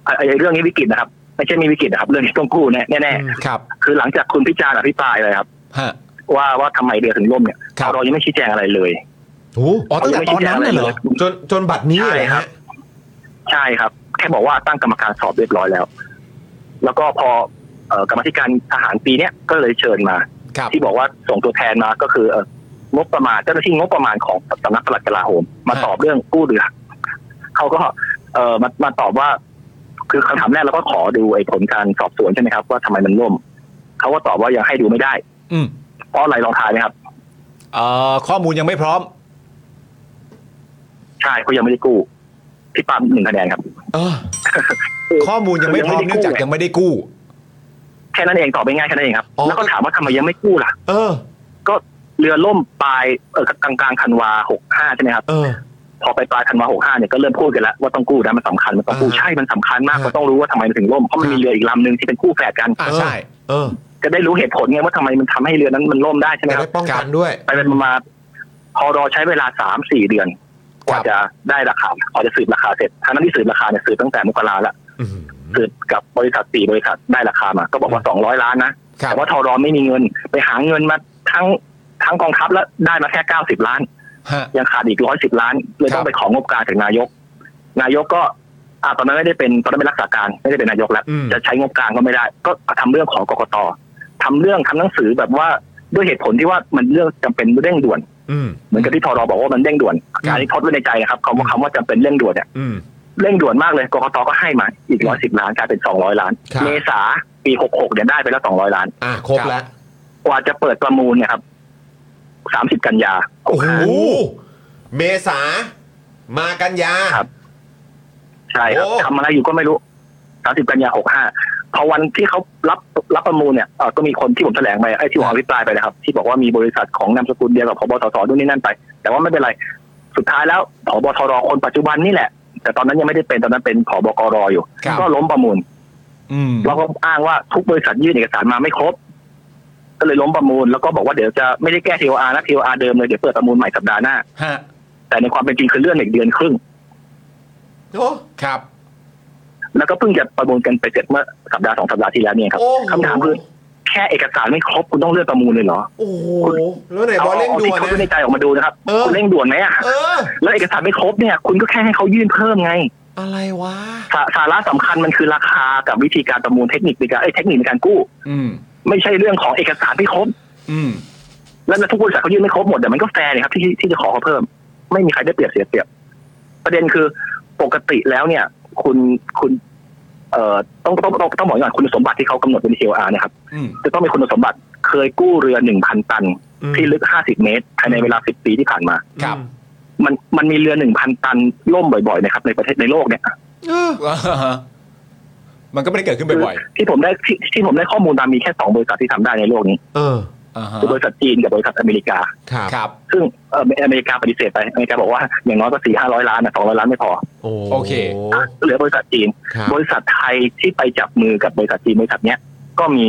I: ไอ้ไอ้เรื่องนี้วิกฤตนะครับ ไม่ใช่มีวิกฤตนะครับ เรื่องนี้ต้องกู้แน่แน่ๆ
B: ครับ
I: คือหลังจากคุณพิจารณ์อภิปรายเลยครับ
B: ฮะ
I: ว่าว่าทำไมเรือถึงล่มเนี่ย
B: ครับ
I: ทอรอยังไม่ชี้แจงอะไรเลย
A: โอ้อ๋อตั้งแต่ตอนนั้นน่ะเหรอจนจนบัดนี้
I: ใช่
A: เลย
I: ครั
A: ฮะ
I: บ ใช่ครับ แค่บอกว่าตั้งกรรมการสอบเรียบร้อยแล้ว แล้วก็พอเอ่อกรรมาธิการทหารปีเนี้ยก็เลยเชิญมา
B: ครับ
I: ที่บอกว่าส่งตัวแทนมาก็คือเอ่องบประมาณเจ้าหน้าที่งบประมาณของสำนักปลัดกลาโหม มาตอบเรื่องกู้เรือเขาก็เออมามาตอบว่า คือคำถามแรกเราก็ขอดูไอ้ผลการสอบสวนใช่ไหมครับ ว่าทำไมมันล่มเขาก็ตอบว่ายังให้ดูไม่ได้
B: อืม
I: เพราะอะไรลองทายไหมครับ
B: เอ่อข้อมูลยังไม่พร้อม
I: ใช่เขายังไม่ได้กู้พี่ปาล์มหนึ่งคะแนนครับ
B: เออ ข้อมูลยังไม่พร้อมเนื่องจากยังไม่ได้กู้
I: แค่นั้นเองตอบไปง่ายแค่นั้นเองครับ
A: อ๋อ
I: แล้วก็ถามว่าทำไมยังไม่กู้ล่ะ
A: เออ
I: ก็เรือล่มปลายเออกลางกลางๆธันวาหกห้าใช่ไหมครับ
A: เออ
I: พอไปปลายธันวาหกห้าเนี่ยก็เริ่มพูดกันแล้วว่าต้องกู้นะมันสำคัญมันต้องกู้
A: อ่าฮะ
I: ใช่มันสำคัญมาก
A: อ่าฮะ
I: มันต้องรู้ว่าทำไมมันถึงล่มเพราะมันมีเรืออีกลำหนึ่งที่เป็นคู่แฝดกัน
B: อ่าใช่
A: เออ
I: จะได้รู้เหตุผลไงว่าทำไมมันทำให้เรือนั้นมันล่มได้ใช่ไหม
A: แต่
I: ครับ
A: ได้ป้องกันด้วย
I: ไปเป็นมาพอรอใช้เวลาสามสี่เดือนกว่า
B: ครับ
I: จะได้ราคาพอจะสืบราคาเสร็จทั้งนั้นที่สืบราคาเนี่ยสืบตั้งแต่มกราละ
A: อื้อหือ
I: สืบกับบริษัทสี่บริษัทได้ราคามา ก็บอกว่าสองร้อยล้านนะ
B: ครับ
I: แต่ว่าทอรอไม่มีเงินไปหาเงินมาทั้งทั้งกองทัพแล้วได้มาแค่เก้าสิบล้าน
B: ฮะ
I: ยังขาดอีกร้อยสิบล้าน เลยต้
B: ค
I: อง
B: รับ
I: ไปของงบกลางจากนายก นายกก็อ่ะตอนนั้นไม่ได้เป็นตอนนั้นเป็นรักษาการไม่ได้เป็นนายกแล้ว
A: อืม
I: จะใช้งบกลางก็ไม่ได้ ก็ทำเรื่องของกกตทำเรื่องทำหนังสือแบบว่าด้วยเหตุผลที่ว่ามันเรื่องจำเป็นเร่งด่วน
A: อืม
I: เหมือนกับที่ทอรอบอกว่ามันเร่งด่วนการนี้ทดไว้ในใจนะครับคำว่าคำว่าจำเป็นเร่งด่วนเนี่ย
A: อืม
I: เร่งด่วนมากเลยกกตก็ให้มาอีกร้อยสิบล้านกลายเป็นสองร้อยล้าน
A: ครับ
I: เมษาปีหกหกเนี่ยได้ไปแล้วสองร้อยล้าน
A: อ่ะครบแล้ว
I: กว่าจะเปิดประมูลเนี่ยครับสามสิบ30 กันยา
A: โอ้โห เมษา มากันยา
I: ครับ ใช่ครับ
A: โอ้
I: ทำอะไรอยู่ก็ไม่รู้สามสิบกันยาหกห้าพอวันที่เขารับรับประมูลเนี่ยเอ่อก็มีคนที่ผมแถลงไปไอ้ที่ผมอภิปรายไปนะครับ ที่บอกว่ามีบริษัทของนามสกุลเดียวกับพบตสนู่นนี่นั่นไป แต่ว่าไม่เป็นไร สุดท้ายแล้วพบทรคนปัจจุบันนี่แหละ แต่ตอนนั้นยังไม่ได้เป็นตอนนั้นเป็นผบกรอยู่
B: ครับ
I: ก็ล้มประมูล
B: อืม
I: เราก็อ้างว่าทุกบริษัทยื่นเอกสารมาไม่ครบ ก็เลยล้มประมูลแล้วก็บอกว่าเดี๋ยวจะไม่ได้แก้ TOR นะ TOR เดิมเลยเดี๋ยวเปิดประมูลใหม่สัปดาห์หน้า
B: ฮะ
I: แต่ในความเป็นจริงคือเลื่อนอีกเดือนครึ่ง
A: โอ้
B: ครับ
I: แล้วก็เพิ่งจะประมูลกันไปเสร็จเมื่อสัปดาห์สองสัปดาห์ที่แล้วเนี่ยครับ
A: โอ้โห
I: คำถามคือแค่เอกสารไม่ครบคุณต้องเลื่อนประมูลเลยเหรอ
A: โอ้โห แล้วไหนบอกเร่ง
I: เอา
A: ด่
I: ที่
A: วน
I: เขา
A: นะ
I: ในใจออกมาดูนะครับ
A: เออ
I: คุณเร่งด่วนไหมอะ
A: เออ
I: แล้วเอกสารไม่ครบเนี่ย คุณก็แค่ให้เขายื่นเพิ่มไง
A: อะไรวะ
I: สาสาระสำคัญมันคือราคากับวิธีการประมูลเทคนิคในการเอ้ยเทคนิคในการกู้
B: อืม
I: ไม่ใช่เรื่องของเอกสารไม่ครบ
B: อืม
I: แล้วทุกบริษัทเขายื่นไม่ครบหมดแต่มันก็แฟร์นะครับที่ที่จะขอเขาเพิ่ม ไม่มีใครได้เปรียบเสียเปรียบ ประเด็นคือปกติแล้วเนี่ย คุณคุณ เอ่อต้องต้องต้องต้องบอกก่อนคุณสมบัติที่เขากำหนดเป็น TOR นะครับ
B: อืม
I: จะต้องมีคุณสมบัติเคยกู้เรือหนึ่งพันตัน
A: อืม
I: ที่ลึกห้าสิบเมตรภายในเวลาสิบปีที่ผ่านมา
B: ครับ
I: มันมันมีเรือหนึ่งพันตันล่มบ่อยๆนะครับในประเทศในโลกเนี่ย
B: มันก็ไม่ได้เกิดขึ้นบ่อย
I: ที่ผมได้ที่ที่ผมได้ข้อมูลมามีแค่สองบริษัทที่ทำได้ในโลกนี้
A: เออ
B: ๆอ่าฮะ
I: คือบริษัทจีนกับบริษัทอเมริกา
A: ครับ
B: ครับ
I: ซึ่งเอ่ออเมริกาปฏิเสธไปอเมริกาบอกว่าอย่างน้อยก็สี่ห้าร้อยล้านนะสองร้อยล้านไม่พอ
B: โอเค
I: เหลือบริษัทจีน
A: ครับ
I: บริษัทไทยที่ไปจับมือกับบริษัทจีนบริษัทเนี้ยก็มี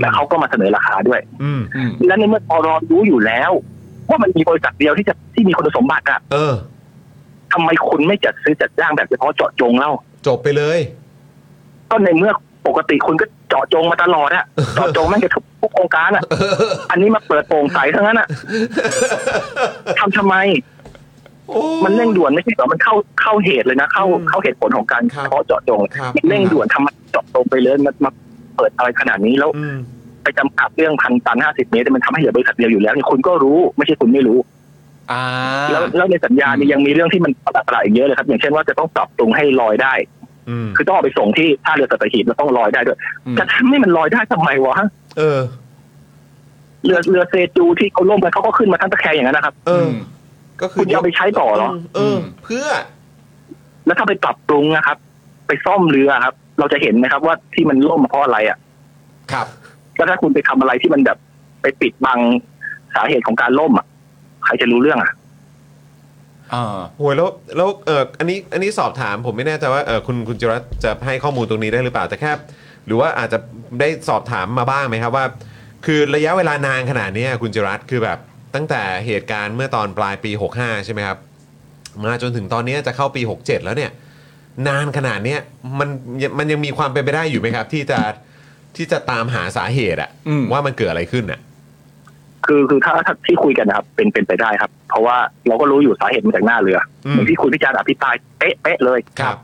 I: และเขาก็มาเสนอราคาด้วย
A: อืม
B: อืม
I: และในเมื่อทอรอรู้อยู่แล้ว ว่ามันมีบริษัทเดียวที่จะที่มีคุณสมบัติอะ
A: เออ
I: ทำไมคุณไม่จัดซื้อจัดจ้างแบบเฉพาะเจาะจงเล่า
A: จบไปเลย
I: ก็ในเมื่อปกติคุณก็เจาะจงมาตลอด
A: <laughs>
I: อะเจาะจงแม่งจะทุกโครงการอะอันนี้มาเปิดโปร่งใสทั้
A: <laughs>
I: งนั้นอะทำทำไม
A: โอ้
I: มันเร่งด่วนไม่ใช่เหรอมันเข้าเข้าเหตุเลยนะ เข้า
A: อืม
I: เข้าเหตุผลของการ
A: ครับ
I: เฉพาะเจาะจงเลย
A: ครับ
I: มันเร่งด่วนทำไมเจาะจงไปเลยมันมาเปิดอะไรขนาดนี้แล้ว
A: อืม
I: ไปจำกัดเรื่องพันตันห้าสิบเมตรมันทำให้เหลือบริษัทเดียวอยู่แล้วเนี่ยคุณก็รู้ไม่ใช่คุณไม่รู้
B: อ่า
I: แล้วแล้วในสัญญาเนี่ยยังมีเรื่องที่มันประหลาดๆอีกเยอะเลยครับ อย่างเช่นว่าจะต้องปรับปรุงให้ลอยได้
A: อืม
I: คือต้องเอาไปส่งที่ท่าเรือสัตหีบแล้วต้องลอยได้ด้วย
B: อืม
I: จะทำให้มันลอยได้ทำไมวะ
A: เออ
I: เรือเรือเซจูที่เขาล่มกันเขาก็ขึ้นมาทั้งตะแคงอย่างนั้นนะครับ
A: เออ
B: ม
A: ก็คือ
I: คุณจะเอาไปใช้ต่อเหรอ
A: เออ
B: ม
A: เพื่อ
I: แล้วถ้าไปปรับปรุงนะครับ ไปซ่อมเรือครับ เราจะเห็นนะครับว่าที่มันล่มเพราะอะไรอ่ะ
B: ครับ
I: แล้วถ้าคุณไปทำอะไรที่มันแบบไปปิดบังสาเหตุของการล่มอ่ะใครจะรู้เรื่องอ่ะ
B: อ่า
A: โอ้ยแล้วแล้วเอออันนี้อันนี้สอบถามผมไม่แน่ใจว่าเออคุณคุณจิรัตน์จะให้ข้อมูลตรงนี้ได้หรือเปล่าแต่แค่ หรือว่าอาจจะได้สอบถามมาบ้างไหมครับว่า คือระยะเวลานานขนาดเนี้ยคุณจิรัตน์คือแบบตั้งแต่เหตุการณ์เมื่อตอนปลายปี 65 ใช่ไหมครับ มาจนถึงตอนเนี้ยจะเข้าปี 67 แล้วเนี่ย นานขนาดเนี้ยมันมันยังมีความเป็นไปได้อยู่ไหมครับ ที่จะที่จะตามหาสาเหตุอะ
B: อืม
A: ว่ามันเกิดอะไรขึ้นอะ
I: คือคือถ้าถ้าที่คุยกันนะครับเป็นเป็นไปได้ครับ เพราะว่าเราก็รู้อยู่สาเหตุมาจากหน้าเรืออ
A: อื
I: เหมื
A: ม
I: อนที่คุณพิจารณ์อภิปรายเป๊ะเป๊ะเลย
A: ครับ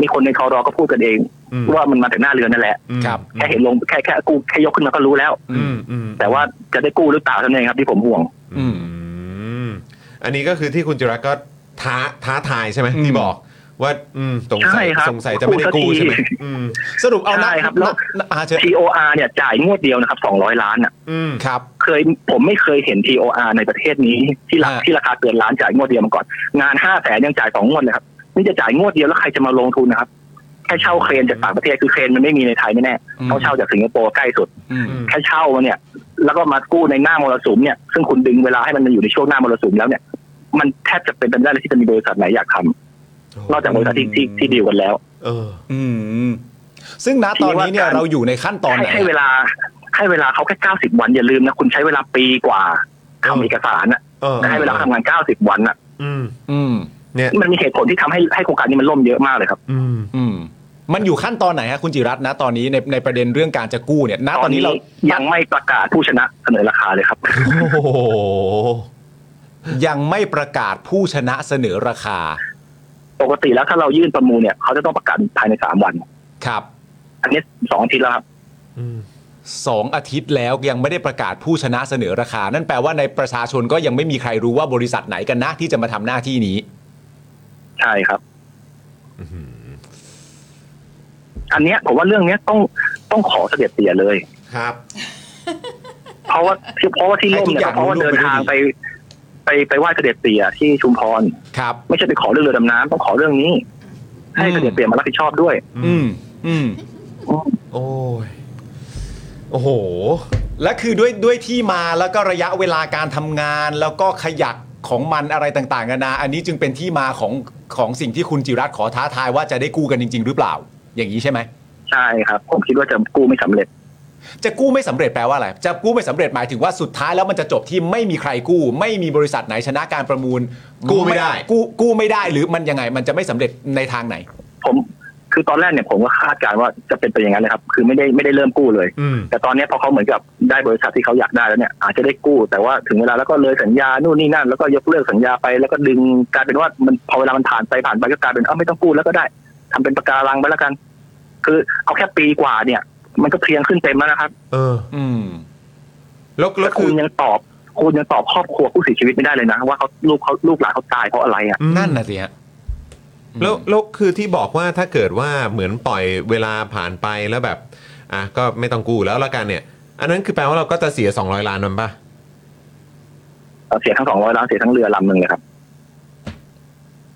I: มีคนในคอรอก็พูดกันเอง
A: อืม
I: ว่ามันมาจากหน้าเรือนั่นแหละ
A: อืม
B: ครับ
I: แค่เห็นลงแค่แค่กู้แค่ยกขึ้นมาก็รู้แล้ว
A: อืมอืม
I: แต่ว่าจะได้กู้หรือเปล่าเท่านั้นเองครับที่ผมห่วง
B: อืม
A: อืมอันนี้ก็คือที่คุณจิรัตน์ก็ท้าท้าทายใช่ไหม
B: อืม
A: ที่บอก ว่าอืมสงสัย
I: ใช่ครับ
A: สงสัยจะไม่ได้กู้
I: พูดสักที
A: ใช่ไหมอืม
B: สรุปเอานะ
I: ใช่ครับแล้ว
B: นะอาเชิญ
I: TOR เนี่ยจ่ายงวดเดียวนะครับ200 ล้านอ่ะ
A: อืม
B: ครับ
I: เคยผมไม่เคยเห็น TOR ในประเทศนี้ที่รา
B: อ่า
I: ที่ราคาเกินล้านจ่ายงวดเดียวมาก่อน งานห้าแสนยังจ่ายสองงวดเลยครับนี่จะจ่ายงวดเดียวแล้วใครจะมาลงทุนนะครับแค่เช่าเครนจากต่างประเทศคือเครนมันไม่มีในไทยแน่ๆเขาเช่าจากสิงคโปร์ใกล้สุด
B: อืม
I: แค่เช่ามาเนี่ย แล้วก็มากู้ในหน้ามรสุมเนี่ยซึ่งคุณดึงเวลาให้มันมาอยู่ในช่วงหน้ามรสุมแล้วเนี่ย มันแทบจะเป็นไปไม่ได้เลยที่จะมีบริษัทไหนอยากทำนอกจากบริษัทที่ที่ที่ดีลกันแล้ว
A: เออ
B: อืม ซึ่งณตอนนี้เนี่ย
I: ทีนี้ว่าการ
B: เราอยู่ในขั้นตอนไห
I: ให้
B: น
I: ให้เวลาให้เวลาเขาแค่เก้าสิบวันอย่าลืมนะคุณใช้เวลาปีกว่าทำเอกสารอะ
A: เออ
I: ให้เวลาทำงานเก้าสิบวันอะ
A: อืม
B: อืม
A: เนี่ย
I: มันมีเหตุผลที่ทำให้ให้โครงการนี้มันล่มเยอะมากเลยครับ
A: อืม
B: อืม มันอยู่ขั้นตอนไหนฮะคุณจิรัตน์ณตอนนี้ในในประเด็นเรื่องการจะกู้เนี่ย ณตอนนี้เรา
I: ยังไม่ประกาศผู้ชนะเสนอราคาเลยครับ
A: โอ้โห
B: ยังไม่ประกาศผู้ชนะเสนอราคา
I: ปกติแล้วถ้าเรายื่นประมูลเนี่ยเขาจะต้องประกาศภายในสามวัน
B: ครับ
I: อันนี้สองอาทิตย์แล้วครับ
A: อืม
B: สองอาทิตย์แล้วยังไม่ได้ประกาศผู้ชนะเสนอราคา นั่นแปลว่าในประชาชนก็ยังไม่มีใครรู้ว่าบริษัทไหนกันนะที่จะมาทำหน้าที่นี้
I: ใช่ครับ อันเนี้ยผมว่าเรื่องเนี้ยต้องต้องขอเสด็จเตี่ยเลย
A: ครับ
I: เพราะว่าเพราะว่าที่ล่ม
B: ให้
I: เนี่ย
B: ทุกอย่าง
I: เพราะว่าเดินทาง
B: ล่วงไปด้วยดี
I: ไปไปไปไหว้เสด็จเตี่ยที่ชุมพร
B: ครับ
I: ไม่ใช่ไปขอเรื่องเรือดำน้ำต้องขอเรื่องนี้ ให้เสด็จเตี่ยมารับผิดชอบด้วย
B: อืม อืม
A: โอ้ยโอ้โห
B: และคือด้วยด้วยที่มาแล้วก็ระยะเวลาการทำงาน แล้วก็ขยักของมันอะไรต่างๆนานาอันนี้จึงเป็นที่มาของของสิ่งที่คุณจิรัตน์ขอท้าทายว่าจะได้กู้กันจริง ๆ หรือเปล่า อย่างนี้ใช่ไหม
I: ใช่ครับ ผมคิดว่าจะกู้ไม่สำเร็จ
B: จะกู้ไม่สำเร็จแปลว่าอะไร จะกู้ไม่สำเร็จหมายถึงว่าสุดท้ายแล้วมันจะจบที่ไม่มีใครกู้ ไม่มีบริษัทไหนชนะการประมูล
A: กู้ไม่ได้
B: กู้กู้ไม่ได้หรือมันยังไงมันจะไม่สำเร็จในทางไหน
I: ผมคือตอนแรกเนี่ยผมก็คาดการณ์ว่าจะเป็นไปอย่างนั้นเลยครับ คือไม่ได้ไม่ได้เริ่มกู้เลย
A: อืม
I: แต่ตอนเนี้ยพอเขาเหมือนกับได้บริษัทที่เขาอยากได้แล้วเนี่ยอาจจะได้กู้ แต่ว่าถึงเวลาแล้วก็เลยสัญญานู่นนี่นั่น แล้วก็ยกเลิกสัญญาไปแล้วก็ดึงกลายเป็นว่ามันพอเวลามันผ่านไปผ่านไปก็กลายเป็นเอ้าไม่ต้องกู้แล้วก็ได้ทำเป็นประการังไปแล้วกัน คือเอาแค่ปีกว่าเนี่ย มันก็เพลียงขึ้นเต็มแล้วนะครับ
A: เออ
B: อืม
A: แล้วแล้
I: แล้ว ว
A: คื
I: คุ
A: อ
I: ณยังตอบคุณยังตอบครอบครัวผู้เสียชีวิตไม่ได้เลยนะว่าเขาลูกเขาลูกหลานเขาตายเพราะอะไรอ่ะ
A: อืม
B: นั่นน่ะสิฮะ
A: แล้วแล้วคือที่บอกว่าถ้าเกิดว่าเหมือนปล่อยเวลาผ่านไปแล้วแบบอ่ะก็ไม่ต้องกู้แล้วละกันเนี่ย อันนั้นคือแปลว่าเราก็จะเสีย 200 ล้านมันปะ
I: เสียทั้งสองร้อยล้านเสียทั้งเรือลำหนึ่งเลยครับ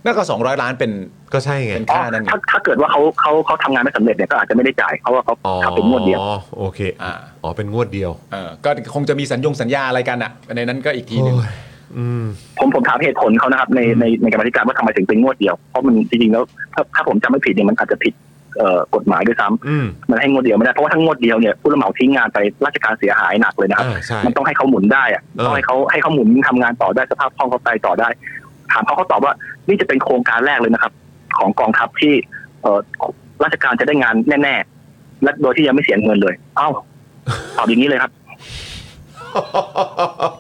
B: นั่นก็สองร้อยล้านเป็น
A: ก็ใช่ไง
B: เป็น
I: อ๋อ
B: ค่านั่นไง
I: ถ้าถ้าเกิดว่าเขาเขาเขาทำงานไม่สำเร็จเนี่ยก็อาจจะไม่ได้จ่ายเขาว่าเขา
A: อ๋อ
I: ทำเป็นงวดเดียว
A: โอเค
B: อ่า
A: อ๋อเป็นงวดเดียว
B: เออก็คงจะมีสัญญงสัญญาอะไรกันอ่ะในนั้นก็อีกทีหนึง
A: โอ้ยอืม
I: ผมผมถามเหตุผลเขานะครับในในในกรรมาธิการว่าทำไมถึงเป็นงวดเดียว เพราะมันจริงๆแล้วถ้าถ้าผมจำไม่ผิดเนี่ยมันอาจจะผิดเอ่อกฎหมายด้วยซ้ำ
A: อืม
I: มันให้งวดเดียวไม่ได้เพราะว่าถ้างวดเดียวเนี่ยผู้รับเหมาทิ้งงานไปราชการเสียหายหนักเลยนะครับ
A: อ่าใช่
I: มันต้องให้เขาหมุนได้อะ
A: เออ
I: ต้องให้เขาให้เขาหมุนทำงานต่อได้สภาพคล่องเขาไปต่อได้ ถามเขาเขาตอบว่านี่จะเป็นโครงการแรกเลยนะครับ ของกองทัพที่เอ่อราชการจะได้งานแน่ๆและโดยที่ยังไม่เสียเงินเลย เอ้าตอบอย่างนี้เลยครับ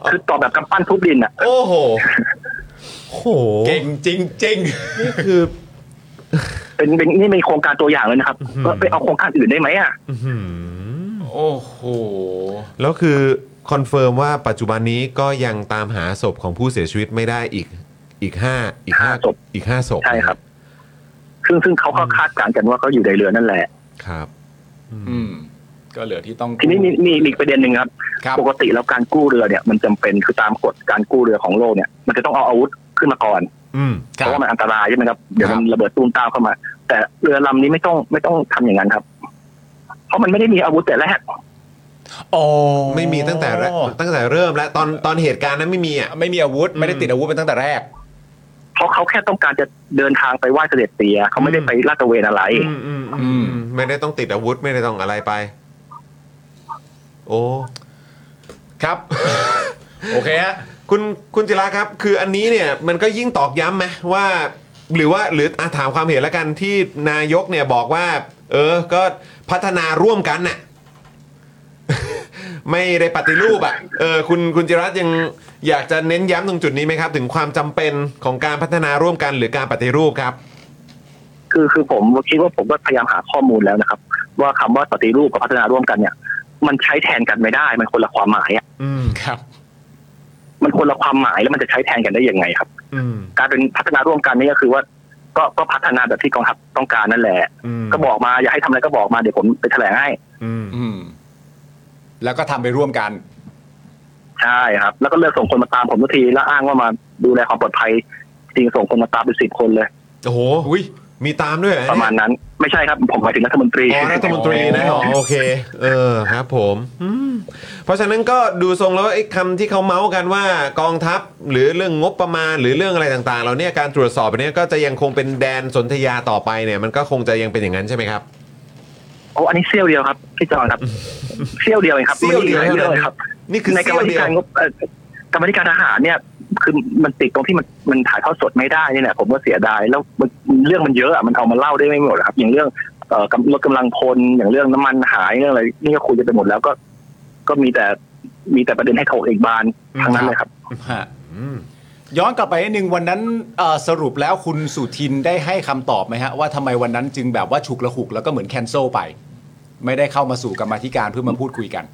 I: คือตอบแบบกำปั้นทุบดินอ่ะ
A: โอ้โหโอ้โห
B: เก่งจริงจริง
A: นี่คือ
I: เป็นเป็นนี่เป็นโครงการตัวอย่างเลยนะครับ
A: อื้อหือ
I: เออไปเอาโครงการอื่นได้ไหมอ่ะ
A: อื้อหือ
B: ๆโอ้โห
A: แล้วคือคอนเฟิร์มว่าปัจจุบันนี้ก็ยังตามหาศพของผู้เสียชีวิตไม่ได้อีกอีกห้าอีกห้าอีกห้าศพ
I: ใช่ครับ ซึ่งซึ่งเขาก็คาดการณ์กันว่าเขาอยู่ในเรือนั่นแหละ
A: ครับ
B: อืม ก็เหลือที่ต้อง
I: ทีนี้มีมีมีอีกประเด็นหนึ่งครับ
B: ครับ
I: ปกติแล้วการกู้เรือเนี่ย มันจำเป็นคือตามกฎการกู้เรือของโลกเนี่ย มันจะต้องเอาอาวุธขึ้นมาก่อน
A: อืม
B: ค
I: เพ
B: รับ
I: ราะว่ามันอันตรายใช่ไหมครับเดี๋ยว
B: ครับ
I: มันระเบิดตูมตามเข้ามา แต่เรือลำนี้ไม่ต้องไม่ต้องทำอย่างนั้นครับ เพราะมันไม่ได้มีอาวุธแต่แรก
B: อ๋อ
A: ไม่มีตั้งแต่แรกตั้งแต่เริ่มแล้วตอนตอนเหตุการณ์นั้นไม่มีอ่ะ
B: ไม่มีอาวุธ ไม่ได้ติดอาวุธเป็นตั้งแต่แรก
I: เพราะเขาแค่ต้องการจะเดินทางไปไหว้เสด็จเตียเขาไม่ได้ไปลาดตระเวนอะไร
A: อืมอืมอืมไม่ได้ต้องติดอาวุธไม่ได้ต้องอะไรไป โอ้
B: ครับ โอเคฮะ
A: คุณคุณจิราครับ คืออันนี้เนี่ยมันก็ยิ่งตอกย้ำไหมว่า หรือว่าหรืออะถามความเห็นแล้วกันที่นายกเนี่ยบอกว่า เออ ก็พัฒนาร่วมกันน่ะ <laughs> ไม่ได้ปฏิรูปอ่ะเออคุณคุณจิรัตน์ยังอยากจะเน้นย้ำตรงจุดนี้ไหมครับ ถึงความจำเป็นของการพัฒนาร่วมกันหรือการปฏิรูปครับ
I: คือคือผมคิดว่าผมก็พยายามหาข้อมูลแล้วนะครับ ว่าคำว่าปฏิรูปกับพัฒนาร่วมกันเนี่ย มันใช้แทนกันไม่ได้มันคนละความหมายอ่ะ
A: อืม
B: ครับ
I: มันคนละความหมายแล้วมันจะใช้แทนกันได้ยังไงครับ
A: อืม
I: การเป็นพัฒนาร่วมกันนี่ก็คือว่า ก็ก็พัฒนาแบบที่กองทัพต้องการนั่นแหละ
A: อืม
I: ก็บอกมาอยากให้ทำอะไรก็บอกมาเดี๋ยวผมไปแถลงให้
A: อืม
B: อืม แล้วก็ทำไปร่วมกัน
I: ใช่ครับ แล้วก็เลิกส่งคนมาตามผมทุกทีแล้วอ้างว่ามาดูแลความปลอดภัยจริงส่งคนมาตามเป็นสิบคนเลย
A: โอ้โหมีตามด้วยเหอเนี่ย
I: ประมาณนั้น ไม่ใช่ครับ ผมหมายถึงรัฐมนตรี
A: <laughs> อ๋อรัฐมนตรีนะ
B: อ๋อ
A: โอเค เออครับผมอืมเพราะฉะนั้นก็ดูทรงแล้วไอ้คำที่เขาเมาส์กันว่ากองทัพหรือเรื่องงบประมาณ หรือเรื่องอะไรต่างๆ เราเนี่ยการตรวจสอบแบบเนี้ยก็จะยังคงเป็นแดนสนธยาต่อไปเนี่ย มันก็คงจะยังเป็นอย่างนั้นใช่ไหมครับ
I: โอ้อันนี้เซี่ยวเดียวครับพี่จอนครับเซี่ยวเดียวเองครับ
A: เซี่ยวเดียว
I: ไม่มีหลาเรื่องเลยครับ
A: นี่คือ
I: ในกรรมธิ
A: เซี่ย
I: การ
A: วเดียว
I: งบเอ่อกรรมธิการทหารเนี่ย คือมันติดตรงที่มันมันถ่ายทอดสดไม่ได้นี่แหละผมก็เสียดายแล้วมันเรื่องมันเยอะอะมันเอามาเล่าได้ไม่หมดหรอกครับ อย่างเรื่องเอ่อกำลดกำลังพลอย่างเรื่องน้ำมันหายเรื่องอะไรนี่ก็คุยกันไปหมดแล้วก็ ก็มีแต่มีแต่ประเด็นให้เขาเอกบานทั้งนั้นเลยครับ
B: ฮะย้อนกลับไปนิดนึงวันนั้นเอ่อสรุปแล้วคุณสุทินได้ให้คำตอบไหมฮะ ว่าทำไมวันนั้นจึงแบบว่าฉุกละหุกแล้วก็เหมือนแคนเซิลไป ไม่ได้เข้ามาสู่กรรมาธิการเพื่อมาพูดคุยกัน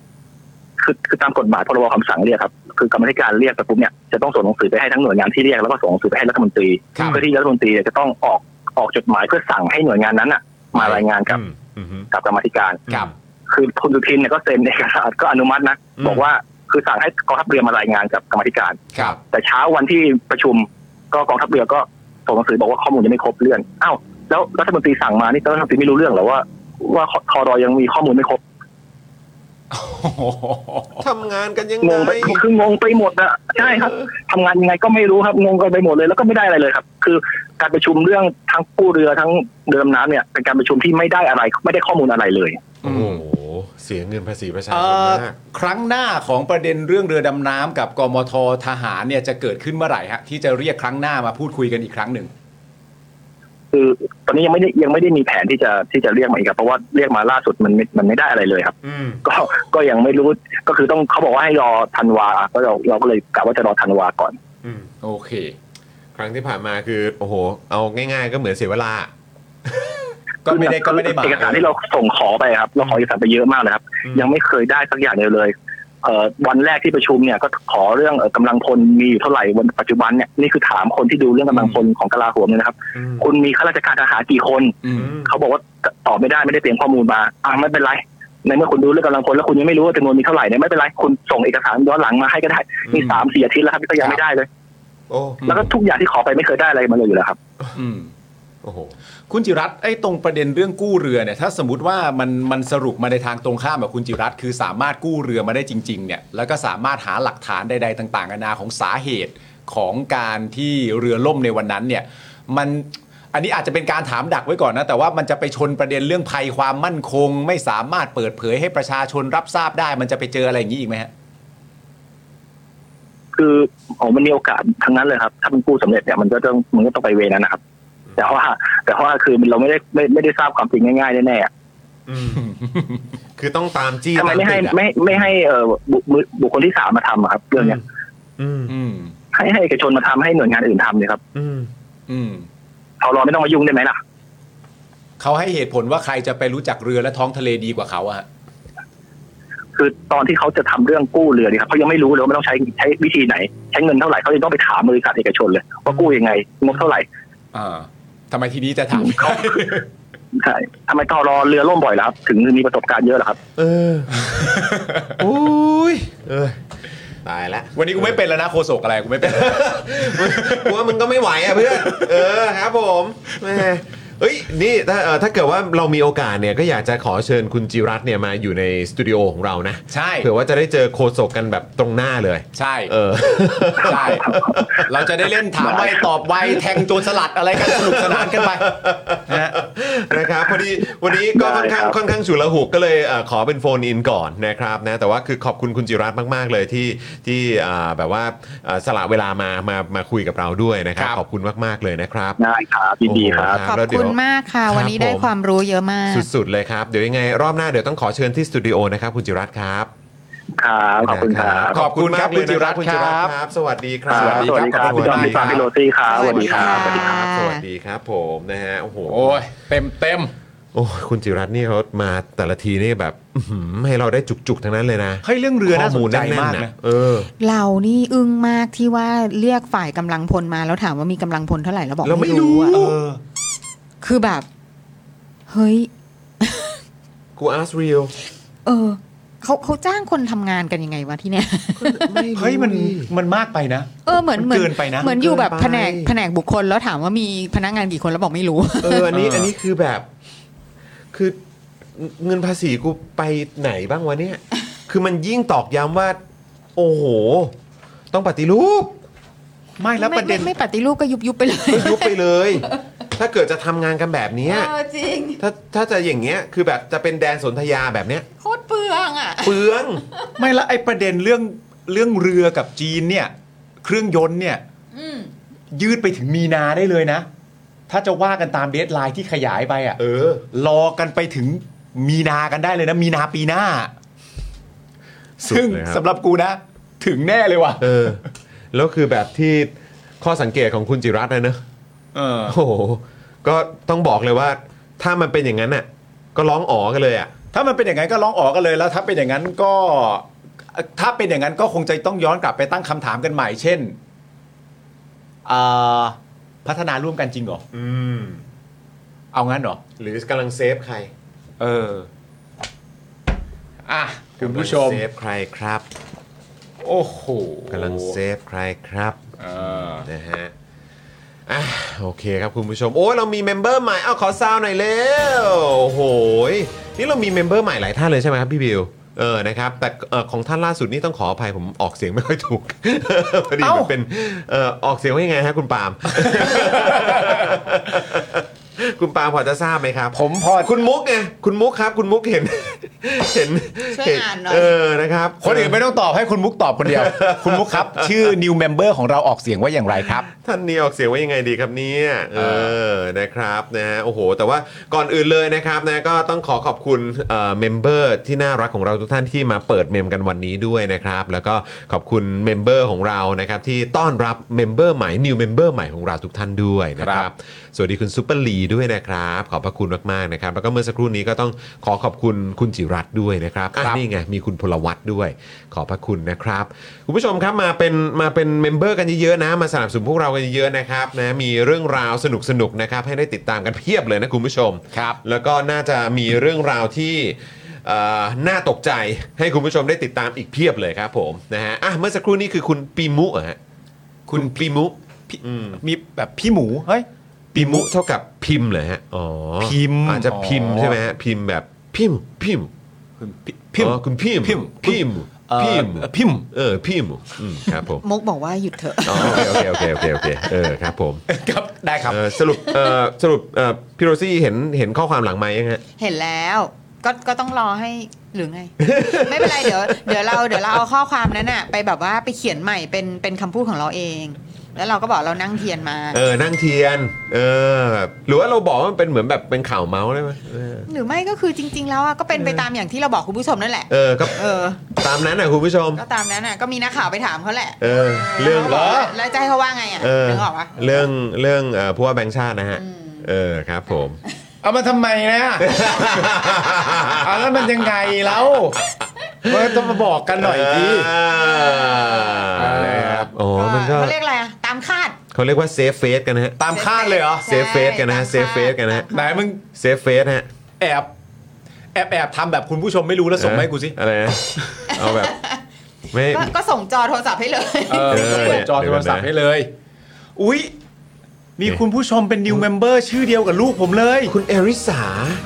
I: คือคือตามกฎหมายพรบคำสั่งเรียกครับ คือกรรมธิการเรียกแต่ปุ๊บเนี่ยจะต้องส่งหนังสือไปให้ทั้งหน่วยงานที่เรียกแล้วก็ส่งหนังสือไปให้รัฐมนตรี
B: ครับ
I: เพื่อที่รัฐมนตรีเนี่ยจะต้องออกออกจดหมายเพื่อสั่งให้หน่วยงานนั้นน่ะ มารายงานกับ
A: อืมอืม
I: กับกรรมธิการ
B: ครับ
I: คือคุณสุทินเนี่ยก็เซ็นเอกสารก็อนุมัตินะบอกว่าคือสั่งให้กองทัพเรือมารายงานกับกรรมธิการ
B: ครับ
I: แต่เช้าวันที่ประชุมก็กองทัพเรือก็ส่งหนังสือบอกว่าข้อมูลยังไม่ครบเรื่องอ้าวแล้วรัฐมนตรีสั่งมานี่รัฐมนตรีไม่รู้เรื่องเหรอว่า ว่าทอรอยังมีข้อมูลไม่ครบ
A: ทำงานกันยัง
I: ง
A: ไง
I: งไปคืองงไปหมดอะใช่ครับทำงานยังไงก็ไม่รู้ครับงงกันไปหมดเลยแล้วก็ไม่ได้อะไรเลยครับ คือการประชุมเรื่องทั้งกู้เรือทั้งเดิมน้ำเนี่ยเป็นการประชุมที่ไม่ได้อะไรไม่ได้ข้อมูลอะไรเลย
A: โอ้โหเสียเงินภาษีประชาช
B: เอ่
A: น
B: อ
A: มาก
B: ครั้งหน้าของประเด็นเรื่องเรือดำน้ำกับกมททหารเนี่ยจะเกิดขึ้นเมื่อไหร่ฮะที่จะเรียกครั้งหน้ามาพูดคุยกันอีกครั้งหนึ่ง
I: คือตอนนี้ยังไม่ได้ยังไม่ได้มีแผนที่จะที่จะเรียกมาอีกครับเพราะว่าเรียกมาล่าสุดมันไม่มันไม่ได้อะไรเลยครับ
A: อืม
I: ก็ก็ยังไม่รู้ก็คือต้องเขาบอกว่าให้รอธันวาก็เราเราก็เลยกะว่าจะรอธันวาก่อน
A: อืม
B: โอเค
A: ครั้งที่ผ่านมาคือโอ้โห เอาง่าย ๆ ก็เหมือนเสียเวลา
B: ก็ไม่ได้ก็ไม่ได้มา
I: เอกสารที่เราส่งขอไปครับ เราขอเอกสารไปเยอะมากเลยครับ
A: อืม
I: ยังไม่เคยได้สักอย่างเดียวเลยเอ่อวันแรกที่ประชุมเนี่ยก็ขอเรื่องเอ่อกำลังพลมีอยู่เท่าไหร่วันปัจจุบันเนี่ยนี่คือถามคนที่ดูเรื่องกำลังพลของกลาโหมเนี่ยนะครับ
A: อืม
I: คุณมีข้าราชการทหารกี่คน
B: อืม
I: เขาบอกว่าตอบไม่ได้ไม่ได้เตรียมข้อมูลมาอ่ะไม่เป็นไรในเมื่อคุณดูเรื่องกำลังพลแล้วคุณยังไม่รู้ว่าจำนวนมีเท่าไหร่เนี่ยไม่เป็นไรคุณส่งเอกสารย้อนหลังมาให้ก็ได้มีสามสี่อาทิตย์แล้วครับก็ยังไม่ได้เลย
A: โอ้
I: แล้วก็ทุกอย่างที่ขอไปไม่เคยได้อะไรมาเลยอยู่แล้วครับ
B: อืม
A: โอ้โห
B: คุณจิรัตน์ไอ้ตรงประเด็นเรื่องกู้เรือเนี่ยถ้าสมมติว่ามันมันสรุปมาในทางตรงข้ามกับคุณจิรัตน์คือสามารถกู้เรือมาได้จริงๆเนี่ยแล้วก็สามารถหาหลักฐานใดๆต่างๆนานาของสาเหตุของการที่เรือล่มในวันนั้นเนี่ยมันอันนี้อาจจะเป็นการถามดักไว้ก่อนนะแต่ว่ามันจะไปชนประเด็นเรื่องภัยความมั่นคง ไม่สามารถเปิดเผยให้ประชาชนรับทราบได้ มันจะไปเจออะไรอย่างนี้อีกไหมฮะ <laughs>
I: คือโอ้มันมีโอกาสทั้งนั้นเลยครับ ถ้ามันกู้สำเร็จเนี่ยมันก็ต้องมันก็ต้องไปเวนั้นนะครับ แต่ว่าแต่ว่าคือเราไม่ได้ไม่ไม่ได้ทราบความจริงง่ายๆแน่ๆอะ
A: อืมคือต้องตามจี้
I: ทำไม
A: ตาม
I: ไม่ให้
A: ติดอะ
I: ไม่ไม่ให้เอ่อบุบุบุคคลที่สามมาทำอะครับ เรื่องเนี้ย
A: อืม
B: อืม
I: ให้ให้เอกชนมาทำให้หน่วยงานอื่นทำเลยครับ
A: อืม
B: อืม
I: ทรอไม่ต้องมายุ่งได้ไหมล่ะ
B: เขาให้เหตุผลว่าใครจะไปรู้จักเรือและท้องทะเลดีกว่าเขาอะฮะ
I: คือตอนที่เขาจะทำเรื่องกู้เรือเนี่ยครับเขายังไม่รู้เลยว่ามันต้องใช้ใช้วิธีไหน ใช้เงินเท่าไหร่เขาจะต้องไปถามบริษัทเอกชนเลยว่ากู้ยังไงงบเท่าไหร่
B: อ่าทำไมทีนี้จะถาม
I: ใช่ทำไมทรอเรือล่มบ่อยแล้วครับถึงมีประสบการณ์เยอะเหรอครับ
A: เออ โอ้ย เออ ตายละ
B: <laughs> วันนี้กูไม่เป็นแล้วนะโคศกอะไรกูไม่เป็น <laughs>
I: <laughs>
A: กูว่ามึงก็ไม่ไหวอ่ะเพื่อน เออครับผมแหม เอ้ยนี่ถ้าเอ่อถ้าเกิดว่าเรามีโอกาสเนี่ยก็อยากจะขอเชิญคุณจิรัตน์เนี่ยมาอยู่ในสตูดิโอของเรานะ
B: ใช่
A: เผื่อว่าจะได้เจอโคศกกันแบบตรงหน้าเลย
B: ใช่
A: เออ
B: ใช่เราจะได้เล่นถามไวตอบไวแทงโจรสลัดอะไรกันสนุกสนานกันไปนะฮะ
A: นะครับ <laughs> พอดีวันนี้ก็ค่อนข้าง
I: ได้ครับ
A: ค่อนข้างฉุกละหุกก็เลยเอ่อขอเป็นโฟนอินก่อนนะครับนะแต่ว่าคือขอบคุณคุณจิรัตน์มาก ๆ เลยที่ที่อ่าแบบว่าเอ่อสละเวลามามามาคุยกับเราด้วยนะครับ
B: ครับ
A: ขอบคุณมาก ๆ เลยนะครับ
I: ได้ครับยินดีครับ
C: ขอบ
A: แล้วเดี๋ย
C: คุ
A: ว
C: ณมากค่ะ
A: ครับ
C: วันนี้ได้
A: ผม
C: ความรู้เยอะมาก
A: สุด ๆ เลยครับ เดี๋ยวยังไงรอบหน้าเดี๋ยวต้องขอเชิญที่สตูดิโอนะครับคุณจิรัตน์ครับ
I: ครับขอบคุณครับ
A: ขอบคุณมากเลยนะครับ
B: ขอบคุณครั
A: คุณจิ
B: บ
A: รัตน์ครับ สวัสดีครับ
B: สวัสดีครับ
I: สวัสดีครับพี่จอมพี่ปาพี่โรซี่ครับสวัสดีครับ
A: สวัสดีครับ
C: ค่ะ
A: สวัสดีครับผมนะฮะโอ้โห
B: โอ้ยเต็มเต็ม
A: โอ้ยคุณจิรัตน์นี่เขามาแต่ละทีนี่แบบอื้อหือให้เราได้จุกๆ ทั้งนั้นเลยนะ
B: เฮ้ยเรื่องเรือน่าสนใจมาก
A: ข้อลแๆ
B: นะ
A: เออ
C: เรานี่อึ้งมากที่ว่าเรียกฝ่ายกำลังพลมาแล้วถามว่ามีกำลังพลเท่าไหร่แล้วบอก
A: เราไม่
C: ไม่รู้
A: รู้
C: อะ
B: เออ
C: คือแบบ เฮ้ย
A: กูอาร์สเรียล
C: เออเขาเขาจ้างคนทำงานกันยังไงวะที่เนี่ย
B: เฮ้ยมันมันมากไปนะ
C: เออเหมือน
B: มันเกินไปนะ
C: เหมือนอยู่แบบแผนกแผนกบุคคลแล้วถามว่ามีพนักงานกี่คนแล้วบอกไม่รู้
A: เอออันนี้
B: เอออั
A: อันนี้คือแบบ คือเงินภาษีกูไปไหนบ้างวะเนี่ย คือมันยิ่งตอกย้ำว่า โอ้โห ต้องปฏิรูป
B: ไม่แล้วประเด็น
C: ไม่ไม่ปฏิรูปก็ยุบยุบไปเลย
A: ก็ยุบไปเลย ถ้าเกิดจะทำงานกันแบบเนี้ย
C: เออจริง
A: ถ้าถ้าจะอย่างเงี้ย คือแบบจะเป็นแดนสนธยาแบบเนี้ย
C: โคตรเปลืองอ่ะ
A: เปลือง
B: ไม่ละไอประเด็นเรื่องเรื่องเรือกับจีนเนี่ย เครื่องยนต์เนี่ยยืดไปถึงมีนาได้เลยนะ ถ้าจะว่ากันตามเดทไลน์ที่ขยายไปอะ่ะ
A: เออ
B: รอกันไปถึงมีนากันได้เลยนะ มีนาปีหน้า
A: สุด
B: ซึ่ง
A: เลยครับ
B: สำหรับกูนะ ถึงแน่เลยว่ะ
A: เออ แล้วคือแบบที่ข้อสังเกตของคุณจิรัตน์นะเนอะ
B: เออ
A: โอ้โห ก็ต้องบอกเลยว่า ถ้ามันเป็นอย่างนั้นน่ะ ก็ร้องอ๋อกันเลยอ่ะ
B: ถ้ามันเป็นอย่างนั้นก็ร้องออกกันเลยแล้ว ถ้าเป็นอย่างนั้นก็ ถ้าเป็นอย่างนั้นก็คงจะต้องย้อนกลับไปตั้งคำถามกันใหม่ เช่นอ่าพัฒนาร่วมกันจริงเหรอ
A: อืม
B: เอางั้นเหรอ
A: หรือกำลังเซฟใคร
B: เออ อ่ะ คุณผู้ชม
A: กำลังเซฟใครครับ
B: โอ้โห
A: กำลังเซฟใครครับ
B: เออ
A: นะฮะอ่ะโอเคครับคุณผู้ชม โอ้ยเรามีเมมเบอร์ใหม่เอาขอซาวหน่อยเร็วโอ้โหยนี่เรามีเมมเบอร์ใหม่หลายท่านเลยใช่ไหมครับพี่บิวเออนะครับแต่เอ่อของท่านล่าสุดนี่ต้องขออภัยผมออกเสียงไม่ค่อยถูก <laughs> พอดีมันเป็นเอ่อออกเสียงว่ายังไงฮะคุณปาล์ม <laughs> คุณปาล์มพอจะทราบไหมครับ
B: ผมพอ
A: คุณมุกไงคุณมุกครับ คุณมุกเห็น เห็น
C: ช่วย
A: เห็
C: อ่านหน่อย
A: เออนะครับ
B: คนอื่นไม่ต้องตอบให้คุณมุกตอบคนเดี
A: <laughs>
B: ยว คุณมุกครับ ชื่อ new member ของเราออกเสียงว่าอย่างไรครับ
A: ท่านนี้ออกเสียงว่ายังไงดีครับเนี่ยเอ
B: เอ
A: อนะครับนะฮะโอ้โห แต่ว่าก่อนอื่นเลยนะครับนะก็ต้องขอขอบคุณเอ่อเมมเบอร์ที่น่ารักของเราทุกท่านที่มาเปิดเมมกันวันนี้ด้วยนะครับ แล้วก็ขอบคุณเมมเบอร์ของเรานะครับที่ต้อนรับเมมเบอร์ใหม่นิวเมมเบอร์ใหม่ของเราทุกท่านด้วยนะค
B: ครั
A: รับ
B: บ
A: สวัสดีคุณซูเปอร์ลีด้วยนะครับ ขอบพระคุณมากๆนะครับ แล้วก็เมื่อสักครู่นี้ก็ต้องขอขอบคุณคุณจิรัตน์ด้วยนะครับ
B: ครั
A: อ่ะ
B: บ
A: นี่ไงมีคุณพลวัตด้วย ขอบพระคุณนะครับคุณผู้ชมครับมาเป็นมาเป็นเมมเบอร์กันเยอะๆนะมาสนับสนุนพวกเรากันเยอะๆนะครับนะมีเรื่องราวสนุกๆนะครับให้ได้ติดตามกันเพียบเลยนะคุณผู้ชม
B: ครับ
A: แล้วก็น่าจะมีเรื่องราวที่เอ่อน่าตกใจให้คุณผู้ชมได้ติดตามอีกเพียบเลยครับผมนะฮะอ่ะเมื่อสักครู่นี้คือคุณปีมุเหรอฮะคุณปีมุ
B: มีแบบพี่หมู เฮ้ย
A: ปีมุเท่ากับพิมพ์เหรอฮะ อ๋อ
B: พิมพ์
A: อาจจะพิมพ์
B: อ๋อ
A: ใช่ไหมฮะ พิมพ์แบบพิมพ์พิมพ์
B: คุณพี่พิม
A: อ๋อคุณพิมพ์
B: พิมพ์
A: พิมพ์
B: เอ่อ
A: พิมพ์
B: พิมพ์
A: เออพิมพ์อืมครับผม
C: มุกบอกว่าหยุดเถอะ
A: อ๋อโอเคโอเคโอเคโอเคโอเคเออครับผม
B: ครับ ได้ครับ
A: เออสรุปเอ่อสรุปเอ่อพี่โรซี่เห็นเห็นข้อความหลังไหมค์ยังฮะ
C: เห็นแล้วก็ก็ต้องรอให้หรือไง ไม่เป็นไรเดี๋ยวเดี๋ยวเราเดี๋ยวเราเอาข้อความนั้นอะไปแบบว่าไปเขียนใหม่เป็นเป็นคำพูดของเราเอง แล้วเราก็บอกเรานั่งเทียนมา
A: เออนั่งเทียน เออแบบหรือว่าเราบอกว่ามันเป็นเหมือนแบบเป็นข่าวเมาส์ได้ไหมเออ
C: หรือไม่ก็คือจริง ๆ แล้วอะก็เป็นไปตามอย่างที่เราบอกคุณผู้ชมนั่นแหละ
A: เออก็
C: เออ
A: ตามนั้นนะคุณผู้ชม
C: ก็ตามนั้นอะก็มีนักข่าวไปถามเขาแหละ
A: เออเรื่อง
C: แล้วขาบกว่าแล้วใจะให้เขาว่าไงอะ
A: เออ
C: นึกออกปะ
A: เรื่องเรื่องเอ่อผู้ว่าแบงค์ชาตินะฮะ เออครับผม
B: เอามาทำไม <laughs> นะเอาแล้วมันยังไงแล้วเออต้องมาบอกกันหน่อยดี
A: อ่านะครับโอ้มันก็
C: เขาเรียกอะไรอะตามคาด
A: เขาเรียกว่าเซฟเฟสกันนะฮะ
B: ตามคาดเลยเหรอ
C: ใช่
A: เซฟเฟสกันนะฮะเซฟเฟสกันนะฮะ
B: ไหนมึง
A: เซฟเฟสฮะ
B: แอบแอบแอบทำแบบคุณผู้ชมไม่รู้แล้วส่งมาให้กูสิ
A: อะไรนะเอาแบบไม่
C: ก็ก็ส่งจอโทรศัพท์ให้เลย
B: เออเปิดจอโทรศัพท์ให้เลย อุ๊ย มีคุณผู้ชมเป็น new member ชื่อเดียวกับลูกผมเลย
A: คุณเอริสา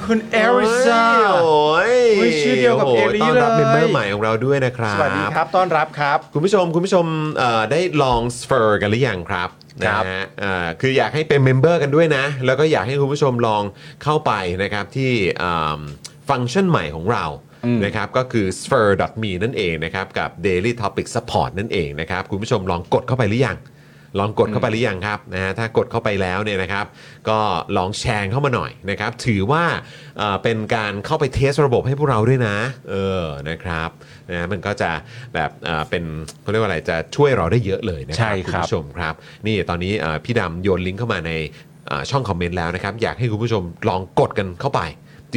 B: คุณเอริซา
A: โอ้ย
B: เฮ้ยชื่อเดียวกับ
A: โโห
B: เอริ
A: ต้อนรับ
B: เลย
A: เมมเบอร์ใหม่ของเราด้วยนะครับ
B: สวัสดีครับต้อนรับครับ
A: คุณผู้ชมคุณผู้ชมเอ่อได้ลองสเฟอร์กันหรือยังครับ
B: ค
A: นะ
B: รับ
A: ฮะเอ่อคืออยากให้เป็นเมมเบอร์กันด้วยนะ แล้วก็อยากให้คุณผู้ชมลองเข้าไปนะครับที่ฟังก์ชันใหม่ของเรา
B: อืม
A: นะครับก็คือ s p h e r e m e นั่นเองนะครับกับ Daily Topic Support นั่นเองนะครับคุณผู้ชมลองกดเข้าไปหรือยัง ลองกดเข้าไปหรือยังครับนะฮะถ้ากดเข้าไปแล้วเนี่ยนะครับก็ลองแชร์เข้ามาหน่อยนะครับถือว่าเอ่อเป็นการเข้าไปเทสระบบให้พวกเราด้วยนะเออนะครับนะฮะมันก็จะแบบเอ่อเป็นเขาเรียกว่าอะไรจะช่วยเราได้เยอะเลยนะค
B: ใช่
A: รั
B: ค
A: คุ
B: รั
A: ณ
B: บ
A: ผู้ชมครับนี่ตอนนี้เอ่อพี่ดำโยนลิงก์เข้ามาในเอ่อช่องคอมเมนต์แล้วนะครับอยากให้คุณผู้ชมลองกดกันเข้าไป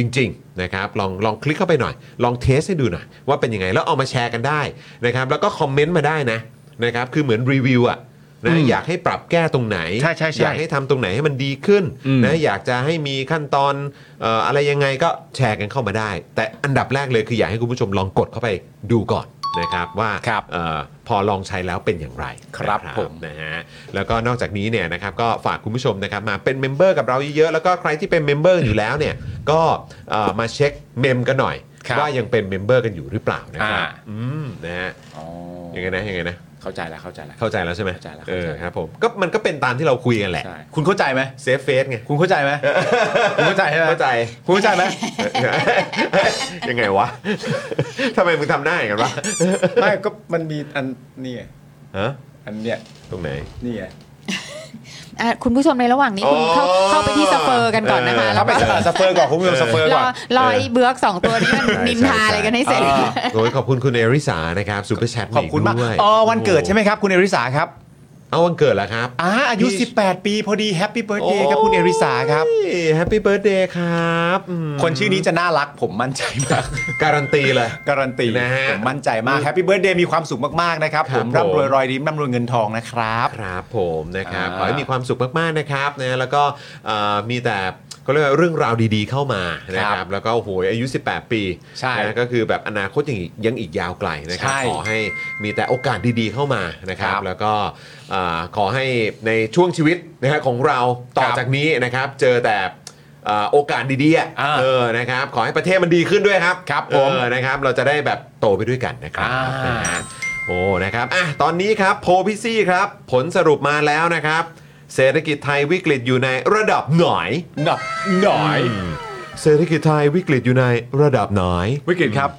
A: จริงๆนะครับลองลองคลิกเข้าไปหน่อย ลองเทสให้ดูหน่อยว่าเป็นยังไงแล้วเอามาแชร์กันได้นะครับแล้วก็คอมเมนต์มาได้นะนะครับคือเหมือนรีวิวอะนะอยากให้ปรับแก้ตรงไหน
B: ใช่ใช่ใช่
A: อยากให้ทำตรงไหนให้มันดีขึ้น
B: อืม
A: นะอยากจะให้มีขั้นตอนเอ่ออะไรยังไงก็แชร์กันเข้ามาได้ แต่อันดับแรกเลยคืออยากให้คุณผู้ชมลองกดเข้าไปดูก่อนนะครับว่าเอ่อพอลองใช้แล้วเป็นอย่างไร
B: ครับ
A: นะ
B: ผม
A: นะฮะแล้วก็นอกจากนี้เนี่ยนะครับก็ฝากคุณผู้ชมนะครับมาเป็นเมมเบอร์กับเราเยอะๆแล้วก็ใครที่เป็นเมมเบอร์อยู่แล้วเนี่ยก็เอ่อมาเช็คเมมกันหน่อย
B: ครับ
A: ว่ายังเป็นเมมเบอร์กันอยู่หรือเปล่านะครับ
B: อ่า
A: อืมนะฮะยังไงนะยังไงนะ
B: เข้าใจแล้วเข้าใจแล้ว
A: เข้าใจแล้วใช่ไหม
B: เข้าใจแล้ว
A: เอ
B: เข้าใจ
A: อครับผมก็มันก็เป็นตามที่เราคุยกันแหละ
B: ใช่คุณเข้าใจไหม
A: เซฟเฟสไง <laughs>
B: คุณเข้าใจไหมคุณเข้าใจใช่ไหม
A: เข้าใจ
B: คุณเข้าใจไหม
A: ยังไงวะ ทำไมมึงทำหน้าอย่างนั้นวะ
B: ไม่ก็มันมีอันนี่ไง
A: ฮะ
B: อันเนี้ย
A: ตรงไหน
B: นี่ไง
C: อ่ะคุณผู้ชมในระหว่างนี้คุณเข้า
A: อ๋อ
C: เข้าไปที่สเปอร์กันก่อนนะคะ
B: ถ้า
C: แล้ว
B: ไป
C: ก็
B: สสเปอร์ก่อนคุณผู้ชมสเปอร์
C: ร
B: ก่
C: อ
B: อน
C: รอไอ้เบือกสองตัวนี้มัน
A: ใช่
C: นินทาอะไรกันให้เสร็จ
A: ใช่ใช่โอ้ยขอบคุณคุณเอริสานะครับซูเปอร์แชท
B: ขอบคุณมาก
A: ด้วย
B: อ๋อวันเกิดใช่ไหมครับ คุณเอริสาครับ
A: เอาวันเกิดแล้วครับ
B: อ่าอายุ
A: พี่
B: 18 ปีพอดีแฮปปี้เบิร์ดเดย์ครับคุณเอริสาครับ
A: แฮปปี้เบิร์ดเดย์ครับอืม
B: คนชื่อนี้ <laughs> จะน่ารักผมมั่นใจ
A: <laughs>
B: มาก
A: การันตีเลย
B: การันตี
A: นะฮะ
B: ผมมั่นใจมากแฮปปี้เบิร์ดเดย์มีความสุขมาก ๆ นะครับ
A: ครั
B: ผ
A: บผม
B: มร่ำรวยรอยยิ้มร่ำรวยเงินทองนะครับ
A: ครับผมนะครับ
B: อ่า
A: ขอให้มีความสุขมากๆนะครับนะแล้วก็เอ่อมีแต่ก็เรียกว่าเรื่องราวดีๆเข้ามานะค
B: ครั
A: รับบ แล้วก็โอ้โหอายุ 18 ปี
B: ใช่
A: นะก็คือแบบอนาคตยังอีกยังอีกยาวไกลนะครับ
B: ใช่
A: ขอให้มีแต่โอกาสดีๆเข้ามานะครับ
B: ครับ
A: แล้วก็เอ่อขอให้ในช่วงชีวิตนะฮะของเราต่อ
B: ครับ
A: จากนี้นะครับเจอแต่เอ่อโอกาสดีๆอะ
B: อ่า
A: เออนะครับขอให้ประเทศมันดีขึ้นด้วยครับ
B: ครับผม
A: เออนะครับเราจะได้แบบโตไปด้วยกันนะครับ
B: อ่าน
A: นะฮะ โอ้ นะครับ อ่ะ ตอนนี้ครับ โพลพี่ซี่ครับ ผลสรุปมาแล้วนะครับ เศรษฐกิจไทยวิกฤตอยู่ในระดับหน่อย
B: หน่อยหน่อย
A: เศรษฐกิจไทยวิกฤตอยู่ในระดับหน่อย
B: วิกฤตครับ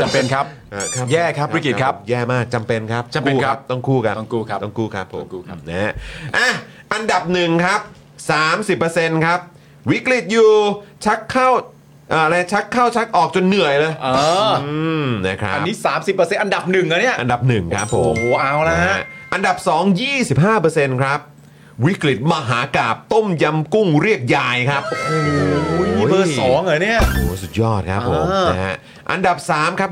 B: จำเป็นครับ
A: เออ
B: แย่ครับวิกฤตครับ
A: แย่มากจำเป็นครับ
B: จำเป็นครับ
A: ต้องกู้ครับ
B: ต้องกู้ครับ
A: ต้องกู้ครับผม
B: ต้องกู้ครับ
A: นะฮะอ่ะ อันดับหนึ่งครับ 30%ครับ วิกฤตอยู่ ชักเข้าเอ่ออะไร ชักเข้าชักออกจนเหนื่อยเลย
B: เออ
A: อืม นะครับ
B: อันนี้ 30%อันดับหนึ่งอะเนี่ย
A: อันดับหนึ่งครับผม
B: โอ้โหเอาละฮะ
A: อันดับ 2 25%ครับ วิกฤตมหากาบต้มยำกุ้งเรียกยายครับ โอ้
B: อุ้ยนี่เบอร์สองเหรอเนี่ย
A: โอ้สุดยอดครับผม
B: อ่าน
A: นะฮะอันดับ 3 ครับ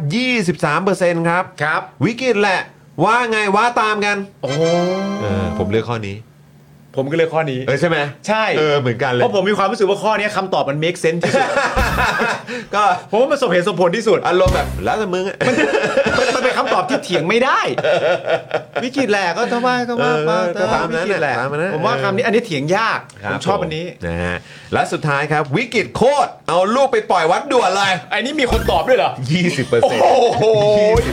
A: 23%ครับ
B: ครับ
A: วิกฤตแหละ ว่าไงว่าตามกัน
B: โอ้
A: เออผมเลือกข้อนี้
B: ผมก็เลยข้อนี้
A: เออใช่ไหม
B: ใช่
A: เออเหมือนกันเลย
B: เพราะผมมีความรู้สึกว่าข้อนี้คำตอบมัน make sense ที่สุด
A: ก็
B: เพราะว่ามันสมเหตุสมผลที่สุด
A: อารมณ์แบบแล้วแต่มึงอะ
B: <laughs> มันมันเป็นคำตอบที่เถียงไม่ได้ วิกฤตแหละก็ถ้าว่าก็ว่า
A: เออ
B: ว่า
A: ก็ตามนั้น
B: วิกฤตแหละ
A: ตามนั้น
B: ผมว่าคำนี้อันนี้เถียงยาก
A: ครั
B: ผมชอบอันนี้
A: นะฮะและสุดท้ายครับ วิกฤตโคตรเอาลูกไปปล่อยวัดด่วนเลย
B: ไอ้นี่มีคนตอบด้วยเหรอ
A: 20%
B: โอ้โห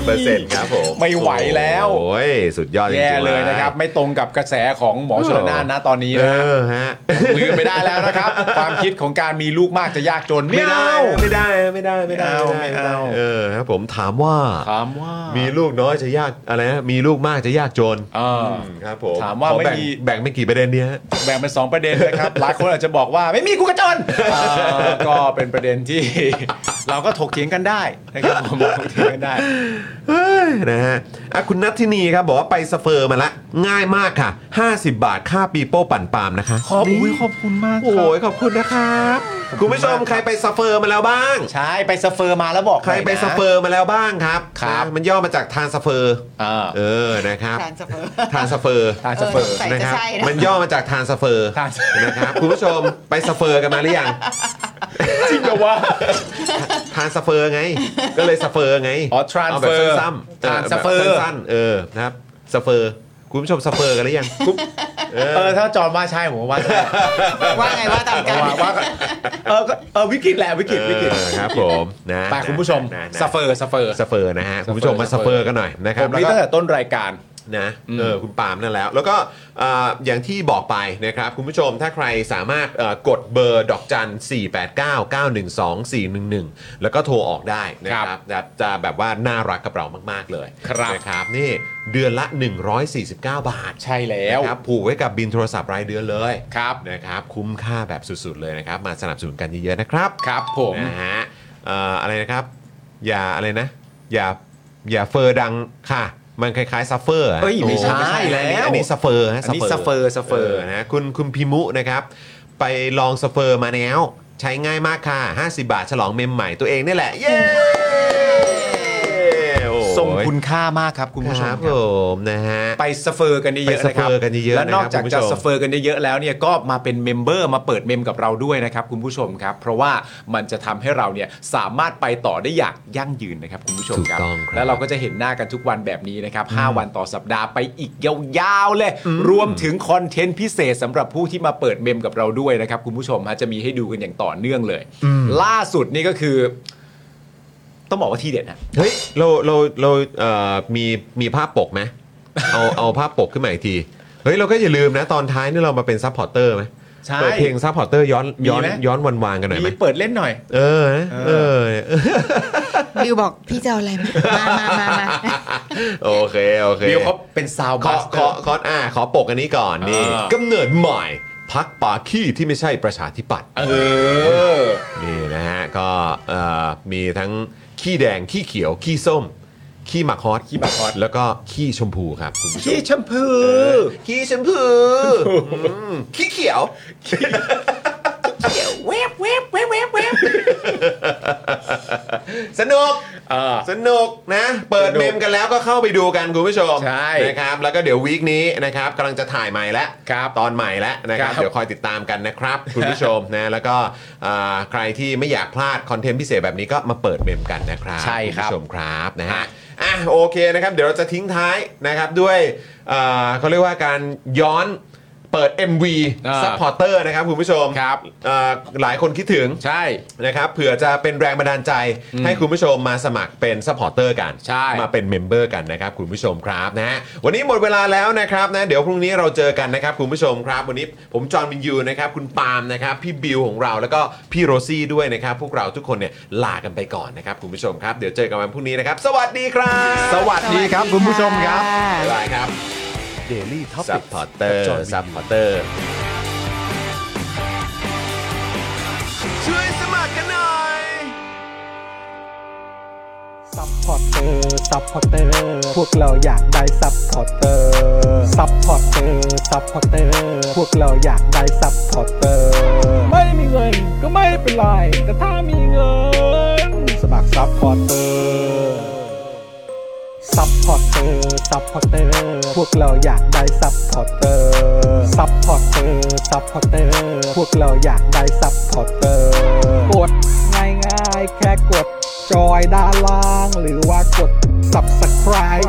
A: 20%ครับผม
B: ไม่ไหวแล้ว
A: โอ้ยสุดยอดจริงๆ
B: แย่เลยนะครับ ไม่ตรงกับกระแสของหมอชลนานนะตอนนี้
A: เออ
B: นะฮะ
A: ฮะ
B: ลืมไปได้แล้วนะครับ <laughs> ความคิดของการมีลูกมากจะยากจน
A: ไม่ได้
B: เอา
A: ไม่ได้ไม่ได้ไม่ได้
B: ไม่เอาไม่เอา
A: เออครับผมถามว่า
B: ถามว่า
A: มีลูกน้อยจะยากอะไรนะมีลูกมากจะยากจน
B: เออ
A: มครับผม
B: ถามว่า
A: ขอแบ่ง
B: ไม่มี
A: แบ่งไม่กี่ประเด็นเนี้ย
B: แบ่งเป็นสองประเด็น <laughs> นะครับ หลายคนอาจจะบอกว่าไม่มีกูกระจน <laughs> เอ่อก็เป็นประเด็นที่ <laughs> เราก็ถกเถียงกันได้นะครับผม <laughs> ถกเถียงกันได้
A: เฮ้ยนะฮะอ่ะคุณนัททินีครับบอกว่าไปสเฟอร์มาละ ง่ายมากค่ะ 50 บาทค่าปีโป้ปั่นปาล์มนะคะ
B: ขอบอุ้ยขอบคุณมาก
A: โอ้ยขอบคุณนะครับ คุณผู้ชมใครไปสเฟอร์มาแล้วบ้าง
B: ใช่ไปสเฟอร์มาแล้วบอก
A: ใครไป
B: หน่อยนะ
A: สเฟอร์มาแล้วบ้างครับ
B: ครับ
A: นะมันย่อมาจากทานสเฟอร์
B: อ่า
A: เออนะครับ
C: ทานสเปอร์
A: ทานสเฟอร์
B: ทางสเฟอร์
C: เออ ใส่
A: นะครั
C: จะใช่นะ
A: มันย่อมาจากทานสเฟอร์
B: ทานส
A: นะครับคุณผู้ชมไปสเฟอร์กันมาหรือยัง
B: จริงเหรอวะ
A: ทานสเฟอร์ไง ก็เลยสเฟอร์ไง
B: อ๋อทราน
A: เอา
B: เฟ
A: แบบ
B: อร์
A: สั้นๆ
B: ทรานสเฟอร์
A: แบบสั้นๆเออนะครับสเฟอร์ คุณผู้ชมสเปอร์กันหรือยังคุณเอ
B: เอ
A: อ
B: อถ้าจอนว่าใช่ผมว่าใช่
C: ว่าไงว่าตามกัน
B: ว่าว่าเออก็เออวิกฤตแหละวิกฤตวิกฤต
A: เออครับผมนะ
B: ไปคุณผู้ชม
A: นะนะ
B: สเฟอร์สเฟอร์
A: สเปอร์นะฮะ
B: ส
A: คุณ
B: เปอร์
A: ผู้ชมมา
B: ส
A: ส
B: เป
A: เป
B: อ
A: อ
B: ร์
A: ร์กันหน่อยนะค
B: ผ
A: รับ
B: ม
A: แล้ว
B: นี่
A: ก็
B: ตั้งแต่ต้นรายการ
A: นะ
B: อืม
A: เออคุณปาล์มนั่นแล้ว แล้วก็อ่าอย่างที่บอกไปนะครับ คุณผู้ชมถ้าใครสามารถเอ่อกดเบอร์ดอกจัน 489 912 411 แล้วก็โทรออกได้นะครับจะจะแบบว่าน่ารักกับเรามาก ๆ เลย
B: ครับ
A: นะครับ นี่เดือนละ 149 บาท
B: ใช่แล้ว
A: นะครับผูกไว้กับบินโทรศัพท์รายเดือนเลย
B: ครับ
A: นะครับ คุ้มค่าแบบสุด ๆ เลยนะครับ มาสนับสนุนกันเยอะ ๆ นะครับ
B: ครับผม
A: นะฮะเอ่ออะไรนะครับ อย่าอะไรนะ อย่าอย่าเฟอร์ดังค่ะ มันคล้ายๆซัฟเฟอร์อะ
B: เอ้ยไม่ใช่
A: โอ้อันนี้
B: แล้ว
A: อันนี้ซัฟเฟอร์ฮะ
B: อันนี้ซัฟเฟอร์ซัฟเฟอร์
A: นะคุณคุณพิมุนะครับ ไปลองซัฟเฟอร์มาแล้ว ใช้ง่ายมากค่ะ 50 บาทฉลองเมมใหม่ตัวเองนี่แหละ เย้โอ้ย
B: ทรงคุณค่ามากครับคุณผู้ช
A: ค
B: ม
A: รับ
B: ค
A: ผ
B: รับ
A: มนะฮะ
B: ไปสเฟอร์กันเยอะๆ
A: ไปส
B: นะค
A: เฟ
B: รั
A: อร์กันเยอะๆ
B: และนอกจา
A: นะครั
B: ก
A: บคุณผู้
B: จะ
A: ชม
B: สเฟอร์กันเยอะๆแล้วเนี่ยก็มาเป็นเมมเบอร์มาเปิดเมมกับเราด้วยนะครับคุณผู้ชมครับ เพราะว่ามันจะทำให้เราเนี่ยสามารถไปต่อได้อย่างยั่งยืนนะครับคุณผู้ชมครับ
A: ถูกต้องครับ
B: แล้วเราก็จะเห็นหน้ากันทุกวันแบบนี้นะครับ 5 วันต่อสัปดาห์ไปอีกยาวๆเลย รวมถึงคอนเทนต์พิเศษสำหรับผู้ที่มาเปิดเมมกับเราด้วยนะครับคุณผู้ชมฮะจะมีให้ดูกันอย่างต่อเนื่องเลย ล่าสุดนี่ก็คือ ต้องบอกว่าทีเด็ดนะ
A: เฮ้ยเราเราเราเอ่อมีมีภาพปกไหมเอาเอาภาพปกขึ้นมาอีกที เฮ้ยเราก็อย่าลืมนะ ตอนท้ายนี่เรามาเป็นซัพพอร์เตอร์ไหม
B: ใช่
A: เปิดเพลงซัพพอร์เตอร์ย้อนย้อน
B: มีไหม
A: ย้อนวันวานกันหน่อยไหม
B: มีเปิดเล่นหน่อย
A: เออนะเออเออ
C: บิวบอกพี่จะเอาอะไรมามามามามา
A: โอเค โอเค
B: เดี๋ยวเขาเป็นซาวด์
A: ข
B: บั
A: อ
B: ส
A: ขอขออ่าขอปกอันนี้ก่อนนี่
B: อ่า
A: กำเนิดใหม่พักปาขี้ที่ไม่ใช่ประชาธิปัตย์
B: เออ
A: นี่นะฮะ ก็เอ่อมีทั้งขี้แดง ขี้เขียว ขี้ส้ม ขี้หมักฮอต
B: ขี้หมักฮอต
A: แล้วก็ขี้ชมพูครับคุณผู้ชม
B: ขี้ชมพู
A: ขี้ชมพูขี้เขียว
B: เวบเวบเวบเวบเวบ
A: <laughs> สนุก
B: เออ
A: <laughs> สนุกนะ เปิด
B: สนุก
A: เมมกันแล้วก็เข้าไปดูกันคุณผู้ชม
B: ใช่
A: นะครับ แล้วก็เดี๋ยววีคนี้นะครับกำลังจะถ่ายใหม่แล้ว
B: ครับ
A: ตอนใหม่แล้วนะครับ
B: ครับ
A: เดี๋ยวคอยติดตามกันนะครับ คุณผู้ชมนะ <laughs> แล้วก็อ่าใครที่ไม่อยากพลาดคอนเทนต์พิเศษแบบนี้ก็มาเปิดเมมกันนะครับ
B: ใช่ครับ
A: ณผู้ชมครับนะฮะ อ่ะโอเคนะครับ เดี๋ยวเราจะทิ้งท้ายนะครับด้วยเอ่อเขาเรียกว่าการย้อนเปิด MV
B: อ่า
A: ซัพพอร์เตอร์นะครับคุณผู้ชม
B: ครับ
A: เอ่อหลายคนคิดถึง
B: ใช่
A: นะครับเผื่อจะเป็นแรงบันดาลใจให้คุณผู้ชมมาสมัครเป็นสปอร์เตอร์กัน
B: ใช่
A: มาเป็นเมมเบอร์กันนะครับคุณผู้ชมครับนะฮะวันนี้หมดเวลาแล้วนะครับนะเดี๋ยวพรุ่งนี้เราเจอกันนะครับคุณผู้ชมครับ วันนี้ผมจอห์นวินยูนะครับคุณปาล์มนะครับพี่บิวของเราแล้วก็พี่โรซี่ด้วยนะครับพวกเราทุกคนเนี่ยลากันไปก่อนนะครับคุณผู้ชมครับเดี๋ยวเจอกันวันพรุ่งนี้นะครับสวัสดีครับ
B: สวัสดีครับคุณผู้ชมครับ
A: บ๊ายบายครับ Daily t o p i c พอร์เตอร์ซัพพอร์เตอร์ช่วยสมัครกันหน่อย
J: ซัพพอร์เตอร์ซัพพอร์เตอร์ พวกเราอยากได้ซัพพอร์เตอร์ซัพพอร์เตอร์ซัพพอร์เตอร์ พวกเราอยากได้ซัพพอร์เตอร์ ไม่มีเงินก็ไม่เป็นไร แต่ถ้ามีเงิน สมัครซัพพอร์เตอร์ซัพพอร์เตอร์ซัพพอร์เตอร์ พวกเราอยากได้ซัพพอร์เตอร์ซัพพอร์เตอร์ซัพพอร์เตอร์ พวกเราอยากได้ซัพพอร์เตอร์ กดง่ายง่ายๆแค่กด จอยด้านล่างหรือว่ากด subscribe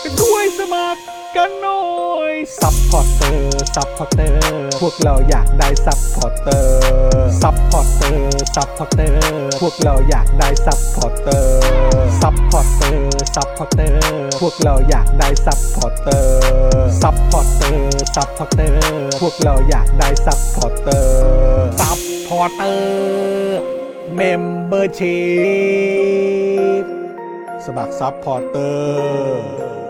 J: ไปด้วยสมัครกันหน่อย ซั p พอร์เตอร์ซั t พอร์เตอร์ พวกเราอยากได้ซั p พอร์เตอร์ซั p พอร์เตอร์ซั t พอร์เตอร์ พวกเราอยากได้ซั p พอร์เตอร์ซั p พอร์เตอร์ซั t พอร์เตอร์ พวกเราอยากได้ซั p พอร์เตอร์ซั p พอร์เตอร์ซั t พอร์เตอร์ พวกเราอยากได้ซัพพอร์เตอร์ซัพพอร์เตอร์ Membership
K: สมัครซับพอร์เตอร์